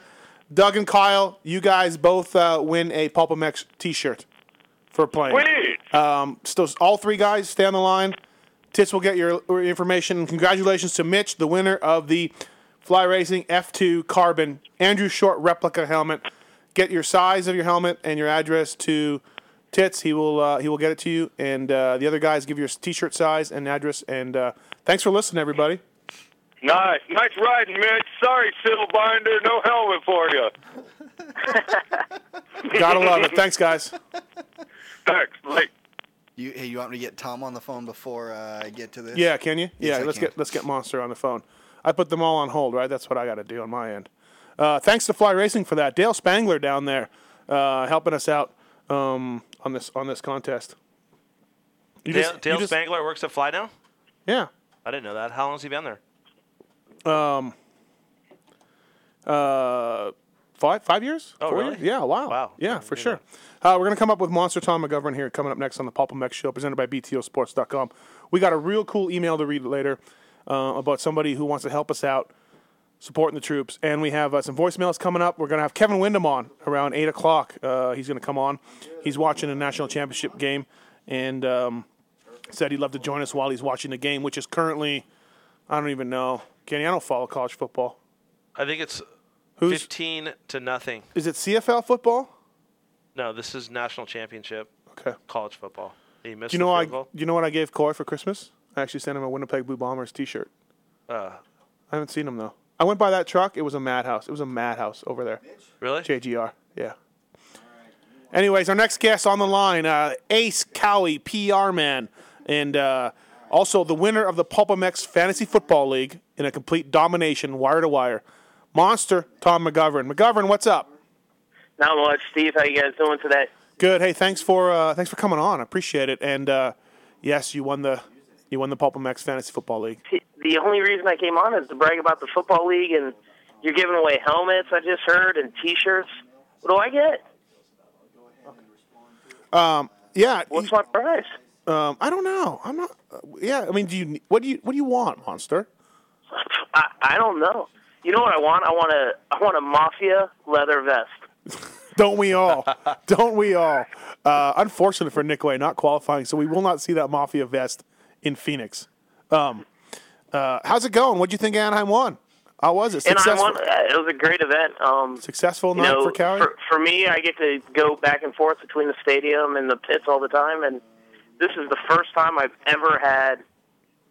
Speaker 5: Doug and Kyle, you guys both uh, win a Pulpamex T-shirt for playing.
Speaker 17: Sweet.
Speaker 5: Um, so all three guys stay on the line. Tits will get your your information. And Congratulations to Mitch, the winner of the Fly Racing F2 Carbon Andrew Short replica helmet. Get your size of your helmet and your address to Tits. He will uh, he will get it to you. And uh, the other guys give your T-shirt size and address. And uh, thanks for listening, everybody.
Speaker 17: Nice, nice riding, Mitch. Sorry, Sybil Binder, no helmet for you.
Speaker 5: <laughs> Gotta love it. Thanks,
Speaker 7: <laughs>
Speaker 5: guys.
Speaker 17: Thanks, Mike.
Speaker 7: You, hey, you want me to get Tom on the phone before uh, I get to this?
Speaker 5: Yeah, can you? yeah,
Speaker 7: Yes, I
Speaker 5: let's
Speaker 7: can.
Speaker 5: get let's get Monster on the phone. I put them all on hold, right? That's what I got to do on my end. Uh, thanks to Fly Racing for that. Dale Spangler down there uh, helping us out um, on this on this contest. You
Speaker 6: Dale,
Speaker 5: just- you
Speaker 6: Dale
Speaker 5: just-
Speaker 6: Spangler works at Fly now.
Speaker 5: Yeah.
Speaker 6: I didn't know that. How long has he been there?
Speaker 5: Um, uh, five five years?
Speaker 6: Oh,
Speaker 5: Four
Speaker 6: really?
Speaker 5: years? Yeah, wow. Wow. Yeah, for sure. Uh, we're going to come up with Monster Tom McGovern here coming up next on the Pulp Mex Show, presented by BTOsports.com. We got a real cool email to read later uh, about somebody who wants to help us out supporting the troops. And we have uh, some voicemails coming up. We're going to have Kevin Windham on around 8 o'clock. Uh, he's going to come on. He's watching a national championship game and um, said he'd love to join us while he's watching the game, which is currently, I don't even know. Kenny, I don't follow college football.
Speaker 6: I think it's 15 to nothing.
Speaker 5: Is it CFL football?
Speaker 6: No, this is national championship.
Speaker 5: Okay.
Speaker 6: College football. You missed
Speaker 5: Do you know
Speaker 6: the
Speaker 5: I?
Speaker 6: field
Speaker 5: Do you know what I gave Corey for Christmas? I actually sent him a Winnipeg Blue Bombers T-shirt.
Speaker 6: goal? Uh,
Speaker 5: I haven't seen him though. I went by that truck. It was a madhouse. It was a madhouse over there.
Speaker 6: Really?
Speaker 5: JGR. Yeah. Anyways, our next guest on the line, uh, Ace Cowie, PR man, and uh, also the winner of the Pulpamex Fantasy Football League in a complete domination, wire to wire. Monster, Tom McGovern. McGovern, what's up?
Speaker 19: Not much, Steve. How you guys doing today?
Speaker 5: Good. Hey, thanks for uh, thanks for coming on. I appreciate it. And uh, yes, you won the you won the Pulpamex Fantasy Football League.
Speaker 19: The only reason I came on is to brag about the football league, and you're giving away helmets. I just heard and T-shirts. What do I get?
Speaker 5: Um, yeah.
Speaker 19: What's my price?
Speaker 5: Um, I don't know. I'm not. uh, yeah. I mean, do you? What do you? What do you want, monster?
Speaker 19: I, I don't know. You know what I want? I want a I want a mafia leather vest.
Speaker 5: Don't
Speaker 19: <laughs>
Speaker 5: we all? don't we all? Uh, unfortunate for Nick Way not qualifying, so we will not see that mafia vest in Phoenix. Um, uh, how's it going? What do you think Anaheim won? How was it?
Speaker 19: and I
Speaker 5: Successful,
Speaker 19: want. It was a great event. Um,
Speaker 5: successful
Speaker 19: uh, you
Speaker 5: night
Speaker 19: know,
Speaker 5: for Cowie.
Speaker 19: for, for me, I get to go back and forth between the stadium and the pits all the time, and this is the first time I've ever had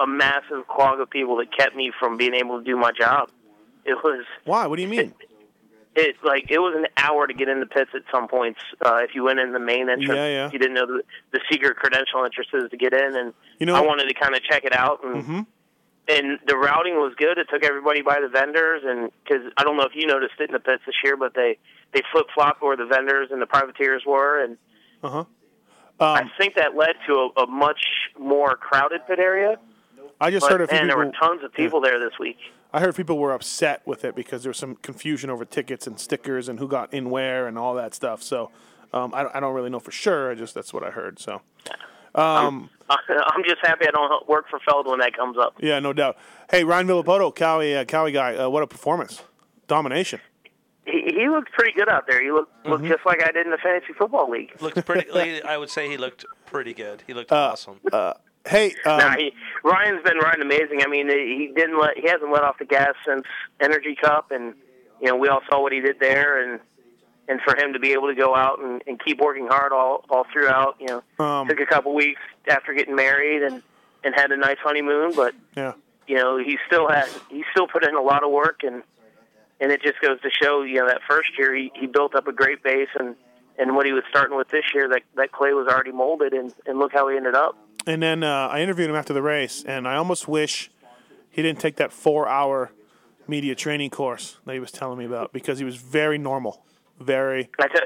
Speaker 19: a massive clog of people that kept me from being able to do my job. It was
Speaker 5: Why? What do you
Speaker 19: <laughs>
Speaker 5: mean?
Speaker 19: it like it was an hour to get in the pits at some points. Uh, if you went in the main entrance,
Speaker 5: Yeah, yeah.
Speaker 19: you didn't know the, the secret credential entrances to get in, and
Speaker 5: You know-
Speaker 19: I wanted to kind of check it out and
Speaker 5: Mm-hmm.
Speaker 19: and the routing was good. It took everybody by the vendors, and because I don't know if you noticed it in the pits this year, but they they flip flopped where the vendors and the privateers were, and
Speaker 5: Uh huh. Um,
Speaker 19: I think that led to a, a much more crowded pit area.
Speaker 5: I just
Speaker 19: But,
Speaker 5: heard a few
Speaker 19: man, there were
Speaker 5: people-
Speaker 19: tons of people there this week. <laughs>
Speaker 5: I heard people were upset with it because there was some confusion over tickets and stickers and who got in where and all that stuff. So um, I, don't- I don't really know for sure. I just that's what I heard. So um,
Speaker 19: I'm just happy I don't work for Feld when that comes up.
Speaker 5: yeah, no doubt. Hey, Ryan Villapoto, Cowie, uh, Cowie guy, uh, what a performance! Domination.
Speaker 19: He, he looked pretty good out there. He looked looked
Speaker 5: Mm-hmm.
Speaker 19: just like I did in the fantasy football league.
Speaker 6: Looked pretty. I would say he looked pretty good. He looked
Speaker 5: Uh,
Speaker 6: awesome.
Speaker 5: uh, hey, um,
Speaker 19: nah, he, Ryan's been riding amazing. I mean, he didn't let he hasn't let off the gas since Energy Cup, and you know we all saw what he did there, and and for him to be able to go out and, and keep working hard all all throughout, you know,
Speaker 5: Um,
Speaker 19: took a couple weeks after getting married and and had a nice honeymoon, but
Speaker 5: <laughs> yeah.
Speaker 19: you know he still had he still put in a lot of work, and and it just goes to show, you know, that first year he, he built up a great base, and and what he was starting with this year, that that clay was already molded, and and look how he ended up.
Speaker 5: And then uh, I interviewed him after the race, and I almost wish he didn't take that four-hour media training course that he was telling me about because he was very normal, very.
Speaker 19: I took,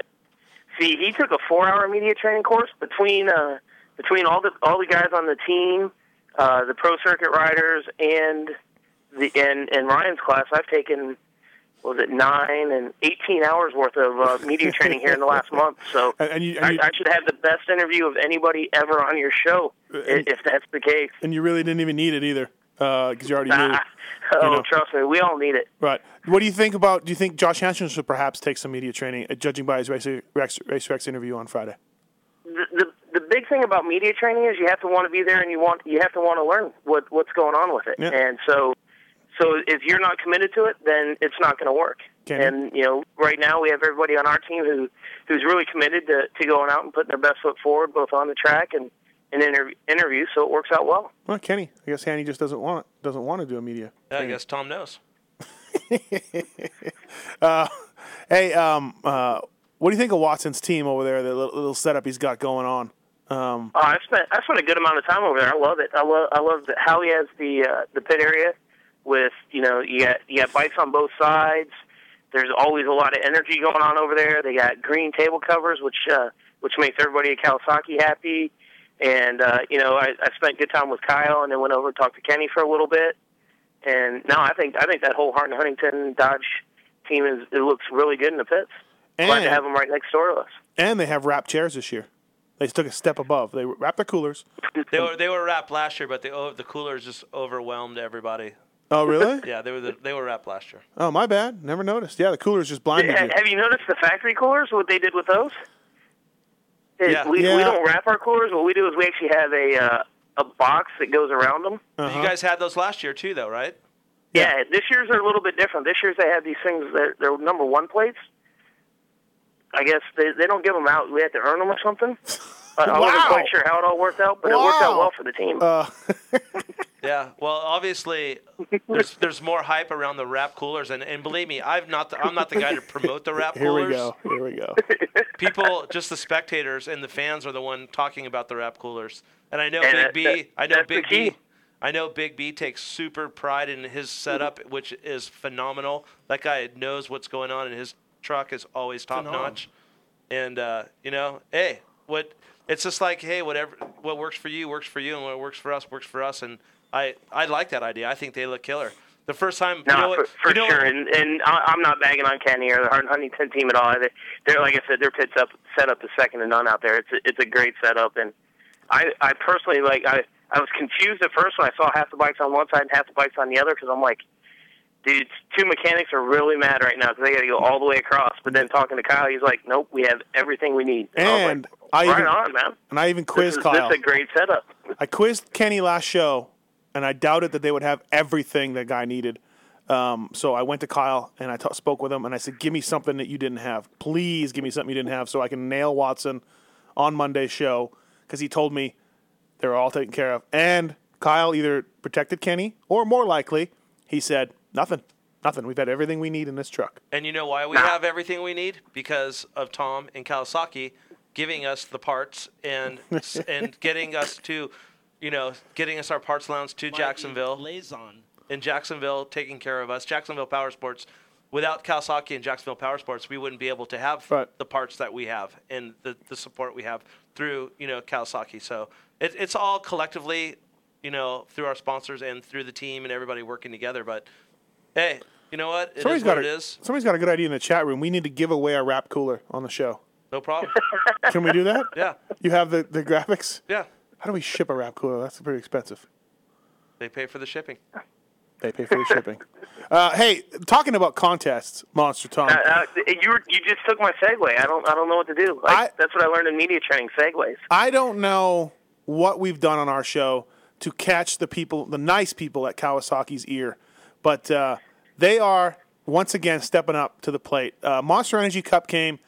Speaker 19: see, he took a four-hour media training course between uh, between all the all the guys on the team, uh, the pro circuit riders, and the and and Ryan's class. I've taken what was it nine and eighteen hours worth of uh, media training here in the last month. So
Speaker 5: <laughs> And, and you and you,
Speaker 19: I, I should have the best interview of anybody ever on your show, i-
Speaker 5: Uh, And-
Speaker 19: if that's the case.
Speaker 5: and you really didn't even need it either because you already knew.
Speaker 19: Nah. <laughs> Oh,
Speaker 5: know.
Speaker 19: trust me, we all need it.
Speaker 5: Right. What do you think about? Do you think Josh Hansen should perhaps take some media training, uh, judging by his race Rex, race Rex interview on Friday?
Speaker 19: the, the the big thing about media training is you have to want to be there and you want you have to want to learn what what's going on with it.
Speaker 5: Yeah.
Speaker 19: And so so if you're not committed to it, then it's not going to work.
Speaker 5: Can-
Speaker 19: And you know, right now we have everybody on our team who who's really committed to to going out and putting their best foot forward both on the track and and interview interviews, so it works out well.
Speaker 5: Well, Kenny, I guess Hanny just doesn't want doesn't want to do a media. <laughs>
Speaker 6: Yeah, I guess Tom
Speaker 19: <laughs>
Speaker 6: knows.
Speaker 5: Uh, hey, um, uh, what do you think of Watson's team over there? The little, little setup he's got going on. Um,
Speaker 19: Oh, I spent I spent a good amount of time over there. I love it. I love I love the, how he has the uh, the pit area with you know you got you got bikes on both sides. There's always a lot of energy going on over there. They got green table covers, which uh, which makes everybody at Kawasaki happy. And uh, you know I, I spent good time with Kyle, and then went over and talked to Kenny for a little bit. And no, I think I think that whole Hart and Huntington Dodge team is it looks really good in the pits. Glad to
Speaker 5: And-
Speaker 19: have them right next door to us.
Speaker 5: and they have wrapped chairs this year. They took a step above. They wrapped their coolers.
Speaker 6: They were they were wrapped last year, but they, oh, the coolers just overwhelmed everybody.
Speaker 5: Oh, really?
Speaker 6: <laughs> yeah, they were the, they were wrapped last year.
Speaker 5: Oh, my bad. Never noticed. Yeah, the cooler's just blinded
Speaker 19: Ha-
Speaker 5: you.
Speaker 19: Have you noticed the factory coolers? What they did with those? It- <laughs>
Speaker 5: Yeah.
Speaker 19: We,
Speaker 5: Yeah.
Speaker 19: we don't wrap our coolers. What we do is we actually have a uh, a box that goes around them.
Speaker 5: Uh-huh.
Speaker 6: You guys had those last year too, though, right?
Speaker 19: Yeah. this year's are a little bit different. This year's they have these things. They're, they're number one plates. I guess they they don't give them out. We had to earn them or something. I, I wasn't
Speaker 6: Wow.
Speaker 19: quite sure how it all worked out, but it worked out
Speaker 6: Wow.
Speaker 19: well for the team.
Speaker 6: Yeah. Well, obviously, there's there's more hype around the wrap coolers, and, and believe me, I'm not the, I'm not the guy to promote the wrap
Speaker 5: <laughs> Here
Speaker 6: coolers.
Speaker 5: we go. Here we
Speaker 19: <laughs>
Speaker 5: go.
Speaker 19: Oh
Speaker 6: People, just the spectators and the fans are the one talking about the wrap coolers. And I know
Speaker 19: And
Speaker 6: Big
Speaker 19: that-
Speaker 6: B. I
Speaker 19: that-
Speaker 6: know
Speaker 19: that's the
Speaker 6: Big
Speaker 19: key.
Speaker 6: B. I know Big B takes super pride in his setup,
Speaker 19: Mm-hmm.
Speaker 6: which is phenomenal. That guy knows what's going on, and his truck is always top notch. And uh, you know, hey, what? It's just like, hey, whatever, what works for you works for you, and what works for us works for us. And I, I like that idea. I think they look killer. The first time,
Speaker 19: No,
Speaker 6: you know,
Speaker 19: for,
Speaker 6: what-
Speaker 19: for
Speaker 6: you know,
Speaker 19: sure. And, and I, I'm not bagging on Kenny or the Hun- Huntington team at all. They- They're like I said, their pit's up setup is second to none out there. It's a, it's a great setup, and I I personally like I I was confused at first when I saw half the bikes on one side and half the bikes on the other because I'm like. Dude, two mechanics are really mad right now because they got to go all the way across. But then talking to Kyle, he's like, "Nope, we have everything we need."
Speaker 5: And I,
Speaker 19: I was like,
Speaker 5: even,
Speaker 19: right on, man.
Speaker 5: and I even
Speaker 19: this
Speaker 5: quizzed
Speaker 19: is,
Speaker 5: Kyle.
Speaker 19: This is a great setup.
Speaker 5: I quizzed Kenny last show, and I doubted that they would have everything that guy needed. Um, so I went to Kyle and I ta- spoke with him, and I said, "Give me something that you didn't have. Please give me something you didn't have, so I can nail Watson on Monday's show." Because he told me they were all taken care of, and Kyle either protected Kenny, or more likely, he said nothing, nothing. We've had everything we need in this truck.
Speaker 6: And you know why we have everything we need? Because of Tom and Kawasaki giving us the parts and and getting us to, you know, getting us our parts lounge to Jacksonville. Liaison. In Jacksonville, taking care of us. Jacksonville Power Sports. Without Kawasaki and Jacksonville Power Sports, we wouldn't be able to have the parts that we have and the, the support we have through, you know, Kawasaki. So it, it's all collectively, you know, through our sponsors and through the team and everybody working together. But hey, you know what? It is
Speaker 5: Somebody's
Speaker 6: what
Speaker 5: got
Speaker 6: it
Speaker 5: a,
Speaker 6: is.
Speaker 5: somebody's got a good idea in the chat room. We need to give away our wrap cooler on the show.
Speaker 6: No problem.
Speaker 5: <laughs> Can we do that?
Speaker 6: <laughs> Yeah.
Speaker 5: You have the, the graphics?
Speaker 6: Yeah.
Speaker 5: How do we ship a wrap cooler? That's pretty expensive.
Speaker 6: They pay for the shipping.
Speaker 5: They pay for the shipping. Uh, hey, talking about contests, Monster Tom.
Speaker 19: Uh, uh, you were, you just took my segue. I don't I don't know what to do. Like, that's what I learned in media training. Segues.
Speaker 5: I don't know what we've done on our show to catch the people, the nice people at Kawasaki's ear, but uh, they are once again stepping up to the plate. Uh, Monster Energy Cup came.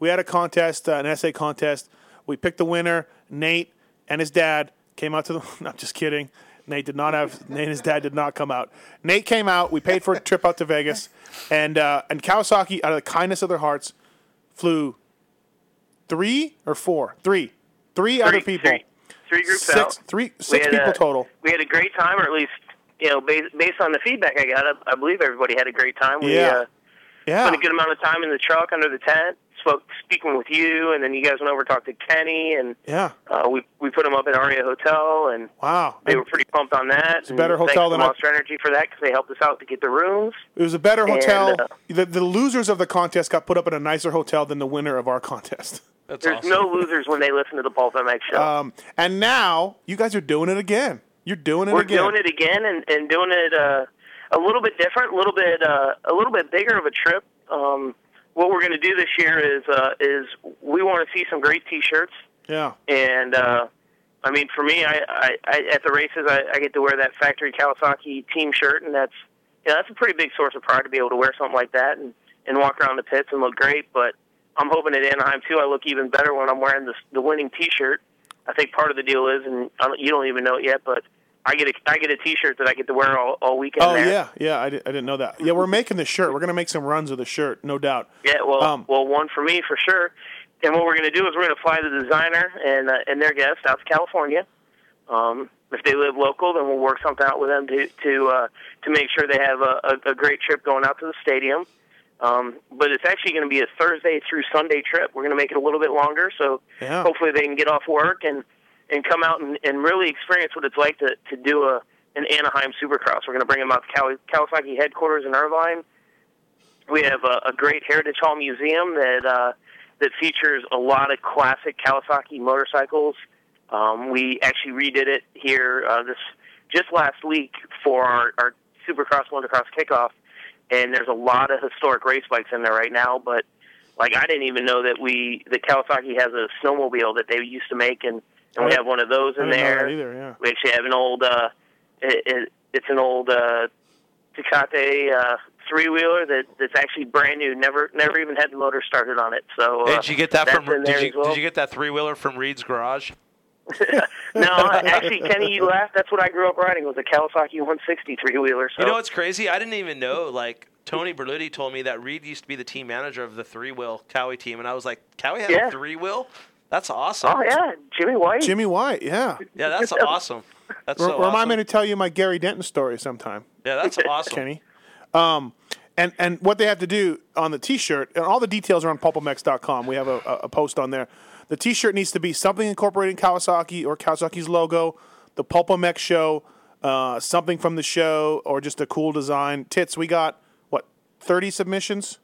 Speaker 5: We had a contest, uh, an essay contest. We picked the winner. Nate and his dad came out to the. <laughs> No, I'm just kidding. Nate did not have. Nate and his dad did not come out. Nate came out. We paid for a trip out to Vegas, and uh, and Kawasaki, out of the kindness of their hearts, flew three or four, three, three other people.
Speaker 19: Three groups
Speaker 5: Six-
Speaker 19: out.
Speaker 5: three-
Speaker 19: We
Speaker 5: six
Speaker 19: had
Speaker 5: people
Speaker 19: a-
Speaker 5: total.
Speaker 19: We had a great time, or at least you know, based, based on the feedback I got, I, I believe everybody had a great time. We,
Speaker 5: Yeah.
Speaker 19: Uh,
Speaker 5: Yeah.
Speaker 19: Spent a good amount of time in the truck under the tent, spoke speaking with you, and then you guys went over and talked to Kenny, and
Speaker 5: Yeah.
Speaker 19: uh, we we put him up at Aria Hotel, and
Speaker 5: Wow.
Speaker 19: they were pretty pumped on that. It's
Speaker 5: a better hotel than I-
Speaker 19: Monster Energy for that because they helped us out to get the rooms.
Speaker 5: It was a better hotel.
Speaker 19: And, uh,
Speaker 5: the, the losers of the contest got put up in a nicer hotel than the winner of our contest. <laughs>
Speaker 19: uh, There's no losers when they listen to the Paul MX show.
Speaker 5: Um, and now you guys are doing it again. You're doing it
Speaker 19: We're
Speaker 5: again.
Speaker 19: doing it again and, and doing it uh, a little bit different, a little bit uh, a little bit bigger of a trip. Um, what we're going to do this year is uh, is we want to see some great T-shirts,
Speaker 5: Yeah.
Speaker 19: and uh, I mean for me, I, I, I at the races I, I get to wear that factory Kawasaki team shirt, and that's you know, that's a pretty big source of pride to be able to wear something like that and, and walk around the pits and look great. But I'm hoping at Anaheim too, I look even better when I'm wearing this, the winning T-shirt. I think part of the deal is, and I don't, you don't even know it yet, but I get a I get a T-shirt that I get to wear all, all weekend.
Speaker 5: Oh
Speaker 19: there.
Speaker 5: yeah, yeah. I, di- I didn't know that. Yeah, we're making the shirt. We're gonna make some runs with the shirt, no doubt.
Speaker 19: Yeah, well,
Speaker 5: Um,
Speaker 19: well, one for me for sure. And what we're going to do is we're going to fly the designer and uh, and their guest out to California. Um, if they live local, then we'll work something out with them to to uh, to make sure they have a, a, a great trip going out to the stadium. Um, but it's actually going to be a Thursday through Sunday trip. We're going to make it a little bit longer, so
Speaker 5: Yeah.
Speaker 19: hopefully they can get off work and and come out and, and really experience what it's like to to do a an Anaheim Supercross. We're going to bring them out to Kawa- Kawasaki headquarters in Irvine. We have a, a great Heritage Hall museum that uh, that features a lot of classic Kawasaki motorcycles. Um, we actually redid it here uh, this just last week for our, our Supercross, Wintercross kickoff, and there's a lot of historic race bikes in there right now. But like I didn't even know that we that Kawasaki has a snowmobile that they used to make, and and we have one of those in
Speaker 5: I didn't know
Speaker 19: there.
Speaker 5: that either, yeah.
Speaker 19: We actually have an old uh, it, it, it's an old uh, Ducati uh, three wheeler that that's actually brand new. Never never even had the motor started on it. So uh,
Speaker 6: Hey, did you get that
Speaker 19: that's
Speaker 6: from?
Speaker 19: in there
Speaker 6: Did
Speaker 19: as
Speaker 6: you,
Speaker 19: well. <laughs>
Speaker 6: did you get that three wheeler from Reed's garage?
Speaker 19: No, actually, Kenny, you laughed. That's what I grew up riding was a Kawasaki 160 three wheeler. So
Speaker 6: You know what's crazy? I didn't even know. Like Tony Berluti told me that Reed used to be the team manager of the three wheel Cowie team, and I was like, Cowie had
Speaker 19: Yeah.
Speaker 6: a three wheel? That's awesome.
Speaker 19: oh, Jimmy White.
Speaker 5: Jimmy White, yeah.
Speaker 6: Yeah,
Speaker 19: <laughs>
Speaker 6: that's awesome. That's
Speaker 5: R-
Speaker 6: so
Speaker 5: remind
Speaker 6: awesome.
Speaker 5: me to tell you my Gary Denton story sometime.
Speaker 6: Yeah,
Speaker 5: <laughs>
Speaker 6: that's awesome.
Speaker 5: Kenny. Um, and, and what they have to do on the T-shirt, and all the details are on pulpamex.com. We have a, a, a post on there. The T-shirt needs to be something incorporating Kawasaki or Kawasaki's logo, the Pulpamex show, uh, something from the show, or just a cool design. Tits, we got, what, 30 submissions?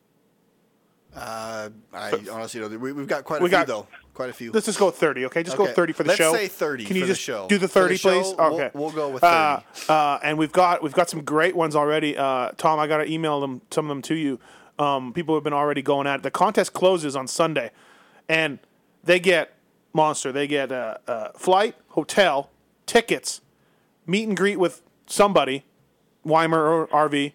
Speaker 7: Uh, I honestly don't. We, we've got quite a
Speaker 5: We
Speaker 7: few
Speaker 5: got-
Speaker 7: though. Quite a few.
Speaker 5: Let's just go with 30, okay? Just go
Speaker 7: Okay.
Speaker 5: with 30 for the
Speaker 7: Let's
Speaker 5: show.
Speaker 7: say 30
Speaker 5: Can you
Speaker 7: for the
Speaker 5: just
Speaker 7: show.
Speaker 5: do the
Speaker 7: For the
Speaker 5: 30,
Speaker 7: show,
Speaker 5: please?
Speaker 7: we'll-
Speaker 5: Okay.
Speaker 7: we'll go with
Speaker 5: Uh, uh, and we've got we've got some great ones already. Uh, Tom, I got to email them some of them to you. Um, people have been already going at it. The contest closes on Sunday, and they get monster. They get uh, uh, flight, hotel, tickets, meet and greet with somebody, Weimer or RV.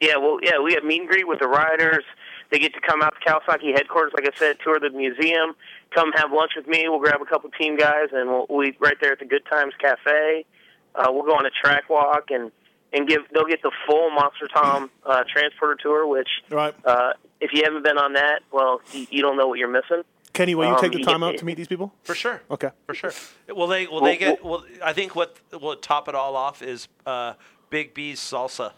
Speaker 19: Yeah, well, yeah, we have meet and greet with the riders. They get to come out to Kawasaki headquarters, like I said, tour the museum, come have lunch with me. We'll grab a couple team guys, and we'll we right there at the Good Times Cafe. Uh, we'll go on a track walk and and give. They'll get the full Monster Tom uh, transporter tour, which
Speaker 5: Right.
Speaker 19: uh, if you haven't been on that, well, you, you don't know what you're missing.
Speaker 5: Kenny, will you
Speaker 19: Um,
Speaker 5: take the
Speaker 19: you
Speaker 5: time
Speaker 19: get-
Speaker 5: out to meet these people?
Speaker 6: For sure.
Speaker 5: Okay.
Speaker 6: For sure. Well, they well
Speaker 5: Well,
Speaker 6: they get well. I think what will top it all off is uh, Big B's salsa.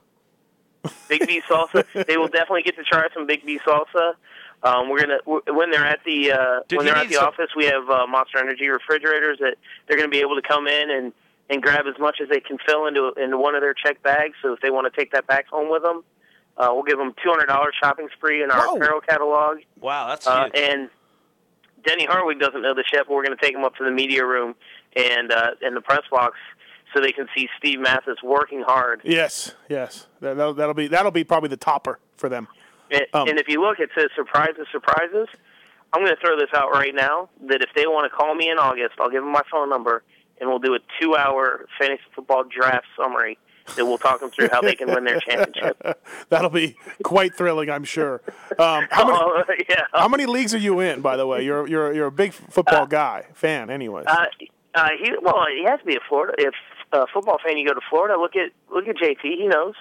Speaker 19: Big B salsa. they will definitely get to try some Big B salsa. Um, we're gonna w- when they're at the uh,
Speaker 6: Dude,
Speaker 19: when
Speaker 6: you
Speaker 19: they're at
Speaker 6: need
Speaker 19: the
Speaker 6: some-
Speaker 19: office, we have uh, Monster Energy refrigerators that they're gonna be able to come in and and grab as much as they can fill into into one of their check bags. So if they want to take that back home with them, uh, we'll give them two hundred dollars shopping spree in our apparel catalog.
Speaker 6: Wow, that's
Speaker 19: Uh,
Speaker 6: huge.
Speaker 19: and Denny Harwig doesn't know this yet, but we're going to take him up to the media room and uh, and the press box so they can see Steve Mathis working hard
Speaker 5: Yes, yes. That, that'll, that'll be that'll be probably the topper for them.
Speaker 19: And,
Speaker 5: Um,
Speaker 19: and if you look, it says surprises, surprises. I'm going to throw this out right now that if they want to call me in August, I'll give them my phone number and we'll do a two hour fantasy football draft summary that will talk them through how they can win
Speaker 5: <laughs>
Speaker 19: their championship.
Speaker 5: That'll be quite thrilling, I'm sure. Um, how, many,
Speaker 19: <laughs> Oh, yeah.
Speaker 5: how many leagues are you in, by the way? You're you're you're a big football guy, fan, anyways.
Speaker 19: Uh, uh, he, well, he has to be a Florida. If a football fan, you go to Florida. Look at look at JT. He knows.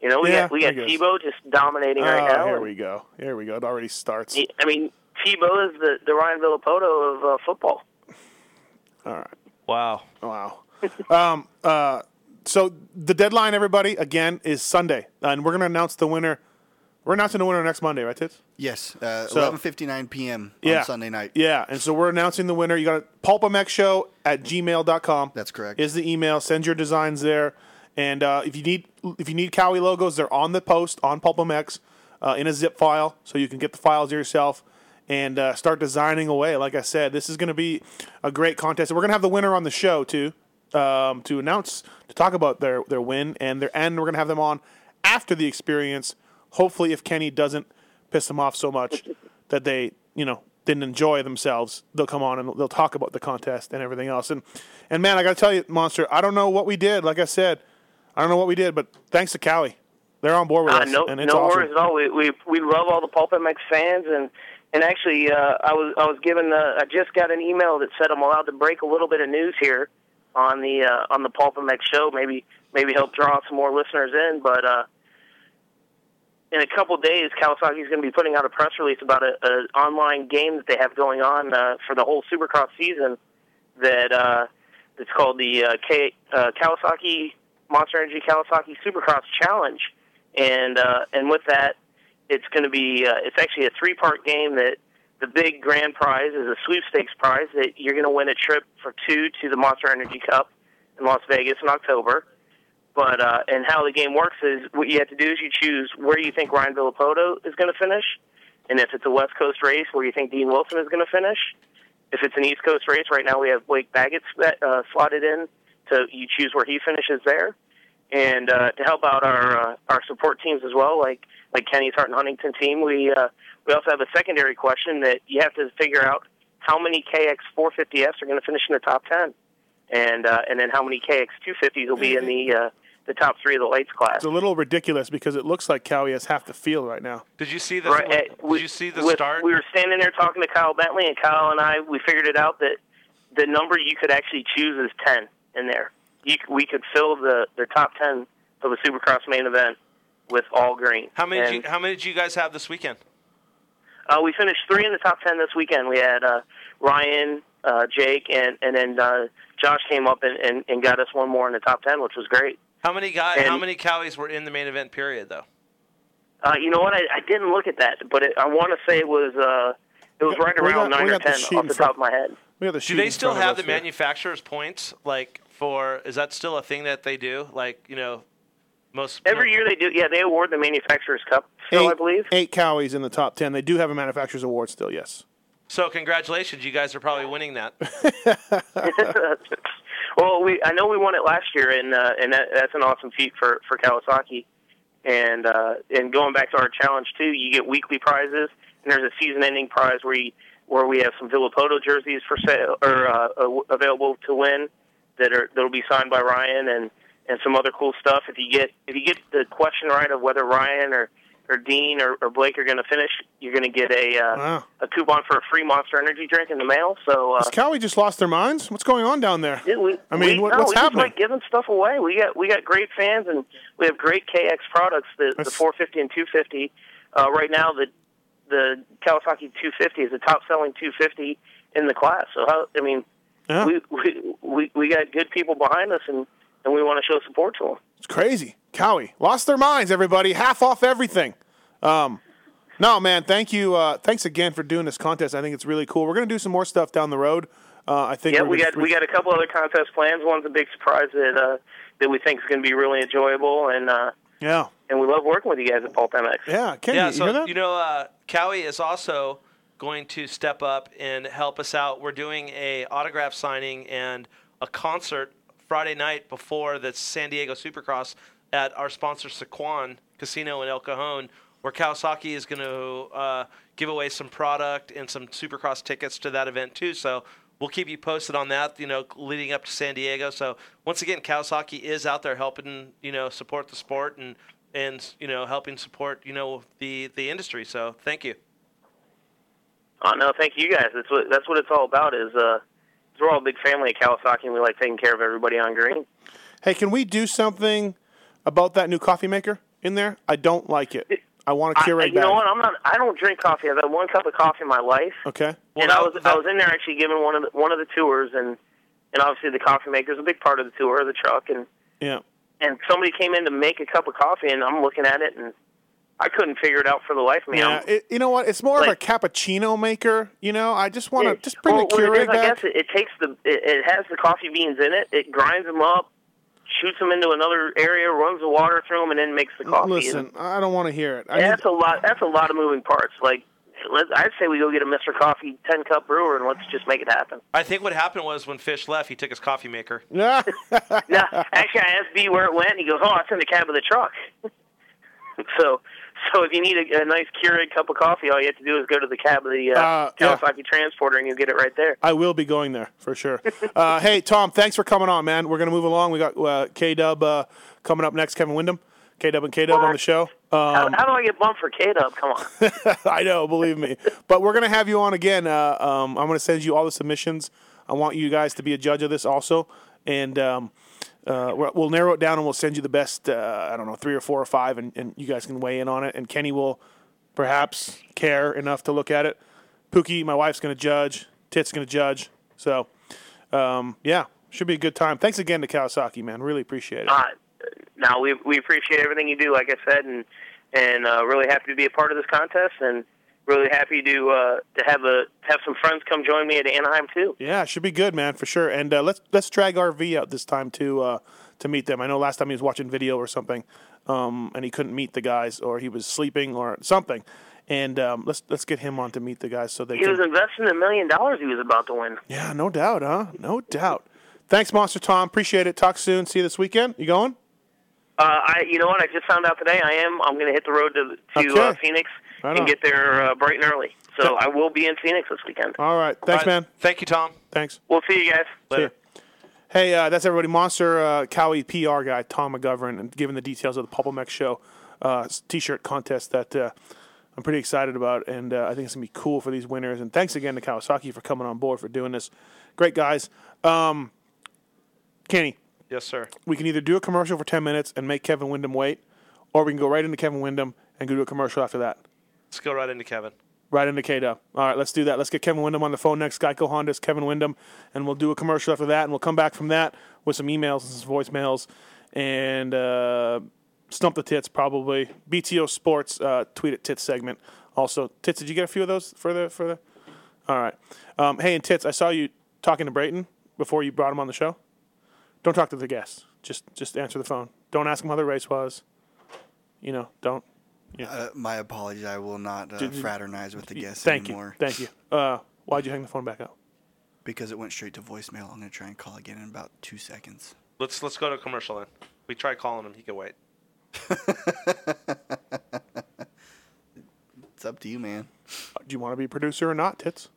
Speaker 19: You know, we
Speaker 5: Yeah,
Speaker 19: got we
Speaker 5: I
Speaker 19: got
Speaker 5: guess.
Speaker 19: Tebow just dominating
Speaker 5: Oh,
Speaker 19: right now.
Speaker 5: here we go. Here we go. It already starts.
Speaker 19: He- I mean, Tebow is the, the Ryan Villapoto of uh, football.
Speaker 5: All right.
Speaker 6: Wow.
Speaker 5: Wow. um, uh, so the deadline, everybody, again, is Sunday, and we're gonna announce the winner. We're announcing the winner next Monday, right, Tits?
Speaker 7: Yes, uh,
Speaker 5: So-
Speaker 7: 11:59 p.m.
Speaker 5: Yeah.
Speaker 7: on Sunday night.
Speaker 5: Yeah, and so we're announcing the winner. You got to show at gmail.com. That's correct. Is the email. Send your designs there. And uh, if you need if you need Cowie logos, they're on the post on Pulpamex uh, in a zip file, so you can get the files yourself and uh, start designing away. Like I said, this is going to be a great contest. We're going to have the winner on the show too um, to announce to talk about their their win and their and we're going to have them on after the experience. Hopefully, if Kenny doesn't piss them off
Speaker 19: <laughs>
Speaker 5: so much that they, you know, didn't enjoy themselves. They'll come on and they'll talk about the contest and everything else. And and man, I gotta tell you, Monster, I don't know what we did. Like I said, I don't know what we did, but thanks to Cowie, they're on board with
Speaker 19: Uh,
Speaker 5: us,
Speaker 19: no,
Speaker 5: and
Speaker 19: no
Speaker 5: it's awesome.
Speaker 19: worries at all. We, we we love all the Pulp MX fans, and and actually, uh, I was I was given the I just got an email that said I'm allowed to break a little bit of news here on the uh, on the Pulp MX show. Maybe maybe help draw some more listeners in, but. uh in a couple days, Kawasaki's going to be putting out a press release about a, a online game that they have going on uh, for the whole Supercross season. That uh, it's called the uh, K, uh, Kawasaki Monster Energy Kawasaki Supercross Challenge, and uh, and with that, it's going to be uh, it's actually a three part game that the big grand prize is a sweepstakes prize that you're going to win a trip for two to the Monster Energy Cup in Las Vegas in October. But uh, and how the game works is what you have to do is you choose where you think Ryan Villapoto is going to finish, and if it's a West Coast race, where you think Dean Wilson is going to finish. If it's an East Coast race, right now we have Blake Baggett sp- uh, slotted in, so you choose where he finishes there. and uh, to help out our uh, our support teams as well, like like Kenny's Hart and Huntington team. We uh, we also have a secondary question that you have to figure out how many KX 450s are going to finish in the top ten, and uh, and then how many KX 250s will be in the uh, the top three of the lights class.
Speaker 5: It's a little ridiculous because it looks like Cowie has half the field right now.
Speaker 6: Did you see
Speaker 5: the-
Speaker 19: did you see the start? eh, We were standing there talking to Kyle Bentley, and Kyle and I we figured it out that the number you could actually choose is ten in there. You, c- we could fill the the top ten of the Supercross main event with all green.
Speaker 6: How many?
Speaker 19: And,
Speaker 6: Did you, how many did you guys have this weekend?
Speaker 19: uh, we finished three in the top ten this weekend. We had uh, Ryan, uh, Jake, and and then uh, Josh came up and, and and got us one more in the top ten, which was great.
Speaker 6: How many guys?
Speaker 19: And-
Speaker 6: how many Cowies were in the main event period though?
Speaker 19: Uh, you know what? I, I didn't look at that, but it, I want to say it was uh, it was right
Speaker 6: We
Speaker 19: around
Speaker 6: got- we
Speaker 19: nine or
Speaker 6: got the
Speaker 19: ten
Speaker 6: sheet
Speaker 19: off
Speaker 6: in
Speaker 19: the
Speaker 6: front-
Speaker 19: top of my head.
Speaker 5: We have the
Speaker 6: Do they still have the manufacturer's points? Like for is that still a thing that they do? Like you know, most
Speaker 19: Every year they do. Yeah, they award the manufacturers cup.
Speaker 5: Eight, I believe eight Cowies in the top ten. They do have a manufacturers award still. Yes.
Speaker 6: So congratulations, you guys are probably winning that.
Speaker 19: well, we I know we won it last year, and uh, and that, that's an awesome feat for for Kawasaki. And uh, and going back to our challenge too, you get weekly prizes, and there's a season-ending prize where you, where we have some Villapoto jerseys for sale or uh, a- available to win that are that'll be signed by Ryan and and some other cool stuff. If you get if you get the question right of whether Ryan or or Dean or, or Blake are going to finish, you're going to get a uh,
Speaker 5: Wow.
Speaker 19: a coupon for a free Monster Energy drink in the mail. So uh,
Speaker 5: Has Cowie just lost their minds? What's going on down there?
Speaker 19: yeah, we,
Speaker 5: I mean,
Speaker 19: we,
Speaker 5: what-
Speaker 19: no,
Speaker 5: what's
Speaker 19: we just
Speaker 5: happening?
Speaker 19: like giving stuff away. We got we got great fans, and we have great KX products. The, the 450 and 250. Uh, right now, the the Kawasaki 250 is the top selling 250 in the class. So how, I mean,
Speaker 5: Yeah.
Speaker 19: we, we we we got good people behind us, and and we want to show support to them.
Speaker 5: It's crazy. Cowie lost their minds. Everybody, half off everything. Um, no, man. Thank you. Uh, thanks again for doing this contest. I think it's really cool. We're gonna do some more stuff down the road. Uh, I think.
Speaker 19: Yeah,
Speaker 5: we're
Speaker 19: we
Speaker 5: gonna-
Speaker 19: got we got a couple other contest plans. One's a big surprise that uh, that we think is going to be really enjoyable, and uh,
Speaker 5: Yeah.
Speaker 19: and we love working with you guys at Pulp MX.
Speaker 5: Yeah,
Speaker 6: yeah, so you know, uh, Cowie is also going to step up and help us out. We're doing a autograph signing and a concert Friday night before the San Diego Supercross at our sponsor Sequan Casino in El Cajon, where Kawasaki is going to uh, give away some product and some Supercross tickets to that event too. So. We'll keep you posted on that, you know, leading up to San Diego. So once again, Kawasaki is out there helping, you know, support the sport and and you know helping support you know the the industry. So thank you.
Speaker 19: Oh no, thank you guys. That's what that's what it's all about. Is uh, 'cause we're all a big family at Kawasaki, and we like taking care of everybody on green.
Speaker 5: Hey, can we do something about that new coffee maker in there? I don't like it. I want to
Speaker 19: I,
Speaker 5: curate
Speaker 19: you know
Speaker 5: bags.
Speaker 19: what? I'm not. I don't drink coffee. I've had one cup of coffee in my life,
Speaker 5: Okay.
Speaker 19: and I was I was in there actually giving one of the, one of the tours, and and obviously the coffee maker's a big part of the tour of the truck, and
Speaker 5: Yeah.
Speaker 19: and somebody came in to make a cup of coffee, and I'm looking at it, and I couldn't figure it out for the life of me.
Speaker 5: Yeah,
Speaker 19: I'm-
Speaker 5: it, you know what? It's more of a cappuccino maker. You know, I just want to just bring
Speaker 19: well,
Speaker 5: the
Speaker 19: what it is,
Speaker 5: Keurig
Speaker 19: I
Speaker 5: back.
Speaker 19: guess it, it takes the it, it has the coffee beans in it. It grinds them up, shoots them into another area, runs the water through them, and then makes the coffee.
Speaker 5: Listen, I don't want to hear it. I
Speaker 19: And that's a lot. That's a lot of moving parts. Like, let, I'd say we go get a Mister Coffee ten cup brewer and let's just make it
Speaker 5: <laughs>
Speaker 19: happen.
Speaker 6: I think what happened was when Fish left, he took his coffee maker.
Speaker 5: no,
Speaker 19: actually, I asked B where it went. And he goes, "Oh, it's in the cab of the truck." <laughs> so, so if you need a, a nice Keurig cup of coffee, all you have to do is go to the cab of the uh,
Speaker 5: Uh, yeah.
Speaker 19: Kawasaki transporter, and you'll get it right there.
Speaker 5: I will be going there for sure. uh, hey, Tom, thanks for coming on, man. We're gonna move along. We got uh, K Dub uh, coming up next. Kevin Wyndham, K Dub and K Dub on the show.
Speaker 19: How,
Speaker 5: Um,
Speaker 19: how do I get bumped for K Dub? Come on.
Speaker 5: <laughs> I know, believe me. But we're gonna have you on again. Uh, um, I'm gonna send you all the submissions. I want you guys to be a judge of this also, and um, uh, we're- we'll narrow it down and we'll send you the best. Uh, I don't know, three or four or five, and, and you guys can weigh in on it. And Kenny will perhaps care enough to look at it. Pookie, my wife's gonna judge. Tit's gonna judge. So, um, yeah, should be a good time. Thanks again to Kawasaki, man. Really appreciate it.
Speaker 19: Uh, no, we we appreciate everything you do, like I said, and and uh, really happy to be a part of this contest, and really happy to uh, to have a have some friends come join me at Anaheim too.
Speaker 5: Yeah, should be good, man, for sure. And uh, let's let's drag RV out this time to uh, to meet them. I know last time he was watching video or something, um, and he couldn't meet the guys, or he was sleeping or something. And um, let's let's get him on to meet the guys so they
Speaker 19: He was
Speaker 5: can.
Speaker 19: investing a million dollars he was about to win.
Speaker 5: Yeah, no doubt, huh? No doubt. Thanks, Monster Tom. Appreciate it. Talk soon. See you this weekend. You going?
Speaker 19: Uh, I, you know what? I just found out today. I am. I'm going to hit the road to to uh,
Speaker 5: Okay.
Speaker 19: Phoenix
Speaker 5: Right on.
Speaker 19: and get there uh, bright and early. So I will be in Phoenix this weekend.
Speaker 5: All right. Thanks, man.
Speaker 6: Thank you, Tom.
Speaker 5: Thanks.
Speaker 19: We'll see you guys.
Speaker 5: Later. Hey, uh, that's everybody. Monster uh, Cowie PR guy Tom McGovern, and giving the details of the Pulpamex show uh, s- T-shirt contest that uh, I'm pretty excited about, and uh, I think it's gonna be cool for these winners. And thanks again to Kawasaki for coming on board for doing this. Great guys. Um, Kenny,
Speaker 6: Yes, sir.
Speaker 5: we can either do a commercial for 10 minutes and make Kevin Wyndham wait, or we can go right into Kevin Wyndham and go do a commercial after that.
Speaker 6: Let's go right into Kevin.
Speaker 5: Right into K Dub. All right, let's do that. Let's get Kevin Wyndham on the phone next. Geico Honda's Kevin Wyndham, and we'll do a commercial after that, and we'll come back from that with some emails and some voicemails, and uh, stump the tits probably. BTO Sports uh, tweet at tits segment. Also, tits, did you get a few of those for the for the? All right. Um, hey, and tits, I saw you talking to Brayton before you brought him on the show. Don't talk to the guests. Just just answer the phone. Don't ask him how the race was. You know, don't.
Speaker 7: Uh, my apologies. I will not uh,
Speaker 5: Did you-
Speaker 7: fraternize with the guests
Speaker 5: Thank
Speaker 7: anymore.
Speaker 5: you. Thank you. Uh, why'd you hang the phone back up?
Speaker 7: Because it went straight to voicemail. I'm going to try and call again in about two seconds.
Speaker 6: Let's let's go to commercial then. We try calling him. He can wait.
Speaker 7: It's up to you, man.
Speaker 5: Uh, Do you want to be a producer or not, Tits?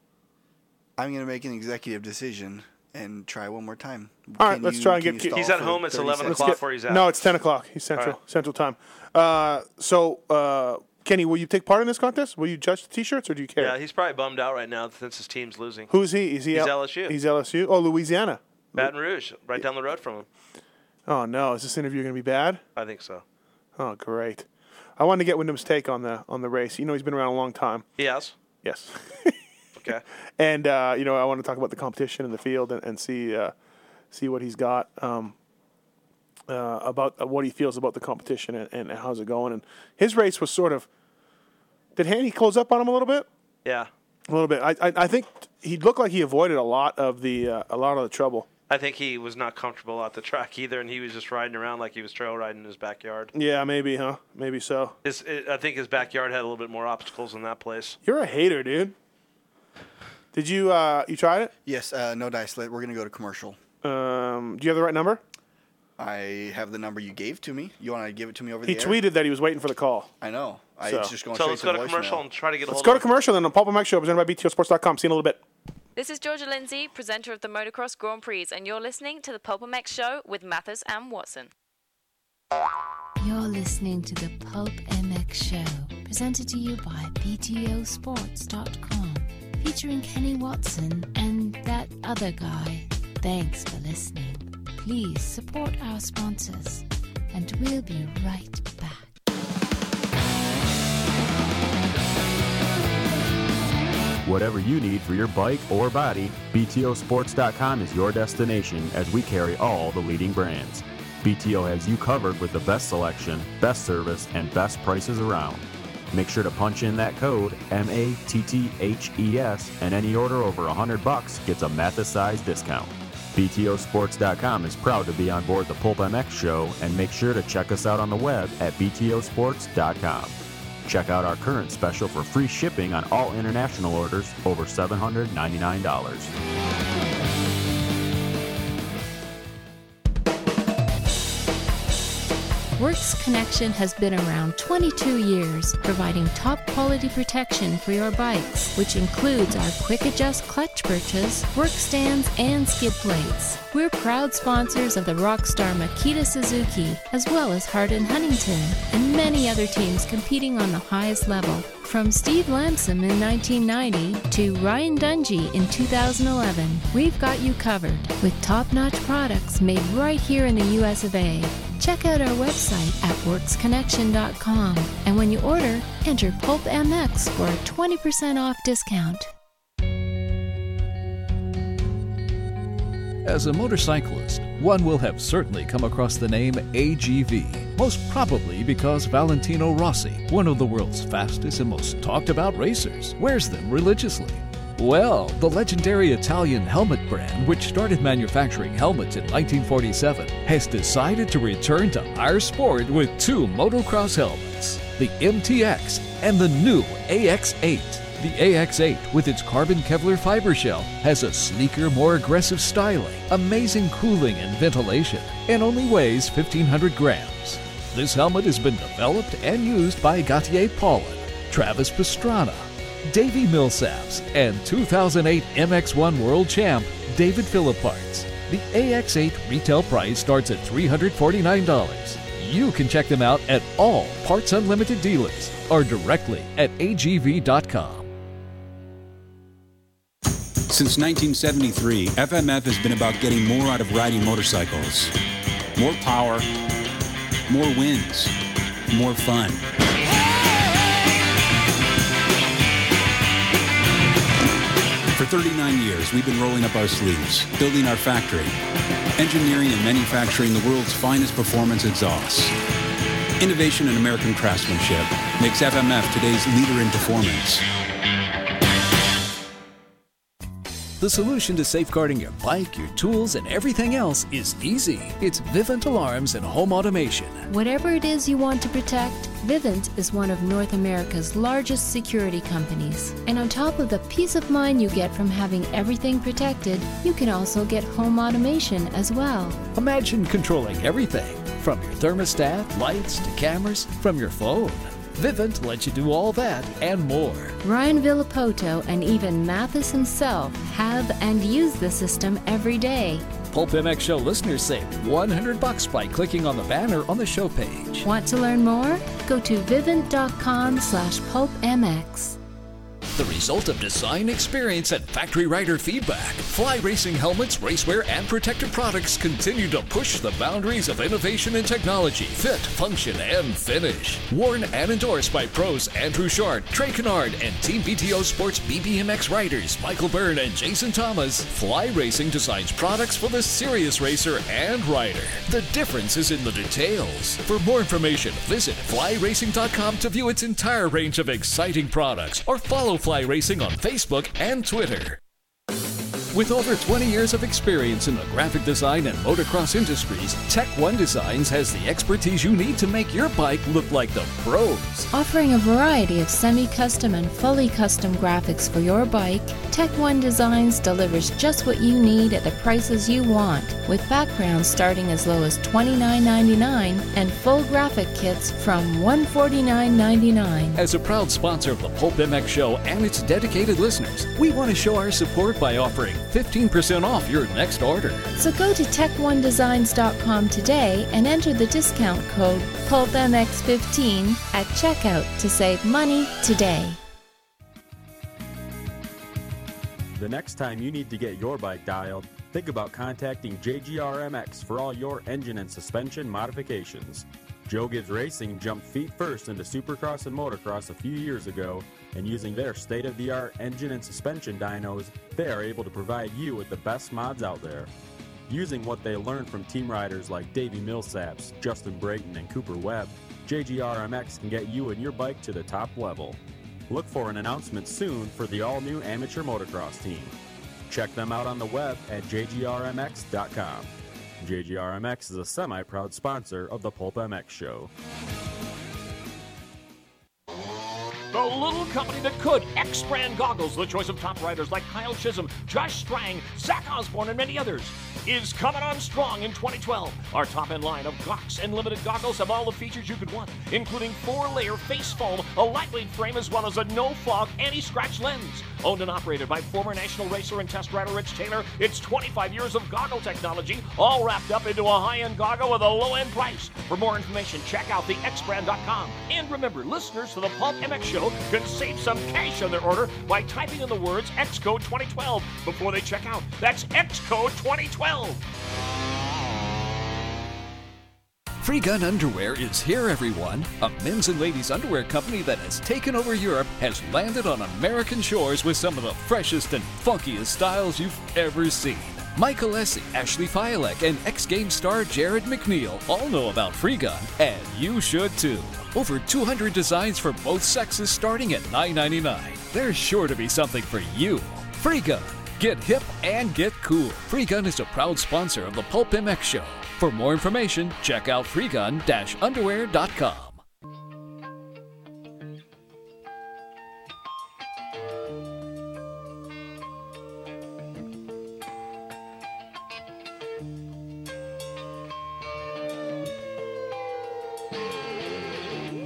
Speaker 7: I'm going to make an executive decision and try one more time.
Speaker 5: All right,
Speaker 7: Can
Speaker 5: let's
Speaker 7: you-
Speaker 5: try and
Speaker 7: can
Speaker 5: get.
Speaker 7: you
Speaker 5: Ke-
Speaker 7: stall for 30
Speaker 5: Let's
Speaker 7: seconds?
Speaker 5: get- No, it's ten o'clock. He's central
Speaker 7: All
Speaker 5: central time. Uh, so, uh, Kenny, will you take part in this contest? Will you judge the t-shirts, or do you care?
Speaker 6: Yeah, he's probably bummed out right now since his team's losing.
Speaker 5: Who's he? Is he
Speaker 6: He's
Speaker 5: L-
Speaker 6: LSU.
Speaker 5: He's LSU. Oh, Louisiana.
Speaker 6: Baton Rouge, right down the road from him.
Speaker 5: Oh no, is this interview going to be bad?
Speaker 6: I think so.
Speaker 5: Oh great. I wanted to get Wyndham's take on the on the race. You know, he's been around a long time.
Speaker 6: Yes.
Speaker 5: <laughs> Yes.
Speaker 6: Okay.
Speaker 5: and uh, you know, I want to talk about the competition in the field and, and see uh, see what he's got um, uh, about uh, what he feels about the competition and, and how's it going. And his race was sort of did Haney close up on him a little bit?
Speaker 6: Yeah.
Speaker 5: A little bit. I I, I think he looked like he avoided a lot of the uh, a lot of the trouble.
Speaker 6: I think he was not comfortable at the track either, and he was just riding around like he was trail riding in his backyard.
Speaker 5: Yeah, maybe, huh? Maybe so.
Speaker 6: His, it, I think his backyard had a little bit more obstacles in that place.
Speaker 5: You're a hater, dude. Did you uh, you tried it?
Speaker 7: Yes, uh, no dice. Let- We're going to go to commercial.
Speaker 5: Um, do you have the right number?
Speaker 7: I have the number you gave to me. You want to give it to me over
Speaker 5: He
Speaker 7: the air?
Speaker 5: tweeted that he was waiting for the call.
Speaker 7: I know. I,
Speaker 5: So-
Speaker 7: Uh, it's just going
Speaker 5: So
Speaker 7: straight
Speaker 5: let's
Speaker 7: to
Speaker 5: go to
Speaker 7: voicemail.
Speaker 5: commercial
Speaker 6: and try to get
Speaker 5: Let's go to commercial then on Pulp and Mike Show presented by BTOsports.com. See you in a little bit.
Speaker 10: This is Georgia Lindsay, presenter of the Motocross Grand Prix, and you're listening to the Pulpamex Show with Mathers and Watson.
Speaker 13: You're listening to the Pulp MX Show, presented to you by BTOsports.com, featuring Kenny Watson and that other guy. Thanks for listening. Please support our sponsors, and we'll be right back.
Speaker 12: Whatever you need for your bike or body, BTOsports.com is your destination as we carry all the leading brands. BTO has you covered with the best selection, best service, and best prices around. Make sure to punch in that code MATTHES E and any order over 100 bucks gets a Mathis size discount. BTOsports.com is proud to be on board the Pulp MX show and make sure to check us out on the web at BTOsports.com. Check out our current special for free shipping on all international orders over $799.
Speaker 13: Works Connection has been around 22 years, providing top quality protection for your bikes, which includes our quick adjust clutch perches, work stands, and skid plates. We're proud sponsors of the rockstar Makita Suzuki, as well as Hardin Huntington, and many other teams competing on the highest level. From Steve Lamson in 1990 to Ryan Dungey in 2011, we've got you covered with top notch products made right here in the US of A. Check out our website at worksconnection.com and when you order, enter PulpMX for a 20% off discount.
Speaker 11: As a motorcyclist, one will have certainly come across the name AGV, most probably because Valentino Rossi, one of the world's fastest and most talked about racers, wears them religiously. Well, the legendary Italian helmet brand, which started manufacturing helmets in 1947, has decided to return to our sport with two motocross helmets the MTX and the new AX8. The AX8, with its carbon Kevlar fiber shell, has a sleeker, more aggressive styling, amazing cooling and ventilation, and only weighs 1,500 grams. This helmet has been developed and used by Gautier Paulin, Travis Pastrana, Davey Millsaps, and 2008 MX1 World Champ David Philipparts. The AX8 retail price starts at $349. You can check them out at all Parts Unlimited dealers or directly at agv.com.
Speaker 14: Since 1973, FMF has been about getting more out of riding motorcycles. More power, more wins, more fun. For 39 years, we've been rolling up our sleeves, building our factory, engineering and manufacturing the world's finest performance exhausts. Innovation and American craftsmanship makes FMF today's leader in performance.
Speaker 11: The solution to safeguarding your bike, your tools, and everything else is easy. It's Vivint Alarms and Home Automation.
Speaker 13: Whatever it is you want to protect, Vivint is one of North America's largest security companies. And on top of the peace of mind you get from having everything protected, you can also get home automation as well.
Speaker 11: Imagine controlling everything from your thermostat, lights, to cameras, from your phone. Vivint lets you do all that and more.
Speaker 13: Ryan Villapoto and even Mathis himself have and use the system every day.
Speaker 11: Pulp MX Show listeners save 100 bucks by clicking on the banner on the show page.
Speaker 13: Want to learn more? Go to vivint.com slash pulpmx.
Speaker 11: The result of design experience and factory rider feedback. Fly Racing helmets, racewear, and protective products continue to push the boundaries of innovation and technology. Fit, function, and finish. Worn and endorsed by pros Andrew Short, Trey Kennard, and Team BTO Sports BBMX riders Michael Byrne and Jason Thomas. Fly Racing designs products for the serious racer and rider. The difference is in the details. For more information, visit flyracing.com to view its entire range of exciting products or follow Fly Racing on Facebook and Twitter. With over 20 years of experience in the graphic design and motocross industries, Tech One Designs has the expertise you need to make your bike look like the pros.
Speaker 13: Offering a variety of semi custom and fully custom graphics for your bike, Tech One Designs delivers just what you need at the prices you want, with backgrounds starting as low as $29.99 and full graphic kits from $149.99.
Speaker 11: As a proud sponsor of the Pulp MX Show and its dedicated listeners, we want to show our support by offering 15% off your next order.
Speaker 13: So go to tech1designs.com today and enter the discount code PULPMX15 at checkout to save money today.
Speaker 12: The next time you need to get your bike dialed, think about contacting JGRMX for all your engine and suspension modifications. Joe Gibbs Racing jumped feet first into supercross and motocross a few years ago, and using their state of the art engine and suspension dynos, they are able to provide you with the best mods out there. Using what they learned from team riders like Davey Millsaps, Justin Brayton, and Cooper Webb, JGRMX can get you and your bike to the top level. Look for an announcement soon for the all new amateur motocross team. Check them out on the web at jgrmx.com. JGRMX is a semi proud sponsor of the Pulp MX show.
Speaker 15: The little company that could. X brand goggles, the choice of top riders like Kyle Chisholm, Josh Strang, Zach Osborne, and many others, is coming on strong in 2012. Our top end line of Gox and limited goggles have all the features you could want, including four layer face foam, a lightweight frame, as well as a no fog anti scratch lens. Owned and operated by former national racer and test rider Rich Taylor, it's 25 years of goggle technology, all wrapped up into a high end goggle with a low end price. For more information, check out thexbrand.com. And remember, listeners to the Pulp MX Show can save some cash on their order by typing in the words Xcode 2012 before they check out. That's Xcode 2012.
Speaker 11: Free Gun Underwear is here, everyone. A men's and ladies' underwear company that has taken over Europe has landed on American shores with some of the freshest and funkiest styles you've ever seen. Michael Essie, Ashley Fialek, and ex game star Jared McNeil all know about Free Gun, and you should too. Over 200 designs for both sexes starting at $9.99. There's sure to be something for you. Free Gun. Get hip and get cool. Free Gun is a proud sponsor of the Pulp MX Show. For more information, check out freegun-underwear.com.
Speaker 9: Thank you.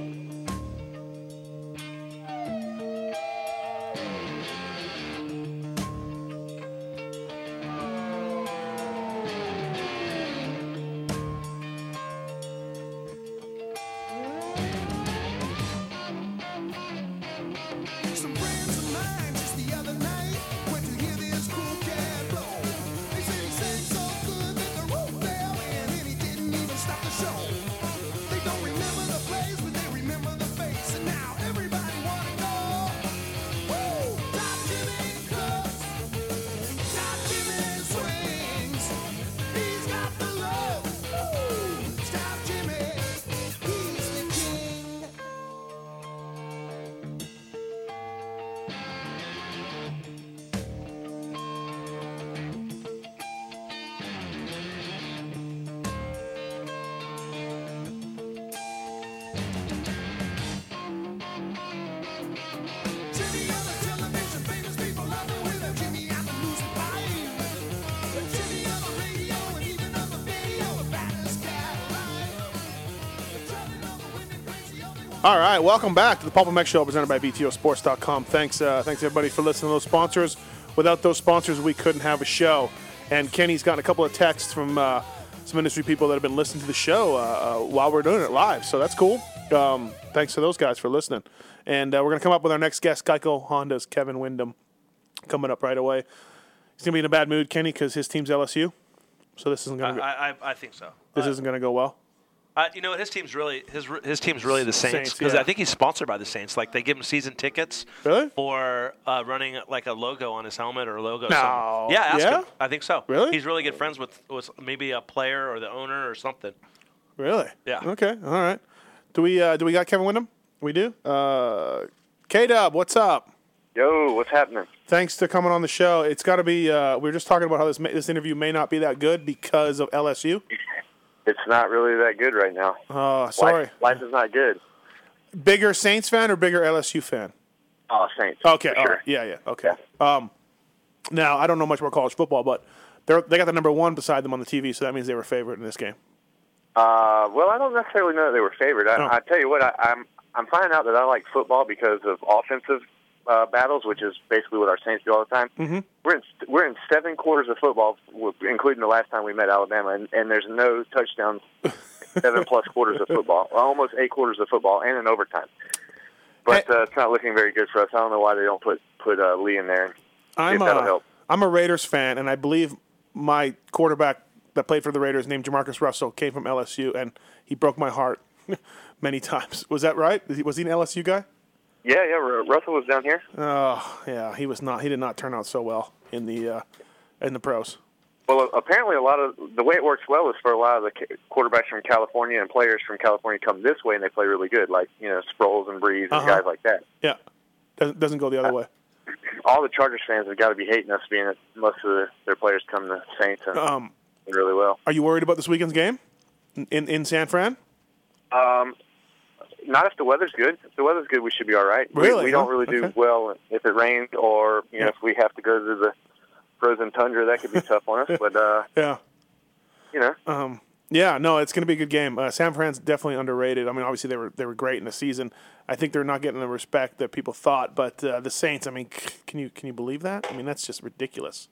Speaker 5: All right, welcome back to the Pulp Mech Show presented by BTOsports.com. Thanks, uh, thanks everybody for listening to those sponsors. Without those sponsors, we couldn't have a show. And Kenny's gotten a couple of texts from uh, some industry people that have been listening to the show uh, uh, while we're doing it live, so that's cool. Um, thanks to those guys for listening. And uh, we're going to come up with our next guest, Geico Honda's Kevin Wyndham, coming up right away. He's going to be in a bad mood, Kenny, because his team's LSU. So this isn't going to
Speaker 6: I, I, I think so.
Speaker 5: this isn't going to go well.
Speaker 6: Uh, you know his team's really his his team's really the Saints
Speaker 5: Saints,
Speaker 6: because
Speaker 5: yeah.
Speaker 6: I think he's sponsored by the Saints. Like they give him season tickets
Speaker 5: Really?
Speaker 6: for uh, running like a logo on his helmet or a logo.
Speaker 5: No.
Speaker 6: somewhere. Yeah, ask
Speaker 5: Yeah?
Speaker 6: him. I think so.
Speaker 5: Really?
Speaker 6: He's really good friends with with maybe a player or the owner or something.
Speaker 5: Really?
Speaker 6: Yeah.
Speaker 5: Okay. All right. Do we uh, do we got Kevin Wyndham? We do. Uh, K Dub, what's up?
Speaker 20: <laughs> Yo, what's happening?
Speaker 5: Thanks for coming on the show. It's got to be. Uh, we were just talking about how this ma- this interview may not be that good because of LSU.
Speaker 20: It's not really that good right now.
Speaker 5: Oh, sorry.
Speaker 20: Life, life is not good.
Speaker 5: Bigger Saints fan or bigger LSU fan?
Speaker 20: Oh, Saints.
Speaker 5: Okay.
Speaker 20: for
Speaker 5: all
Speaker 20: sure.
Speaker 5: right. Yeah. Yeah. Okay. Um, now I don't know much more college football, but they they got the number one beside them on the TV, so that means they were favorite in this game.
Speaker 20: Uh, well, I don't necessarily know that they were favored. I,
Speaker 5: Oh.
Speaker 20: I tell you what, I, I'm I'm finding out that I like football because of offensive uh, battles, which is basically what our Saints do all the time.
Speaker 5: Mm-hmm.
Speaker 20: We're in we're in seven quarters of football, w- including the last time we met Alabama, and, and there's no touchdowns.
Speaker 5: <laughs>
Speaker 20: seven plus quarters of football, almost eight quarters of football, and an overtime. But uh, it's not looking very good for us. I don't know why they don't put put uh, Lee in there.
Speaker 5: I'm uh,
Speaker 20: that'll
Speaker 5: a,
Speaker 20: help.
Speaker 5: am a Raiders fan, and I believe my quarterback that played for the Raiders, named Jamarcus Russell, came from LSU, and he broke my heart <laughs> many times. Was that right? Was he, was he an LSU guy?
Speaker 20: Yeah, yeah. Ru- Russell was down here.
Speaker 5: Oh, yeah. He was not. He did not turn out so well in the uh, in the pros.
Speaker 20: Well, uh, apparently, a lot of the way it works well is for a lot of the ca- quarterbacks from California and players from California come this way and they play really good, like you know Sproles and Breeze and
Speaker 5: Uh-huh.
Speaker 20: guys like that.
Speaker 5: Yeah, doesn't, doesn't go the other way.
Speaker 20: All the Chargers fans have got to be hating us, being that most of the, their players come to Saints and
Speaker 5: Um,
Speaker 20: do really well.
Speaker 5: are you worried about this weekend's game in in San Fran?
Speaker 20: Um, not if the weather's good. If the weather's good, we should be all right. We-
Speaker 5: Really,
Speaker 20: We, don't
Speaker 5: huh?
Speaker 20: really do
Speaker 5: Okay.
Speaker 20: well if it rains or you know if we have to go to the frozen tundra. That could be tough on
Speaker 5: <laughs>
Speaker 20: us, but uh,
Speaker 5: Yeah.
Speaker 20: you know.
Speaker 5: Um, yeah, no, it's going to be a good game. Uh, San Fran's definitely underrated. I mean, obviously they were they were great in the season. I think they're not getting the respect that people thought. But uh, the Saints, I mean, c- can you can you believe that? I mean, that's just ridiculous.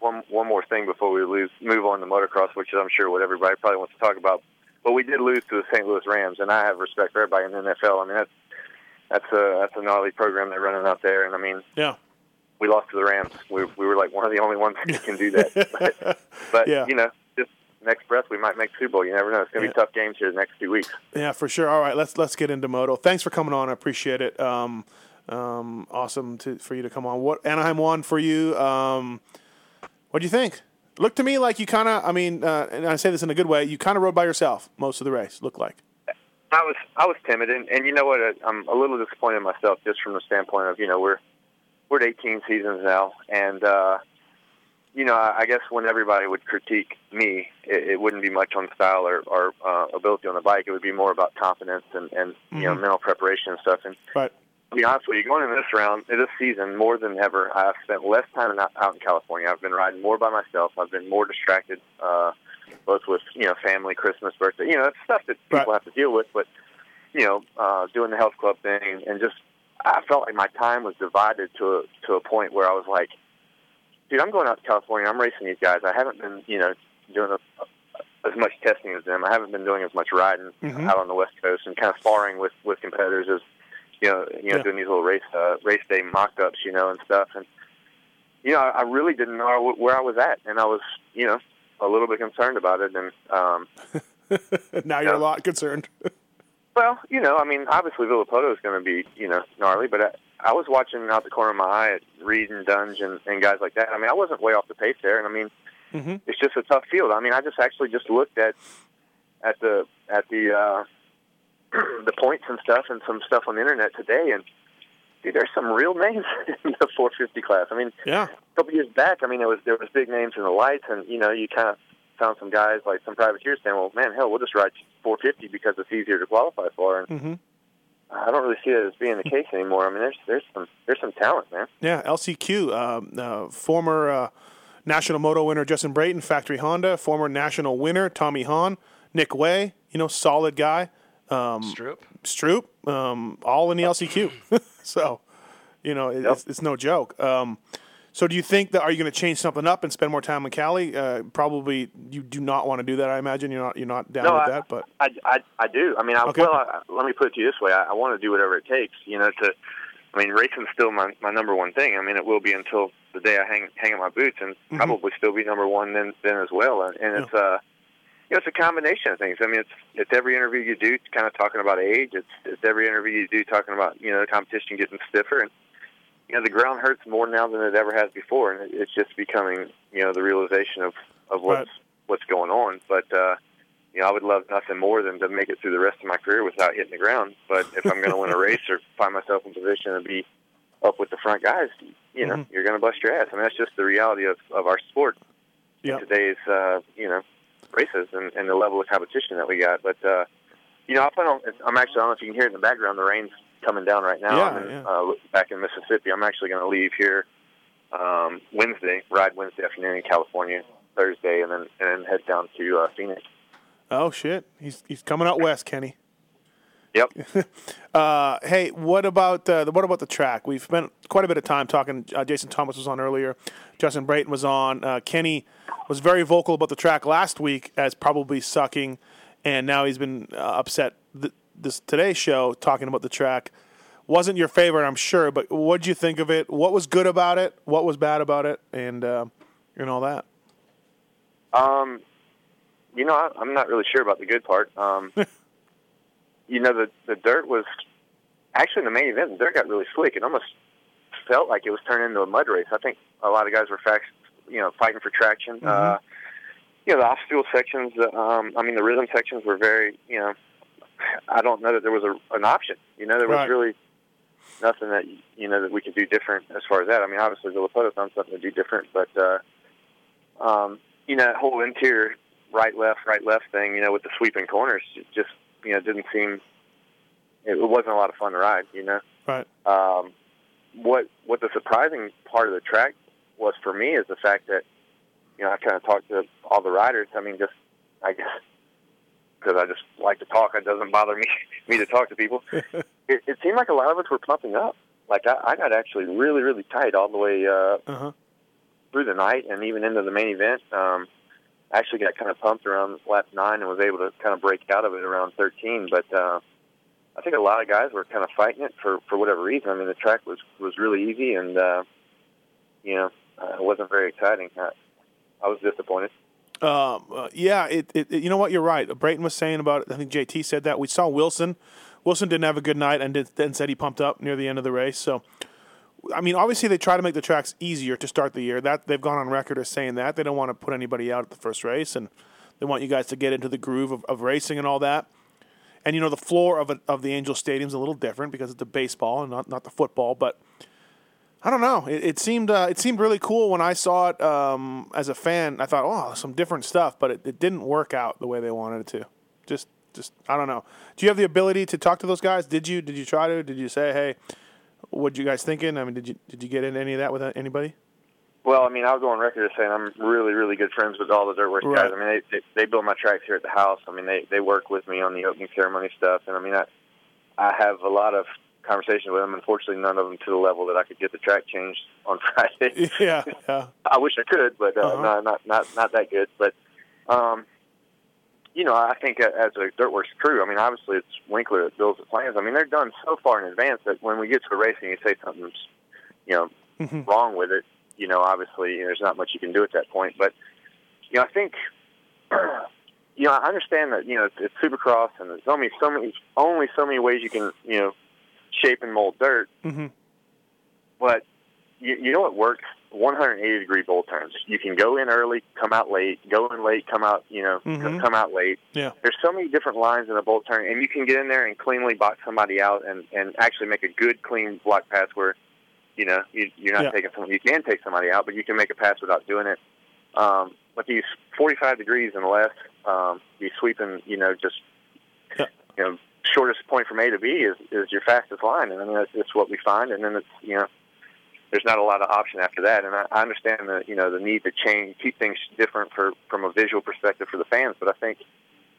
Speaker 20: one one more thing before we lose move on to motocross, which is I'm sure what everybody probably wants to talk about. But we did lose to the St. Louis Rams, and I have respect for everybody in the NFL. I mean that's that's a that's a gnarly program they're running out there, and I mean
Speaker 5: Yeah.
Speaker 20: we lost to the Rams. We we were like one of the only ones that can do that. But, but
Speaker 5: Yeah.
Speaker 20: you know, just next breath we might make Super Bowl. You never know. It's gonna be tough games here the next two weeks.
Speaker 5: Yeah, for sure. All right, let's let's get into Moto. Thanks for coming on. I appreciate it. Um, um, awesome to, for you to come on. What Anaheim won for you? Um, what do you think? Looked to me like you kind of. I mean, uh, and I say this in a good way. You kind of rode by yourself most of the race. Looked like. <laughs>
Speaker 20: I was I was timid, and, and you know what? I- I'm a little disappointed in myself just from the standpoint of you know we're we're at 18 seasons now, and uh, you know I, I guess when everybody would critique me, it, it wouldn't be much on style or, or uh, ability on the bike. It would be more about confidence and, and you know
Speaker 5: Mhm.
Speaker 20: mental preparation and stuff. And
Speaker 5: Right.
Speaker 20: to be honest with you, going in this round, this season, more than ever, I've spent less time out, out in California. I've been riding more by myself. I've been more distracted, uh, both with you know family, Christmas, birthday, you know, it's stuff that people have to deal with. But you know, uh, doing the health club thing, and, and just I felt like my time was divided to a, to a point where I was like, dude, I'm going out to California. I'm racing these guys. I haven't been you know doing a, as much testing as them. I haven't been doing as much riding
Speaker 5: Mhm.
Speaker 20: out on the West Coast and kind of sparring with with competitors as you know, you know,
Speaker 5: Yeah.
Speaker 20: doing these little race uh, race day mock-ups, you know, and stuff. And you know, I, I really didn't know where I was at, and I was, you know, a little bit concerned about it. And um,
Speaker 5: now you're a lot concerned. <laughs>
Speaker 20: well, you know, I mean, obviously Villapoto is going to be, you know, gnarly, but I, I was watching out the corner of my eye at Reed and Dunge and, and guys like that. I mean, I wasn't way off the pace there, and I mean,
Speaker 5: Mhm.
Speaker 20: it's just a tough field. I mean, I just actually just looked at at the at the uh, <clears throat> the points and stuff, and some stuff on the internet today, and dude, there's some real names <laughs> in the 450 class. I mean,
Speaker 5: Yeah.
Speaker 20: a couple years back, I mean, there was there was big names in the lights, and you know, you kind of found some guys like some privateers saying, "Well, man, hell, we'll just ride 450 because it's easier to qualify for." And
Speaker 5: Mm-hmm.
Speaker 20: I don't really see that as being the
Speaker 5: <laughs>
Speaker 20: case anymore. I mean, there's there's some there's some talent, man.
Speaker 5: Yeah, LCQ, um, uh, former uh, national moto winner Justin Brayton, factory Honda, former national winner Tommy Hahn, Nick Way, you know, solid guy. um, Stroop, Stroop, um, all in the LCQ. <laughs> so, you know, it, it's, it's no joke. Um, so, do you think that are you going to change something up and spend more time in Cali? Uh, probably, you do not want to do that. I imagine you're not you're not down
Speaker 20: No,
Speaker 5: with
Speaker 20: I-
Speaker 5: that, but
Speaker 20: I, I, I do. I mean, I,
Speaker 5: Okay.
Speaker 20: well, I, let me put it to you this way: I, I want to do whatever it takes. You know, to, I mean, racing's still my my number one thing. I mean, it will be until the day I hang hang in my boots, and
Speaker 5: Mhm.
Speaker 20: probably still be number one then then as well. And, and it's uh, you know, it's a combination of things. I mean, it's it's every interview you do, it's kind of talking about age. It's it's every interview you do talking about you know the competition getting stiffer, and you know the ground hurts more now than it ever has before, and it, it's just becoming you know the realization of of what's what's going on, but. uh you know, I would love nothing more than to make it through the rest of my career without hitting the ground. But if I'm going to win a race or find myself in position to be up with the front guys, you know,
Speaker 5: Mhm.
Speaker 20: you're going to bust your ass. I mean, that's just the reality of, of our sport
Speaker 5: yeah,
Speaker 20: in today's, uh, you know, races and, and the level of competition that we got. But, uh, you know, I plan on, I'm actually, I don't know if you can hear it in the background, the rain's coming down right now.
Speaker 5: Yeah,
Speaker 20: I'm in, Uh, back in Mississippi. I'm actually going to leave here um, Wednesday, ride Wednesday afternoon in California, Thursday, and then, and then head down to uh, Phoenix.
Speaker 5: oh shit, he's he's coming out west, Kenny.
Speaker 20: Yep.
Speaker 5: <laughs> Uh, hey, what about uh, the what about the track? We've spent quite a bit of time talking. Uh, Jason Thomas was on earlier. Justin Brayton was on. Uh, Kenny was very vocal about the track last week as probably sucking, and now he's been uh, upset th- this today's show talking about the track. Wasn't your favorite, I'm sure, but what would you think of it? What was good about it? What was bad about it? And uh, and all that.
Speaker 20: Um, you know, I, I'm not really sure about the good part. Um, you know, the the dirt was actually in the main event. The dirt got really slick. It almost felt like it was turning into a mud race. I think a lot of guys were fact, you know, fighting for traction.
Speaker 21: Mm-hmm.
Speaker 20: Uh, you know, the obstacle sections. the, Um, I mean, the rhythm sections were very. You know, I don't know that there was a, an option. You know, there was
Speaker 5: Right.
Speaker 20: really nothing that you know that we could do different as far as that. I mean, obviously, the Lapota found something to do different, but. uh um, you know, that whole interior right left, right left thing, you know, with the sweeping corners, it just you know, didn't seem it wasn't a lot of fun to ride, you know.
Speaker 5: Right.
Speaker 20: Um, what what the surprising part of the track was for me is the fact that you know I kind of talked to all the riders. I mean, just I guess because I just like to talk, it doesn't bother me <laughs> me to talk to people. it, it seemed like a lot of us were pumping up. Like I, I got actually really really tight all the way uh,
Speaker 5: Uh-huh.
Speaker 20: through the night and even into the main event. Um, actually got kind of pumped around lap nine and was able to kind of break out of it around 13. But uh, I think a lot of guys were kind of fighting it for for whatever reason. I mean, the track was was really easy and uh, you know uh, it wasn't very exciting. I, I was disappointed.
Speaker 5: Um, uh, yeah, it, it, it- You know what? You're right. Brayton was saying about it. I think JT said that. We saw Wilson. Wilson didn't have a good night and did, then said he pumped up near the end of the race. So, I mean, obviously they try to make the tracks easier to start the year. That they've gone on record as saying that they don't want to put anybody out at the first race, and they want you guys to get into the groove of, of racing and all that. And you know, the floor of a, of the Angel Stadium's a little different because it's the baseball and not not the football, but. I don't know. It, it seemed uh, it seemed really cool when I saw it um, as a fan. I thought, oh, some different stuff, but it, it didn't work out the way they wanted it to. Just just I don't know. Do you have the ability to talk to those guys? Did you did you try to? Did you say, hey, what you guys thinking? I mean, did you did you get into any of that with uh, anybody? <laughs>
Speaker 20: Well, I mean, I'll go on record as saying I'm really, really good friends with all the Dirtworks guys.
Speaker 5: Right.
Speaker 20: I mean, they, they they build my tracks here at the house. I mean, they they work with me on the opening ceremony stuff, and I mean, I I have a lot of conversations with them. Unfortunately, none of them to the level that I could get the track changed on <laughs> Friday.
Speaker 5: yeah, yeah.
Speaker 20: I wish I could, but uh,
Speaker 5: Uh-huh.
Speaker 20: no, not not not that good. But um, you know, I think a- as a Dirtworks crew, I mean, obviously it's Winkler that builds the plans. I mean, they're done so far in advance that when we get to the race and you say something's you know wrong with it, you know, obviously there's not much you can do at that point. But you know, I think <clears throat> you know, I understand that you know it's, it's Supercross and there's only so many only so many ways you can you know shape and mold dirt.
Speaker 5: Mm-hmm.
Speaker 20: But you, you know what works? 180 degree bowl turns. You can go in early, come out late. Go in late, come out. You know, c-
Speaker 5: Mhm.
Speaker 20: come out late.
Speaker 5: Yeah.
Speaker 20: There's so many different lines in a bowl turn, and you can get in there and cleanly box somebody out, and and actually make a good clean block pass where, you know, you, you're not
Speaker 5: Yeah.
Speaker 20: taking someone. You can take somebody out, but you can make a pass without doing it. Um, but these 45 degrees and less, um, these sweeping, you know, just you know, shortest point from A to B is is your fastest line, and I mean that's, that's what we find. And then it's you know, there's not a lot of option after that. And I, I understand the you know the need to change, keep things different for from a visual perspective for the fans, but I think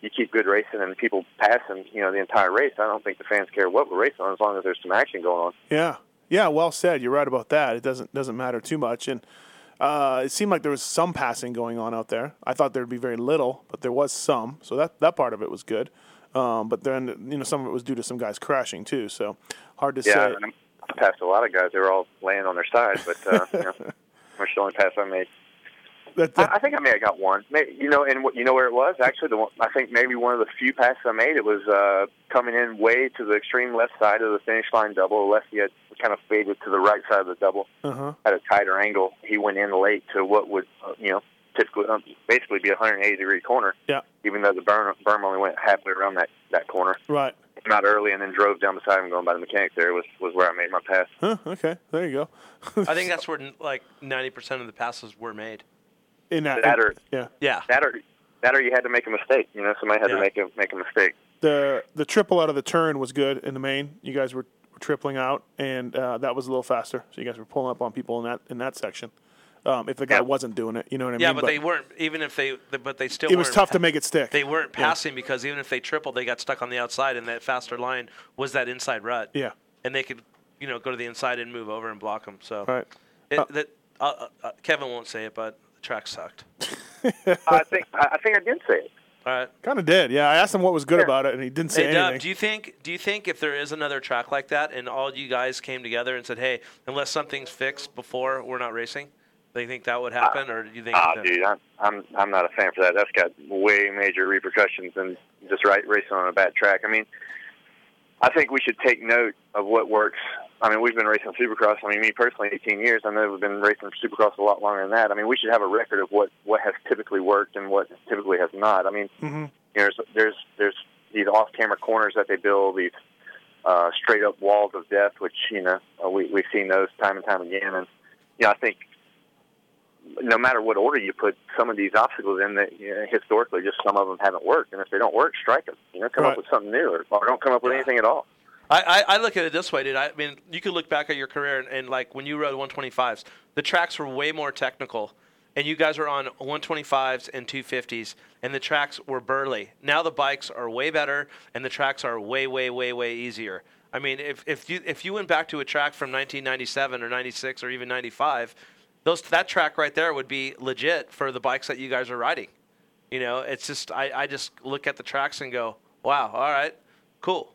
Speaker 20: you keep good racing and people passing, you know, the entire race, I don't think the fans care what we're racing on as long as there's some action going on.
Speaker 5: Yeah, yeah. Well said. You're right about that. It doesn't doesn't matter too much, and uh, it seemed like there was some passing going on out there. I thought there'd be very little, but there was some. So that that part of it was good. Um, but then you know some of it was due to some guys crashing too. So hard to
Speaker 20: yeah,
Speaker 5: say.
Speaker 20: and I passed a lot of guys. They were all laying on their side, but uh,
Speaker 5: <laughs>
Speaker 20: you know, that's the only pass I made. I, I think I may have got one. May you know, and what, you know where it was actually. The one, I think maybe one of the few passes I made. It was uh, coming in way to the extreme left side of the finish line double. Leslie had kind of faded to the right side of the double
Speaker 5: Uh-huh.
Speaker 20: at a tighter angle. He went in late to what would uh, you know typically um, basically be a 180 degree corner.
Speaker 5: Yeah.
Speaker 20: Even though the berm, berm only went halfway around that that corner.
Speaker 5: Right.
Speaker 20: Not early, and then drove down beside him, going by the mechanic. There was was where I made my pass.
Speaker 5: Huh, okay. There you go. <laughs>
Speaker 6: I think that's where like 90% of the passes were made.
Speaker 5: In that,
Speaker 20: That or-
Speaker 5: yeah.
Speaker 6: Yeah.
Speaker 20: That or that or you had to make a mistake. You know, somebody had to make a make a mistake.
Speaker 5: The the triple out of the turn was good in the main. You guys were, were tripling out, and uh, that was a little faster. So you guys were pulling up on people in that in that section. Um, if the guy wasn't doing it, you know what I
Speaker 6: yeah,
Speaker 5: mean.
Speaker 6: but, they weren't. Even if they, but they still.
Speaker 5: It was
Speaker 6: weren't
Speaker 5: tough to
Speaker 6: pa-
Speaker 5: make it stick.
Speaker 6: They weren't
Speaker 5: Yeah.
Speaker 6: passing because even if they tripled, they got stuck on the outside, and that faster line was that inside rut.
Speaker 5: Yeah.
Speaker 6: and they could, you know, go to the inside and move over and block them. So
Speaker 5: Right.
Speaker 6: it,
Speaker 5: Uh,
Speaker 6: that uh, uh, Kevin won't say it, but the track
Speaker 5: <laughs>
Speaker 6: sucked.
Speaker 20: I think I I think I did say it.
Speaker 6: All right.
Speaker 5: Kind of did. Yeah, I asked him what was good about it, and he didn't say
Speaker 6: hey
Speaker 5: anything.
Speaker 6: Dub, do you think do you think if there is another track like that and all you guys came together and said, "Hey, unless something's fixed before we're not racing," do you think that would happen, or do you think?
Speaker 20: Ah,
Speaker 6: that-
Speaker 20: dude, I'm, I'm I'm not a fan for that. That's got way major repercussions than just right racing on a bad track. I mean, I think we should take note of what works. I mean, we've been racing Supercross. I mean, me personally, 18 years. I know we've been racing Supercross a lot longer than that. I mean, we should have a record of what what has typically worked and what typically has not. I mean,
Speaker 5: Mm-hmm.
Speaker 20: you know, there's there's, there's these off-camera corners that they build, these uh, straight-up walls of death, which you know uh, we we've seen those time and time again. And you know, I think no matter what order you put some of these obstacles in, that you know, historically just some of them haven't worked. And if they don't work, strike them. You know, come
Speaker 6: Right.
Speaker 20: up with something new, or, or don't come up with anything at all.
Speaker 6: I, I, I look at it this way, dude. I mean, you could look back at your career and, and like when you rode 125s, the tracks were way more technical, and you guys were on 125s and 250s, and the tracks were burly. Now the bikes are way better, and the tracks are way, way, way, way easier. I mean, if, if you if you went back to a track from 1997 or 96 or even 95, those that track right there would be legit for the bikes that you guys are riding. You know, it's just I, I just look at the tracks and go, wow, all right, cool.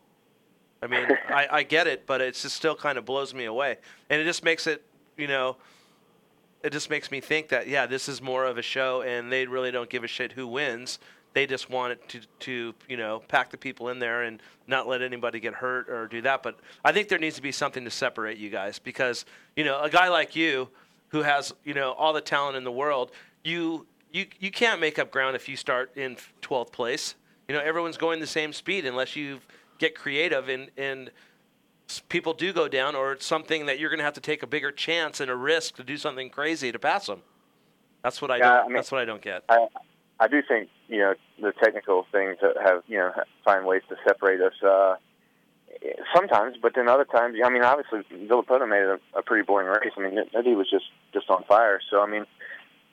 Speaker 6: I mean, I, I get it, but it's just still kind of blows me away, and it just makes it, you know, it just makes me think that yeah, this is more of a show, and they really don't give a shit who wins. They just want it to, to you know pack the people in there and not let anybody get hurt or do that. But I think there needs to be something to separate you guys because you know a guy like you who has you know all the talent in the world, you you you can't make up ground if you start in 12th place. You know everyone's going the same speed unless you get creative and and s- people do go down or it's something that you're going to have to take a bigger chance and a risk to do something crazy to pass them. That's what I
Speaker 20: Yeah,
Speaker 6: don't,
Speaker 20: I mean-
Speaker 6: that's what I don't get.
Speaker 20: I I do think you know the technical things that have you know find ways to separate us uh, sometimes, but then other times. I mean, obviously Villapoto made a, a pretty boring race. I mean, that- that he was just just on fire. So I mean,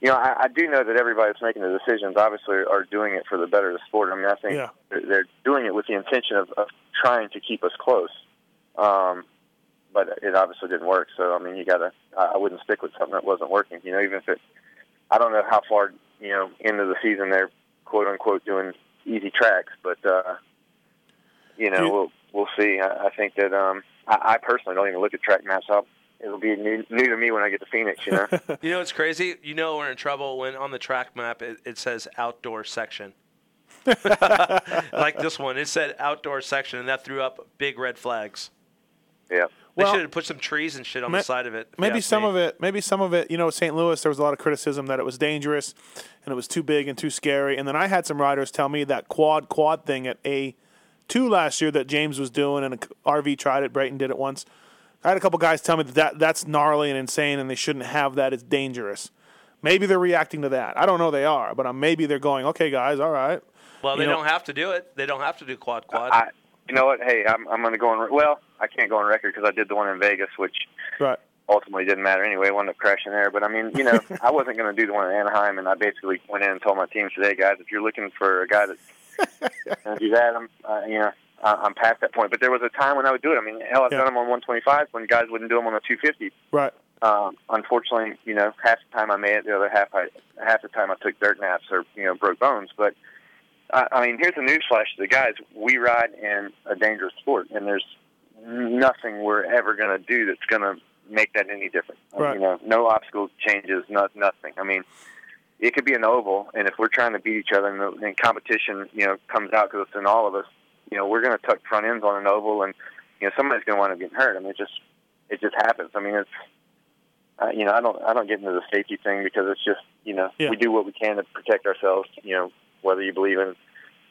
Speaker 20: you know, I, I do know that everybody that's making the decisions obviously are doing it for the better of the sport. I mean, I think
Speaker 5: Yeah.
Speaker 20: they're, they're doing it with the intention of, of trying to keep us close. Um, but it obviously didn't work. So I mean, you gotta. I I wouldn't stick with something that wasn't working. You know, even if it. I don't know how far you know into the season they're quote unquote doing easy tracks, but uh, you know
Speaker 5: Do you-
Speaker 20: we'll we'll see. I, I think that um, I, I personally don't even look at track maps. I'll, it'll be new, new to me when I get to Phoenix. You know.
Speaker 6: You know what's crazy? You know we're in trouble when on the track map it, it says outdoor section. <laughs> like this one, it said outdoor section, and that threw up big red flags.
Speaker 20: yeah.
Speaker 6: They
Speaker 5: Well-
Speaker 6: should have put some trees and shit on
Speaker 5: Ma-
Speaker 6: the side of it. if you
Speaker 5: Maybe
Speaker 6: ask
Speaker 5: some
Speaker 6: me.
Speaker 5: of it. Maybe some of it. You know, St. Louis, there was a lot of criticism that it was dangerous, and it was too big and too scary. And then I had some riders tell me that quad quad thing at A two last year that James was doing, and a c- RV tried it. Brayton did it once. I had a couple guys tell me that, that that's gnarly and insane, and they shouldn't have that. It's dangerous. Maybe they're reacting to that. I don't know. They are, but uh, maybe they're going. Okay, guys, all right.
Speaker 6: Well,
Speaker 5: you
Speaker 6: they
Speaker 5: know-
Speaker 6: don't have to do it. They don't have to do quad quad.
Speaker 20: I, you know what? Hey, I'm I'm going to go on. re- Well, I can't go on record because I did the one in Vegas, which
Speaker 5: Right.
Speaker 20: ultimately didn't matter anyway. I Wound up crashing there, but I mean, you know, I wasn't going to do the one in Anaheim, and I basically went in and told my team today, guys, if you're looking for a guy that and do that. I'm, uh, you know, I- I'm past that point. But there was a time when I would do it. I mean, hell, I've
Speaker 5: Yeah.
Speaker 20: done them on 125 when guys wouldn't do them on the 250.
Speaker 5: Right.
Speaker 20: Um, unfortunately, you know, half the time I made it, the other half I half the time I took dirt naps or you know broke bones. But I, I mean, here's a newsflash to the guys: we ride in a dangerous sport, and there's nothing we're ever going to do that's going to make that any different.
Speaker 5: Right.
Speaker 20: You know, no obstacle changes, not nothing. I mean, it could be an oval, and if we're trying to beat each other, and, the, and competition, you know, comes out because it's in all of us. You know, we're going to tuck front ends on an oval, and you know, somebody's going to wind up getting hurt. I mean, it just it just happens. I mean, it's uh, you know, I don't I don't get into the safety thing because it's just you know
Speaker 5: Yeah.
Speaker 20: we do what we can to protect ourselves. You know, whether you believe in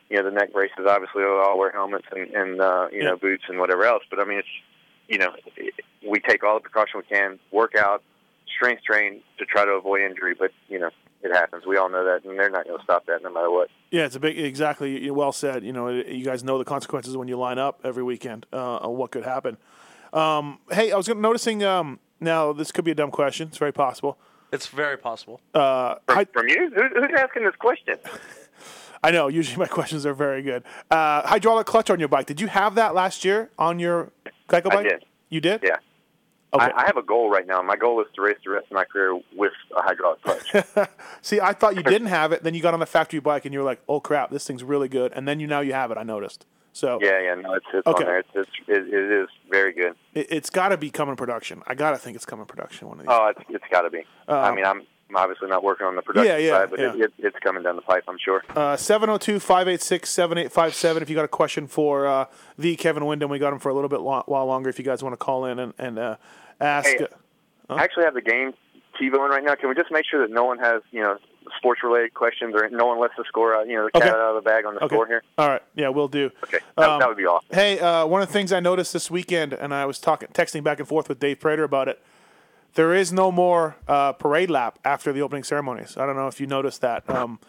Speaker 20: you know the neck braces, obviously we all wear helmets and, and uh, you know boots and whatever else. But I mean, it's you know it, we take all the precaution we can, work out, strength train to try to avoid injury. But you know it happens. We all know that, and they're not going to stop that no matter what.
Speaker 5: Yeah, it's a big. Exactly. you well said. You know, you guys know the consequences when you line up every weekend. Uh, of what could happen? Um, hey, I was gonna, noticing. Um, now this could be a dumb question. It's very possible.
Speaker 6: It's very possible.
Speaker 5: Uh, I,
Speaker 20: from you? Who, who's asking this question?
Speaker 5: I know. Usually <laughs> my questions are very good. Uh, hydraulic clutch on your bike. Did you have that last year on your Geico
Speaker 20: I
Speaker 5: bike?
Speaker 20: did.
Speaker 5: You did?
Speaker 20: Yeah. I, I have a goal right now. My goal is to race the rest of my career with a hydraulic clutch.
Speaker 5: <laughs> See, I thought you didn't have it. Then you got on the factory bike and you were like, "Oh crap, this thing's really good." And then you now you have it. I noticed. So
Speaker 20: yeah, yeah, no, it's, it's
Speaker 5: Okay.
Speaker 20: on there. It's, it's it, it is very good.
Speaker 5: it, it's got to be coming production. I gotta think it's coming production one of these.
Speaker 20: Oh, it's, it's got to be. I
Speaker 5: Um,
Speaker 20: mean, I'm, I'm obviously not working on the production
Speaker 5: Yeah, yeah,
Speaker 20: side, but It,
Speaker 5: yeah.
Speaker 20: it, it's coming down the pipe, I'm sure.
Speaker 5: 702 586 7857. If you got a question for uh, the Kevin Wyndham, we got him for a little bit lo- while longer. If you guys want to call in and, and uh, ask.
Speaker 20: Hey. I actually have the game TiVoing right now. Can we just make sure that no one has you know sports related questions or no one lets the score out, you know the cat
Speaker 5: Okay.
Speaker 20: out of the bag on the
Speaker 5: Okay. Um,
Speaker 20: score here?
Speaker 5: All right. Yeah, we'll do. Okay.
Speaker 20: That, that would be awesome.
Speaker 5: Hey, uh, one of the things I noticed this weekend, and I was talking, texting back and forth with Dave Prater about it. There is no more uh, parade lap after the opening ceremonies. I don't know if you noticed that. Um,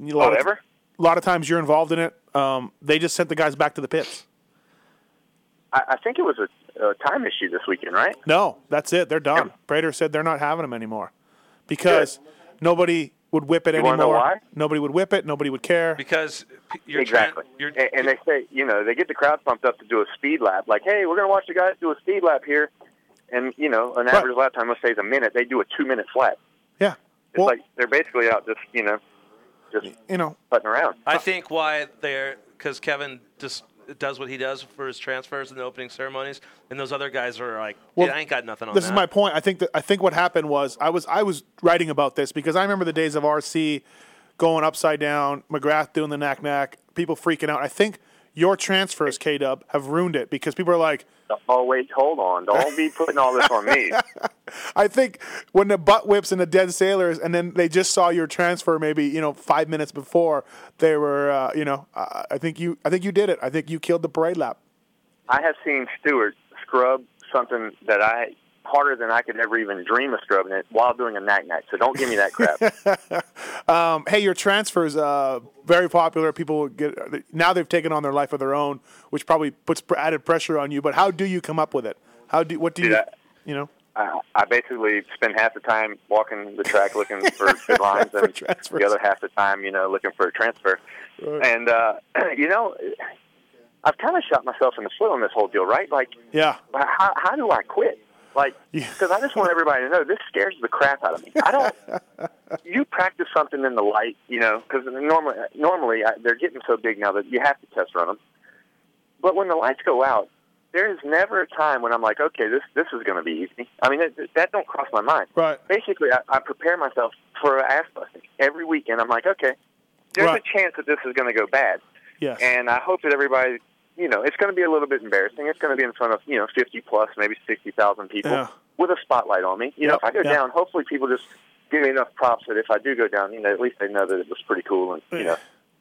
Speaker 5: a lot
Speaker 20: Whatever.
Speaker 5: Of, a lot of times you're involved in it. Um, they just sent the guys back to the pits.
Speaker 20: I, I think it was a, a time issue this weekend, right?
Speaker 5: No, that's it. They're done. Prater said they're not having them anymore because nobody would whip it
Speaker 20: You
Speaker 5: anymore.
Speaker 20: wanna know why?
Speaker 5: Nobody would whip it. Nobody would care.
Speaker 6: Because
Speaker 20: exactly. A- and, they say, you know, they get the crowd pumped up to do a speed lap. Like, hey, we're going to watch the guys do a speed lap here. And, you know, an average lap time, let's say, is a minute. They do a two minute flat.
Speaker 5: Yeah.
Speaker 20: It's like they're basically out just, you know, just
Speaker 5: you know
Speaker 20: putting around.
Speaker 6: I think why they're because Kevin just does what he does for his transfers and the opening ceremonies, and those other guys are like,
Speaker 5: Well,
Speaker 6: "Dude, I ain't got nothing on
Speaker 5: this
Speaker 6: that.
Speaker 5: is my point. I think that I think what happened was I was I was writing about this because I remember the days of RC going upside down, McGrath doing the knack knack, people freaking out. I think your transfers, K Dub, have ruined it because people are like,
Speaker 20: Oh, wait, hold on. Don't be putting all this on
Speaker 5: <laughs>
Speaker 20: me.
Speaker 5: I think when the butt whips and the dead sailors, and then they just saw your transfer maybe you know five minutes before they were uh, you know I, I think you I think you did it. I think you killed the parade lap.
Speaker 20: I have seen Stewart scrub something that I harder than I could ever even dream of scrubbing it while doing a knack knack. So don't give me that crap.
Speaker 5: <laughs> um, hey, your transfers uh, very popular. People get now they've taken on their life of their own, which probably puts pr- added pressure on you. But how do you come up with it? How do what do
Speaker 20: Dude,
Speaker 5: you
Speaker 20: I-
Speaker 5: you know?
Speaker 20: I, I basically spend half the time walking the track looking
Speaker 5: <laughs>
Speaker 20: for good lines, and the other half the time, you know, looking for a transfer. And uh, <clears throat> you know, I've kind of shot myself in the foot on this whole deal, right? Like,
Speaker 5: Yeah,
Speaker 20: how, how do I quit? Like, because I just want everybody to know this scares the crap out of
Speaker 5: <laughs>
Speaker 20: me. I don't. you practice something in the light, you know, because normally, normally I, they're getting so big now that you have to test run them. But when the lights go out, there is never a time when I'm like, okay, this this is going to be easy. I mean, that, that don't cross my mind.
Speaker 5: Right.
Speaker 20: Basically, I, I prepare myself for an ass busting every weekend. I'm like, okay, there's
Speaker 5: Right.
Speaker 20: a chance that this is going to go bad.
Speaker 5: Yes.
Speaker 20: And I hope that everybody, you know, it's going to be a little bit embarrassing. It's going to be in front of you know 50 plus, maybe 60,000 people
Speaker 5: Yeah.
Speaker 20: with a spotlight on me. You know, if I go
Speaker 5: yeah.
Speaker 20: down, hopefully people just give me enough props that if I do go down, you know, at least they know that it was pretty cool and you know.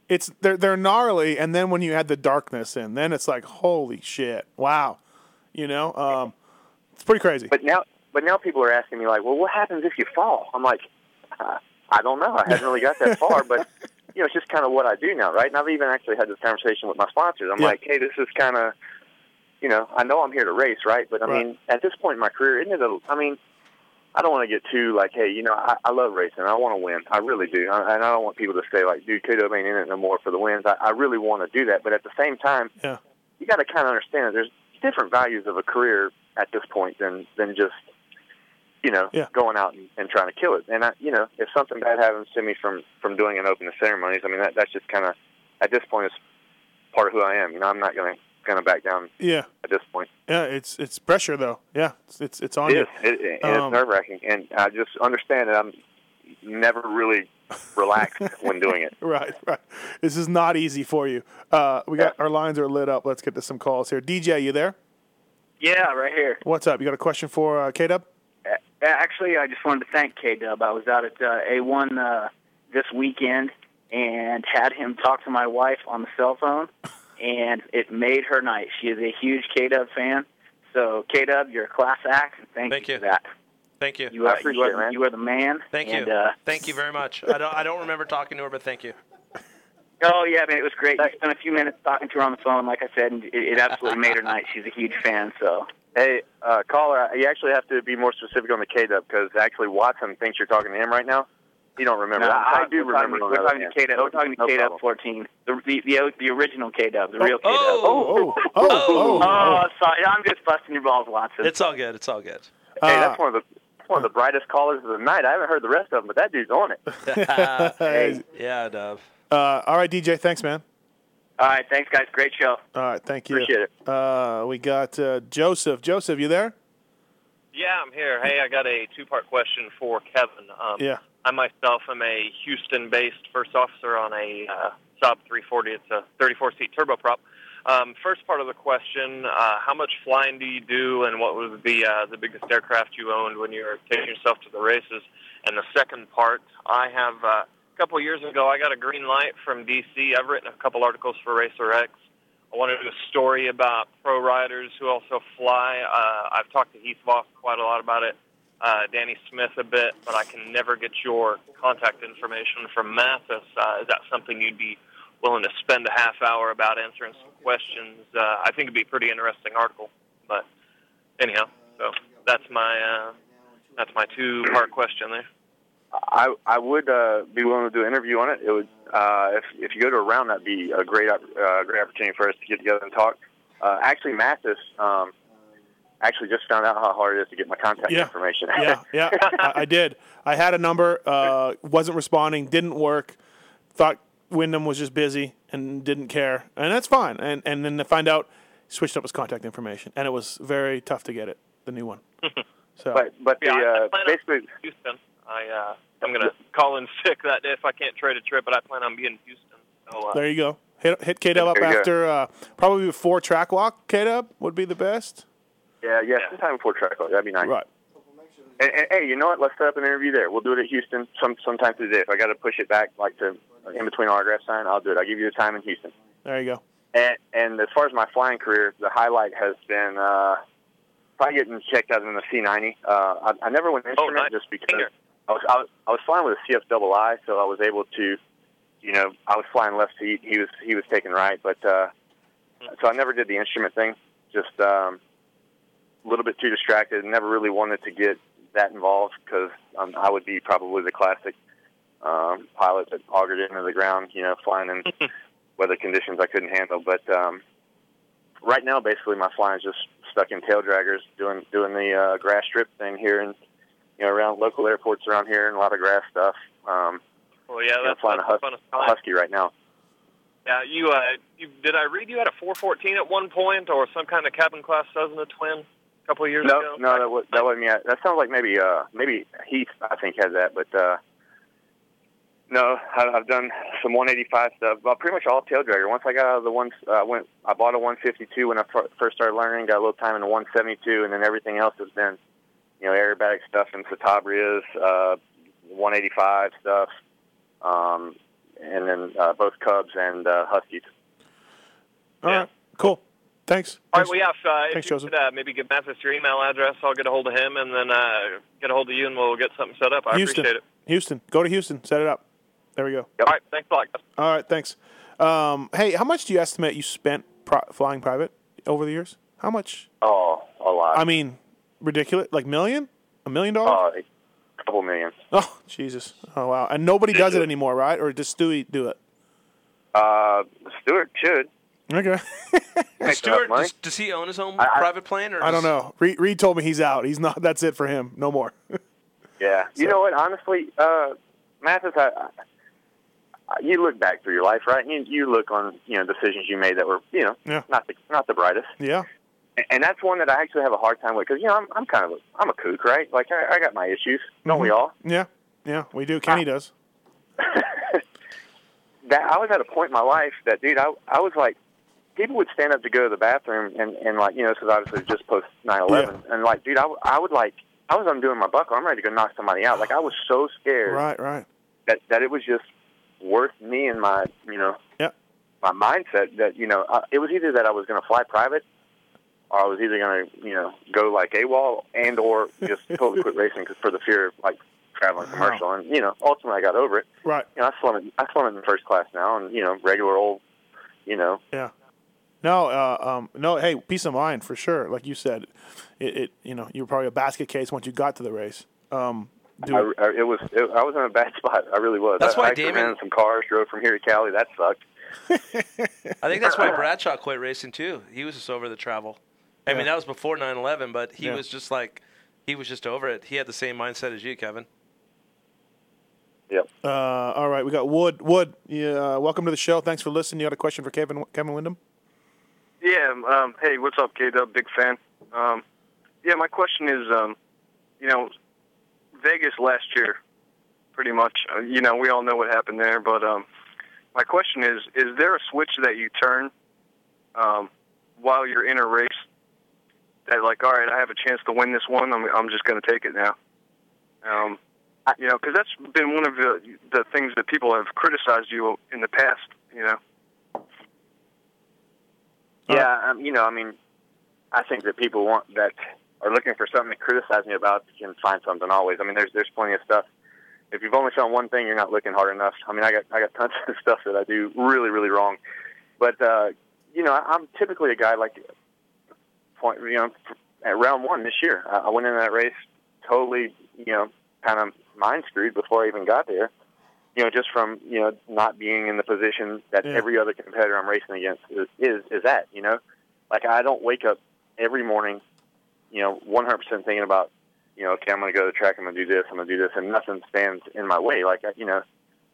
Speaker 5: It's they're they're gnarly, and then when you add the darkness in, then it's like holy shit, wow, you know, um, it's pretty crazy.
Speaker 20: But now, but now people are asking me like, well, what happens if you fall? I'm like, uh, I don't know. I haven't really got that far,
Speaker 5: <laughs>
Speaker 20: but you know, it's just kind of what I do now, right? And I've even actually had this conversation with my sponsors. I'm
Speaker 5: Yeah.
Speaker 20: like, hey, this is kind of, you know, I know I'm here to race, right? But I
Speaker 5: Right.
Speaker 20: mean, at this point in my career, isn't it? A, I mean, I don't want to get too like, hey, you know, I, I love racing. I want to win. I really do. I, and I don't want people to say like, dude, Kudo ain't in it no more for the wins. I, I really want to do that, but at the same time,
Speaker 5: Yeah.
Speaker 20: you got to kind of understand that there's different values of a career at this point than than just you know going out and, and trying to kill it. And I, you know, if something bad happens to me from from doing an opening ceremonies, I mean that that's just kind of at this point is part of who I am. You know, I'm not gonna gonna back down
Speaker 5: Yeah.
Speaker 20: at this point.
Speaker 5: Yeah, it's it's pressure though. Yeah, it's it's, it's on
Speaker 20: It
Speaker 5: you.
Speaker 20: is. It, it, and
Speaker 5: Um,
Speaker 20: it's nerve wracking, and I just understand that I'm never really relaxed when doing it.
Speaker 5: Right, right. This is not easy for you. Uh, we got our lines are lit up. Let's get to some calls here. DJ, you there?
Speaker 22: Yeah, right here.
Speaker 5: What's up? You got a question for uh, K Dub?
Speaker 22: A- Actually, I just wanted to thank K Dub. I was out at uh, A1 uh, this weekend and had him talk to my wife on the cell phone, and it made her night. She is a huge K Dub fan. So, K Dub, you're a class act, and thank, you for that.
Speaker 6: Thank you.
Speaker 22: You are, you are, you are the man.
Speaker 6: Thank
Speaker 22: and,
Speaker 6: you.
Speaker 22: Uh,
Speaker 6: thank you very much. I don't, I don't remember talking to her,
Speaker 22: <laughs>
Speaker 6: but thank you. <laughs>
Speaker 22: oh, yeah, man, it was great. I spent a few minutes talking to her on the phone, like I said, and it, it absolutely made her night. She's a huge fan, so.
Speaker 20: Hey, uh, caller, you actually have to be more specific on the K Dub because actually Watson thinks you're talking to him right now. You don't remember.
Speaker 22: Nah,
Speaker 20: I, I do
Speaker 22: we're
Speaker 20: remember.
Speaker 22: Talking, we're talking to K Dub. We're talking to K Dub 14. The, the, the, the original K Dub, the real K Dub.
Speaker 5: Oh, oh, oh,
Speaker 22: oh,
Speaker 5: oh,
Speaker 22: sorry. I'm just busting your balls, Watson.
Speaker 6: It's all good. It's all good.
Speaker 20: Hey, that's
Speaker 5: Uh,
Speaker 20: one of the that's one of the brightest callers of the night. I haven't heard the rest of them, but that dude's
Speaker 5: <laughs>
Speaker 20: on it.
Speaker 5: Hey.
Speaker 6: Yeah, Dub.
Speaker 5: Uh, all right, DJ. Thanks, man.
Speaker 22: All right, thanks, guys. Great show.
Speaker 5: All right, thank you.
Speaker 22: Appreciate
Speaker 5: it. Uh, we got uh, Joseph. Joseph, you there?
Speaker 23: Yeah, I'm here. Hey, I got a two-part question for Kevin. Um,
Speaker 5: Yeah.
Speaker 23: I myself am a Houston-based first officer on a uh, Saab 340. It's a 34-seat turboprop. Um, first part of the question: uh, How much flying do you do, and what was the uh, the biggest aircraft you owned when you were taking yourself to the races? And the second part, I have uh, a couple of years ago, I got a green light from DC. I've written a couple articles for Racer X. I want to do a story about pro riders who also fly. Uh, I've talked to Heath Voss quite a lot about it, uh, Danny Smith a bit, but I can never get your contact information from Mathis. Uh, is that something you'd be willing to spend a half hour about answering some questions? Uh, I think it'd be a pretty interesting article. But anyhow, so that's my uh, that's my two part question there.
Speaker 20: I I would uh, be willing to do an interview on it. It would uh, if if you go to a round, that'd be a great op- uh, great opportunity for us to get together and talk. Uh, actually, Mathis um, actually just found out how hard it is to get my contact
Speaker 5: Yeah.
Speaker 20: information. <laughs>
Speaker 5: yeah, yeah, I, I did. I had a number, uh, wasn't responding, didn't work. Thought Wyndham was just busy and didn't care, and that's fine. And and then to find out, he switched up his contact information, and it was very tough to get it, the new one. <laughs> So,
Speaker 20: but but
Speaker 5: Yeah, I- I
Speaker 20: the uh,
Speaker 5: plan on-
Speaker 20: basically
Speaker 23: Houston. I uh, I'm gonna call in <laughs> sick that day if I can't trade a trip, but I plan on being in Houston. So, uh,
Speaker 5: there you go. Hit hit K Dub up
Speaker 20: There you go.
Speaker 5: after uh, probably before track walk. K Dub would be the best.
Speaker 20: yeah yeah sometime before track call. that'd be nice.
Speaker 5: Right.
Speaker 20: And, and hey, you know what? Let's set up an interview there. We'll do it at Houston some sometime through the day. If I got to push it back like to in between autograph sign, I'll do it. I'll give you the time in Houston.
Speaker 5: There you go.
Speaker 20: And, and as far as my flying career, the highlight has been uh, probably getting checked out in the C90. Uh, I, I never went instrument just because I was, I was I was flying with a CFII, so I was able to, you know, I was flying left seat. He was he was taking right, but uh, so I never did the instrument thing. Just um, a little bit too distracted. Never really wanted to get that involved because um, I would be probably the classic um, pilot that augered into the ground, you know, flying in weather conditions I couldn't handle. But um, right now, basically, my flying is just stuck in tail draggers, doing doing the uh, grass strip thing here, and you know, around local airports around here, and a lot of grass stuff. Um,
Speaker 23: well, yeah,
Speaker 20: you know,
Speaker 23: Oh, that's,
Speaker 20: flying
Speaker 23: that's
Speaker 20: a hus-
Speaker 23: fun aside.
Speaker 20: husky right now.
Speaker 23: Yeah, you, uh, you did I read you had a 414 at one point or some kind of cabin class Cessna twin a couple of years
Speaker 20: no,
Speaker 23: ago?
Speaker 20: no, that was that wasn't yet. That sounds like maybe uh maybe Heath I think has that, but uh no, I- I've done some 185 stuff, but pretty much all tail dragger. Once I got out of the one, I went. I bought a 152 when I fir- first started learning. Got a little time in the 172, and then everything else has been, you know, aerobatic stuff and Satabrias, uh, 185 stuff, um, and then uh, both Cubs and uh, Huskies.
Speaker 5: All right, cool. Thanks.
Speaker 23: All right, well, yeah, if, uh, if
Speaker 5: Thanks,
Speaker 23: you
Speaker 5: Joseph.
Speaker 23: could uh, maybe give Mathis your email address, I'll get a hold of him and then uh, get a hold of you and we'll get something set up. I
Speaker 5: Houston,
Speaker 23: appreciate it.
Speaker 5: Houston, go to Houston, set it up. There we go.
Speaker 23: All right, thanks a lot. guys.
Speaker 5: All right, thanks. Um, hey, how much do you estimate you spent pro- flying private over the years? How much?
Speaker 20: Oh, a lot.
Speaker 5: I mean, ridiculous. Like million? A million dollars?
Speaker 20: Uh, a couple million.
Speaker 5: <laughs> Oh, Jesus. Oh, wow. And nobody does it anymore, right? Or does Stewie do it?
Speaker 20: Uh, Stewart should.
Speaker 5: Okay. <laughs>
Speaker 20: Hey,
Speaker 6: Stewart, does, does he own his own private plane? Or
Speaker 5: I don't
Speaker 6: does-
Speaker 5: know. Reed, Reed told me he's out. He's not. That's it for him. No more. <laughs>
Speaker 20: Yeah. You know what? Honestly, uh, Mathis, I, I, uh, you look back through your life, right? You, you look on you know decisions you made that were you know
Speaker 5: Yeah.
Speaker 20: not the not the brightest,
Speaker 5: Yeah.
Speaker 20: and, and that's one that I actually have a hard time with because you know I'm I'm kind of a, I'm a kook, right? Like I, I got my issues, don't we
Speaker 5: Mhm.
Speaker 20: all?
Speaker 5: Yeah. Yeah. We do. Kenny
Speaker 20: Ah.
Speaker 5: does.
Speaker 20: That I was at a point in my life that dude, I I was like. People would stand up to go to the bathroom, and, and like you know, this is obviously just post nine eleven, and like, dude, I, w- I would like, I was undoing my buckle. I'm ready to go knock somebody out. Like, I was so scared.
Speaker 5: Right. Right.
Speaker 20: that that it was just worth me and my you know
Speaker 5: Yep.
Speaker 20: my mindset that you know I, it was either that I was going to fly private or I was either going to you know go like AWOL and or just
Speaker 6: <laughs>
Speaker 20: totally quit racing cause for the fear of like traveling commercial and you know ultimately I got over it.
Speaker 5: Right.
Speaker 20: You know I swim I swim in first class now and you know regular old you know
Speaker 5: Yeah. No, uh, um, no. Hey, peace of mind for sure. Like you said, it, it you know you were probably a basket case once you got to the race. Um, do
Speaker 20: I, I, it was it, I was in a bad <laughs> spot I really was.
Speaker 6: That's
Speaker 20: I,
Speaker 6: why
Speaker 20: I actually
Speaker 6: Damon-
Speaker 20: ran in some cars drove from here to Cali that sucked.
Speaker 6: I think that's why Bradshaw quit racing too. He was just over the travel. I mean, that was before 9/11, but he
Speaker 20: Yeah.
Speaker 6: was just like, he was just over it. He had the same mindset as you, Kevin.
Speaker 20: Yep.
Speaker 5: Uh, all right, we got Wood. Wood, yeah, uh, welcome to the show. Thanks for listening. You got a question for Kevin Kevin Wyndham?
Speaker 1: Yeah. Um, hey, what's up, K Dub? Big fan. Um, yeah, my question is, um, you know, Vegas last year, pretty much. Uh, you know, we all know what happened there, but um, my question is, is there a switch that you turn um, while you're in a race that, like, all right, I have a chance to win this one. I'm, I'm just going to take it now. Um, you know, because that's been one of the, the things that people have criticized you in the past. You know.
Speaker 20: Yeah, um, you know, I mean, I think that people want that are looking for something to criticize me about can find something always. I mean, there's there's plenty of stuff. If you've only found one thing, you're not looking hard enough. I mean, I got I got tons <laughs> of stuff that I do really really wrong, but uh, you know, I, I'm typically a guy like point you know at round one this year. I, I went into that race totally you know kind of mind screwed before I even got there. You know, just from you know not being in the position that
Speaker 5: Yeah.
Speaker 20: every other competitor I'm racing against is is, is at. You know, like I don't wake up every morning, you know, 100% thinking about, you know, okay, I'm going to go to the track, I'm going to do this, I'm going to do this, and nothing stands in my way. Like, I- you know,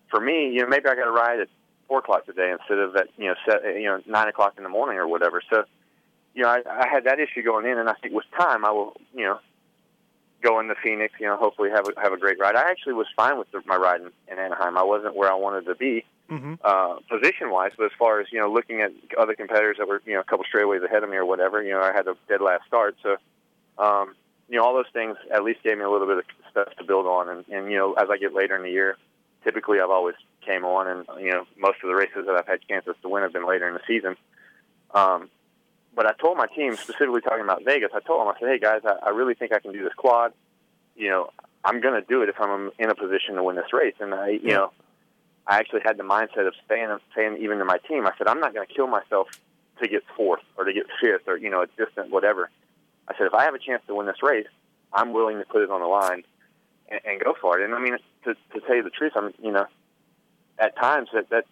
Speaker 20: for me, you know, maybe I got to ride at four o'clock today instead of at you know, set, you know, nine o'clock in the morning or whatever. So, you know, I, I had that issue going in, and I think with time, I will, you know, go into Phoenix, you know, hopefully have a, have a great ride. I actually was fine with the, my ride in, in Anaheim. I wasn't where I wanted to be
Speaker 5: Mm-hmm.
Speaker 20: uh, position wise, but as far as you know, looking at other competitors that were you know a couple straightaways ahead of me or whatever, you know, I had a dead last start, so um, you know all those things at least gave me a little bit of stuff to build on. And, and you know, as I get later in the year, typically I've always came on, and you know, most of the races that I've had chances to win have been later in the season. Um, but I told my team, specifically talking about Vegas, I told them, I said, hey guys, I, I really think I can do this quad. You know, I'm going to do it if I'm in a position to win this race. And I, you know, I actually had the mindset of saying, of saying even to my team, I said, I'm not going to kill myself to get fourth or to get fifth or, you know, a distant whatever. I said, if I have a chance to win this race, I'm willing to put it on the line and, and go for it. And I mean, to, to tell you the truth, I'm, you know, at times that, that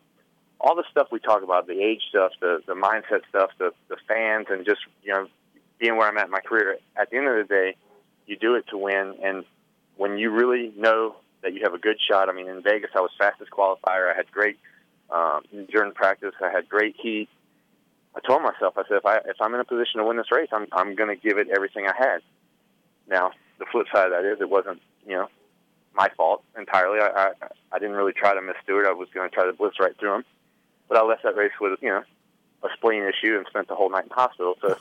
Speaker 20: all the stuff we talk about, the age stuff, the, the mindset stuff, the, the fans, and just, you know, being where I'm at in my career, at the end of the day, you do it to win. And when you really know that you have a good shot, I mean, in Vegas, I was fastest qualifier. I had great, um, during practice, I had great heat. I told myself, I said, if, I, if I'm in a position to win this race, I'm, I'm going to give it everything I had. Now, the flip side of that is it wasn't, you know, my fault entirely. I, I, I didn't really try to miss Stewart. I was going to try to blitz right through him. But I left that race with, you know, a spleen issue and spent the whole night in the hospital. So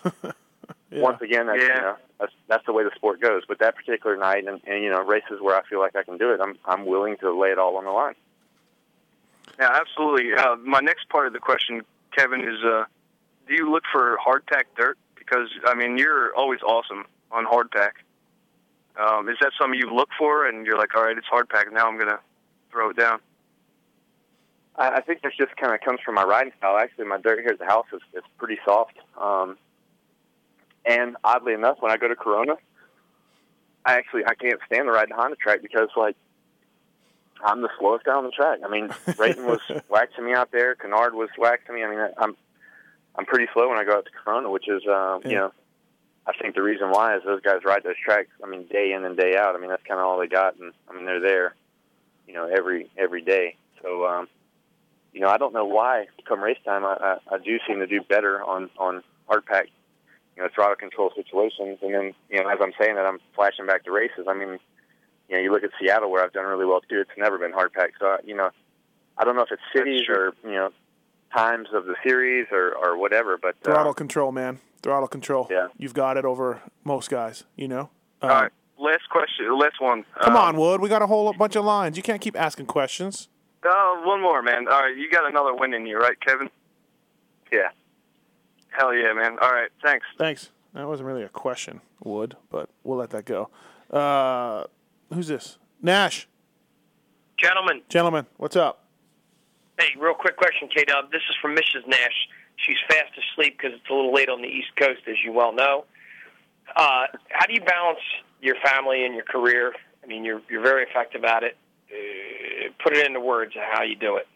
Speaker 20: once again, that's, you know, that's, that's the way the sport goes. But that particular night and, and, you know, races where I feel like I can do it, I'm, I'm willing to lay it all on the line.
Speaker 1: Yeah, absolutely. Uh, my next part of the question, Kevin, is uh, do you look for hard pack dirt? Because I mean, you're always awesome on hard pack. Um, is that something you look for, and you're like, all right, it's hard pack. Now I'm gonna throw it down.
Speaker 20: I, I think this just kind of comes from my riding style. Actually, my dirt here at the house is, is pretty soft. Um, and oddly enough, when I go to Corona, I actually I can't stand the ride in Honda track because like I'm the slowest guy on the track. I mean, Rayton was waxing me out there. Kennard was waxing me. I mean, I- I'm I'm pretty slow when I go out to Corona, which is um, you
Speaker 5: Yeah.
Speaker 20: know I think the reason why is those guys ride those tracks. I mean, day in and day out. I mean, that's kind of all they got, and I mean they're there, you know, every every day. So um, you know, I don't know why. Come race time, I I, I do seem to do better on on hard pack you know, throttle control situations. And then, you know, as I'm saying that, I'm flashing back to races. I mean, you know, you look at Seattle where I've done really well too. It's never been hard packed. So, you know, I don't know if it's cities or you know times of the series or or whatever. But uh,
Speaker 5: Throttle control, man. Throttle control. Yeah. You've got it over most guys, you know?
Speaker 1: All right, last question, last one.
Speaker 5: Uh-huh. Come on, Wood. We got a whole bunch of lines. You can't keep asking questions.
Speaker 1: Uh, one more, man. All right, you got another win in you, right, Kevin?
Speaker 20: Yeah.
Speaker 1: Hell yeah, man. All right, thanks.
Speaker 5: Thanks. That wasn't really a question, Wood, but we'll let that go. Uh, who's this? Nash.
Speaker 2: Gentlemen,
Speaker 5: Gentlemen, what's up?
Speaker 2: hey, real quick question, K Dub. This is from Mrs. Nash. She's fast asleep because it's a little late on the East Coast, as you well know. Uh, how do you balance your family and your career? I mean, you're you're very effective at it. Uh, put it into words how you do it.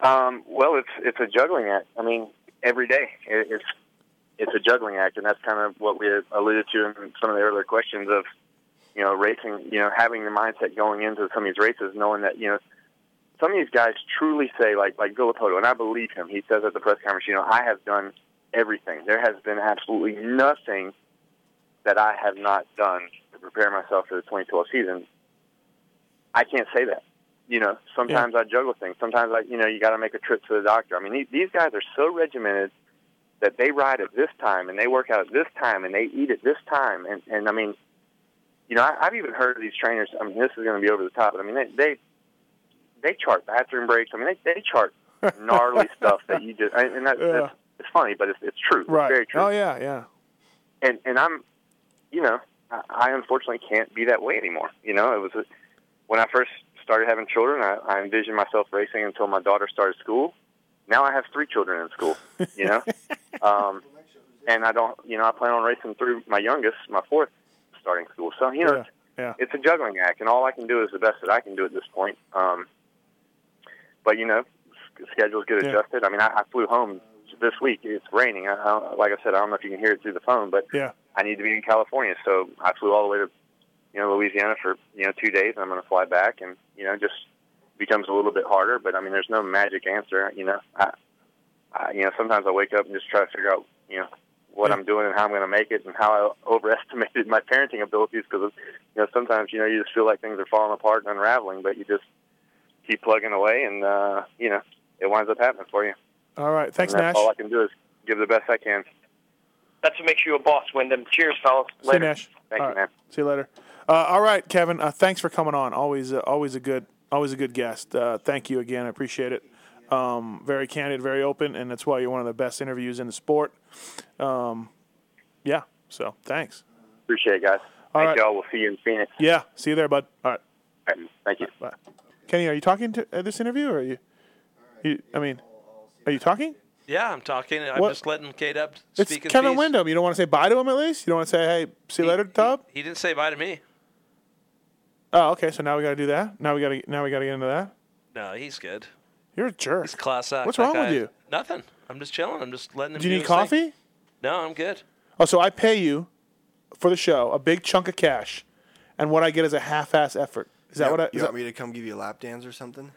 Speaker 20: Um, well, it's it's a juggling act. I mean, every day it, it's it's a juggling act, and that's kind of what we alluded to in some of the earlier questions of you know racing. You know, having the mindset going into some of these races, knowing that you know some of these guys truly say like like Villapoto, and I believe him. He says at the press conference, you know, I have done everything. There has been absolutely nothing that I have not done to prepare myself for the 2012 season. I can't say that you know, sometimes I juggle things. Sometimes I, you know, you got to make a trip to the doctor. I mean, these, these guys are so regimented that they ride at this time and they work out at this time and they eat at this time. And, and I mean, you know, I, I've even heard of these trainers. I mean, this is going to be over the top, but I mean, they, they, they chart bathroom breaks. I mean, they, they chart
Speaker 5: <laughs>
Speaker 20: gnarly stuff that you just, I- and that,
Speaker 5: Yeah.
Speaker 20: that's, it's funny, but it's, it's true.
Speaker 5: Right.
Speaker 20: It's very true
Speaker 5: Oh, yeah, yeah.
Speaker 20: and and I'm, you know, I, I unfortunately can't be that way anymore. You know, it was a, when I first started having children, I, I envisioned myself racing until my daughter started school. Now I have three children in school. You know, um, and I don't, you know, I plan on racing through my youngest, my fourth, starting school. So you know, it's
Speaker 5: Yeah.
Speaker 20: it's a juggling act, and all I can do is the best that I can do at this point. Um, but you know, s- schedules get
Speaker 5: Yeah.
Speaker 20: adjusted. I mean, I, I flew home this week. It's raining. I, I, like I said, I don't know if you can hear it through the phone, but
Speaker 5: Yeah.
Speaker 20: I need to be in California, so I flew all the way to you know Louisiana for you know two days, and I'm going to fly back, and you know, it just becomes a little bit harder. But I mean, there's no magic answer. You know, I, I you know, sometimes I wake up and just try to figure out you know what I'm doing and how I'm going to make it and how I overestimated my parenting abilities because you know sometimes you know you just feel like things are falling apart and unraveling, but you just keep plugging away and uh, you know it winds up happening for you.
Speaker 5: All right. Thanks,
Speaker 20: and that's
Speaker 5: Nash.
Speaker 20: All I can do is give the best I can.
Speaker 2: That's what makes you a boss, Wyndham. Cheers, fellas.
Speaker 5: See you, Nash.
Speaker 20: Thank
Speaker 5: All
Speaker 20: you,
Speaker 5: right. See you later. Uh, all right, Kevin. Uh, thanks for coming on. Always, uh, always a good, always a good guest. Uh, thank you again. I appreciate it. Um, very candid, very open, and that's why you're one of the best interviews in the sport. Um, yeah. So thanks.
Speaker 20: Appreciate it, guys.
Speaker 5: All
Speaker 20: Thank
Speaker 5: right.
Speaker 20: y'all. We'll see you in Phoenix.
Speaker 5: Yeah. See you there, bud. All right.
Speaker 20: Thank you.
Speaker 5: Bye. Kenny, are you talking to uh, this interview, or are you? you I mean, are you talking?
Speaker 6: Yeah, I'm talking. I'm
Speaker 5: What-
Speaker 6: just letting Kate up speak.
Speaker 5: It's
Speaker 6: his
Speaker 5: Kevin
Speaker 6: piece.
Speaker 5: Wyndham. You don't want to say bye to him at least. You don't want to say, "Hey, see you later, Tub."
Speaker 6: He didn't say bye to me.
Speaker 5: Oh, okay. So now we got to do that. Now we got to. Now we got to get into that.
Speaker 6: No, he's good.
Speaker 5: You're a jerk.
Speaker 6: He's class act.
Speaker 5: What's
Speaker 6: That
Speaker 5: wrong with
Speaker 6: guy-
Speaker 5: you?
Speaker 6: Nothing. I'm just chilling. I'm just letting him.
Speaker 5: Do you need
Speaker 6: his thing.
Speaker 5: coffee?
Speaker 6: No, I'm good.
Speaker 5: Oh, so I pay you for the show a big chunk of cash, and what I get is a half-ass effort. Is that
Speaker 7: You
Speaker 5: what I?
Speaker 7: want-
Speaker 5: Is
Speaker 7: You
Speaker 5: that,
Speaker 7: want me to come give you a lap dance or
Speaker 5: <laughs>
Speaker 7: something?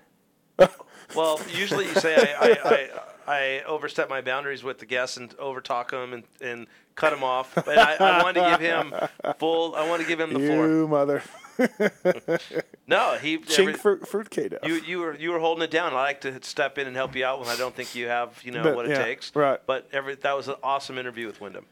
Speaker 6: Well, usually you say I, I, I, I overstep my boundaries with the guests and overtalk them and, and cut them off. But I, I wanted to give him full. I want to give him the
Speaker 5: you
Speaker 6: floor. <laughs>
Speaker 5: mother.
Speaker 6: No, he. every-
Speaker 5: Chink fruit fruitcake.
Speaker 6: you you were you were holding it down. I like to step in and help you out when I don't think you have you know
Speaker 5: But,
Speaker 6: what it
Speaker 5: yeah,
Speaker 6: takes.
Speaker 5: right.
Speaker 6: But every that was an awesome interview with Wyndham.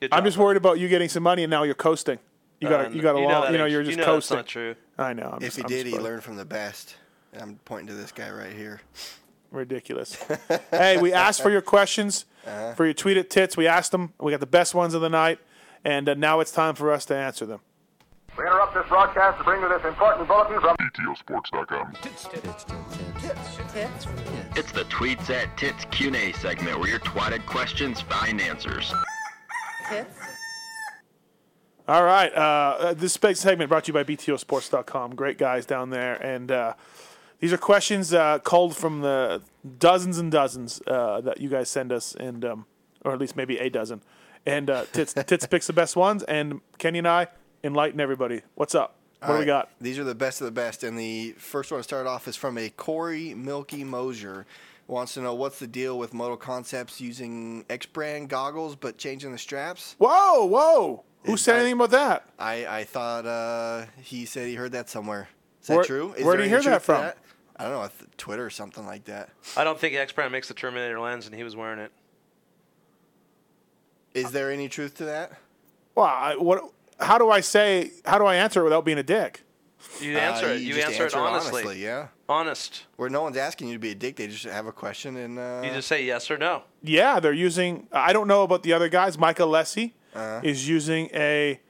Speaker 6: Good job.
Speaker 5: I'm just worried about you getting some money, and now you're coasting. <laughs> You got
Speaker 6: Uh,
Speaker 5: to you got a
Speaker 6: you know
Speaker 5: lot.
Speaker 6: that
Speaker 5: You know
Speaker 6: ain't-
Speaker 5: you're
Speaker 6: you
Speaker 5: just
Speaker 6: know that's
Speaker 5: coasting.
Speaker 6: not true.
Speaker 5: I know. I'm
Speaker 7: if
Speaker 5: just-
Speaker 7: he
Speaker 5: I'm
Speaker 7: did, he
Speaker 5: spoiled.
Speaker 7: learned from the best. And I'm pointing to this guy right here. <laughs>
Speaker 5: Ridiculous. hey, we asked for your questions,
Speaker 7: Uh-huh.
Speaker 5: for your tweet at tits. We asked them. We got the best ones of the night, and uh, now it's time for us to answer them.
Speaker 8: We interrupt this broadcast to bring you this important bulletin from
Speaker 24: BTOsports.com.
Speaker 25: It's the Tweets at Tits Q&A segment where your twatted questions find answers.
Speaker 5: All right. Uh, this big segment brought to you by BTOsports.com. Great guys down there. And uh, these are questions uh, culled from the dozens and dozens uh, that you guys send us, and um, or at least maybe a dozen. And uh,
Speaker 7: <laughs>
Speaker 5: Tits, Tits picks the best ones, and Kenny and I enlighten everybody. What's up? What
Speaker 7: All
Speaker 5: do we
Speaker 7: right.
Speaker 5: got?
Speaker 7: These are the best of the best, and the first one to start off is from a Corey Milky Mosier. Wants to know what's the deal with Moto Concepts using X brand goggles but changing the straps?
Speaker 5: Whoa, whoa! Who said anything about that?
Speaker 7: I, I thought uh, he said he heard that somewhere. Is that
Speaker 5: Where-
Speaker 7: true? Is
Speaker 5: where
Speaker 7: there
Speaker 5: did he
Speaker 7: any
Speaker 5: hear
Speaker 7: truth
Speaker 5: that
Speaker 7: to
Speaker 5: from?
Speaker 7: I don't know, I th- Twitter or something like that.
Speaker 6: I don't think X Prime makes the Terminator lens, and he was wearing it.
Speaker 7: Is there any truth to that?
Speaker 5: Well, I, what? How do I say? How do I answer it without being a dick?
Speaker 6: You answer it. You,
Speaker 7: Uh, just
Speaker 6: answer, it honestly.
Speaker 7: Yeah.
Speaker 6: Honest.
Speaker 7: Where no one's asking you to be a dick, they just have a question and uh,
Speaker 6: You just say yes or no.
Speaker 5: Yeah, they're using. I don't know about the other guys. Micah Lessie
Speaker 7: Uh-huh.
Speaker 5: is using a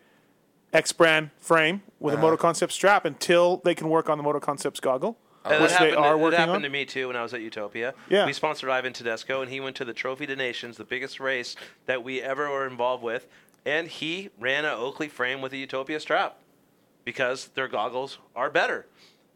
Speaker 5: X brand frame with a
Speaker 6: Uh-huh.
Speaker 5: Moto Concept strap until they can work on the Moto Concepts goggle,
Speaker 6: And
Speaker 5: which
Speaker 6: Uh, that
Speaker 5: they
Speaker 6: happened
Speaker 5: are
Speaker 6: to, that
Speaker 5: working
Speaker 6: happened
Speaker 5: on.
Speaker 6: to me too when I was at Utopia.
Speaker 5: Yeah.
Speaker 6: We sponsored Ivan Tedesco, and he went to the Trophy to Nations, the biggest race that we ever were involved with, and he ran a Oakley frame with a Utopia strap because their goggles are better.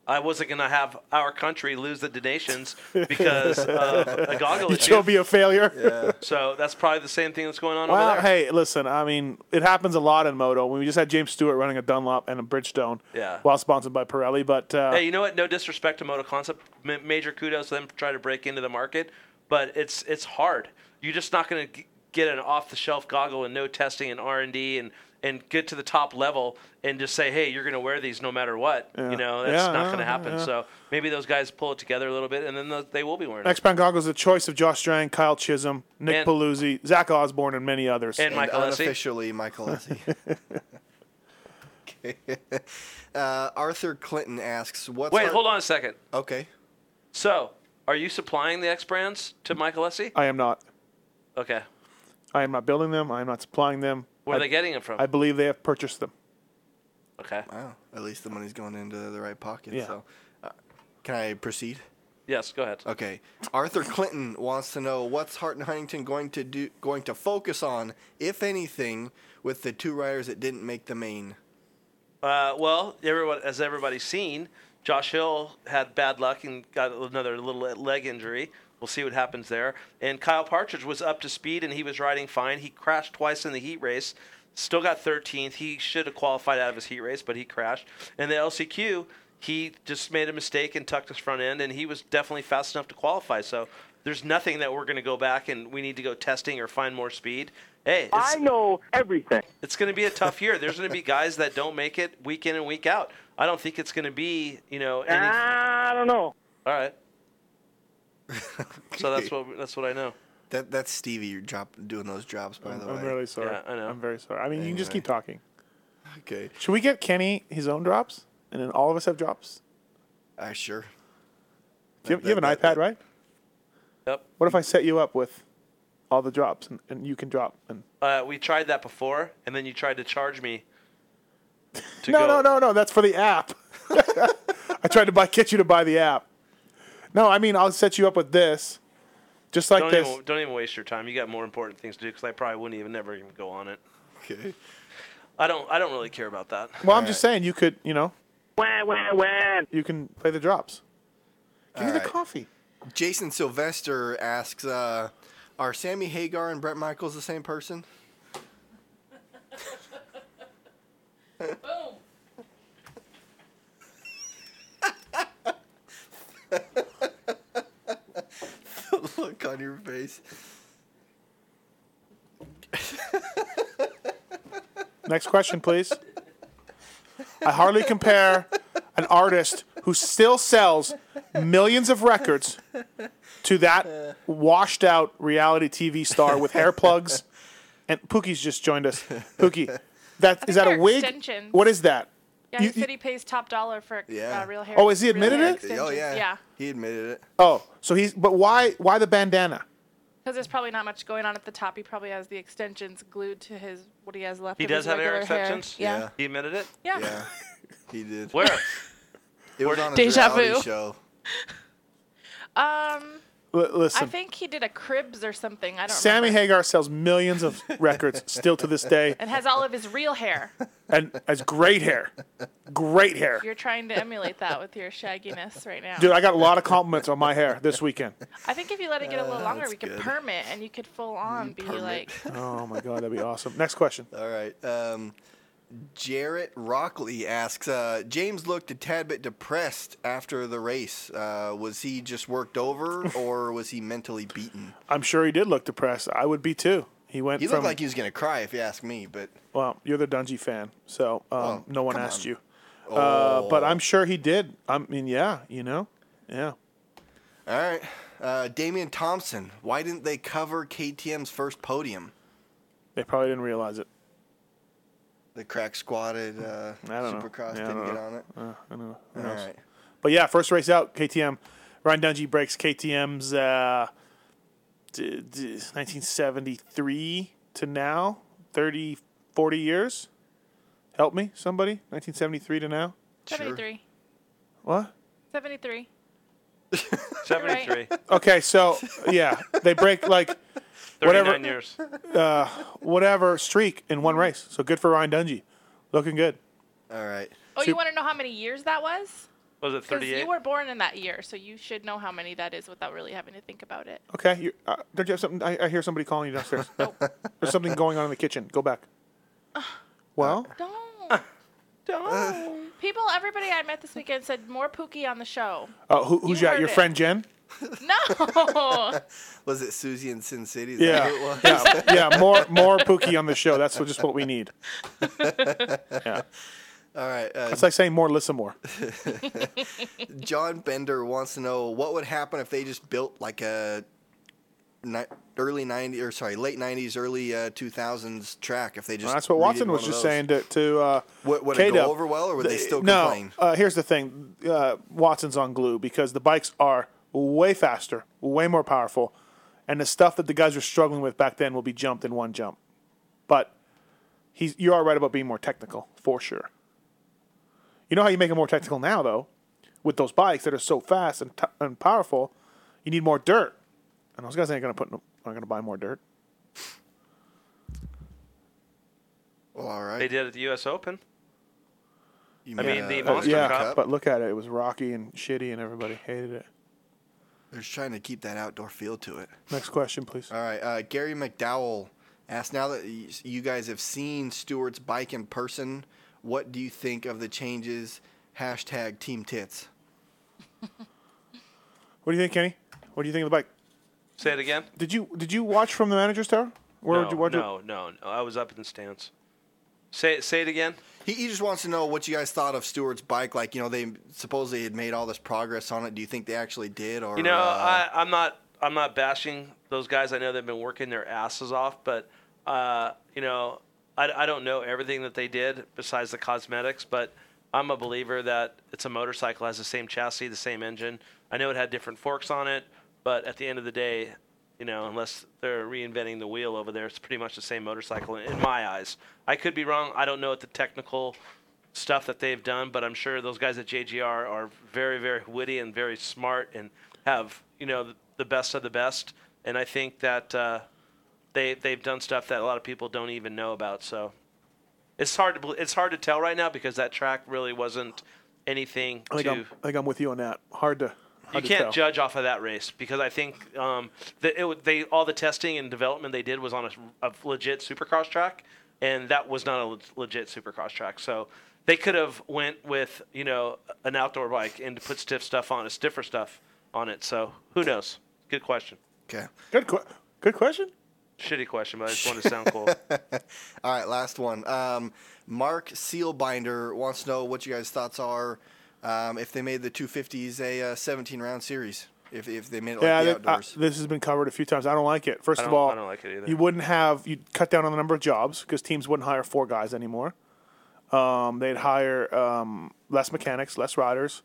Speaker 6: I wasn't going to have our country lose the
Speaker 5: <laughs>
Speaker 6: donations because of a goggle issue.
Speaker 5: Utopia failure.
Speaker 6: So that's probably the same thing that's going on
Speaker 5: Well,
Speaker 6: over there.
Speaker 5: hey, listen. I mean, it happens a lot in moto. We just had James Stewart running a Dunlop and a Bridgestone,
Speaker 6: Yeah.
Speaker 5: while sponsored by Pirelli. But uh,
Speaker 6: hey, you know what? No disrespect to Moto Concept. Ma- major kudos to them for trying to break into the market, but it's it's hard. You're just not going to get an off-the-shelf goggle and no testing and R and D and and get to the top level and just say, hey, you're going to wear these no matter what.
Speaker 5: Yeah.
Speaker 6: You know that's
Speaker 5: Yeah,
Speaker 6: not
Speaker 5: yeah,
Speaker 6: going to happen.
Speaker 5: yeah.
Speaker 6: So maybe those guys pull it together a little bit, and then those, they will be wearing
Speaker 5: X Brand goggles the choice of Josh Strang, Kyle Chisholm, Nick
Speaker 6: And-
Speaker 5: Paluzzi, Zach Osborne, and many others.
Speaker 6: And Michael Lessie.
Speaker 7: officially Michael Lessie. okay. <laughs> Uh, Arthur Clinton asks,
Speaker 6: it.
Speaker 7: "What's
Speaker 6: Wait,
Speaker 7: our-
Speaker 6: hold on a second.
Speaker 7: Okay,
Speaker 6: So, are you supplying the X brands to Michael Essie?
Speaker 5: <laughs> I am not. Uh,
Speaker 6: Okay,
Speaker 5: I am not building them. I am not supplying them.
Speaker 6: where
Speaker 5: I,
Speaker 6: are they getting them from?
Speaker 5: I believe they have purchased them.
Speaker 6: okay.
Speaker 7: Wow. At least the money's going into the right pocket.
Speaker 5: Yeah.
Speaker 7: So, uh, can I proceed?
Speaker 6: Yes, go ahead.
Speaker 7: Okay. Arthur Clinton wants to know what's Hart and Huntington going to do, going to focus on, if anything, with the two riders that didn't make the main.
Speaker 6: Uh, well, everyone, as everybody's seen, Josh Hill had bad luck and got another little leg injury. We'll see what happens there. And Kyle Partridge was up to speed and he was riding fine. He crashed twice in the heat race, still got 13th. He should have qualified out of his heat race, but he crashed. And the LCQ, he just made a mistake and tucked his front end, and he was definitely fast enough to qualify. So there's nothing that we're going to go back and we need to go testing or find more speed. Hey, it's,
Speaker 3: I know everything.
Speaker 6: it's going to be a tough year. There's going to be guys that don't make it week in and week out. I don't think it's going to be, you know, any.
Speaker 4: Ah.
Speaker 3: Uh, I don't know.
Speaker 6: All right. So
Speaker 7: <laughs>
Speaker 6: that's what that's what I know.
Speaker 7: That that's Stevie. You're drop doing those drops by the way.
Speaker 5: I'm really sorry.
Speaker 7: Yeah,
Speaker 5: I know. I'm very sorry. I mean, you can just
Speaker 7: Anyway.
Speaker 5: keep talking.
Speaker 7: Okay.
Speaker 5: Should we get Kenny his own drops, and then all of us have drops?
Speaker 7: I sure.
Speaker 5: Do you, you have an iPad, right?
Speaker 6: Yep.
Speaker 5: What if I set you up with all the drops, and, and you can drop? And
Speaker 6: Uh, we tried that before, and then you tried to charge me.
Speaker 5: no, no, no, no. That's for the app. <laughs> I tried to buy get you to buy the app. No, I mean I'll set you up with this, just like
Speaker 6: don't
Speaker 5: this.
Speaker 6: Even, don't even waste your time. You got more important things to do because I probably wouldn't even never even go on it.
Speaker 7: Okay.
Speaker 6: I don't. I don't really care about that.
Speaker 5: Well, I'm just saying you could, you know. You can play the drops. Give me the coffee.
Speaker 7: Jason Sylvester asks, uh, "Are Sammy Hagar and Brett Michaels the same person?" <laughs> the look on your face.
Speaker 5: Next question, please. I hardly compare an artist who still sells millions of records to that washed out reality TV star with hair plugs. And Pookie's just joined us. Pookie, that is that a
Speaker 4: Hair
Speaker 5: wig?
Speaker 4: extensions.
Speaker 5: What is that?
Speaker 4: Yeah, he said he pays top dollar for
Speaker 5: Yeah.
Speaker 4: uh, real hair.
Speaker 5: Oh, has he
Speaker 4: real
Speaker 5: admitted
Speaker 4: hair
Speaker 5: it?
Speaker 4: extensions.
Speaker 5: Oh, yeah.
Speaker 4: Yeah,
Speaker 7: He admitted it.
Speaker 5: Oh, so he's but why why the bandana?
Speaker 4: because there's probably not much going on at the top. He probably has the extensions glued to his what he has left.
Speaker 6: He
Speaker 4: of
Speaker 6: does
Speaker 4: his
Speaker 6: have hair
Speaker 4: regular
Speaker 6: exceptions.
Speaker 4: Yeah.
Speaker 6: He admitted it.
Speaker 4: Yeah.
Speaker 7: He did. <laughs>
Speaker 6: Where?
Speaker 7: It was on a
Speaker 4: Deja
Speaker 7: reality
Speaker 4: vu.
Speaker 7: show.
Speaker 4: Um,
Speaker 5: L- listen.
Speaker 4: I think he did a cribs or something. I don't.
Speaker 5: Sammy
Speaker 4: remember.
Speaker 5: Hagar sells millions of records still to this day,
Speaker 4: And has all of his real hair.
Speaker 5: and has great hair, great hair.
Speaker 4: You're trying to emulate that with your shagginess right now.
Speaker 5: Dude, I got a lot of compliments on my hair this weekend.
Speaker 4: I think if you let it get a little longer, we could
Speaker 5: Uh, good.
Speaker 4: perm it, and you could full on be like,
Speaker 5: Oh my god, that'd be awesome. Next question.
Speaker 7: All right. Um, Jarrett Rockley asks uh, James looked a tad bit depressed after the race. Uh, was he just
Speaker 5: <laughs>
Speaker 7: worked over or was he mentally beaten?
Speaker 5: I'm sure he did look depressed. I would be too. He went.
Speaker 7: He
Speaker 5: from,
Speaker 7: looked like he was going to cry if you ask me, but
Speaker 5: Well, you're the Dungy fan, so um, no one asked you.
Speaker 7: Oh.
Speaker 5: Uh, but I'm sure he did. I mean, yeah, you know, yeah.
Speaker 7: all right. Uh, Damian Thompson, why didn't they cover KTM's first podium?
Speaker 5: They probably didn't realize it.
Speaker 7: The crack squatted uh,
Speaker 5: I don't know.
Speaker 7: Supercross
Speaker 5: Yeah, I
Speaker 7: didn't
Speaker 5: don't
Speaker 7: get
Speaker 5: know.
Speaker 7: on it.
Speaker 5: Uh, I don't know. Who
Speaker 7: All
Speaker 5: knows?
Speaker 7: right.
Speaker 5: But yeah, first race out, KTM. Ryan Dungey breaks KTM's uh, d- d- 1973 to now, 30, 40 years. Help me, somebody. 1973 to now.
Speaker 4: 73,
Speaker 5: What?
Speaker 4: 73.
Speaker 6: 73.
Speaker 5: <laughs> Okay, so yeah, they break like whatever
Speaker 6: 39 years.
Speaker 5: uh, whatever streak in one race. So good for Ryan Dungey, looking good.
Speaker 7: All right.
Speaker 4: Oh, you want to know how many years that was?
Speaker 6: Was it
Speaker 4: Because you were born in that year, so you should know how many that is without really having to think about it.
Speaker 5: Okay, you, uh, don't you have something? I, I hear somebody calling you
Speaker 7: <laughs>
Speaker 5: downstairs. There's something going on in the kitchen. Go back.
Speaker 4: Uh,
Speaker 5: Well, Oh.
Speaker 4: <gasps> People, everybody I met this weekend said more Pookie on the
Speaker 5: <laughs>
Speaker 4: show.
Speaker 5: uh, who, who's
Speaker 4: You
Speaker 5: that? Your
Speaker 4: heard it.
Speaker 5: friend Jen?
Speaker 4: No.
Speaker 7: Was it Susie and Sin City? Is that
Speaker 5: Yeah,
Speaker 7: who it was?
Speaker 5: yeah, yeah. More, more Pookie on the show. That's what- just what we need. Yeah,
Speaker 7: <laughs> All right. Uh,
Speaker 5: that's like saying more, listen
Speaker 7: <laughs>
Speaker 5: more.
Speaker 7: John Bender wants to know what would happen if they just built like a ni- early 90s or sorry late 90s early uh, 2000s track if they just
Speaker 5: Well, that's what
Speaker 7: redid
Speaker 5: Watson
Speaker 7: one
Speaker 5: was
Speaker 7: of
Speaker 5: just
Speaker 7: those.
Speaker 5: saying to to uh,
Speaker 7: Would- would it go
Speaker 5: K-Dub.
Speaker 7: over well, or would they
Speaker 5: The-
Speaker 7: still
Speaker 5: no,
Speaker 7: complain?
Speaker 5: Uh, here's the thing: uh, Watson's on glue because the bikes are way faster, way more powerful, and the stuff that the guys were struggling with back then will be jumped in one jump. But he's you are right about being more technical for sure. You know how you make it more technical now though, with those bikes that are so fast and, t- and powerful, you need more dirt, and those guys ain't gonna put no, aren't gonna buy more dirt.
Speaker 7: all right.
Speaker 6: They did it at the U.S. Open.
Speaker 7: You
Speaker 6: I mean,
Speaker 7: mean,
Speaker 6: the
Speaker 7: uh,
Speaker 6: Monster
Speaker 5: yeah,
Speaker 6: Cup.
Speaker 5: but look at it. It was rocky and shitty, and everybody hated it.
Speaker 7: they're just trying to keep that outdoor feel to it
Speaker 5: Next question, please.
Speaker 7: all right uh, Gary McDowell asked now that y- you guys have seen Stewart's bike in person what do you think of the changes hashtag team tits
Speaker 5: What do you think, Kenny? What do you think of the bike?
Speaker 6: Say it again.
Speaker 5: Did you did you watch from the manager's tower?
Speaker 6: no,
Speaker 5: did you watch it?
Speaker 6: no, no, no. I was up in the stands. Say it. Say it again.
Speaker 7: He, he just wants to know what you guys thought of Stewart's bike. Like, you know, they supposedly had made all this progress on it. Do you think they actually did? Or
Speaker 6: you know,
Speaker 7: uh,
Speaker 6: I, I'm not I'm not bashing those guys. I know they've been working their asses off, but uh, you know, I, I don't know everything that they did besides the cosmetics, but I'm a believer that it's a motorcycle has the same chassis, the same engine. I know it had different forks on it, but at the end of the day, you know, unless they're reinventing the wheel over there, it's pretty much the same motorcycle in, in my eyes. I could be wrong. I don't know what the technical stuff that they've done, but I'm sure those guys at JGR are very, very witty and very smart and have you know the best of the best. And I think that uh, they they've done stuff that a lot of people don't even know about. So it's hard to bel- it's hard to tell right now because that track really wasn't anything
Speaker 5: I think,
Speaker 6: to
Speaker 5: I'm, I think I'm with you on that. Hard to.
Speaker 6: you
Speaker 5: Hard to
Speaker 6: can't
Speaker 5: tell.
Speaker 6: judge off of that race because I think um, that it, would- they all the testing and development they did was on a, a legit supercross track, and that was not a le- legit supercross track. So they could have went with you know an outdoor bike and put stiff stuff on it, stiffer stuff on it. So who knows? Good question.
Speaker 7: Okay.
Speaker 5: Good. Qu- good question.
Speaker 6: Shitty question, but I just wanted to sound
Speaker 5: <laughs>
Speaker 6: cool.
Speaker 7: <laughs> all right, last one. Um, Mark Sealbinder wants to know what you guys' thoughts are um, if they made the 250s a uh, 17 round series. If, if they made it
Speaker 5: yeah, uh,
Speaker 7: like the
Speaker 5: that- I-
Speaker 7: outdoors.
Speaker 5: this has been covered a few times. I don't like it. First
Speaker 6: I
Speaker 5: of
Speaker 6: don't-
Speaker 5: all,
Speaker 6: I don't like it either.
Speaker 5: You wouldn't have you would cut down on the number of jobs because teams wouldn't hire four guys anymore. Um, they'd hire um, less mechanics, less riders.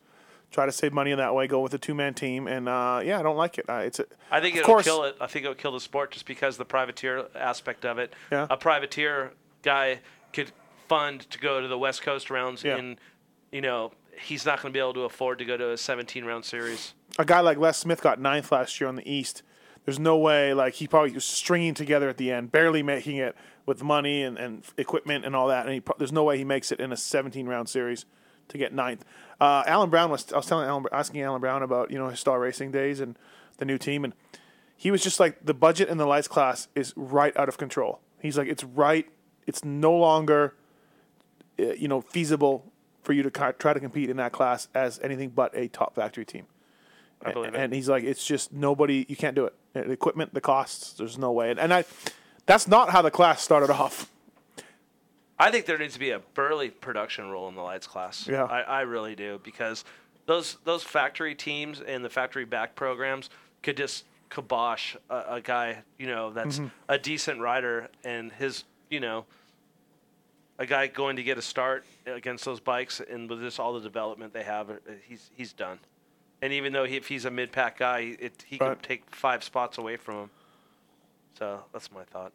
Speaker 5: Try to save money in that way. Go with a two man team, and uh, yeah, I don't like it. Uh, it's a,
Speaker 6: I think
Speaker 5: of
Speaker 6: it'll
Speaker 5: course,
Speaker 6: kill it. I think it'll kill the sport just because the privateer aspect of it.
Speaker 5: Yeah.
Speaker 6: A privateer guy could fund to go to the West Coast rounds
Speaker 5: Yeah.
Speaker 6: in, you know, he's not going to be able to afford to go to a 17 round series.
Speaker 5: a guy like Les Smith got ninth last year on the East. There's no way, like, he probably was stringing together at the end, barely making it with money and, and equipment and all that. And he pro- there's no way he makes it in a 17 round series to get ninth. Uh, Alan Brown was, I was telling Alan, asking Alan Brown about, you know, his star racing days and the new team. And he was just like, the budget in the lights class is right out of control. He's like, it's right, it's no longer, uh, you know, feasible for you to co- try to compete in that class as anything but a top factory team.
Speaker 6: I believe it.
Speaker 5: And he's like, it's just nobody. You can't do it. Uh, The equipment, the costs. There's no way. And, and I, that's not how the class started off.
Speaker 6: I think there needs to be a burly production rule in the lights class.
Speaker 5: Yeah.
Speaker 6: I, I really do because those those factory teams and the factory back programs could just kibosh a, a guy you know
Speaker 5: Mm-hmm.
Speaker 6: that's
Speaker 16: Mhm.
Speaker 6: a decent rider and his you know a guy going to get a start against those bikes and with just all the development they have uh, he's he's done and even though he, if he's a mid pack guy it, he
Speaker 5: Right.
Speaker 6: can take five spots away from him so that's my thought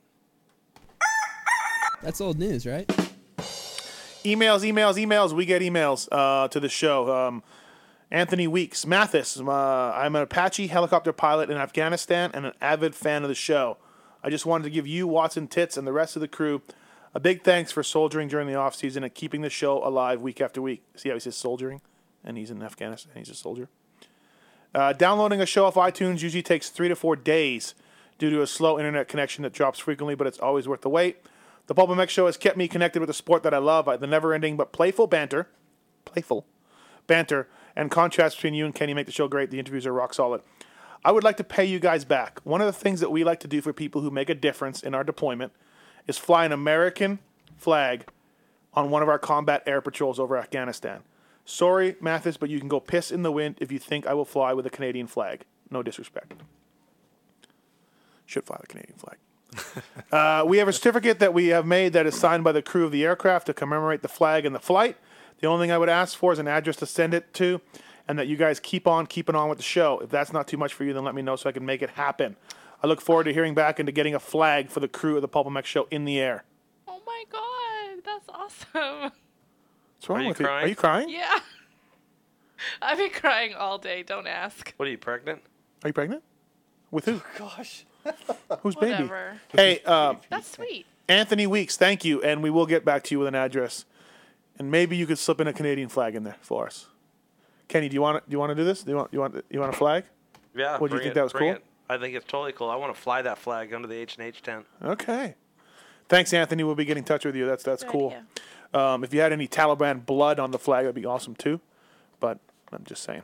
Speaker 17: That's old news, right?
Speaker 5: Emails, emails, emails. We get emails uh, to the show. Um, Anthony Weeks, Mathis. Uh, I'm an Apache helicopter pilot in Afghanistan and an avid fan of the show. I just wanted to give you Watson Tits and the rest of the crew a big thanks for soldiering during the off season and keeping the show alive week after week. See how he says soldiering, and he's in Afghanistan. He's a soldier. Uh, downloading a show off iTunes usually takes three to four days due to a slow internet connection that drops frequently, but it's always worth the wait. The Pulp MX show has kept me connected with the sport that I love, uh, the never ending but playful banter. Playful banter and contrast between you and Kenny make the show great. The interviews are rock solid. I would like to pay you guys back. One of the things that we like to do for people who make a difference in our deployment is fly an American flag on one of our combat air patrols over Afghanistan. Sorry, Mathis, but you can go piss in the wind if you think I will fly with a Canadian flag. No disrespect. Should fly the Canadian flag. Uh, we have a certificate that we have made that is signed by the crew of the aircraft to commemorate the flag and the flight. The only thing I would ask for is an address to send it to, and that you guys keep on keeping on with the show. If that's not too much for you, then let me know so I can make it happen. I look forward to hearing back and to getting a flag for the crew of the Pulpamex show in the air.
Speaker 4: Oh my god, that's awesome.
Speaker 5: What's wrong
Speaker 6: Are you
Speaker 5: with
Speaker 6: crying?
Speaker 5: you? Are you crying?
Speaker 4: Yeah. <laughs> I've been crying all day, don't ask.
Speaker 6: what are you pregnant
Speaker 5: Are you pregnant? With who?
Speaker 4: Gosh.
Speaker 5: <laughs> Who's baby?
Speaker 4: Whatever.
Speaker 5: Hey, uh,
Speaker 4: That's sweet.
Speaker 5: Anthony Weeks, thank you, and we will get back to you with an address, and maybe you could slip in a Canadian flag in there for us. Kenny, do you want to, do you want to do this? Do you want you want you want a flag?
Speaker 6: Yeah.
Speaker 5: What do
Speaker 6: bring
Speaker 5: you think
Speaker 6: it,
Speaker 5: that was
Speaker 6: bring
Speaker 5: cool?
Speaker 6: it. I think it's totally cool. I want to fly that flag under the H and H tent.
Speaker 5: Okay. Thanks, Anthony. We'll be getting in touch with you. That's that's cool. Um, if you had any Taliban blood on the flag, that'd be awesome too. But I'm just saying.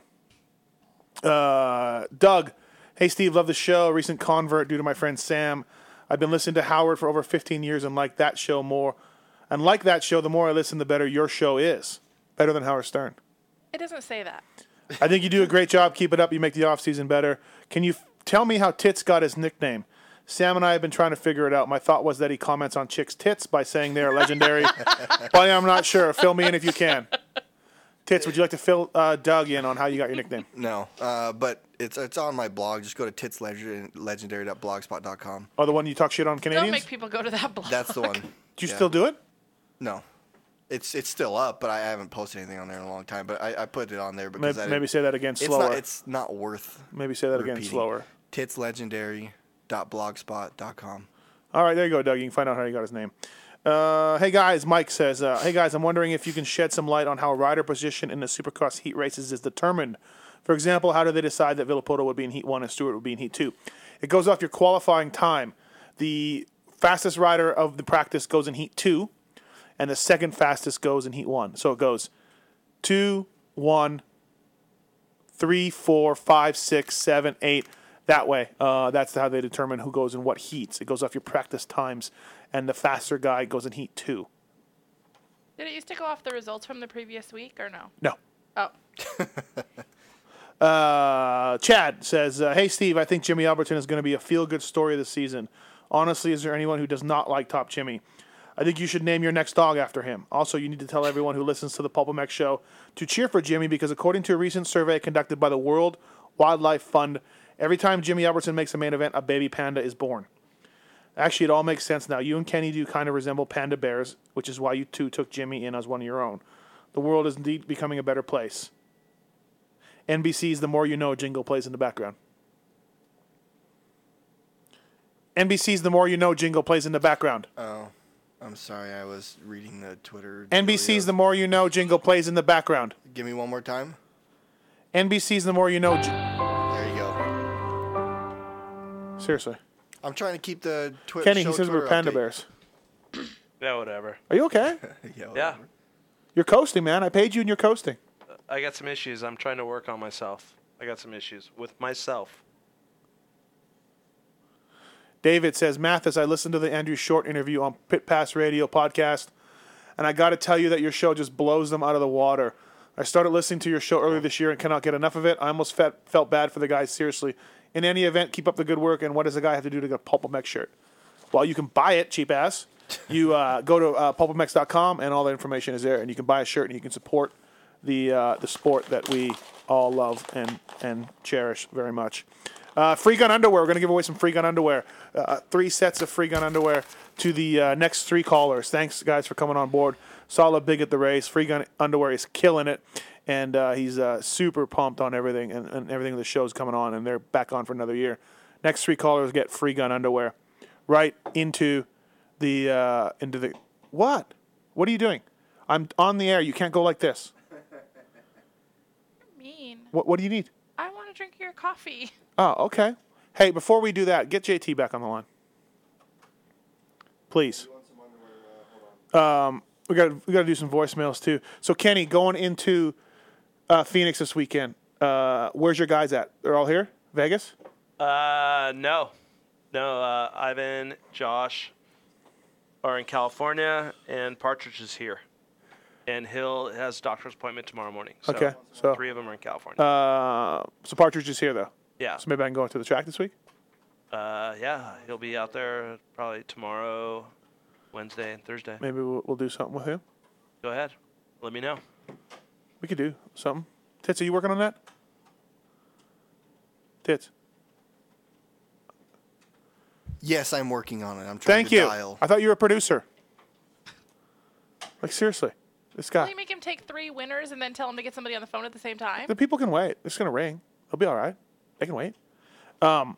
Speaker 5: Uh, Doug, hey Steve, love the show. Recent convert due to my friend Sam. I've been listening to Howard for over 15 years and like that show more. And like that show, the more I listen, the better your show is. Better than Howard Stern.
Speaker 4: It doesn't say that.
Speaker 5: I think you do a great job. Keep it up. You make the offseason better. Can you f- tell me how Tits got his nickname? Sam and I have been trying to figure it out. My thought was that he comments on chicks' tits by saying they are legendary. but I'm not sure. Fill me in if you can. Tits, would you like to fill uh, Doug in on how you got your nickname?
Speaker 7: No, uh, but it's it's on my blog. Just go to titslegendary.blogspot.com.
Speaker 5: Or Oh, the one you talk shit on
Speaker 4: Don't
Speaker 5: Canadians?
Speaker 4: make people go to that blog.
Speaker 7: That's the one. Do
Speaker 5: you still do it?
Speaker 7: No, it's it's still up, but I haven't posted anything on there in a long time. But I, I put it on there because
Speaker 5: Maybe,
Speaker 7: I didn't-
Speaker 5: maybe say that again
Speaker 7: It's not-
Speaker 5: slower.
Speaker 7: It's not, worth.
Speaker 5: Maybe say that again
Speaker 7: repeating.
Speaker 5: slower.
Speaker 7: Titslegendary.blogspot.com.
Speaker 5: All right, there you go, Doug. You can find out how he got his name. Uh, hey guys, Mike says, uh, hey guys, I'm wondering if you can shed some light on how rider position in the Supercross heat races is determined. For example, how do they decide that Villapoto would be in heat one and Stewart would be in heat two? It goes off your qualifying time. The fastest rider of the practice goes in heat two, and the second fastest goes in heat one. So it goes two, one, three, four, five, six, seven, eight. That way, uh, that's how they determine who goes in what heats. It goes off your practice times, and the faster guy goes in heat two.
Speaker 4: Did it used to go off the results from the previous week or no?
Speaker 5: No. <laughs>
Speaker 4: Oh.
Speaker 5: Uh, Chad says, uh, "Hey Steve, I think Jimmy Alberton is going to be a feel-good story this season. Honestly, is there anyone who does not like Top Jimmy? I think you should name your next dog after him. Also, you need to tell everyone who listens to the Pulpamex show to cheer for Jimmy because according to a recent survey conducted by the World Wildlife Fund, every time Jimmy Alberton makes a main event, a baby panda is born. Actually, it all makes sense now. You and Kenny do kind of resemble panda bears, which is why you two took Jimmy in as one of your own." The world is indeed becoming a better place. NBC's The More You Know jingle plays in the background. NBC's The More You Know jingle plays in the background.
Speaker 7: Oh, I'm sorry. I was reading the Twitter.
Speaker 5: NBC's The More You Know jingle plays in the background.
Speaker 7: Give me one more time.
Speaker 5: NBC's The More You Know. J-
Speaker 7: There you go.
Speaker 5: Seriously.
Speaker 7: I'm trying to keep the Twitter.
Speaker 5: Kenny, he says we're panda bears.
Speaker 6: Yeah, whatever.
Speaker 5: Are you
Speaker 7: <laughs>
Speaker 5: okay?
Speaker 6: Yeah,
Speaker 5: You're coasting, man. I paid you and you're coasting.
Speaker 6: I got some issues. I'm trying to work on myself. I got some issues with myself.
Speaker 5: David says, Mathis, I listened to the Andrew Short interview on Pit Pass Radio podcast, and I got to tell you that your show just blows them out of the water. I started listening to your show earlier this year and cannot get enough of it. I almost fe- felt bad for the guy, seriously. In any event, keep up the good work, and what does the guy have to do to get a Pulpamex shirt? Well, you can buy it, cheap ass. You uh, go to uh, pulpamex.com, and all that information is there, and you can buy a shirt, and you can support the uh, the sport that we all love and and cherish very much. Uh, free gun underwear. We're going to give away some free gun underwear. Uh, three sets of free gun underwear to the uh, next three callers. Thanks, guys, for coming on board. Solid big at the race. Free gun underwear is killing it, and uh, he's uh, super pumped on everything and, and everything the show's coming on, and they're back on for another year. Next three callers get free gun underwear right into the uh, into the what? What are you doing? I'm on the air. You can't go like this.
Speaker 26: Mean.
Speaker 5: What What do you need?
Speaker 26: I want to drink your coffee.
Speaker 5: Oh, okay. Hey, before we do that, get JT back on the line, please. Um, we got we got to do some voicemails too. So Kenny, going into uh, Phoenix this weekend. Uh, where's your guys at? They're all here. Vegas.
Speaker 6: Uh, no, no. Uh, Ivan, Josh, are in California, and Partridge is here, and Hill has a doctor's appointment tomorrow morning. So
Speaker 5: Okay, so-
Speaker 6: three of them are in California.
Speaker 5: Uh, so Partridge is here though.
Speaker 6: Yeah.
Speaker 5: So maybe I can go into the track this week.
Speaker 6: Uh, yeah, he'll be out there probably tomorrow, Wednesday, and Thursday.
Speaker 5: Maybe we'll, we'll do something with him.
Speaker 6: Go ahead, let me know.
Speaker 5: We could do something. Tits, are you working on that? Tits.
Speaker 7: Yes, I'm working on it. I'm trying
Speaker 5: Thank
Speaker 7: to
Speaker 5: you.
Speaker 7: dial.
Speaker 5: I thought you were a producer. Like seriously, this
Speaker 26: Will
Speaker 5: guy.
Speaker 26: you make him take three winners and then tell him to get somebody on the phone at the same time?
Speaker 5: The people can wait. It's gonna ring. They'll be all right. They can wait. Um.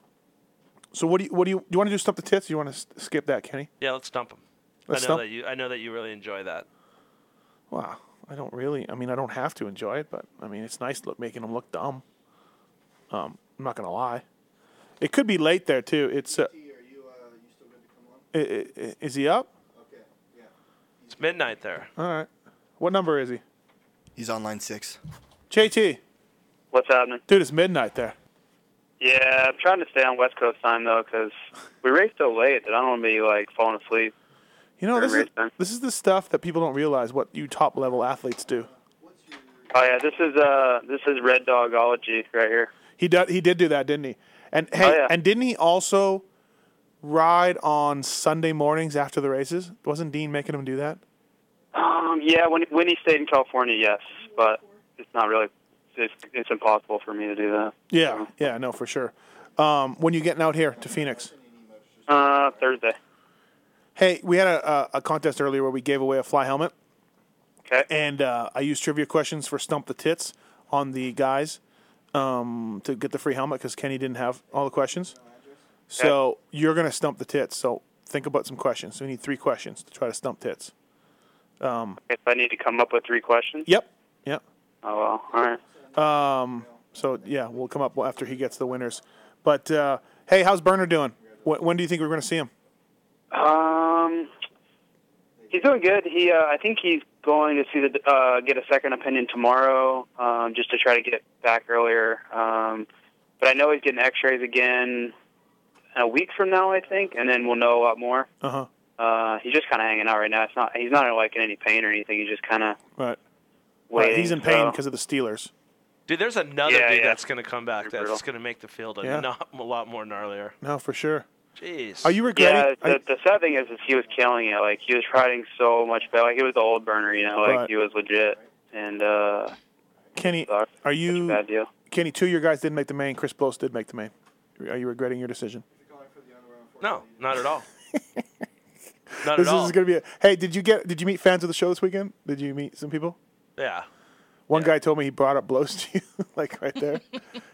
Speaker 5: So what do you what do you do? You want to do stump the tits? Or you want to s- skip that, Kenny?
Speaker 6: Yeah, let's dump him.
Speaker 5: Let's
Speaker 6: I know
Speaker 5: dump-
Speaker 6: that you. I know that you really enjoy that.
Speaker 5: Wow. I don't really. I mean, I don't have to enjoy it, but I mean, it's nice look, making them look dumb. Um, I'm not gonna lie. It could be late there too. It's. Uh, I- I- I- is he up?
Speaker 6: It's midnight there.
Speaker 5: All right. What number is he?
Speaker 7: He's on line six.
Speaker 5: JT,
Speaker 4: What's happening?
Speaker 5: dude, it's midnight there.
Speaker 4: Yeah, I'm trying to stay on West Coast time though, 'cause we race so late that I don't want to be like falling asleep.
Speaker 5: You know, this
Speaker 4: during
Speaker 5: is,
Speaker 4: race time.
Speaker 5: this is the stuff that people don't realize what you top level athletes do.
Speaker 4: Oh yeah, this is uh this is Red Dogology right here.
Speaker 5: He did he did do that, didn't he? And hey,
Speaker 4: yeah.
Speaker 5: and didn't he also ride on Sunday mornings after the races? Wasn't Dean making him do that?
Speaker 4: Um, yeah, when when he stayed in California, yes, but it's not really it's, it's impossible for me to do that.
Speaker 5: Yeah, yeah, no, for sure. Um, when you getting out here to Phoenix?
Speaker 4: Uh, Thursday.
Speaker 5: Hey, we had a, a, a contest earlier where we gave away a fly helmet.
Speaker 4: Okay.
Speaker 5: And uh, I used trivia questions for Stump the Tits on the guys um, to get the free helmet because Kenny didn't have all the questions. So you're going to stump the tits. So think about some questions. We need three questions to try to stump tits. Um,
Speaker 4: If I need to come up with three questions.
Speaker 5: Yep. Yep.
Speaker 4: Oh well, all right.
Speaker 5: Um, so yeah, we'll come up after he gets the winners. But uh, hey, how's Burner doing? When, when do you think we're going to see him?
Speaker 4: Um, he's doing good. He, uh, I think he's going to see the uh, get a second opinion tomorrow, um, just to try to get back earlier. Um, but I know he's getting X-rays again a week from now, I think, and then we'll know a lot more.
Speaker 5: Uh huh.
Speaker 4: Uh, he's just kind of hanging out right now. It's not he's not like in any pain or anything. He's just kind of
Speaker 5: Right.
Speaker 4: waiting.
Speaker 5: he's in pain
Speaker 4: so-
Speaker 5: because of the Steelers.
Speaker 6: Dude, there's another
Speaker 4: Yeah,
Speaker 6: dude
Speaker 4: yeah.
Speaker 6: that's gonna come back. That's gonna make the field a,
Speaker 5: Yeah.
Speaker 6: not, <laughs> a lot more gnarlier.
Speaker 5: No, for sure.
Speaker 6: Jeez.
Speaker 5: Are you regretting?
Speaker 4: Yeah, the, the sad thing is, is he was killing it. Like he was riding so much better. Like he was the old burner, you know. Like
Speaker 5: Right.
Speaker 4: he was legit. And uh,
Speaker 5: Kenny, are you?
Speaker 4: bad deal.
Speaker 5: Kenny, two of your guys didn't make the main. Chris Blos did make the main. Are you regretting your decision?
Speaker 6: No, not at
Speaker 5: <laughs>
Speaker 6: all. not
Speaker 5: this
Speaker 6: at all.
Speaker 5: is going to be. A, hey, did you get? Did you meet fans of the show this weekend? Did you meet some people?
Speaker 6: Yeah.
Speaker 5: One guy told me he brought up blows to you, <laughs> like
Speaker 6: <laughs>
Speaker 5: right there.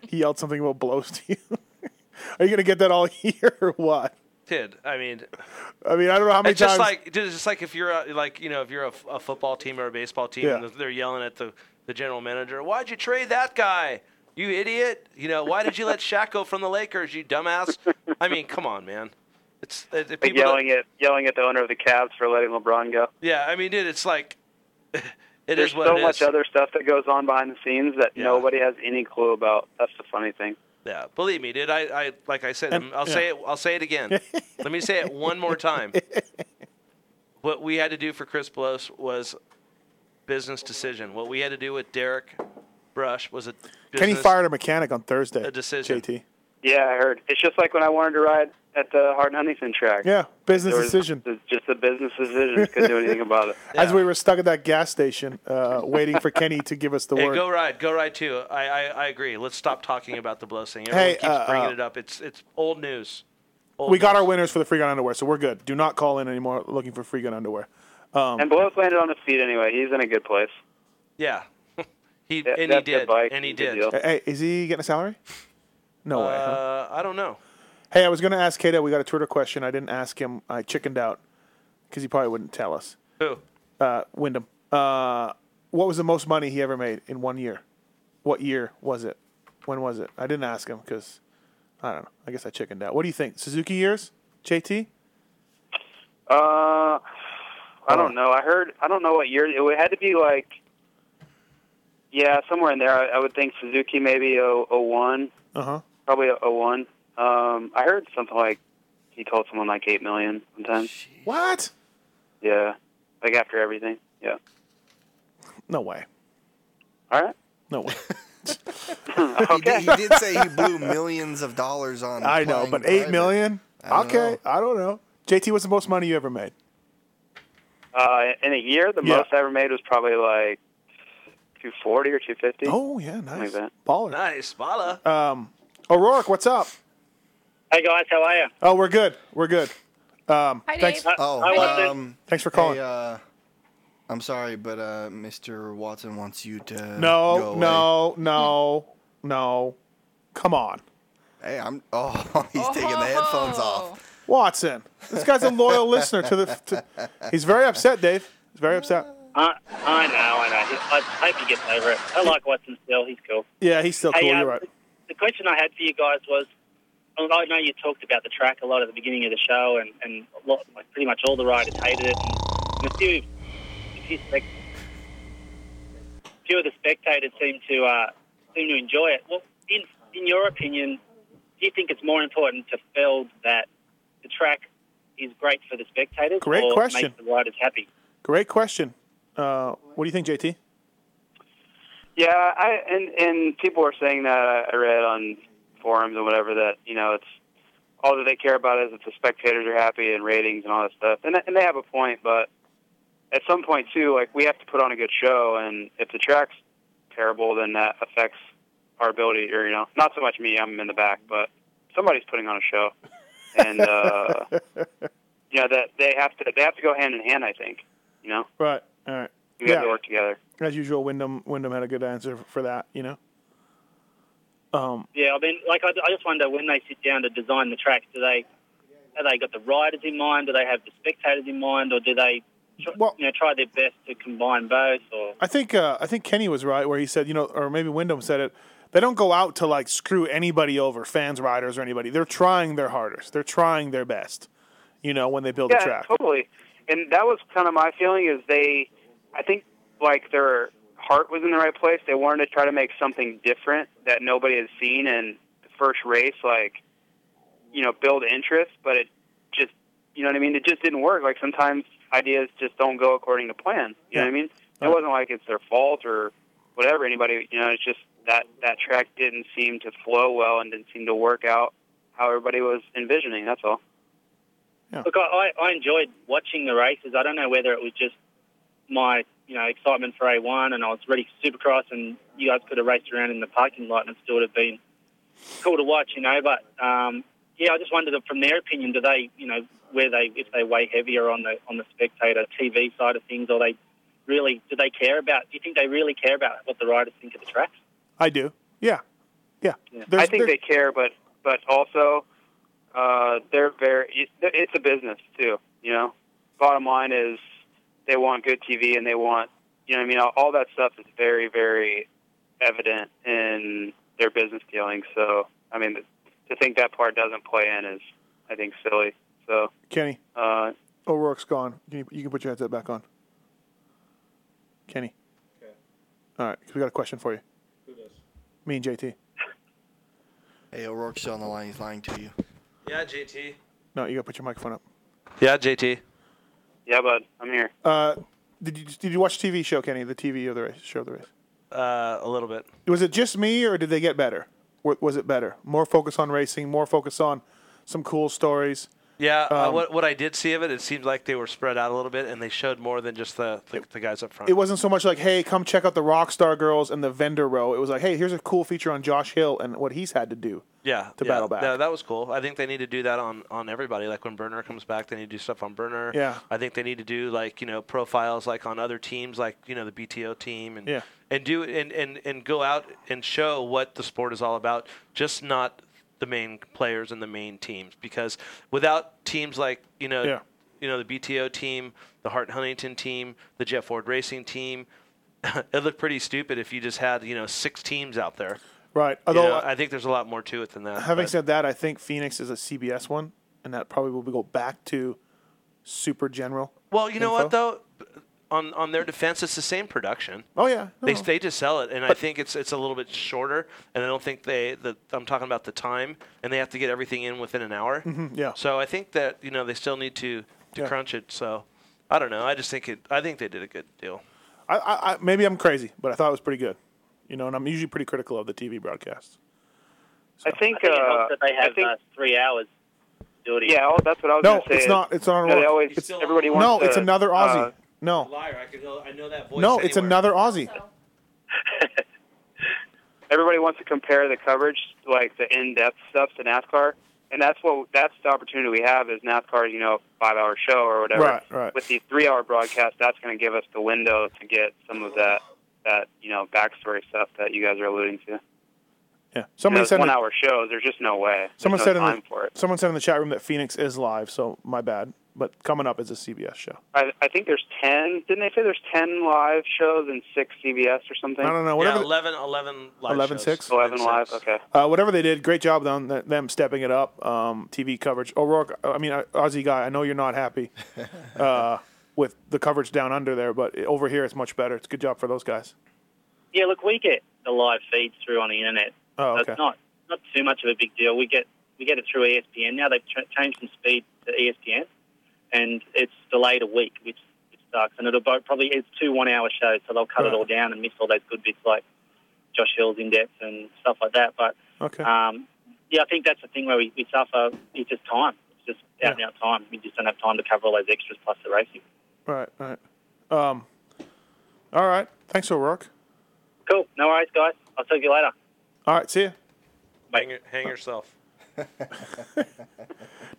Speaker 5: he yelled something about blows to you. <laughs> Are you gonna get that all <laughs> year or what?
Speaker 6: Kid, I mean,
Speaker 5: I mean, I don't know how many
Speaker 6: it's just
Speaker 5: times.
Speaker 6: like it's just like if you're a, like you know if you're a, f- a football team or a baseball team
Speaker 5: Yeah.
Speaker 6: and they're yelling at the, the general manager, why'd you trade that guy? You idiot! You know why did you let Shaq go from the Lakers? You dumbass! I mean, come on, man. It's uh, the
Speaker 4: Like
Speaker 6: people that-
Speaker 4: yelling at yelling at the owner of the Cavs for letting LeBron go.
Speaker 6: yeah, I mean, dude, it's like it is
Speaker 4: There's
Speaker 6: what
Speaker 4: so
Speaker 6: it
Speaker 4: much
Speaker 6: is.
Speaker 4: other stuff that goes on behind the scenes that
Speaker 6: Yeah.
Speaker 4: nobody has any clue about. That's the funny thing.
Speaker 6: Yeah, uh, believe me, dude. I, I like I said,
Speaker 4: And-
Speaker 6: I'll
Speaker 4: yeah.
Speaker 6: say it. I'll say it
Speaker 5: <laughs>
Speaker 6: again. Let me say it one more time. What we had to do for Chris Blos was business decision. What we had to do with Derek Brush was a
Speaker 5: Kenny
Speaker 6: business-
Speaker 5: fired a mechanic on Thursday.
Speaker 6: A decision.
Speaker 5: JT.
Speaker 4: Yeah, I heard. It's just like when I wanted to ride at the Hard Huntington track.
Speaker 5: Yeah, business
Speaker 4: There was-
Speaker 5: decision.
Speaker 4: It's just a business
Speaker 5: <laughs>
Speaker 4: decision. Couldn't do
Speaker 6: <laughs>
Speaker 4: anything about it.
Speaker 5: As we were stuck at that gas station, uh, waiting for Kenny to give us the
Speaker 6: hey,
Speaker 5: word.
Speaker 6: go ride, go ride too. I, I, I agree. Let's stop talking about the Blos thing. Everyone
Speaker 5: Hey,
Speaker 6: keeps
Speaker 5: uh,
Speaker 6: bringing
Speaker 5: uh,
Speaker 6: it up. It's it's old news. Old
Speaker 5: we got
Speaker 6: news.
Speaker 5: our winners for the free gun underwear, so we're good. Do not call in anymore looking for free gun underwear. Um,
Speaker 4: And Blows landed on his feet anyway. He's in a good place.
Speaker 6: yeah. <laughs> he
Speaker 4: That-
Speaker 6: and he
Speaker 4: that's the
Speaker 6: did
Speaker 4: bike.
Speaker 6: and he
Speaker 4: Good
Speaker 6: did.
Speaker 5: Hey, is he getting a salary? No way.
Speaker 6: Uh,
Speaker 5: huh?
Speaker 6: I don't know.
Speaker 5: Hey, I was going to ask Kato. We got a Twitter question. I didn't ask him. I chickened out because he probably wouldn't tell us.
Speaker 6: Who?
Speaker 5: Uh, Wyndham. Uh, what was the most money he ever made in one year? What year was it? When was it? I didn't ask him because I don't know. I guess I chickened out. What do you think? Suzuki years? JT?
Speaker 4: Uh, I don't
Speaker 5: Oh.
Speaker 4: know. I heard. I don't know what year it would- had to be. Like, yeah, somewhere in there. I, I would think Suzuki maybe oh oh one,
Speaker 5: Uh huh.
Speaker 4: probably oh one. Um, I heard something like he told someone like eight million sometimes.
Speaker 5: What?
Speaker 4: Yeah, like after everything. Yeah.
Speaker 5: No way.
Speaker 4: All right.
Speaker 5: No way.
Speaker 4: okay.
Speaker 7: He did say he blew millions of dollars
Speaker 5: <laughs>
Speaker 7: on.
Speaker 5: I know,
Speaker 7: playing
Speaker 5: but eight
Speaker 7: private.
Speaker 5: million?
Speaker 7: I don't
Speaker 5: okay, I don't know. JT, what's the most money you ever made?
Speaker 4: Uh, in a year, the
Speaker 5: Yeah.
Speaker 4: most I ever made was probably like two forty or two fifty.
Speaker 5: Oh yeah, nice.
Speaker 4: Like
Speaker 5: Baller.
Speaker 6: Nice, Bala.
Speaker 5: Um, O'Rourke, what's up?
Speaker 17: Hey guys, how are you?
Speaker 5: Oh, we're good. We're good. Um,
Speaker 17: Hi, Dave.
Speaker 5: thanks.
Speaker 17: Hi-
Speaker 7: Oh,
Speaker 17: hi, Watson.
Speaker 7: um,
Speaker 5: thanks for calling.
Speaker 7: hey, uh, I'm sorry, but uh, Mr. Watson wants you to. go
Speaker 5: no,
Speaker 7: away.
Speaker 5: no, no, no. Come on,
Speaker 7: Hey, I'm. Oh, <laughs> he's taking the headphones off.
Speaker 5: Watson. This guy's a loyal listener to the. To, he's very upset, Dave. He's very upset.
Speaker 17: I, Uh, I know, I know. He- I hope he gets over it. I like Watson still. He's cool.
Speaker 5: Yeah, he's still cool.
Speaker 17: Hey, uh,
Speaker 5: You're right.
Speaker 17: The question I had for you guys was, I mean, I know you talked about the track a lot at the beginning of the show, and and a lot, like pretty much all the riders hated it. And a few, a few, spec, a few of the spectators seem to uh, seem to enjoy it. Well, in in your opinion, do you think it's more important to Feld that the track is great for the spectators,
Speaker 5: Great
Speaker 17: or
Speaker 5: question.
Speaker 17: makes the riders happy?
Speaker 5: Great question. Uh, what do you think, JT?
Speaker 4: Yeah, I and and people were saying that I- I read on forums and whatever that you know it's all that they care about is if the spectators are happy and ratings and all that stuff, and and they have a point, but at some point too, like we have to put on a good show, and if the track's terrible, then that affects our ability, or you know, not so much me, I'm in the back, but somebody's putting on a show, and
Speaker 5: <laughs>
Speaker 4: uh, you know that they have to they have to go hand in hand, I think, you know,
Speaker 5: Right. All right.
Speaker 4: we have to work together.
Speaker 5: As usual, Wyndham Wyndham had a good answer for that. You know. Um,
Speaker 17: Yeah, I mean, like I, I just wonder when they sit down to design the tracks, do they have they got the riders in mind? Do they have the spectators in mind, or do they tr- you know try their best to combine both? Or
Speaker 5: I think uh, I think Kenny was right where he said, you know, or maybe Wyndham said it. They don't go out to like screw anybody over, fans, riders, or anybody. They're trying their hardest. They're trying their best. You know, when they build
Speaker 4: yeah,
Speaker 5: a track.
Speaker 4: Totally. And that was kind of my feeling is they I think like their heart was in the right place. They wanted to try to make something different that nobody had seen and the first race like you know, build interest, but it just you know what I mean, it just didn't work. Like sometimes ideas just don't go according to plan. You know what I mean? It wasn't like it's their fault or whatever anybody you know, it's just that that track didn't seem to flow well and didn't seem to work out how everybody was envisioning, that's all.
Speaker 17: look, I, I I enjoyed watching the races. I don't know whether it was just my you know excitement for A1, and I was ready for Supercross, and you guys could have raced around in the parking lot, and it still would have been cool to watch, you know. But um, yeah, I just wondered if from their opinion, do they you know where they if they weigh heavier on the on the spectator TV side of things, or they really do they care about? Do you think they really care about what the riders think of the track?
Speaker 5: I do. Yeah. Yeah.
Speaker 4: I think they care, but but also uh, they're very. It's a business too. You know, bottom line is they want good TV and they want you know. What I mean, all, all that stuff is very very evident in their business dealing. So I mean, to think that part doesn't play in is I think silly. So
Speaker 5: Kenny,
Speaker 4: uh,
Speaker 5: O'Rourke's oh, gone. Can you, you can put your headset back on. Kenny. All right, 'cause we got a question for you.
Speaker 7: Who does?
Speaker 5: Me and JT.
Speaker 7: Hey, O'Rourke's still on the line. He's lying to you.
Speaker 6: Yeah, JT.
Speaker 5: No, you got to put your microphone up.
Speaker 6: Yeah, JT.
Speaker 4: Yeah, bud, I'm here.
Speaker 5: Uh, did you did you watch the TV show Kenny? The TV of the race show of the race.
Speaker 6: Uh, a little bit.
Speaker 5: Was it just me, or did they get better? Wa- Was it better? More focus on racing. More focus on some cool stories.
Speaker 6: Yeah, uh,
Speaker 5: Um,
Speaker 6: what what I did see of it, it seemed like they were spread out a little bit, and they showed more than just the the, the guys up front.
Speaker 5: It wasn't so much like, "Hey, come check out the Rockstar girls and the vendor row." It was like, "Hey, here's a cool feature on Josh Hill and what he's had to do."
Speaker 6: yeah,
Speaker 5: to
Speaker 6: yeah,
Speaker 5: battle back.
Speaker 6: No, that was cool. I think they need to do that on on everybody. Like when Burner comes back, they need to do stuff on Burner.
Speaker 5: Yeah.
Speaker 6: I think they need to do like you know profiles like on other teams, like you know the BTO team, and
Speaker 5: Yeah.
Speaker 6: and do and and and go out and show what the sport is all about, just not the main players and the main teams. Because without teams like you know
Speaker 5: Yeah.
Speaker 6: you know the BTO team, the Hart Huntington team, the Jeff Ford Racing team. <laughs> it looked pretty stupid if you just had you know six teams out there.
Speaker 5: Right.
Speaker 6: You know,
Speaker 5: Although uh,
Speaker 6: I think there's a lot more to it than that.
Speaker 5: Having
Speaker 6: but-
Speaker 5: said that, I think Phoenix is a CBS one, and that probably will go back to Super General.
Speaker 6: well, you know what
Speaker 5: info.
Speaker 6: though, on on their defense, it's the same production.
Speaker 5: Oh yeah,
Speaker 6: They, they just sell it, and I think it's it's a little bit shorter, and I don't think they the I'm talking about the time, and they have to get everything in within an hour.
Speaker 5: Mhm, yeah.
Speaker 6: So I think that you know they still need to to
Speaker 5: Yeah.
Speaker 6: crunch it. So I don't know. I just think it. I think they did a good deal.
Speaker 5: I, I, I maybe I'm crazy, but I thought it was pretty good. You know, and I'm usually pretty critical of the TV broadcasts.
Speaker 4: I think,
Speaker 17: it
Speaker 4: uh,
Speaker 17: helps that they have
Speaker 4: I think
Speaker 17: uh, three hours. to do it.
Speaker 4: yeah, oh, that's what I was
Speaker 5: No,
Speaker 4: gonna say.
Speaker 5: it's not. It's not.
Speaker 4: Yeah, they
Speaker 5: Rourke.
Speaker 4: always-
Speaker 5: It's-
Speaker 4: everybody wants
Speaker 5: no,
Speaker 4: to,
Speaker 5: it's another Aussie.
Speaker 4: uh,
Speaker 5: no,
Speaker 6: Liar, I could go. I know that
Speaker 5: no, it's another Aussie.
Speaker 4: everybody wants to compare the coverage, like the in-depth stuff, to NASCAR, and that's what that's the opportunity we have is NASCAR's you know five-hour show or whatever.
Speaker 5: Right, right.
Speaker 4: With the three-hour broadcast, that's going to give us the window to get some of that that you know backstory stuff that you guys are alluding to.
Speaker 5: Yeah, somebody
Speaker 4: Those
Speaker 5: said. in the-
Speaker 4: one-hour shows. There's just no way. There's
Speaker 5: Someone
Speaker 4: no
Speaker 5: said in
Speaker 4: time
Speaker 5: the
Speaker 4: for it.
Speaker 5: someone said in the chat room that Phoenix is live, so my bad. But coming up is a CBS show.
Speaker 4: I, I think there's ten. Didn't they say there's ten live shows and six CBS or something?
Speaker 5: I don't know,
Speaker 6: Yeah,
Speaker 5: whatever the-
Speaker 6: 11, 11 live
Speaker 5: 11
Speaker 6: shows.
Speaker 5: 6?
Speaker 4: Eleven live. Okay.
Speaker 5: Uh, whatever they did, great job on th- them stepping it up. Um, TV coverage. O'Rourke, I mean, uh, Aussie guy, I know you're not happy uh, with the coverage down under there, but over here it's much better. It's a good job for those guys.
Speaker 17: Yeah, look, we get the live feeds through on the internet.
Speaker 5: Oh,
Speaker 17: So
Speaker 5: okay.
Speaker 17: It's not not too much of a big deal. We get we get it through E ESPN. Now they've tra- changed some speed to E ESPN, and it's delayed a week, which, which sucks. And it'll bo- probably it's two one hour shows, so they'll cut it all down and miss all those good bits like Josh Hill's in depth and stuff like that. But
Speaker 5: Okay.
Speaker 4: Uh,
Speaker 17: um, yeah, I think that's the thing where we, we suffer. It's just time. It's just out and out time. We just don't have time to cover all those extras plus the racing.
Speaker 5: Right, right. Um, all right. Thanks, O'Rourke.
Speaker 17: Cool. No worries, guys. I'll talk to you later.
Speaker 5: All right, see ya. <laughs>
Speaker 6: Hang, your- hang yourself. <laughs>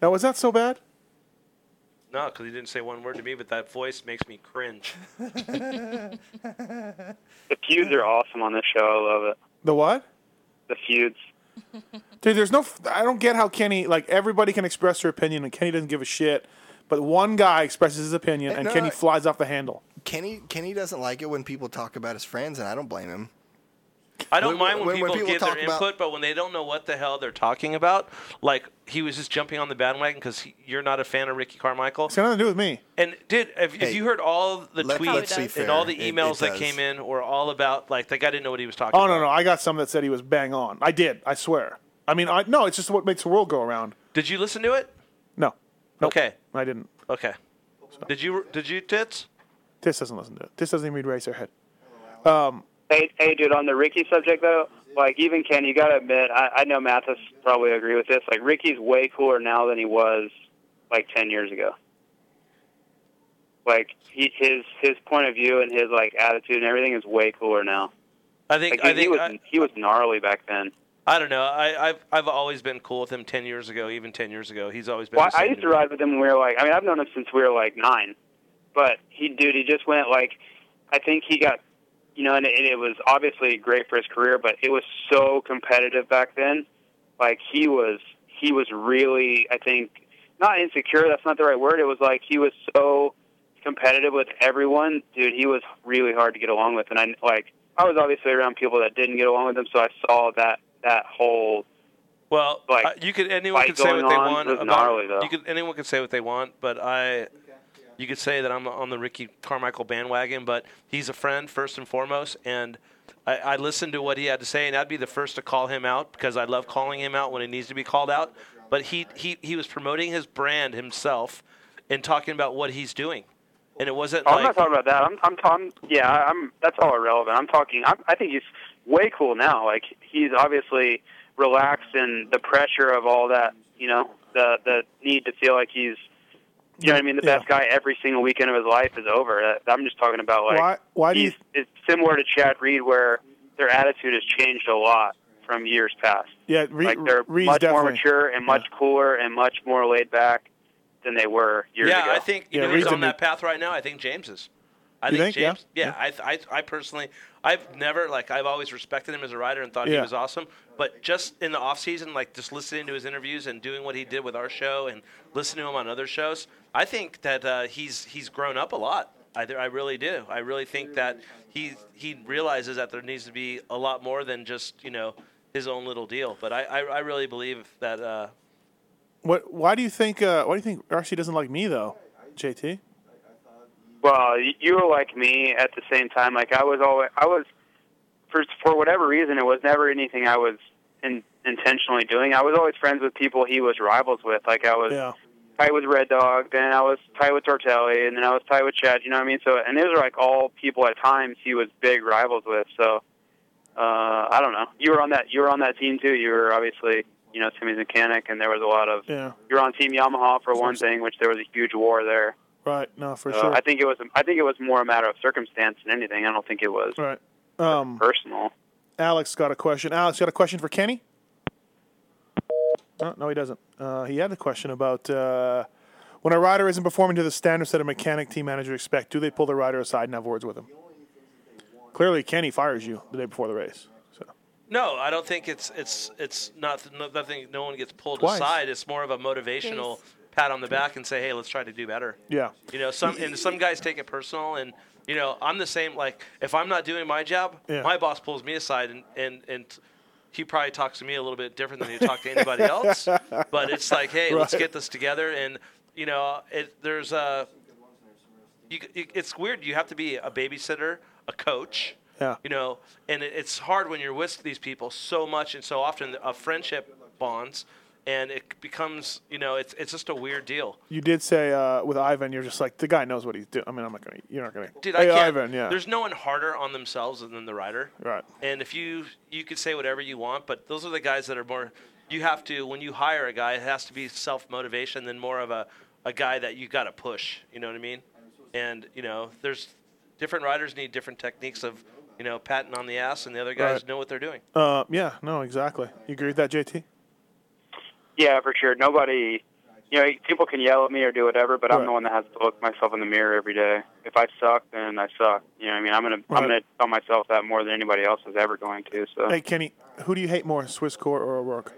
Speaker 5: Now, was that so bad?
Speaker 6: No, because he didn't say one word to me, but that voice makes me cringe. <laughs>
Speaker 4: The feuds are awesome on this show. I love it.
Speaker 5: The what?
Speaker 4: The feuds.
Speaker 5: Dude, there's no. f- I don't get how Kenny. Like everybody can express their opinion, and Kenny doesn't give a shit. But one guy expresses his opinion, and
Speaker 7: No,
Speaker 5: Kenny
Speaker 7: I-
Speaker 5: flies off the handle.
Speaker 4: Oh.
Speaker 7: Kenny Kenny doesn't like it when people talk about his friends, and I don't blame him.
Speaker 6: I don't
Speaker 7: When-
Speaker 6: mind when,
Speaker 7: when- when
Speaker 6: people,
Speaker 7: people
Speaker 6: give their
Speaker 7: talk about-
Speaker 6: input, but when they don't know what the hell they're talking about, like he was just jumping on the bandwagon because you're not a fan of Ricky Carmichael.
Speaker 5: It's got nothing to do with me.
Speaker 6: And dude, if, if
Speaker 5: Hey,
Speaker 6: you heard all the
Speaker 5: let's- let's
Speaker 6: tweets
Speaker 5: be
Speaker 6: and
Speaker 5: fair.
Speaker 6: all the
Speaker 5: It- it
Speaker 6: emails that
Speaker 5: does.
Speaker 6: came in were all about like that guy didn't know what he was talking
Speaker 5: Oh
Speaker 6: about.
Speaker 5: no, no, I got some that said he was bang on. I did. I swear. I mean, I no. It's just what makes the world go around.
Speaker 6: Did you listen to it?
Speaker 5: No. Nope.
Speaker 6: Okay.
Speaker 5: I didn't.
Speaker 6: Okay. Did you did you tits?
Speaker 5: This doesn't listen to it. This doesn't even read Racerhead. Um,
Speaker 4: Hey, hey, dude. On the Ricky subject, though, like even Ken, you gotta admit, I, I know Mathis probably agree with this. Like Ricky's way cooler now than he was like ten years ago. Like he, his his point of view and his like attitude and everything is way cooler now.
Speaker 6: I think
Speaker 4: Like,
Speaker 6: I
Speaker 4: dude, he
Speaker 6: think
Speaker 4: was
Speaker 6: I,
Speaker 4: he was gnarly back then.
Speaker 6: I don't know. I, I've I've always been cool with him ten years ago, even ten years ago. He's always been.
Speaker 4: Well,
Speaker 6: the
Speaker 4: I
Speaker 6: same
Speaker 4: used
Speaker 6: to
Speaker 4: to
Speaker 6: me.
Speaker 4: ride with him when we were like, I mean, I've known him since we were like nine, but he, dude, he just went like, I think he got, you know, and it, it was obviously great for his career, but it was so competitive back then. Like he was, he was really, I think, not insecure. That's not the right word. It was like he was so competitive with everyone, dude. He was really hard to get along with, and I like I was obviously around people that didn't get along with him, so I saw that that whole
Speaker 6: Well,
Speaker 4: like
Speaker 6: uh, you could anyone
Speaker 4: fight
Speaker 6: could say
Speaker 4: going
Speaker 6: what they
Speaker 4: on
Speaker 6: want
Speaker 4: was
Speaker 6: about
Speaker 4: gnarly, though.
Speaker 6: you could anyone could say what they want, but I you could say that I'm on the Ricky Carmichael bandwagon, but he's a friend first and foremost, and I, I listened to what he had to say, and I'd be the first to call him out because I love calling him out when he needs to be called out. But he he he was promoting his brand himself and talking about what he's doing, and it wasn't
Speaker 4: Oh, I'm
Speaker 6: like
Speaker 4: not talking about that. I'm, I'm, I'm yeah, I'm. That's all irrelevant. I'm talking. I'm, I think he's way cool now. Like he's obviously relaxed, and the pressure of all that, you know, the the need to feel like he's, you know, what I mean, the best guy every single weekend of his life is over. That- I'm just talking about like
Speaker 5: Why- why do you-
Speaker 4: he's, it's similar to Chad Reed, where their attitude has changed a lot from years past.
Speaker 5: Yeah, Re-
Speaker 4: like they're
Speaker 5: Reed's
Speaker 4: much
Speaker 5: definitely.
Speaker 4: more mature and much cooler and much more laid back than they were years
Speaker 6: yeah,
Speaker 4: ago.
Speaker 6: I think you know who's on that path right now. I think James is. I
Speaker 4: You think? Yeah.
Speaker 6: James. Yeah, I, I, I personally, I've never like I've always respected him as a writer and thought he
Speaker 5: Yeah.
Speaker 6: was awesome. But just in the off season, like just listening to his interviews and doing what he did with our show and listening to him on other shows, I think that uh, he's he's grown up a lot. I, I really do. I really think that he he realizes that there needs to be a lot more than just you know his own little deal. But I I, I really believe that. Uh,
Speaker 5: What? Why do you think? Uh, why do you think Archie doesn't like me though? JT.
Speaker 4: Well, y- you were like me at the same time. Like I was always, I was for for whatever reason, it was never anything I was in, intentionally doing. I was always friends with people he was rivals with. Like I was
Speaker 5: Yeah.
Speaker 4: tight with Red Dog, then I was tight with Tortelli, and then I was tight with Chad. You know what I mean? So, and those are like all people at times he was big rivals with. So, uh, I don't know. You were on that. You were on that team too. You were obviously, you know, Timmy's mechanic, and there was a lot of.
Speaker 5: Yeah.
Speaker 4: You were on Team Yamaha for one thing, which there was a huge war there.
Speaker 5: Right. No, for
Speaker 4: So
Speaker 5: sure.
Speaker 4: Uh, I think it was. I think it was more a matter of circumstance than anything. I don't think it was
Speaker 5: right. Um,
Speaker 4: personal.
Speaker 5: Alex got a question. Alex got a question for Kenny. No, no, he doesn't. Uh, he had a question about uh, when a rider isn't performing to the standards that a mechanic team manager expect. Do they pull the rider aside and have words with him? Clearly, Kenny fires you the day before the race. So
Speaker 6: No, I don't think it's it's it's not no- nothing. No one gets pulled
Speaker 5: Twice.
Speaker 6: aside. It's more of a motivational pat on the back and say, "Hey, let's try to do better."
Speaker 5: yeah,
Speaker 6: You know, some and some guys take it personal, and you know, I'm the same. Like, if I'm not doing my job,
Speaker 5: Yeah.
Speaker 6: my boss pulls me aside, and and and he probably talks to me a little bit different than he talked to
Speaker 5: <laughs>
Speaker 6: anybody else. But it's like, hey, let's
Speaker 5: Right.
Speaker 6: get this together, and you know, it, there's a. You, you, it's weird. You have to be a babysitter, a coach.
Speaker 5: Yeah.
Speaker 6: You know, and it, it's hard when you're with these people so much and so often. A friendship bonds, and it becomes, you know, it's it's just a weird deal.
Speaker 5: you did say uh, with Ivan, you're just like the guy knows what he's doing. I mean, I'm not gonna. You're not gonna.
Speaker 6: Dude, I
Speaker 5: hey,
Speaker 6: can't.
Speaker 5: Ivan. Yeah.
Speaker 6: There's no one harder on themselves than the rider.
Speaker 5: Right.
Speaker 6: And if you you could say whatever you want, but those are the guys that are more. You have to when you hire a guy, it has to be self motivation than more of a a guy that you got to push. You know what I mean? And you know, there's different riders need different techniques of you know patting on the ass, and the other guys
Speaker 5: Right.
Speaker 6: know what they're doing.
Speaker 5: Uh, yeah. No, exactly. You agree with that, JT?
Speaker 4: Yeah, for sure. Nobody, you know, people can yell at me or do whatever, but I'm the one that has to look myself in the mirror every day. If I suck, then I suck. You know, what I mean, I'm gonna,
Speaker 5: Right.
Speaker 4: I'm gonna tell myself that more than anybody else is ever going to. So
Speaker 5: Hey, Kenny, who do you hate more, Swiss Court or O'Rourke?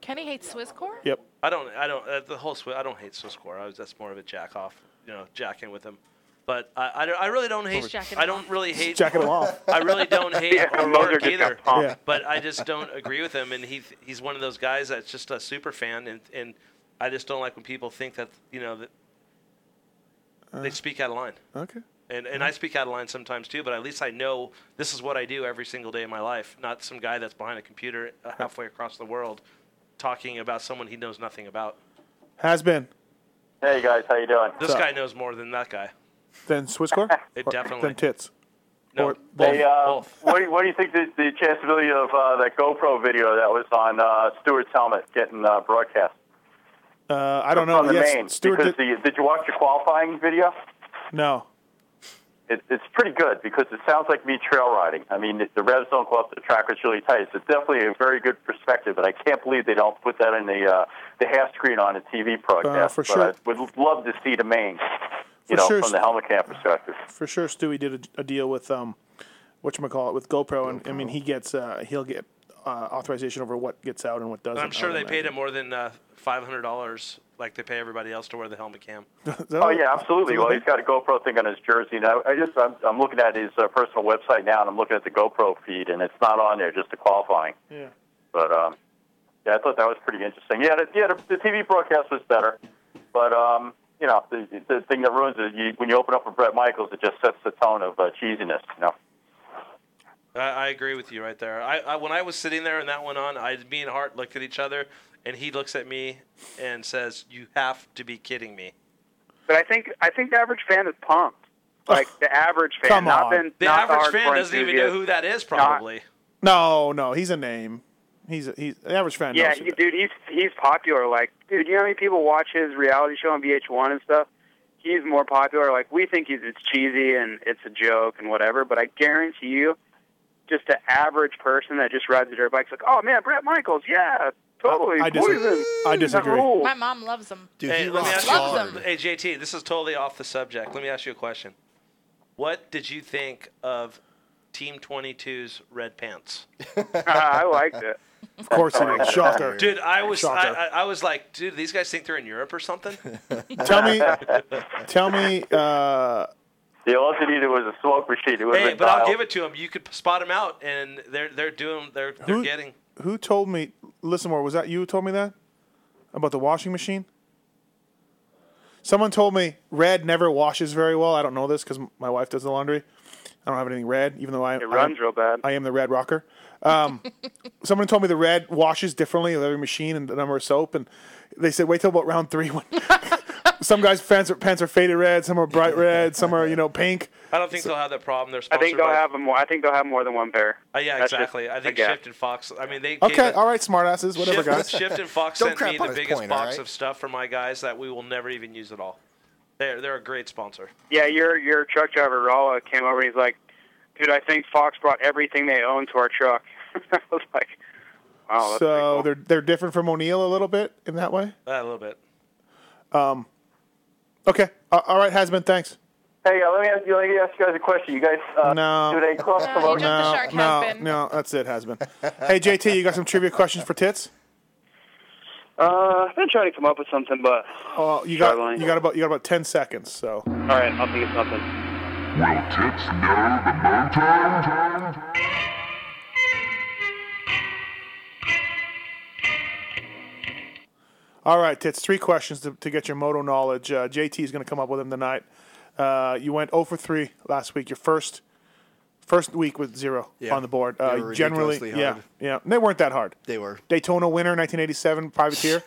Speaker 26: Kenny hates Swisscore.
Speaker 5: Yep.
Speaker 6: I don't. I don't. Uh, the whole. Swi- I don't hate Swiss core. I was. That's more of a jack off. You know, jacking with him. But I. I, don't, I really don't hate.
Speaker 26: He's jacking
Speaker 6: I
Speaker 26: him
Speaker 6: don't really hate.
Speaker 5: jacking him off.
Speaker 6: <laughs> I really don't hate
Speaker 5: Yeah, Moser
Speaker 6: O'Rourke
Speaker 5: just got
Speaker 6: either.
Speaker 5: pumped. Yeah.
Speaker 6: But I just don't agree with him, and he he's one of those guys that's just a super fan, and and I just don't like when people think that you know that
Speaker 5: Uh.
Speaker 6: they speak out of line.
Speaker 5: Okay.
Speaker 6: And, and
Speaker 5: Mm-hmm.
Speaker 6: I speak out of line sometimes too, but at least I know this is what I do every single day of my life, not some guy that's behind a computer uh, halfway across the world talking about someone he knows nothing about.
Speaker 5: Has been.
Speaker 10: Hey guys, how you doing?
Speaker 6: This
Speaker 5: So-
Speaker 6: guy knows more than that guy.
Speaker 5: Then Swiss Court?
Speaker 6: It
Speaker 5: Or
Speaker 6: definitely-
Speaker 5: Then tits.
Speaker 6: No,
Speaker 5: Or
Speaker 10: Hey, uh, what, do you, what do you think the, the chanceability of uh, that GoPro video that was on uh, Stewart's helmet getting uh, broadcast?
Speaker 5: Uh, I don't know.
Speaker 10: From the
Speaker 5: Yes,
Speaker 10: main,
Speaker 5: Stewart
Speaker 10: because
Speaker 5: did.
Speaker 10: the, did you watch the qualifying video?
Speaker 5: No.
Speaker 10: It, it's pretty good because it sounds like me trail riding. I mean, the revs don't go up, the track is really tight. It's definitely a very good perspective, and I can't believe they don't put that in the uh, the half screen on a TV broadcast.
Speaker 5: for
Speaker 10: But I would love to see the main. you
Speaker 5: For
Speaker 10: know,
Speaker 5: sure,
Speaker 10: from the
Speaker 5: Stu.
Speaker 10: helmet cam perspective.
Speaker 5: for sure Stewie did a, a deal with um what call it with GoPro and I mean he gets uh, he'll get uh, authorization over what gets out and what doesn't. Oh,
Speaker 6: I'm sure
Speaker 5: I
Speaker 6: they
Speaker 5: would
Speaker 6: paid him more than uh, five hundred dollars, like they pay everybody else to wear the helmet
Speaker 5: <laughs>
Speaker 6: cam.
Speaker 10: Oh yeah, absolutely. Well, he's got a GoPro thing on his jersey, and I, I just I'm, I'm looking at his uh, personal website now, and I'm looking at the GoPro feed, and it's not on there, just the qualifying.
Speaker 5: Yeah.
Speaker 10: But um, yeah, I thought that was pretty interesting. Yeah, the, yeah, the, the TV broadcast was better, but um, you know, the, the thing that ruins it you, when you open up with Brett Michaels, it just sets the tone of uh, cheesiness. You know.
Speaker 6: I, I agree with you right there. I, I when I was sitting there and that went on, I me and Hart looked at each other, and he looks at me and says, "You have to be kidding me."
Speaker 16: But I think I think the average fan is pumped. Like the average fan,
Speaker 5: Come
Speaker 16: not
Speaker 5: on.
Speaker 16: the,
Speaker 6: The
Speaker 16: not
Speaker 6: average
Speaker 16: hardcore
Speaker 6: fan doesn't even know
Speaker 16: enthusiast.
Speaker 6: who that is, probably.
Speaker 5: No, no, he's a name. He's a, he's the average fan.
Speaker 16: yeah,
Speaker 5: knows who
Speaker 16: he, dude, he's he's popular. Like, dude, you know how many people watch his reality show on VH1 and stuff? He's more popular. Like, we think he's it's cheesy and it's a joke and whatever, but I guarantee you, just the average person that just rides a dirt bike's like, oh man, Brett Michaels, yeah, totally.
Speaker 5: I dis-
Speaker 16: Poison.
Speaker 5: I disagree.
Speaker 16: That rules.
Speaker 4: My mom loves them.
Speaker 6: hey, let me ask you, hey, JT, this is totally off the subject. Let me ask you a question. What did you think of Team 22's red
Speaker 10: <laughs>
Speaker 6: pants?
Speaker 16: I liked it.
Speaker 5: Of course he did.
Speaker 6: <laughs>
Speaker 5: Shocker.
Speaker 6: Dude, I was I,
Speaker 5: Shocker.
Speaker 6: I, I was like, dude, these guys think they're in Europe or something.
Speaker 5: <laughs> tell me,
Speaker 6: <laughs>
Speaker 5: tell me. Uh,
Speaker 10: The all <laughs> it needed was a smoke machine. It would
Speaker 6: hey,
Speaker 10: been
Speaker 6: but I'll
Speaker 10: dialed.
Speaker 6: give it to them. You could spot them out, and they're they're doing they're they're
Speaker 5: Who-
Speaker 6: getting.
Speaker 5: who told me? Listen, more. Was that you who told me that about the washing machine? Someone told me red never washes very well. I don't know this because my wife does the laundry. I don't have anything red, even though I it
Speaker 16: runs real bad.
Speaker 5: I am the red rocker. Um, <laughs> someone told me the red washes differently with every machine and the number of soap, and they said wait till about round three when <laughs> some guys' pants are, pants are faded red, some are bright red, some are you know pink.
Speaker 6: I don't think they'll have that problem. They're
Speaker 16: I
Speaker 6: sponsored
Speaker 16: think they'll
Speaker 6: by-
Speaker 16: have a more. I think they'll have more than one pair.
Speaker 6: Uh, yeah,
Speaker 16: That's just
Speaker 6: exactly. I
Speaker 16: a
Speaker 6: think
Speaker 16: guess.
Speaker 6: Shift and Fox. I mean, they gave
Speaker 5: Okay,
Speaker 6: it-
Speaker 5: all right, smartasses, whatever,
Speaker 6: Shift,
Speaker 5: guys.
Speaker 6: Shift and Fox
Speaker 5: Don't
Speaker 6: sent
Speaker 5: crap
Speaker 6: me
Speaker 5: on
Speaker 6: the
Speaker 5: his
Speaker 6: biggest
Speaker 5: point, all
Speaker 6: box
Speaker 5: right?
Speaker 6: of stuff for my guys that we will never even use at all. They're they're a great sponsor.
Speaker 16: Yeah, your your truck driver Rala came over and he's like, "Dude, I think Fox brought everything they own to our truck." <laughs> I was like,
Speaker 10: Oh,
Speaker 16: "Wow, that's
Speaker 5: so they're they're different from O'Neill a little bit in that way.
Speaker 6: Uh, a little bit.
Speaker 5: Um, okay, A- all right, has been. Thanks.
Speaker 10: Hey, uh, let me ask you. Let me ask you guys a question. You guys, uh,
Speaker 5: no,
Speaker 10: do they cross
Speaker 1: Uh,
Speaker 10: promote?
Speaker 5: no, no, no, that's it, has been. hey, JT, you got some trivia questions for tits?
Speaker 16: Uh, I've been trying to come up with something, but
Speaker 5: Oh, you got you got about you got about ten seconds. So
Speaker 16: all
Speaker 10: Oh,
Speaker 16: right, I'll think of something.
Speaker 9: Will Tits know the mountain?
Speaker 5: all right, tits, three questions to, to get your moto knowledge. Uh, JT is going to come up with them tonight. Uh, you went 0 for three last week. Your first first week with zero
Speaker 7: Yeah,
Speaker 5: on the board.
Speaker 7: they
Speaker 5: Uh,
Speaker 7: were
Speaker 5: generally,
Speaker 7: ridiculously
Speaker 5: yeah,
Speaker 7: hard.
Speaker 5: yeah, they weren't that hard.
Speaker 7: They were.
Speaker 5: Daytona winner, 1987,
Speaker 7: <laughs>
Speaker 5: privateer.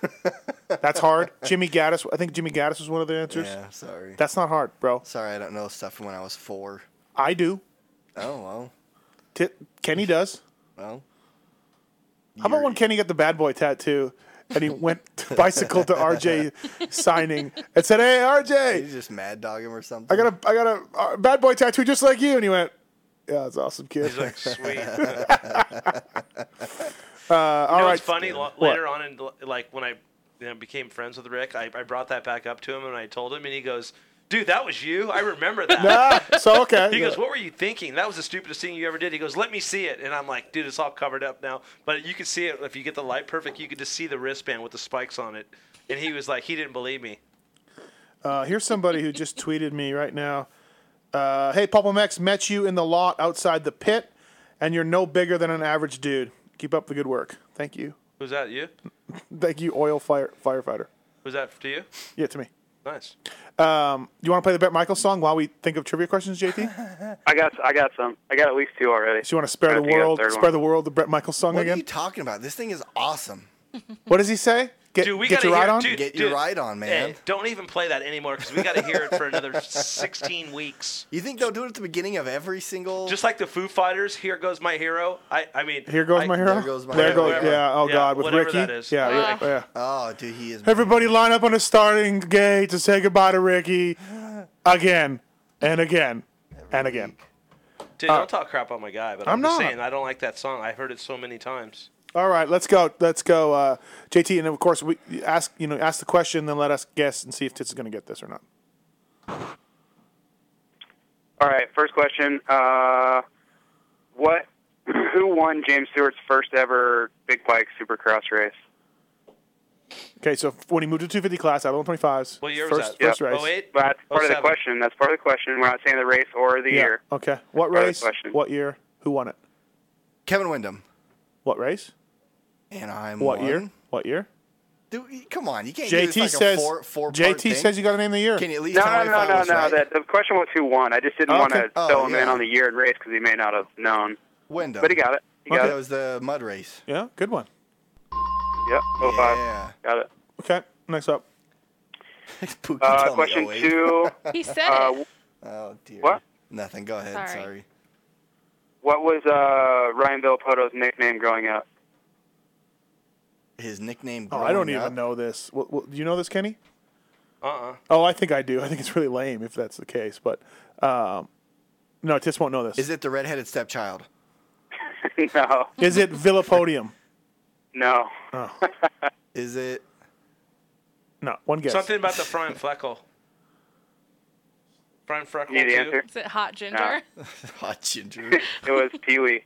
Speaker 5: That's hard. Jimmy Gaddis. I think Jimmy Gaddis was one of the answers.
Speaker 7: Yeah, sorry.
Speaker 5: That's not hard, bro.
Speaker 7: Sorry, I don't know stuff from when I was four.
Speaker 5: I do.
Speaker 7: Oh well,
Speaker 5: Tit- Kenny does.
Speaker 7: well.
Speaker 5: How about when Kenny got the bad boy tattoo and he
Speaker 7: <laughs>
Speaker 5: went to bicycle to RJ signing and said, "Hey RJ,
Speaker 7: He's just mad dog him or something.
Speaker 5: I got a I got a uh, bad boy tattoo just like you," and he went, "Yeah, that's awesome, kid."
Speaker 6: He's like,
Speaker 5: <laughs>
Speaker 6: sweet.
Speaker 5: uh, all
Speaker 6: you know
Speaker 5: right.
Speaker 6: what's funny? Lo-
Speaker 5: What?
Speaker 6: Later on, in, the- like when I you know, became friends with Rick, I, I brought that back up to him and I told him, and he goes, "Dude, that was you. I remember that."
Speaker 5: Nah, so okay.
Speaker 6: <laughs> He goes,
Speaker 5: Yeah.
Speaker 6: "What were you thinking? That was the stupidest thing you ever did." He goes, "Let me see it," and I'm like, "Dude, it's all covered up now, but you can see it if you get the light perfect. You could just see the wristband with the spikes on it." And he was like, "He didn't believe me."
Speaker 5: Uh, here's somebody who just tweeted me right now. Uh, hey, Papa Mex, met you in the lot outside the pit, and you're no bigger than an average dude. Keep up the good work. Thank you. <laughs>
Speaker 6: Who's that? You?
Speaker 5: Thank you, oil fire firefighter.
Speaker 6: Who's that to you?
Speaker 5: Yeah, to me.
Speaker 6: Nice.
Speaker 5: Um, you want to play the Brett Michaels song while we think of trivia questions,
Speaker 7: <laughs>
Speaker 5: JT?
Speaker 16: I got I got some. I got at least two already.
Speaker 5: So you want to spare the world, spare the world, the Brett Michaels song
Speaker 7: What are
Speaker 5: again?
Speaker 7: you talking about? This thing is awesome.
Speaker 5: What does he say? Get,
Speaker 6: Dude, we
Speaker 5: get
Speaker 6: gotta
Speaker 5: your ride
Speaker 6: hear,
Speaker 5: on.
Speaker 6: Dude,
Speaker 7: Get your
Speaker 6: dude,
Speaker 7: ride on, man.
Speaker 6: hey, don't even play that anymore because we got to hear it for another 16 weeks.
Speaker 7: You think they'll do it at the beginning of every single?
Speaker 6: Just like the Foo Fighters, "Here Goes My Hero." I, I mean,
Speaker 5: Here goes
Speaker 6: I-
Speaker 5: my hero. There goes.
Speaker 6: Whatever.
Speaker 5: Yeah. Oh God. With
Speaker 6: whatever
Speaker 5: Ricky.
Speaker 6: that is.
Speaker 5: Yeah. yeah,
Speaker 4: Ah.
Speaker 5: yeah.
Speaker 7: Oh, dude, he is.
Speaker 5: Everybody line up on the starting gate to say goodbye to Ricky, again and again and again.
Speaker 6: Dude,
Speaker 5: Uh,
Speaker 6: don't talk crap on my guy, but I'm,
Speaker 5: I'm
Speaker 6: just
Speaker 5: not.
Speaker 6: saying I don't like that song. I heard it so many times.
Speaker 5: All right, let's go. Let's go, uh, JT, and of course we ask you know ask the question, then let us guess and see if Tits is going to get this or not.
Speaker 4: All right, first question. Uh,
Speaker 16: <laughs>
Speaker 4: what? Who won James Stewart's first ever big bike supercross race?
Speaker 5: Okay, so when he moved to 250 class out of 125s,
Speaker 6: what year Oh
Speaker 5: first, first race.
Speaker 4: Well, that's part of the question. That's part of the question. We're not saying the race or the
Speaker 5: Yeah,
Speaker 4: year.
Speaker 5: Okay. What
Speaker 4: Great
Speaker 5: race?
Speaker 4: question.
Speaker 5: What year? Who won it?
Speaker 7: Kevin Wyndham.
Speaker 5: What race?
Speaker 7: Anaheim.
Speaker 5: what
Speaker 7: won.
Speaker 5: year? What year?
Speaker 7: Dude, come on, you can't. do
Speaker 5: JT
Speaker 7: this like
Speaker 5: says.
Speaker 7: a four, four
Speaker 5: JT says you got to name the year.
Speaker 7: Can you at least
Speaker 4: No,
Speaker 7: tell
Speaker 4: no,
Speaker 7: me
Speaker 4: no,
Speaker 5: Oh,
Speaker 7: if I
Speaker 4: no,
Speaker 7: was <laughs>
Speaker 4: no.
Speaker 7: right?
Speaker 4: That, the question was who won. I just didn't want
Speaker 7: Okay.
Speaker 4: to
Speaker 7: Oh,
Speaker 4: fill him in
Speaker 7: yeah.
Speaker 4: on the year and race because he may not have known.
Speaker 7: Wyndham.
Speaker 4: But he got it. He got
Speaker 7: Okay,
Speaker 4: it.
Speaker 7: That was the mud race.
Speaker 5: Yeah, good one.
Speaker 4: Yep. Oh five.
Speaker 7: Yeah.
Speaker 4: Got it.
Speaker 5: Okay, next up.
Speaker 4: Uh, question two.
Speaker 7: <laughs>
Speaker 26: He said
Speaker 4: uh,
Speaker 26: it.
Speaker 7: Oh dear.
Speaker 4: What?
Speaker 7: Nothing. Go ahead.
Speaker 26: Sorry.
Speaker 7: Sorry.
Speaker 4: What was uh, Ryan Villapoto's nickname growing up? <laughs>
Speaker 7: His nickname.
Speaker 5: Oh, I don't
Speaker 7: growing
Speaker 5: even
Speaker 7: up?
Speaker 5: know this. Well, well, do you know this, Kenny?
Speaker 6: Uh-uh.
Speaker 5: Oh, I think I do. I think it's really lame if that's the case, but um, no, Tis won't know this.
Speaker 7: Is it the redheaded stepchild?
Speaker 4: no.
Speaker 5: Is it Villapodium?
Speaker 4: No.
Speaker 5: Oh.
Speaker 7: <laughs> Is it?
Speaker 5: No, one guess.
Speaker 6: Something about the Brian Fleckle. Brian Fleckle.
Speaker 4: Need the
Speaker 6: too?
Speaker 4: answer?
Speaker 26: Is it hot ginger?
Speaker 7: Hot ginger.
Speaker 4: <laughs> it was Pee Wee.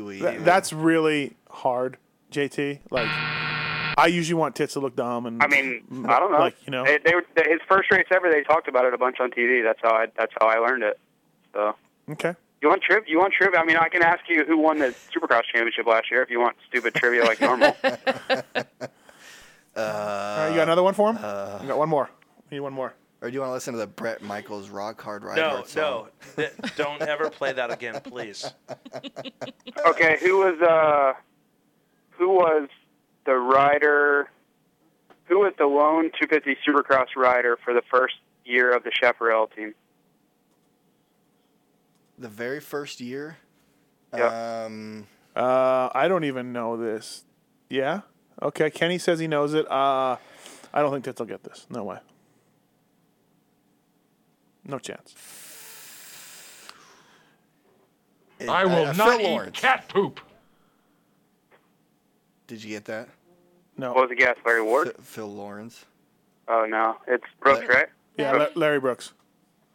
Speaker 4: <laughs>
Speaker 5: <laughs>
Speaker 7: Wee.
Speaker 5: Th- that's really hard, JT. Like, I usually want Tits to look dumb, and
Speaker 4: I mean, I don't know.
Speaker 5: Like, you know,
Speaker 4: they, they were, they, his first race ever. They talked about it a bunch on TV. That's how I. That's how I learned it. So
Speaker 5: okay.
Speaker 4: you want triv? You want trivia? I mean, I can ask you who won the Supercross championship last year if you want stupid trivia like normal.
Speaker 7: Uh,
Speaker 5: All right, you got another one for him? you got one more. We need one more.
Speaker 7: Or do you want to listen to the Brett Michaels Rock Hard Ride?
Speaker 6: No,
Speaker 7: Hard song?
Speaker 6: no. Th- don't ever play that again, please.
Speaker 4: okay, who was uh, who was the rider? Who was the lone 250 Supercross rider for the first year of the Chaparral team?
Speaker 7: The very first year. Um,
Speaker 5: Uh, I don't even know this. Yeah? Okay, Kenny says he knows it. Uh, I don't think Tits will get this. No way. No chance.
Speaker 7: it- uh,
Speaker 5: I will
Speaker 7: Phil
Speaker 5: not eat
Speaker 7: Lawrence.
Speaker 27: cat poop.
Speaker 7: Did you get that?
Speaker 5: No.
Speaker 4: What was the guess? Larry Ward?
Speaker 7: Phil, Phil Lawrence.
Speaker 4: Oh no, it's Brooks, right?
Speaker 5: Yeah, La- Larry Brooks.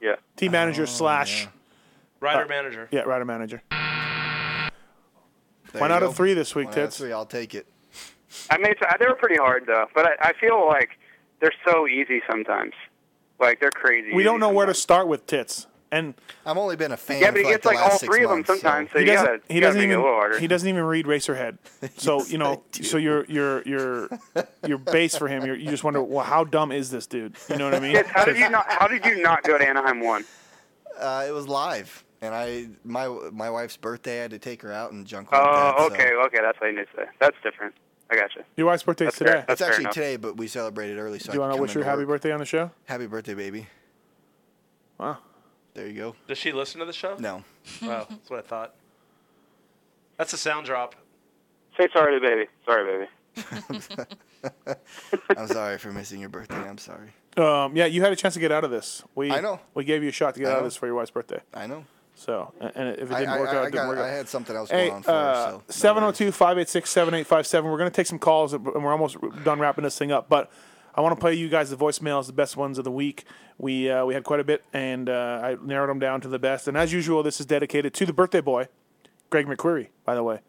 Speaker 4: Yeah.
Speaker 5: Team
Speaker 7: Oh,
Speaker 5: manager slash.
Speaker 6: Rider manager.
Speaker 5: Yeah, rider manager.
Speaker 7: There
Speaker 5: One
Speaker 7: you
Speaker 5: out
Speaker 7: go.
Speaker 5: of three this week,
Speaker 7: One out of
Speaker 5: Tits.
Speaker 7: three. I'll take it.
Speaker 4: I mean, it's- they were pretty hard though, but I, I feel like they're so easy sometimes. Like they're crazy.
Speaker 5: We don't know where to start with Tits. And
Speaker 7: I've only been a fan.
Speaker 4: Yeah, but he
Speaker 7: for,
Speaker 4: gets
Speaker 7: the
Speaker 4: like
Speaker 7: last
Speaker 4: all
Speaker 7: six
Speaker 4: three of them
Speaker 7: months,
Speaker 4: sometimes, so
Speaker 5: he
Speaker 4: you
Speaker 5: doesn't,
Speaker 4: gotta
Speaker 5: he
Speaker 4: you gotta
Speaker 5: doesn't
Speaker 4: make
Speaker 5: even
Speaker 4: it a little harder.
Speaker 5: he doesn't even read
Speaker 7: <laughs>
Speaker 5: Racerhead. So you know, so your your your your base for him, you're, you just wonder, well, how dumb is this dude? You know what I mean?
Speaker 4: Yes, how did you not? How did you not go to Anaheim
Speaker 7: <laughs>
Speaker 4: one?
Speaker 7: Uh, it was live, and I my my wife's birthday. I had to take her out and junk.
Speaker 4: Oh,
Speaker 7: like that, so-
Speaker 4: okay, okay, that's what you need to say. That's different. I got you.
Speaker 5: Your wife's birthday's
Speaker 4: That's fair.
Speaker 5: today.
Speaker 4: That's
Speaker 7: It's
Speaker 4: fair
Speaker 7: actually
Speaker 4: enough.
Speaker 7: today, but we celebrated early. So
Speaker 5: Do you
Speaker 7: want to
Speaker 5: wish her happy birthday on the show?
Speaker 7: Happy birthday, baby.
Speaker 5: Wow.
Speaker 7: There you go.
Speaker 6: Does she listen to the show?
Speaker 4: <laughs>
Speaker 7: No.
Speaker 6: Wow, that's what I thought. That's a sound drop.
Speaker 4: Say sorry to the baby. Sorry, baby.
Speaker 7: I'm sorry for missing your birthday. I'm sorry.
Speaker 5: Um, yeah, you had a chance to get out of this. We
Speaker 7: I know.
Speaker 5: We gave you a shot to get
Speaker 7: I
Speaker 5: out of
Speaker 7: know.
Speaker 5: this for your wife's birthday.
Speaker 7: I know.
Speaker 5: So, and- and if it
Speaker 7: I-
Speaker 5: didn't
Speaker 7: I-
Speaker 5: work
Speaker 7: I-
Speaker 5: out,
Speaker 7: I
Speaker 5: it didn't
Speaker 7: got-
Speaker 5: work out.
Speaker 7: I had something else
Speaker 5: Hey, uh,
Speaker 7: going on for her, so no worries.
Speaker 5: 702 586 7857. We're going to take some calls, and we're almost done wrapping this thing up. But I want to play you guys the voicemails, the best ones of the week. We uh, we had quite a bit, and uh, I narrowed them down to the best. And as usual, this is dedicated to the birthday boy, Greg McQuarrie, by the way.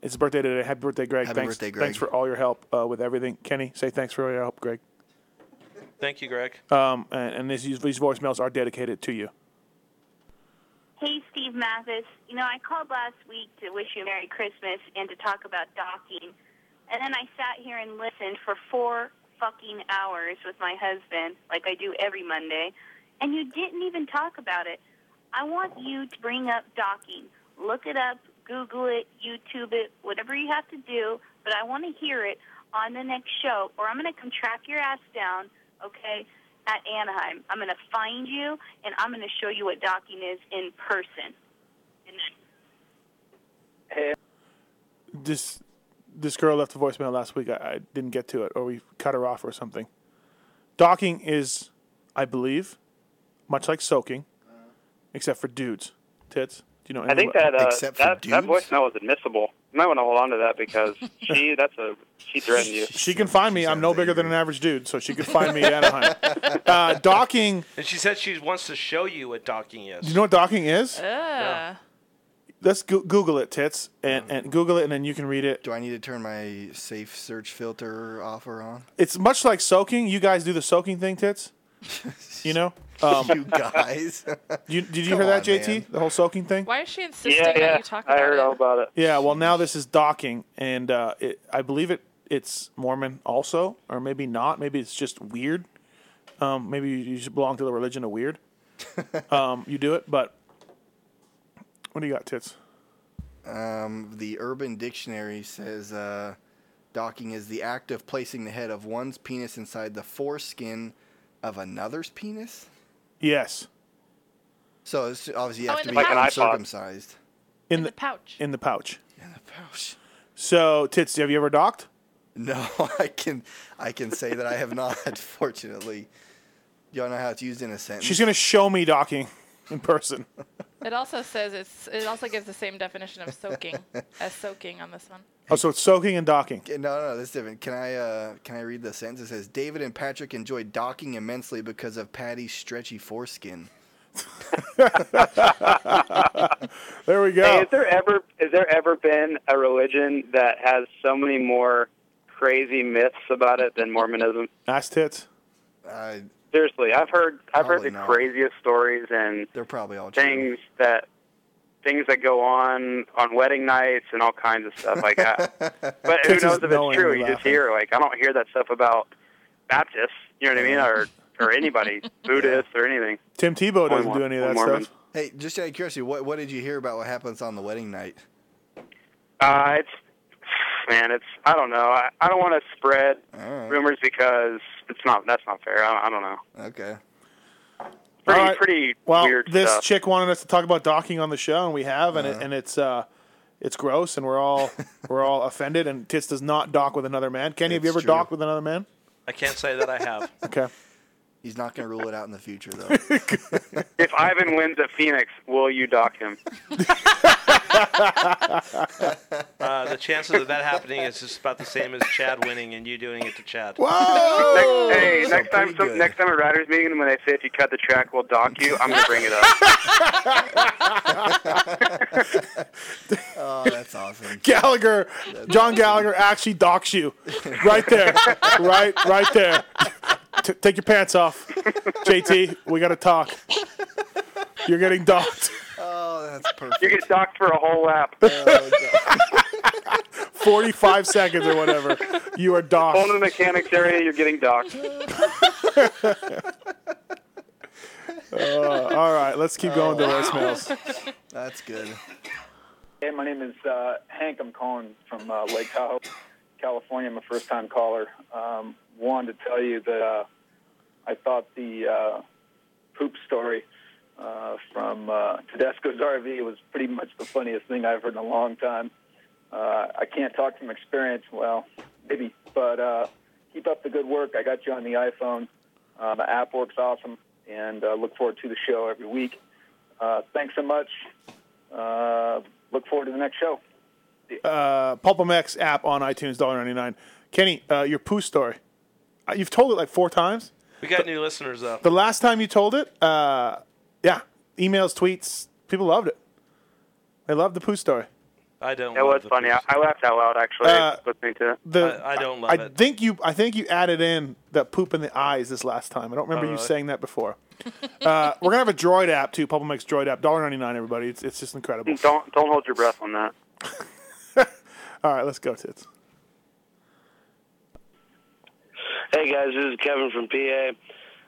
Speaker 5: It's his birthday today. Happy birthday, Greg.
Speaker 7: Happy
Speaker 5: thanks,
Speaker 7: birthday, Greg.
Speaker 5: Thanks for all your help uh, with everything. Kenny, say thanks for all your help, Greg.
Speaker 6: Thank you, Greg.
Speaker 5: Um, and, and these, these voicemails are dedicated to you.
Speaker 25: Hey, Steve Mathis. You know, I called last week to wish you Merry Christmas and to talk about docking. And then I sat here and listened for four fucking hours with my husband, like I do every Monday, and you didn't even talk about it. I want you to bring up docking. Look it up, Google it, YouTube it, whatever you have to do, but I want to hear it on the next show, or I'm going to come track your ass down, okay, at Anaheim. I'm going to find you, and I'm going to show you what docking is in person.
Speaker 5: this this girl left a voicemail last week. I, I didn't get to it, or we cut her off or something. Docking is, I believe, much like soaking, except for dudes. Tits. Do you know?
Speaker 4: I think that
Speaker 5: anyone-
Speaker 4: uh, that, that voicemail was admissible. You might want to hold on to that
Speaker 7: <laughs>
Speaker 4: because she that's a she threatened you.
Speaker 5: She can find me. I'm no bigger than an average dude, so she could find me at
Speaker 7: <laughs>
Speaker 5: Anaheim. Uh, docking.
Speaker 6: And she said she wants to show you what docking is.
Speaker 5: Do you know what docking is?
Speaker 6: Yeah.
Speaker 5: Let's go- Google it, tits, and, and Google it, and then you can read it.
Speaker 7: Mm. Do I need to turn my safe search filter off or on?
Speaker 5: It's much like soaking. You guys do the soaking thing,
Speaker 7: <laughs>
Speaker 5: tits. You know. Um,
Speaker 7: You guys. <laughs>
Speaker 5: you, did you
Speaker 7: Come
Speaker 5: hear that,
Speaker 7: on,
Speaker 5: JT?
Speaker 7: man.
Speaker 5: The whole soaking thing.
Speaker 26: Why is she insisting that you talk
Speaker 4: I
Speaker 26: about
Speaker 4: heard
Speaker 26: it?
Speaker 4: all about it.
Speaker 5: Yeah, well, now this is docking, and uh, it, I believe it it's Mormon also, or maybe not. Maybe it's just weird. Um, maybe you, you should belong to the religion of
Speaker 7: <laughs>
Speaker 5: weird. um, you do it, but what do you got, tits?
Speaker 7: Um, the Urban Dictionary says uh, docking is the act of placing the head of one's penis inside the foreskin of another's penis.
Speaker 5: Yes,
Speaker 7: So it's obviously you
Speaker 5: Oh,
Speaker 7: have
Speaker 5: in
Speaker 7: to
Speaker 5: the
Speaker 7: be
Speaker 5: pouch. Like an iPod.
Speaker 7: circumcised.
Speaker 5: in, the,
Speaker 26: pouch.
Speaker 5: In the pouch.
Speaker 7: In the pouch.
Speaker 5: So, tits, have you ever docked?
Speaker 7: No, <laughs> I can I can say that I have not. <laughs> Fortunately, y'all know how it's used in a sentence.
Speaker 5: She's gonna show me docking in
Speaker 7: <laughs>
Speaker 5: person.
Speaker 26: It also says it's. It also gives the same definition of
Speaker 5: <laughs>
Speaker 26: soaking as soaking on this one.
Speaker 5: Oh, so it's soaking and docking.
Speaker 7: Okay, No, no, no, that's different. Can I uh, can I read the sentence? It says David and Patrick enjoyed docking immensely because of Patty's
Speaker 5: <laughs>
Speaker 7: stretchy foreskin.
Speaker 5: there we go.
Speaker 4: Hey, is there ever has there ever been a religion that has so many more crazy myths about it than Mormonism?
Speaker 5: Ass tits.
Speaker 4: Seriously, I've heard I've heard
Speaker 5: Probably
Speaker 4: the
Speaker 5: not.
Speaker 4: craziest stories and
Speaker 7: they're probably all
Speaker 4: things that things that go on on wedding nights and all kinds of stuff like that. but who
Speaker 5: Tits is
Speaker 4: knows if it's
Speaker 5: knowing
Speaker 4: true?
Speaker 5: you're
Speaker 4: You just
Speaker 5: laughing.
Speaker 4: hear like I don't hear that stuff about Baptists, you know what I mean, or or
Speaker 5: <laughs>
Speaker 4: anybody, Buddhists or anything.
Speaker 5: Tim Tebow doesn't
Speaker 4: One-
Speaker 5: do any of
Speaker 4: one
Speaker 5: that
Speaker 4: Mormon.
Speaker 5: stuff.
Speaker 7: Hey, just out of curiosity, what what did you hear about what happens on the wedding night?
Speaker 4: Uh, it's man, it's I don't know. I, I don't want to spread rumors because it's not that's not fair. I, I don't know.
Speaker 7: Okay.
Speaker 4: Pretty
Speaker 5: All right.
Speaker 4: pretty
Speaker 5: Well,
Speaker 4: weird
Speaker 5: this
Speaker 4: stuff.
Speaker 5: chick wanted us to talk about docking on the show, and we have, and it,
Speaker 7: Uh-huh.
Speaker 5: and it's uh, it's gross, and we're
Speaker 7: <laughs>
Speaker 5: all we're all offended. And Tits does not dock with another man. Kenny, have you ever docked with another man?
Speaker 6: I can't say that I have.
Speaker 5: Okay.
Speaker 7: <laughs>
Speaker 5: <laughs>
Speaker 7: He's not going to rule it out in the future, though.
Speaker 5: <laughs>
Speaker 7: <laughs>
Speaker 4: if Ivan wins at Phoenix, will you dock him?
Speaker 6: Uh, the chances of that happening is just about the same as Chad winning and you doing it to Chad.
Speaker 4: Next, hey, next time some, next time at Riders meeting when they say if you cut the track we'll dock you, I'm gonna bring it
Speaker 5: <laughs>
Speaker 4: up.
Speaker 7: oh, that's awesome.
Speaker 5: Gallagher, John Gallagher actually docks you, right there, right, right there. T- take your pants off, JT. We gotta talk. You're getting docked.
Speaker 7: Oh, that's perfect.
Speaker 4: You get docked for a whole lap.
Speaker 5: <laughs> Forty-five seconds or whatever. You are docked.
Speaker 4: Phone in the mechanics area, you're getting docked.
Speaker 5: <laughs> Uh, all right, let's keep going to voicemails.
Speaker 7: <laughs> That's good.
Speaker 3: Hey, my name is uh, Hank. I'm calling from uh, Lake Tahoe, California. I'm a first time caller. Um, wanted to tell you that uh, I thought the uh, poop story uh, from uh, Tedesco's RV was pretty much the funniest thing I've heard in a long time. Uh, I can't talk from experience, well, maybe, but uh, keep up the good work. I got you on the iPhone. Uh, the app works awesome, and uh, look forward to the show every week. Uh, thanks so much. Uh, look forward to the next show.
Speaker 5: uh, Pulpamex app on iTunes, $1.99. Kenny, uh, your poo story. Uh, You've told it like four times.
Speaker 6: We got new listeners though.
Speaker 5: The last time you told it, uh, yeah, emails, tweets, people loved it. They loved the poo story.
Speaker 6: I don't.
Speaker 4: That was funny. I, I laughed out loud actually
Speaker 5: Uh,
Speaker 4: listening to it.
Speaker 5: The,
Speaker 6: love
Speaker 5: I
Speaker 6: it.
Speaker 5: think you. I think you added in the poop in the eyes this last time. I don't remember
Speaker 6: Oh,
Speaker 5: you
Speaker 6: really?
Speaker 5: saying that before. uh, we're gonna have a Droid app too. Pulpamex Droid app, $1.99. Everybody, it's it's just incredible.
Speaker 4: Don't don't hold your breath on that.
Speaker 5: <laughs> All right, let's go, tits.
Speaker 18: Hey guys, this is Kevin from PA.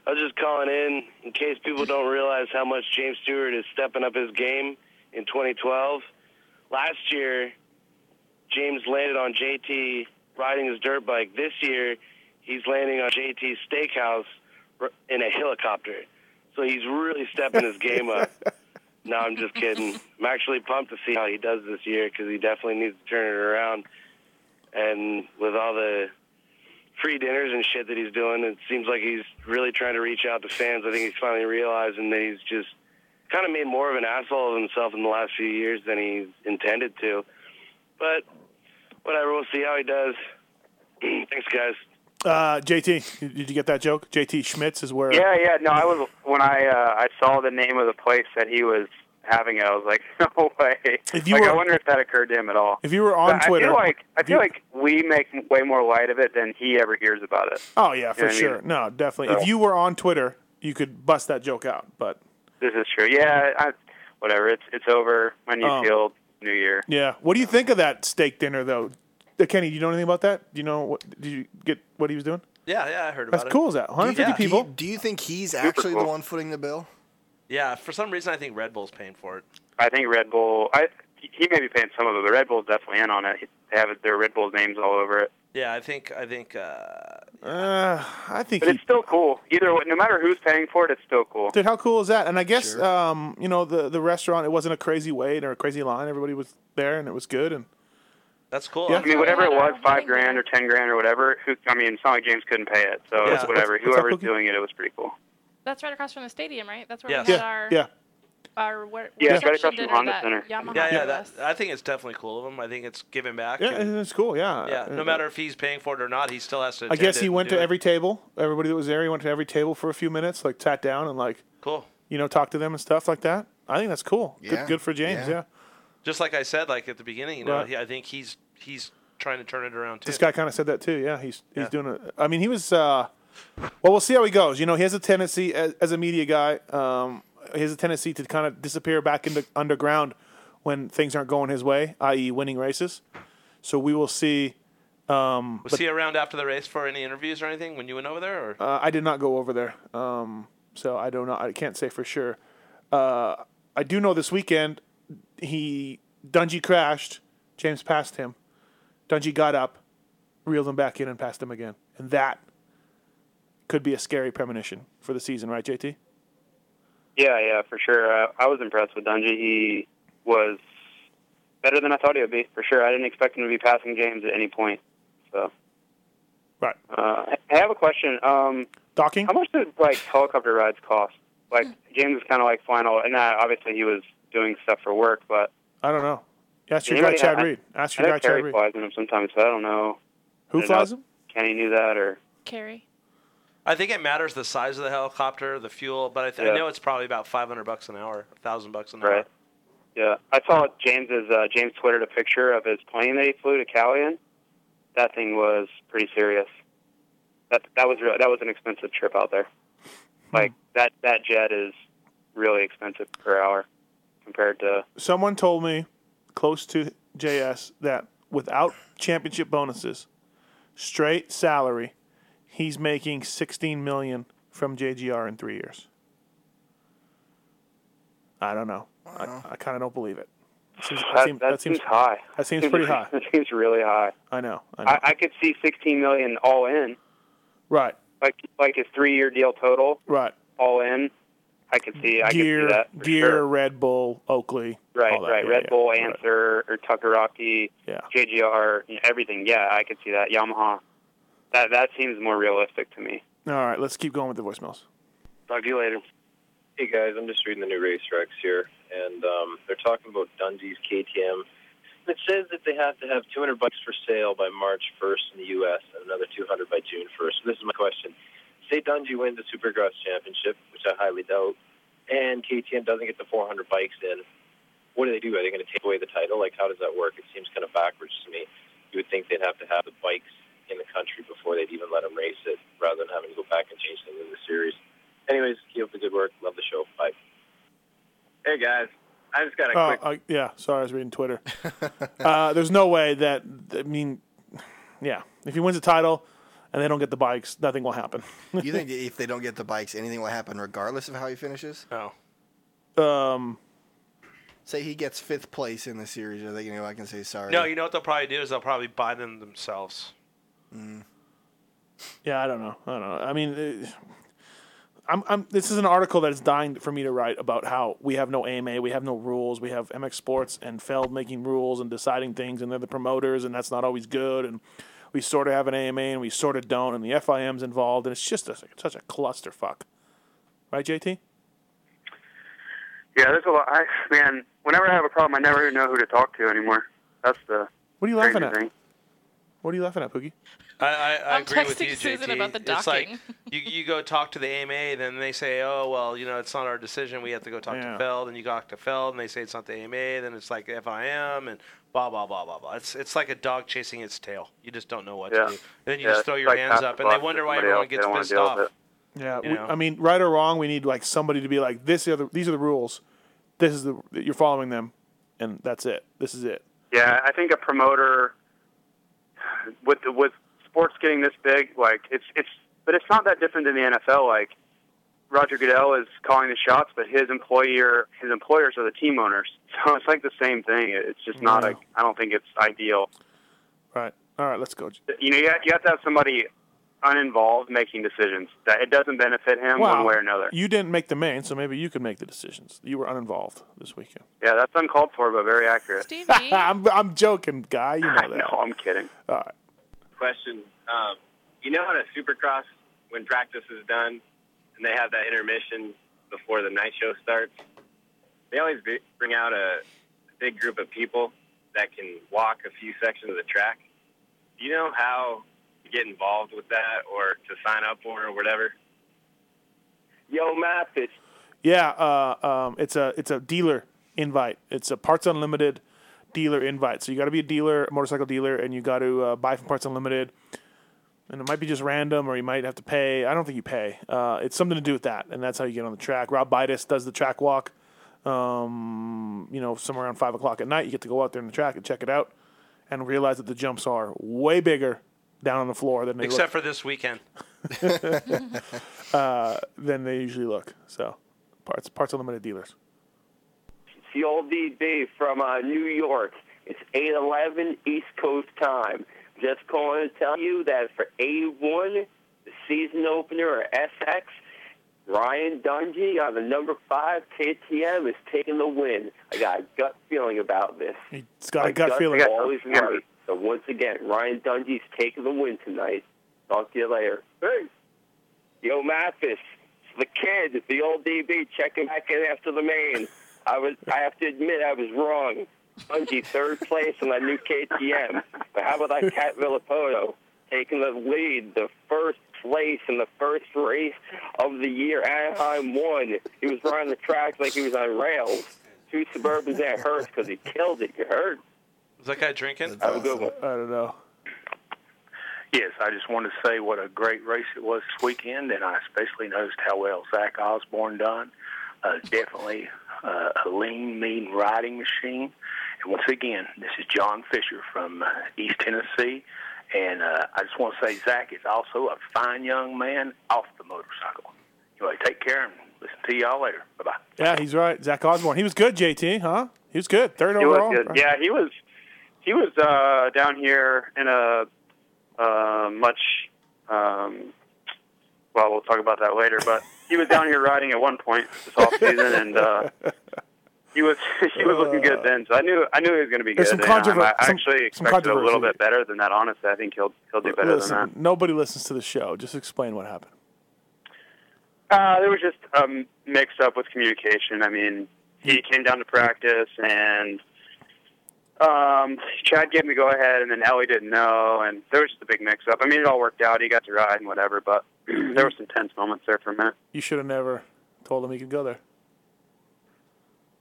Speaker 18: I was just calling in in case people don't realize how much James Stewart is stepping up his game in 2012. Last year, James landed on JT riding his dirt bike. This year, he's landing on JT's steakhouse r- in a helicopter. So he's really stepping his game up. No, I'm just kidding. I'm actually pumped to see how he does this year because he definitely needs to turn it around. And with all the free dinners and shit that he's doing. It seems like he's really trying to reach out to fans. I think he's finally realizing that he's just kind of made more of an asshole of himself in the last few years than he intended to. But whatever, we'll see how he does. <clears throat> Thanks, guys.
Speaker 5: Uh, JT, did you get that joke? JT Schmitz is where.
Speaker 4: Yeah, yeah. No, I was when I uh, I saw the name of the place that he was having it. I was like, <laughs> no way.
Speaker 5: If you
Speaker 4: like, I
Speaker 5: were-
Speaker 4: wonder if that occurred to him at all.
Speaker 5: If you were on
Speaker 4: But I
Speaker 5: Twitter-
Speaker 4: feel like I
Speaker 5: if
Speaker 4: feel
Speaker 5: you-
Speaker 4: like we make way more light of it than he ever hears about it.
Speaker 5: Oh yeah,
Speaker 4: You
Speaker 5: for
Speaker 4: know what I mean?
Speaker 5: sure. No, definitely. If
Speaker 4: So-
Speaker 5: you were on Twitter, you could bust that joke out. But
Speaker 4: This is true. Yeah, I, whatever. It's it's over. My new
Speaker 5: Oh.
Speaker 4: field, new year.
Speaker 5: yeah, what do you think of that steak dinner though? Uh, Kenny, do you know anything about that? Do you know what? Did you get what he was doing?
Speaker 6: Yeah, yeah, I heard about
Speaker 5: That's
Speaker 6: it.
Speaker 5: cool. Is that 150
Speaker 6: Yeah.
Speaker 5: people?
Speaker 7: Do you think he's
Speaker 4: Super
Speaker 7: actually the
Speaker 4: cool.
Speaker 7: one footing the bill?
Speaker 6: Yeah, for some reason I think Red Bull's paying for it.
Speaker 4: I think Red Bull. I he may be paying some of it, but Red Bull's definitely in on it. They have their Red Bull's names all over it.
Speaker 6: Yeah, I think I think uh,
Speaker 5: Uh, I think
Speaker 4: But it's still cool. Either way, no matter who's paying for it, it's still cool.
Speaker 5: Dude, how cool is that? And I guess um, you know the the restaurant. It wasn't a crazy wait or a crazy line. Everybody was there, and it was good. And
Speaker 6: that's cool.
Speaker 5: Yeah.
Speaker 4: I mean, whatever it was, five grand or ten grand or whatever. Who? I mean, it's not like James couldn't pay it, so
Speaker 5: Yeah.
Speaker 4: it's whatever.
Speaker 5: What's- what's up,
Speaker 4: Whoever's
Speaker 5: Cookie?
Speaker 4: doing it, it was pretty cool.
Speaker 26: That's right across from the stadium, right? That's where
Speaker 6: Yes.
Speaker 26: we had
Speaker 6: Yeah,
Speaker 26: our
Speaker 5: yeah.
Speaker 26: our where,
Speaker 4: Yeah, it's right
Speaker 26: reception
Speaker 4: across from Honda
Speaker 26: dinner that
Speaker 4: Center.
Speaker 26: Yamaha
Speaker 6: yeah, yeah.
Speaker 26: gave
Speaker 6: That,
Speaker 26: us.
Speaker 6: I think it's definitely cool of him. I think it's giving back.
Speaker 5: yeah,
Speaker 6: and-
Speaker 5: it's cool. Yeah,
Speaker 6: yeah. No
Speaker 5: Uh,
Speaker 6: matter if he's paying for it or not, he still has to.
Speaker 5: I
Speaker 6: attend
Speaker 5: guess he
Speaker 6: it
Speaker 5: went
Speaker 6: and
Speaker 5: to
Speaker 6: do it.
Speaker 5: every table. Everybody that was there, he went to every table for a few minutes, like sat down and like
Speaker 6: Cool.
Speaker 5: you know, talked to them and stuff like that. I think that's cool.
Speaker 6: Yeah,
Speaker 5: Good, good for James.
Speaker 6: yeah.
Speaker 5: Yeah,
Speaker 6: Just like I said, like at the beginning, you know,
Speaker 5: Right.
Speaker 6: he, I think he's he's trying to turn it around too.
Speaker 5: this guy kind of said that too. Yeah, he's he's
Speaker 6: Yeah.
Speaker 5: doing it. I mean, he was. Uh, well, we'll see how he goes. You know, he has a tendency as, as a media guy. Um, he has a tendency to kind of disappear back into underground when things aren't going his way, i.e., winning races. So we will see. Um,
Speaker 6: Was
Speaker 5: but-
Speaker 6: he around after the race for any interviews or anything when you went over there? Or
Speaker 5: Uh, I did not go over there, um, so I don't know. I can't say for sure. Uh, I do know this weekend he Dungy crashed. James passed him. Dungy got up, reeled him back in, and passed him again. And that could be a scary premonition for the season, right, JT?
Speaker 4: Yeah, yeah, for sure. Uh, I was impressed with Dungy. He was better than I thought he would be, for sure. I didn't expect him to be passing James at any point. So,
Speaker 5: right.
Speaker 4: Uh, I have a question. Um,
Speaker 5: Docking.
Speaker 4: How much did like helicopter rides cost? Like James is kind of like flying all, and uh, obviously he was doing stuff for work, but
Speaker 5: I don't know. Ask
Speaker 4: Did
Speaker 5: your guy
Speaker 4: anybody
Speaker 5: Chad
Speaker 4: have-
Speaker 5: Reed. Ask
Speaker 4: I
Speaker 5: your
Speaker 4: know
Speaker 5: guy
Speaker 4: Carrie
Speaker 5: Chad Reed.
Speaker 4: flies in them sometimes, so I don't know.
Speaker 5: Who
Speaker 4: I don't know
Speaker 5: flies
Speaker 4: if
Speaker 5: them?
Speaker 4: Kenny knew that, or
Speaker 26: Carrie.
Speaker 6: I think it matters the size of the helicopter, the fuel, but I, th- I
Speaker 4: Yeah.
Speaker 6: know it's probably about five hundred bucks an hour, thousand bucks an hour.
Speaker 4: Right. Yeah, I saw James's uh, James tweeted a picture of his plane that he flew to Cali in. That thing was pretty serious. That that was real, that was an expensive trip out there.
Speaker 5: Hmm.
Speaker 4: Like that that jet is really expensive per hour compared to
Speaker 5: Someone told me close to JS that without championship bonuses, straight salary, he's making 16 million from JGR in 3 years. I don't know. I, I kind of don't believe it. It seems, that,
Speaker 4: that,
Speaker 5: seems,
Speaker 4: that
Speaker 5: that seems-
Speaker 4: high.
Speaker 5: That seems pretty high.
Speaker 4: That seems really high.
Speaker 5: I know. I know.
Speaker 4: I, I could see sixteen million all in,
Speaker 5: right.
Speaker 4: like like his three year deal total
Speaker 5: Right.
Speaker 4: all in. I could see I could
Speaker 5: gear,
Speaker 4: see that for
Speaker 5: gear,
Speaker 4: sure.
Speaker 5: Red Bull, Oakley.
Speaker 4: Right,
Speaker 5: all that.
Speaker 4: right.
Speaker 5: Yeah,
Speaker 4: Red
Speaker 5: yeah.
Speaker 4: Bull, Answer, or Tucker Rocky,
Speaker 5: Yeah.
Speaker 4: JGR, you know, everything. Yeah, I could see that. Yamaha. That that seems more realistic to me.
Speaker 5: All right, let's keep going with the voicemails.
Speaker 4: Talk to you later.
Speaker 21: Hey guys, I'm just reading the new race recs here, and um, they're talking about Dundee's KTM. It says that they have to have 200 bikes for sale by March 1st in the U.S. and another 200 by June 1st. So this is my question: Say Dungey wins the Supercross championship, which I highly doubt, and KTM doesn't get the 400 bikes in. What do they do? Are they going to take away the title? Like, how does that work? It seems kind of backwards to me. You would think they'd have to have the bikes in the country before they'd even let them race it, rather than having to go back and change things in the series. Anyways, keep up the good work. Love the show. Bye.
Speaker 28: Hey guys, I just got a
Speaker 5: Oh,
Speaker 28: quick.
Speaker 5: uh, yeah. Sorry, I was reading Twitter. <laughs> uh, there's no way that I mean, yeah. If he wins the title and they don't get the bikes, nothing will happen.
Speaker 7: you think if they don't get the bikes, anything will happen regardless of how he finishes?
Speaker 6: No.
Speaker 5: Um,
Speaker 7: Say he gets fifth place in the series, are they going to go back and say sorry?
Speaker 6: No, you know what they'll probably do is they'll probably buy them themselves.
Speaker 7: Mm.
Speaker 5: yeah, I don't know. I don't know. I mean, it- I'm, I'm. This is an article that is dying for me to write about how we have no AMA, we have no rules, we have MX Sports and Feld making rules and deciding things, and they're the promoters, and that's not always good. And we sort of have an AMA, and we sort of don't, and the FIM's involved, and it's just a, such a clusterfuck, right, JT?
Speaker 4: Yeah, there's a lot. I man, whenever I have a problem, I never know who to talk to anymore. That's the
Speaker 5: What are you laughing
Speaker 4: crazy
Speaker 5: at?
Speaker 4: thing.
Speaker 5: What are you laughing at, Pookie?
Speaker 6: I, I, I
Speaker 29: I'm
Speaker 6: agree with you,
Speaker 29: texting Susan
Speaker 6: JT.
Speaker 29: about the
Speaker 6: It's like
Speaker 29: docking. <laughs>
Speaker 6: you, you go talk to the AMA, then they say, oh, well, you know, it's not our decision. We have to go talk
Speaker 5: Yeah.
Speaker 6: to Feld. And you talk to Feld, and they say it's not the AMA. Then it's like FIM and blah, blah, blah, blah, blah. It's, it's like a dog chasing its tail. You just don't know what
Speaker 4: Yeah.
Speaker 6: to do. And then you
Speaker 4: Yeah,
Speaker 6: just
Speaker 4: it's
Speaker 6: throw your
Speaker 4: like
Speaker 6: hands
Speaker 4: passing
Speaker 6: up,
Speaker 4: the
Speaker 6: and they
Speaker 4: buck to
Speaker 6: wonder why
Speaker 4: somebody
Speaker 6: everyone
Speaker 4: else. They
Speaker 6: gets
Speaker 4: don't wanna
Speaker 6: pissed
Speaker 4: deal with
Speaker 6: off. You
Speaker 5: Yeah, we-
Speaker 6: know.
Speaker 5: I mean, right or wrong, we need like somebody to be like, "This are the these are the rules. This is the you're following them, and that's it. This is it."
Speaker 4: Yeah, I think a promoter with with sports getting this big, like it's it's, but it's not that different than the NFL. Like Roger Goodell is calling the shots, but his employer his employers are the team owners, <laughs> so it's like the same thing. It's just not
Speaker 5: Yeah.
Speaker 4: a. I don't think it's ideal.
Speaker 5: Right. All right, let's go.
Speaker 4: You know, you have, you have to have somebody uninvolved making decisions. That it doesn't benefit him one
Speaker 5: Well,
Speaker 4: way or another.
Speaker 5: You didn't make the main, so maybe you could make the decisions. You were uninvolved this weekend.
Speaker 4: Yeah, that's uncalled for, but very accurate.
Speaker 5: <laughs> I'm I'm joking,
Speaker 4: <laughs>
Speaker 5: guy. You know that.
Speaker 4: no, I'm kidding.
Speaker 5: All right.
Speaker 23: question. Um, you know, on a supercross, when practice is done and they have that intermission before the night show starts, they always be- bring out a big group of people that can walk a few sections of the track. Do you know how to get involved with that or to sign up for it or whatever?
Speaker 30: Yo, Matt, it's
Speaker 5: Yeah, uh, um, it's a it's a dealer invite. It's a Parts Unlimited dealer invite. So you got to be a dealer, a motorcycle dealer, and you got to uh, buy from Parts Unlimited. And it might be just random, or you might have to pay. I don't think you pay. Uh, it's something to do with that, and that's how you get on the track. Rob Bidas does the track walk. Um, you know, somewhere around five o'clock at night, you get to go out there on the track and check it out, and realize that the jumps are way bigger down on the floor than they look
Speaker 6: Except for this weekend.
Speaker 5: <laughs> uh, than they usually look. So, parts parts unlimited dealers.
Speaker 21: the old DB from uh, New York. It's 8:11 East Coast time. Just calling to tell you that for A1, the season opener or SX, Ryan Dungey on the number five KTM is taking the win. I got a gut feeling about this.
Speaker 5: It's got
Speaker 21: My
Speaker 5: a gut, feeling.
Speaker 21: is Always right. So once again, Ryan Dungey's taking the win tonight. Talk to you later. Hey.
Speaker 31: Yo, Mathis, it's the kid, the old DB, checking back in after the main. I was, I have to admit, I was wrong. Bungie third place on that new KTM. But how about that Cat Villapoto taking the lead, the first place in the first race of the year? Anaheim won. He was running the track like he was on rails. Two Suburbans that hurts because he killed it. You heard?
Speaker 6: Is that guy drinking?
Speaker 31: Have a good one.
Speaker 5: I don't know.
Speaker 24: Yes, I just wanted to say what a great race it was this weekend, and I especially noticed how well Zach Osborne done. Uh, definitely uh, a lean, mean riding machine. And once again, this is John Fisher from uh, East Tennessee, and uh, I just want to say Zach is also a fine young man off the motorcycle. Anyway, take care and listen to y'all later. Bye bye.
Speaker 5: Yeah, he's right. Zach Osborne. He was good, JT, huh? He was good. Third
Speaker 4: He
Speaker 5: overall.
Speaker 4: was good. Yeah, he was. He was uh, down here in a uh, much. Um, well, we'll talk about that later. But he was
Speaker 5: <laughs>
Speaker 4: down here riding at one point this off season, and uh, he was <laughs> he was looking good then. So I knew I knew he was going to be good.
Speaker 5: There's some
Speaker 4: at Anaheim.
Speaker 5: controver-
Speaker 4: I
Speaker 5: some-
Speaker 4: actually
Speaker 5: some
Speaker 4: expected a little
Speaker 5: controversy.
Speaker 4: bit better than that. Honestly, I think he'll he'll do better
Speaker 5: Listen,
Speaker 4: than that.
Speaker 5: nobody listens to the show. Just explain what happened.
Speaker 4: Uh, there was just um, mixed up with communication. I mean, he came down to practice, and um, Chad gave him the go ahead, and then Ellie didn't know, and there was just a big mix up. I mean, it all worked out. He got to ride and whatever, but <clears throat> there were some tense moments there for a minute.
Speaker 5: You should have never told him he could go there.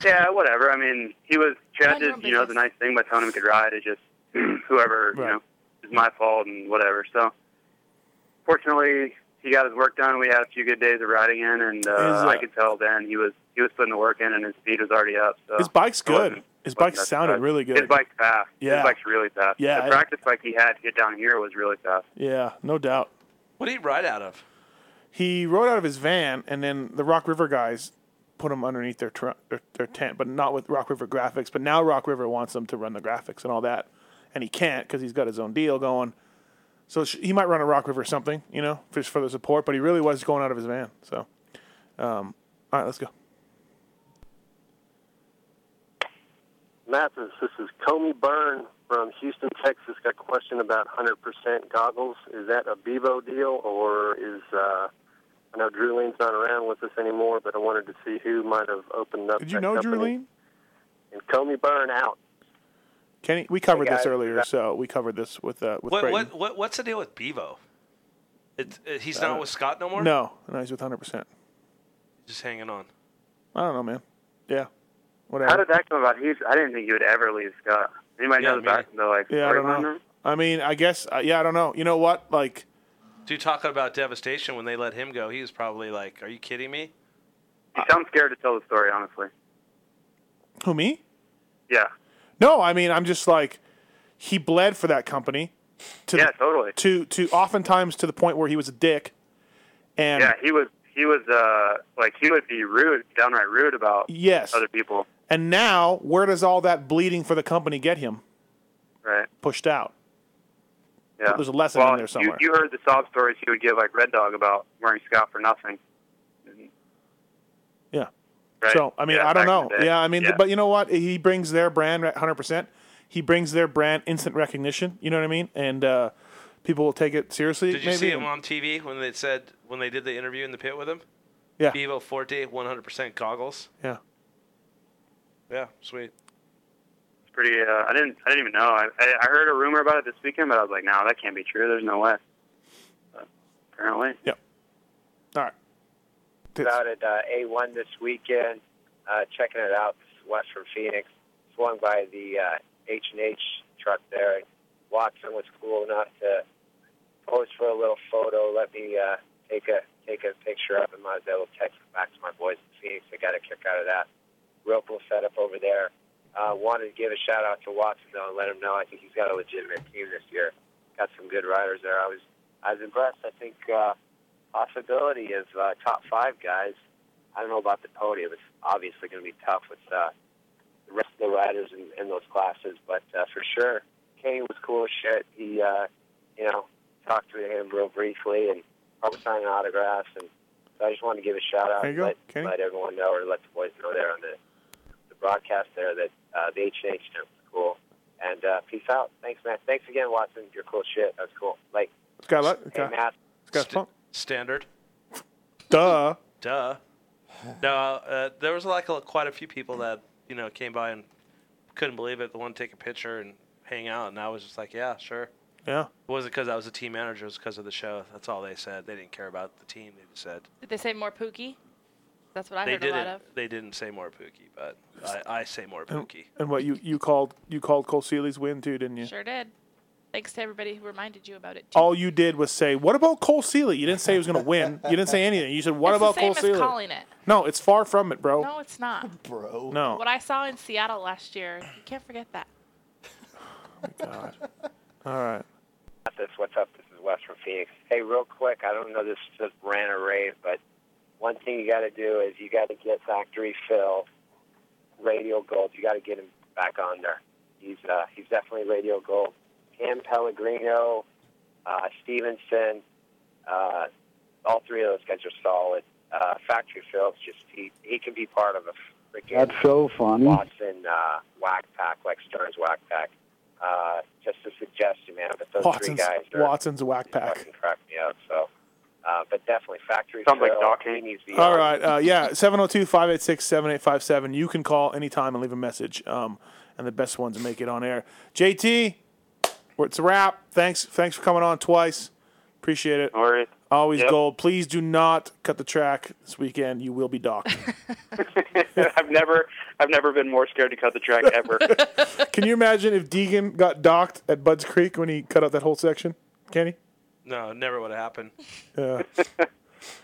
Speaker 4: Yeah, whatever. I mean, he was Chad did you know the nice thing by telling him he could ride. It just <clears throat> whoever you know is my fault and whatever. So fortunately, he got his work done. We had a few good days of riding in, and uh,
Speaker 5: Is, uh,
Speaker 4: I could tell then he was he was putting the work in, and his speed was already up. So
Speaker 5: His bike's
Speaker 4: I wasn't-
Speaker 5: good. His bike
Speaker 4: wasn't
Speaker 5: sounded
Speaker 4: upset.
Speaker 5: really good.
Speaker 4: His bike's fast.
Speaker 5: Yeah.
Speaker 4: his bike's really fast.
Speaker 5: Yeah,
Speaker 4: the
Speaker 5: I-
Speaker 4: practice bike he had to get down here was really fast.
Speaker 5: Yeah, no doubt.
Speaker 6: What did he ride out of?
Speaker 5: He rode out of his van, and then the Rock River guys put him underneath their, tr- their their tent, but not with Rock River graphics. But now Rock River wants him to run the graphics and all that, and he can't because he's got his own deal going. So sh- he might run a Rock River or something, you know, just for the support. But he really was going out of his van. So, um, all right, let's go.
Speaker 8: Mathis, this is Comey Byrne from Houston, Texas. Got a question about 100% goggles. Is that a Bebo deal, or is uh,
Speaker 21: I know Drew Lean's not around with us anymore, but I wanted to see who might have opened up.
Speaker 5: Did you
Speaker 21: that
Speaker 5: know
Speaker 21: company.
Speaker 5: Drew Lean?
Speaker 21: And Comey Byrne out.
Speaker 5: Kenny, we covered
Speaker 6: Hey,
Speaker 5: this
Speaker 6: guys.
Speaker 5: earlier, so we covered this with uh, with
Speaker 6: What,
Speaker 5: Brayden.
Speaker 6: what, what, what's the deal with Bevo? It's uh, he's
Speaker 5: Uh,
Speaker 6: not with Scott no more?
Speaker 5: No, no, he's with hundred percent.
Speaker 6: Just hanging on.
Speaker 5: I don't know, man. Yeah, whatever.
Speaker 2: How did that come about? He, I didn't think he would ever leave Scott. Anybody know the back the like
Speaker 5: yeah, I don't
Speaker 2: storyline
Speaker 5: know.
Speaker 2: there?
Speaker 5: I mean, I guess. Uh, yeah, I don't know. You know what? Like,
Speaker 6: Dude, talking about devastation when they let him go, he was probably like, "Are you kidding me?"
Speaker 2: He sounds scared to tell the story, honestly.
Speaker 5: who me?
Speaker 2: Yeah.
Speaker 5: No, I mean, I'm just like, he bled for that company. To yeah,
Speaker 2: totally.
Speaker 5: To to oftentimes to the point where he was a dick, and
Speaker 2: yeah, he was he was uh like he would be rude, downright rude about
Speaker 5: Yes.
Speaker 2: other people.
Speaker 5: and now where does all that bleeding for the company get him?
Speaker 2: Right.
Speaker 5: Pushed out.
Speaker 2: Yeah.
Speaker 5: There's a lesson
Speaker 2: well,
Speaker 5: in there somewhere.
Speaker 2: You, you heard the sob stories he would give like Red Dog about wearing Scott for nothing.
Speaker 5: Yeah.
Speaker 2: Right.
Speaker 5: So I mean,
Speaker 2: Yeah,
Speaker 5: I don't
Speaker 2: back in
Speaker 5: know.
Speaker 2: the day.
Speaker 5: Yeah, I mean,
Speaker 2: Yeah.
Speaker 5: but you know what? He brings their brand 100. percent He brings their brand instant recognition. You know what I mean? And uh, people will take it seriously.
Speaker 6: Did you
Speaker 5: maybe.
Speaker 6: see him
Speaker 5: and-
Speaker 6: on TV when they said when they did the interview in the pit with him?
Speaker 5: Yeah.
Speaker 6: Bevo Forte, 100% goggles.
Speaker 5: Yeah.
Speaker 6: Yeah, sweet.
Speaker 2: It's pretty. Uh, I didn't I didn't even know. I, I I heard a rumor about it this weekend, but I was like, no, that can't be true. There's no way. But apparently. <laughs>
Speaker 5: Yep. All right.
Speaker 21: Out at uh, A1 this weekend, uh, checking it out west from Phoenix. Swung by the uh, H and H truck there, and Watson was cool enough to pose for a little photo. Let me uh, take a take a picture of him. I was able to text it back to my boys in Phoenix. I got a kick out of that. Real cool setup over there. Uh, wanted to give a shout out to Watson though, and let him know I think he's got a legitimate team this year. Got some good riders there. I was I was impressed. I think. Uh, possibility of uh, top five guys. I don't know about the podium. It's obviously going to be tough with uh, the rest of the riders in, in those classes, but uh, for sure, Kane was cool as shit. He, uh, you know, talked to him real briefly and probably signing autographs. And so I just wanted to give a shout out
Speaker 5: There
Speaker 21: and
Speaker 5: you go,
Speaker 21: let,
Speaker 5: Kenny.
Speaker 21: let everyone know or let the boys know there on the, the broadcast there that uh, the H and H was cool. And uh, peace out. Thanks, man. Thanks again, Watson. You're cool as shit. That was cool. Like,
Speaker 5: Sky Lu-
Speaker 21: hey,
Speaker 5: Sky-
Speaker 21: Matt.
Speaker 5: Sky Funk.
Speaker 6: Standard.
Speaker 5: Duh.
Speaker 6: Duh. No, uh, there was like a, quite a few people that you know came by and couldn't believe it. They wanted to take a picture and hang out, and I was just like, "Yeah, sure."
Speaker 5: Yeah.
Speaker 6: It wasn't because I was a team manager. It was because of the show. That's all they said. They didn't care about the team. They just said
Speaker 4: Did they say more Pookie? That's what I
Speaker 6: they
Speaker 4: heard
Speaker 6: didn't.
Speaker 4: a lot of.
Speaker 6: They didn't say more Pookie, but I, I say more
Speaker 5: And,
Speaker 6: Pookie.
Speaker 5: and what you, you called you called Cole Seely's win too, didn't you?
Speaker 4: Sure did. Thanks to everybody who reminded you about it.
Speaker 5: All you did was say, "What about Cole Seely?" You didn't say he was going to win. You didn't say anything. You said, "What
Speaker 4: It's
Speaker 5: about
Speaker 4: the same
Speaker 5: Cole Seely?"
Speaker 4: as calling it.
Speaker 5: No, it's far from it, bro.
Speaker 4: No, it's not.
Speaker 5: bro. No.
Speaker 4: What I saw in Seattle last year, you can't forget that.
Speaker 5: God. All right.
Speaker 21: This, what's up? This is Wes from Phoenix. Hey, real quick, I don't know this just ran a rave, but one thing you got to do is you got to get Factory Phil, Radio Gold. You got to get him back on there. He's uh, he's definitely Radio Gold. Cam Pellegrino, uh, Stevenson, uh, all three of those guys are solid. Uh, Factory Phil's just he he can be part of a freaking
Speaker 3: That's so funny.
Speaker 21: Watson uh, whack pack like Stern's whack pack. Uh, just a suggestion, man. But those three
Speaker 5: Watson's
Speaker 21: guys are
Speaker 5: Watson's whack pack.
Speaker 21: fucking crack me up. So, uh, but definitely Factory
Speaker 2: Sounds like
Speaker 21: Phil,
Speaker 2: Doc
Speaker 21: he needs to be
Speaker 5: All
Speaker 21: on.
Speaker 5: right. Uh, yeah. 702-586-7857. You can call anytime and leave a message. Um, and the best ones make it on air. JT, it's a wrap. Thanks. Thanks for coming on twice. Appreciate it.
Speaker 2: All right.
Speaker 5: Always
Speaker 2: Yep.
Speaker 5: gold. Please do not cut the track this weekend. You will be docked.
Speaker 2: I've never I've never been more scared to cut the track ever.
Speaker 5: Can you imagine if Deegan got docked at Bud's Creek when he cut out that whole section? Can he?
Speaker 6: <laughs>
Speaker 5: Uh,
Speaker 6: No, it never would have happened.
Speaker 5: Yeah.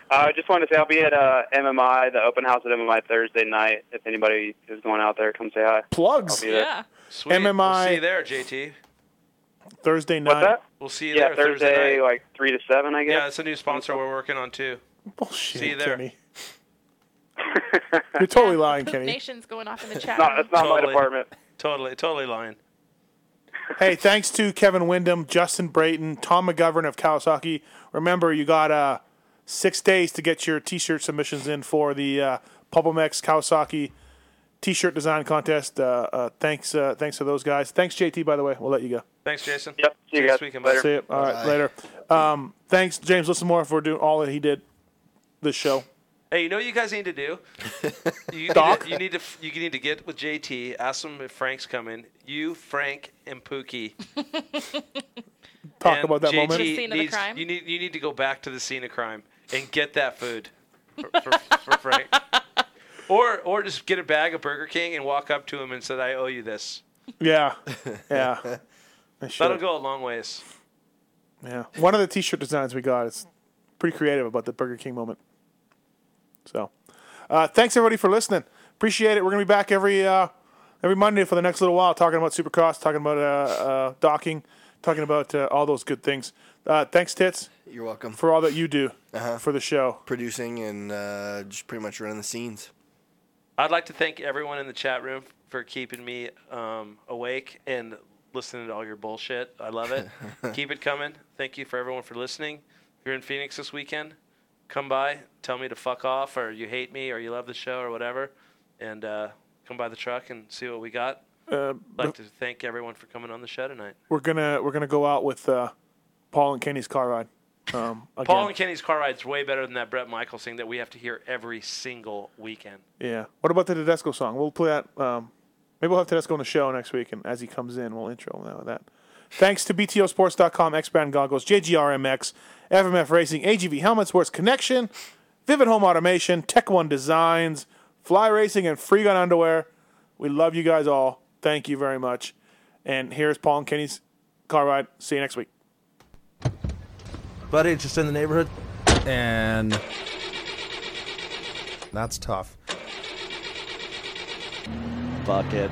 Speaker 11: I just wanted to say I'll be at uh, MMI, the open house at MMI Thursday night. If anybody is going out there, come say hi.
Speaker 5: Plugs.
Speaker 11: <laughs>
Speaker 4: <laughs>
Speaker 11: I'll be there.
Speaker 6: Sweet.
Speaker 5: MMI.
Speaker 6: We'll see you there, JT.
Speaker 5: Thursday night.
Speaker 11: What's that?
Speaker 6: We'll see you
Speaker 11: yeah,
Speaker 6: there
Speaker 11: Thursday,
Speaker 6: Thursday night.
Speaker 11: like three to seven, I guess.
Speaker 6: Yeah, it's a new sponsor we're working on too.
Speaker 5: Bullshit.
Speaker 6: See you there.
Speaker 5: Kenny. You're totally lying,
Speaker 4: Poop
Speaker 5: Kenny.
Speaker 4: Nation's going off in the chat. room.
Speaker 6: Totally. Totally, totally lying.
Speaker 5: hey, thanks to Kevin Wyndham, Justin Brayton, Tom McGovern of Kawasaki. Remember, you got uh, six days to get your t-shirt submissions in for the uh, Pulpamex Kawasaki t-shirt design contest. Uh, uh, thanks, uh, thanks to those guys. Thanks, JT. By the way, we'll let you go.
Speaker 6: Thanks, Jason.
Speaker 11: Yep.
Speaker 6: See you guys. Weekend, bud.
Speaker 5: See you. All right, later. Um, thanks, James Lissamore, for doing all that he did. the show.
Speaker 6: Hey, you know what you guys need to
Speaker 5: <laughs>
Speaker 6: do? You need
Speaker 5: Doc?
Speaker 6: To, you need to f- you need to get with JT. Ask him if Frank's coming. You, Frank, and Pookie.
Speaker 5: Talk
Speaker 6: And
Speaker 5: about that
Speaker 6: JT
Speaker 5: moment.
Speaker 32: The scene of the
Speaker 6: needs-
Speaker 32: crime?
Speaker 6: You need you need to go back to the scene of crime and get that food for,
Speaker 32: <laughs>
Speaker 6: for, for Frank. Or or just get a bag of Burger King and walk up to him and said, "I owe you this." <laughs>
Speaker 5: Yeah, yeah. I
Speaker 6: That'll
Speaker 5: should.
Speaker 6: go a long ways.
Speaker 5: Yeah, one of the T-shirt designs we got is pretty creative about the Burger King moment. So, uh, thanks everybody for listening. Appreciate it. We're gonna be back every uh, every Monday for the next little while, talking about Supercross, talking about uh, uh, docking, talking about uh, all those good things. Uh, thanks, Tits.
Speaker 7: You're welcome Uh-huh.
Speaker 5: for all that you do for the show,
Speaker 7: producing and uh, just pretty much running the scenes.
Speaker 6: I'd like to thank everyone in the chat room for keeping me um, awake and listening to all your bullshit. I love it. Keep it coming. Thank you for everyone for listening. If you're in Phoenix this weekend, come by. Tell me to fuck off, or you hate me, or you love the show, or whatever. And uh, come by the truck and see what we got.
Speaker 5: Uh,
Speaker 6: I'd like to thank everyone for coming on the show tonight.
Speaker 5: We're gonna we're gonna go out with uh, Paul and Kenny's car ride. Um, again.
Speaker 6: Paul and Kenny's car ride's way better than that Brett Michaels thing that we have to hear every single weekend.
Speaker 5: Yeah. What about the Tedesco song? We'll play that. Um, maybe we'll have Tedesco on the show next week, and as he comes in, we'll intro him now with that. Thanks to BTOsports.com, X-Band Goggles, JGRMX, FMF Racing, AGV Helmet Sports Connection, Vivid Home Automation, Tech One Designs, Fly Racing, and Free Gun Underwear. We love you guys all. Thank you very much. And here's Paul and Kenny's car ride. See you next week.
Speaker 33: buddy, it's just in the neighborhood. And that's tough. Bucket.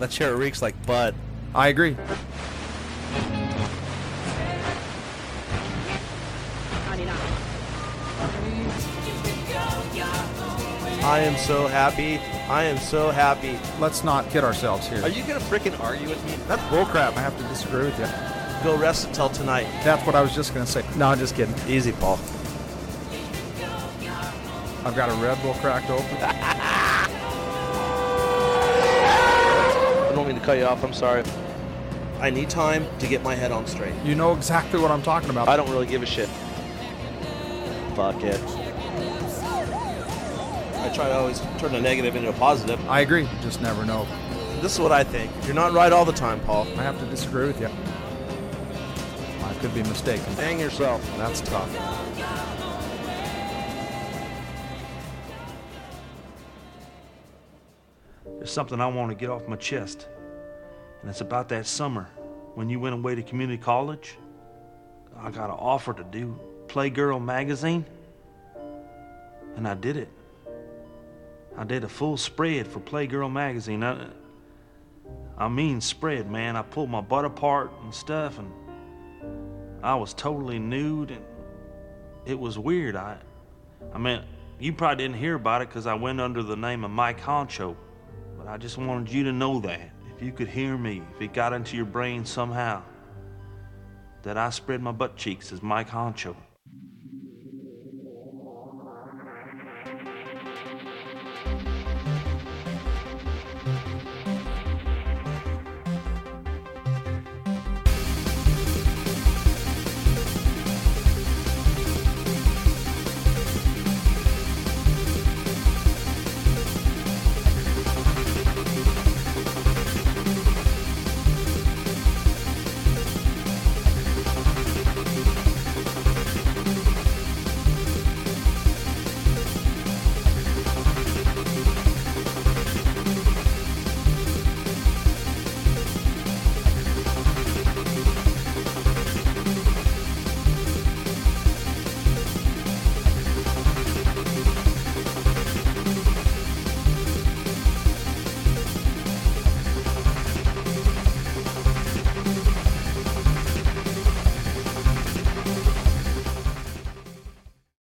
Speaker 33: That shit reeks like butt. I agree.
Speaker 9: I am so happy. I am so happy.
Speaker 33: Let's not kid ourselves here.
Speaker 9: Are you gonna frickin' argue with me?
Speaker 33: That's bullcrap. I have to disagree with you.
Speaker 9: Go rest until tonight.
Speaker 33: That's what I was just gonna say. No, I'm just kidding. Easy, Paul. I've got a Red Bull cracked
Speaker 9: <laughs>
Speaker 33: open.
Speaker 9: I don't mean to cut you off. I'm sorry. I need time to get my head on straight.
Speaker 33: you know exactly what I'm talking about.
Speaker 9: I don't really give a shit. Fuck it. I try to always turn a negative into a positive.
Speaker 33: I agree. You just never know.
Speaker 9: This is what I think. You're not right all the time, Paul.
Speaker 33: I have to disagree with you. I could be mistaken.
Speaker 9: Hang yourself.
Speaker 33: That's tough.
Speaker 34: There's something I want to get off my chest. And it's about that summer when you went away to community college. I got an offer to do Playgirl magazine. And I did it. I did a full spread for Playgirl magazine. I, I mean, spread, man. I pulled my butt apart and stuff, and I was totally nude, and it was weird. I, I mean, you probably didn't hear about it because I went under the name of Mike Honcho. But I just wanted you to know that if you could hear me, if it got into your brain somehow, that I spread my butt cheeks as Mike Honcho.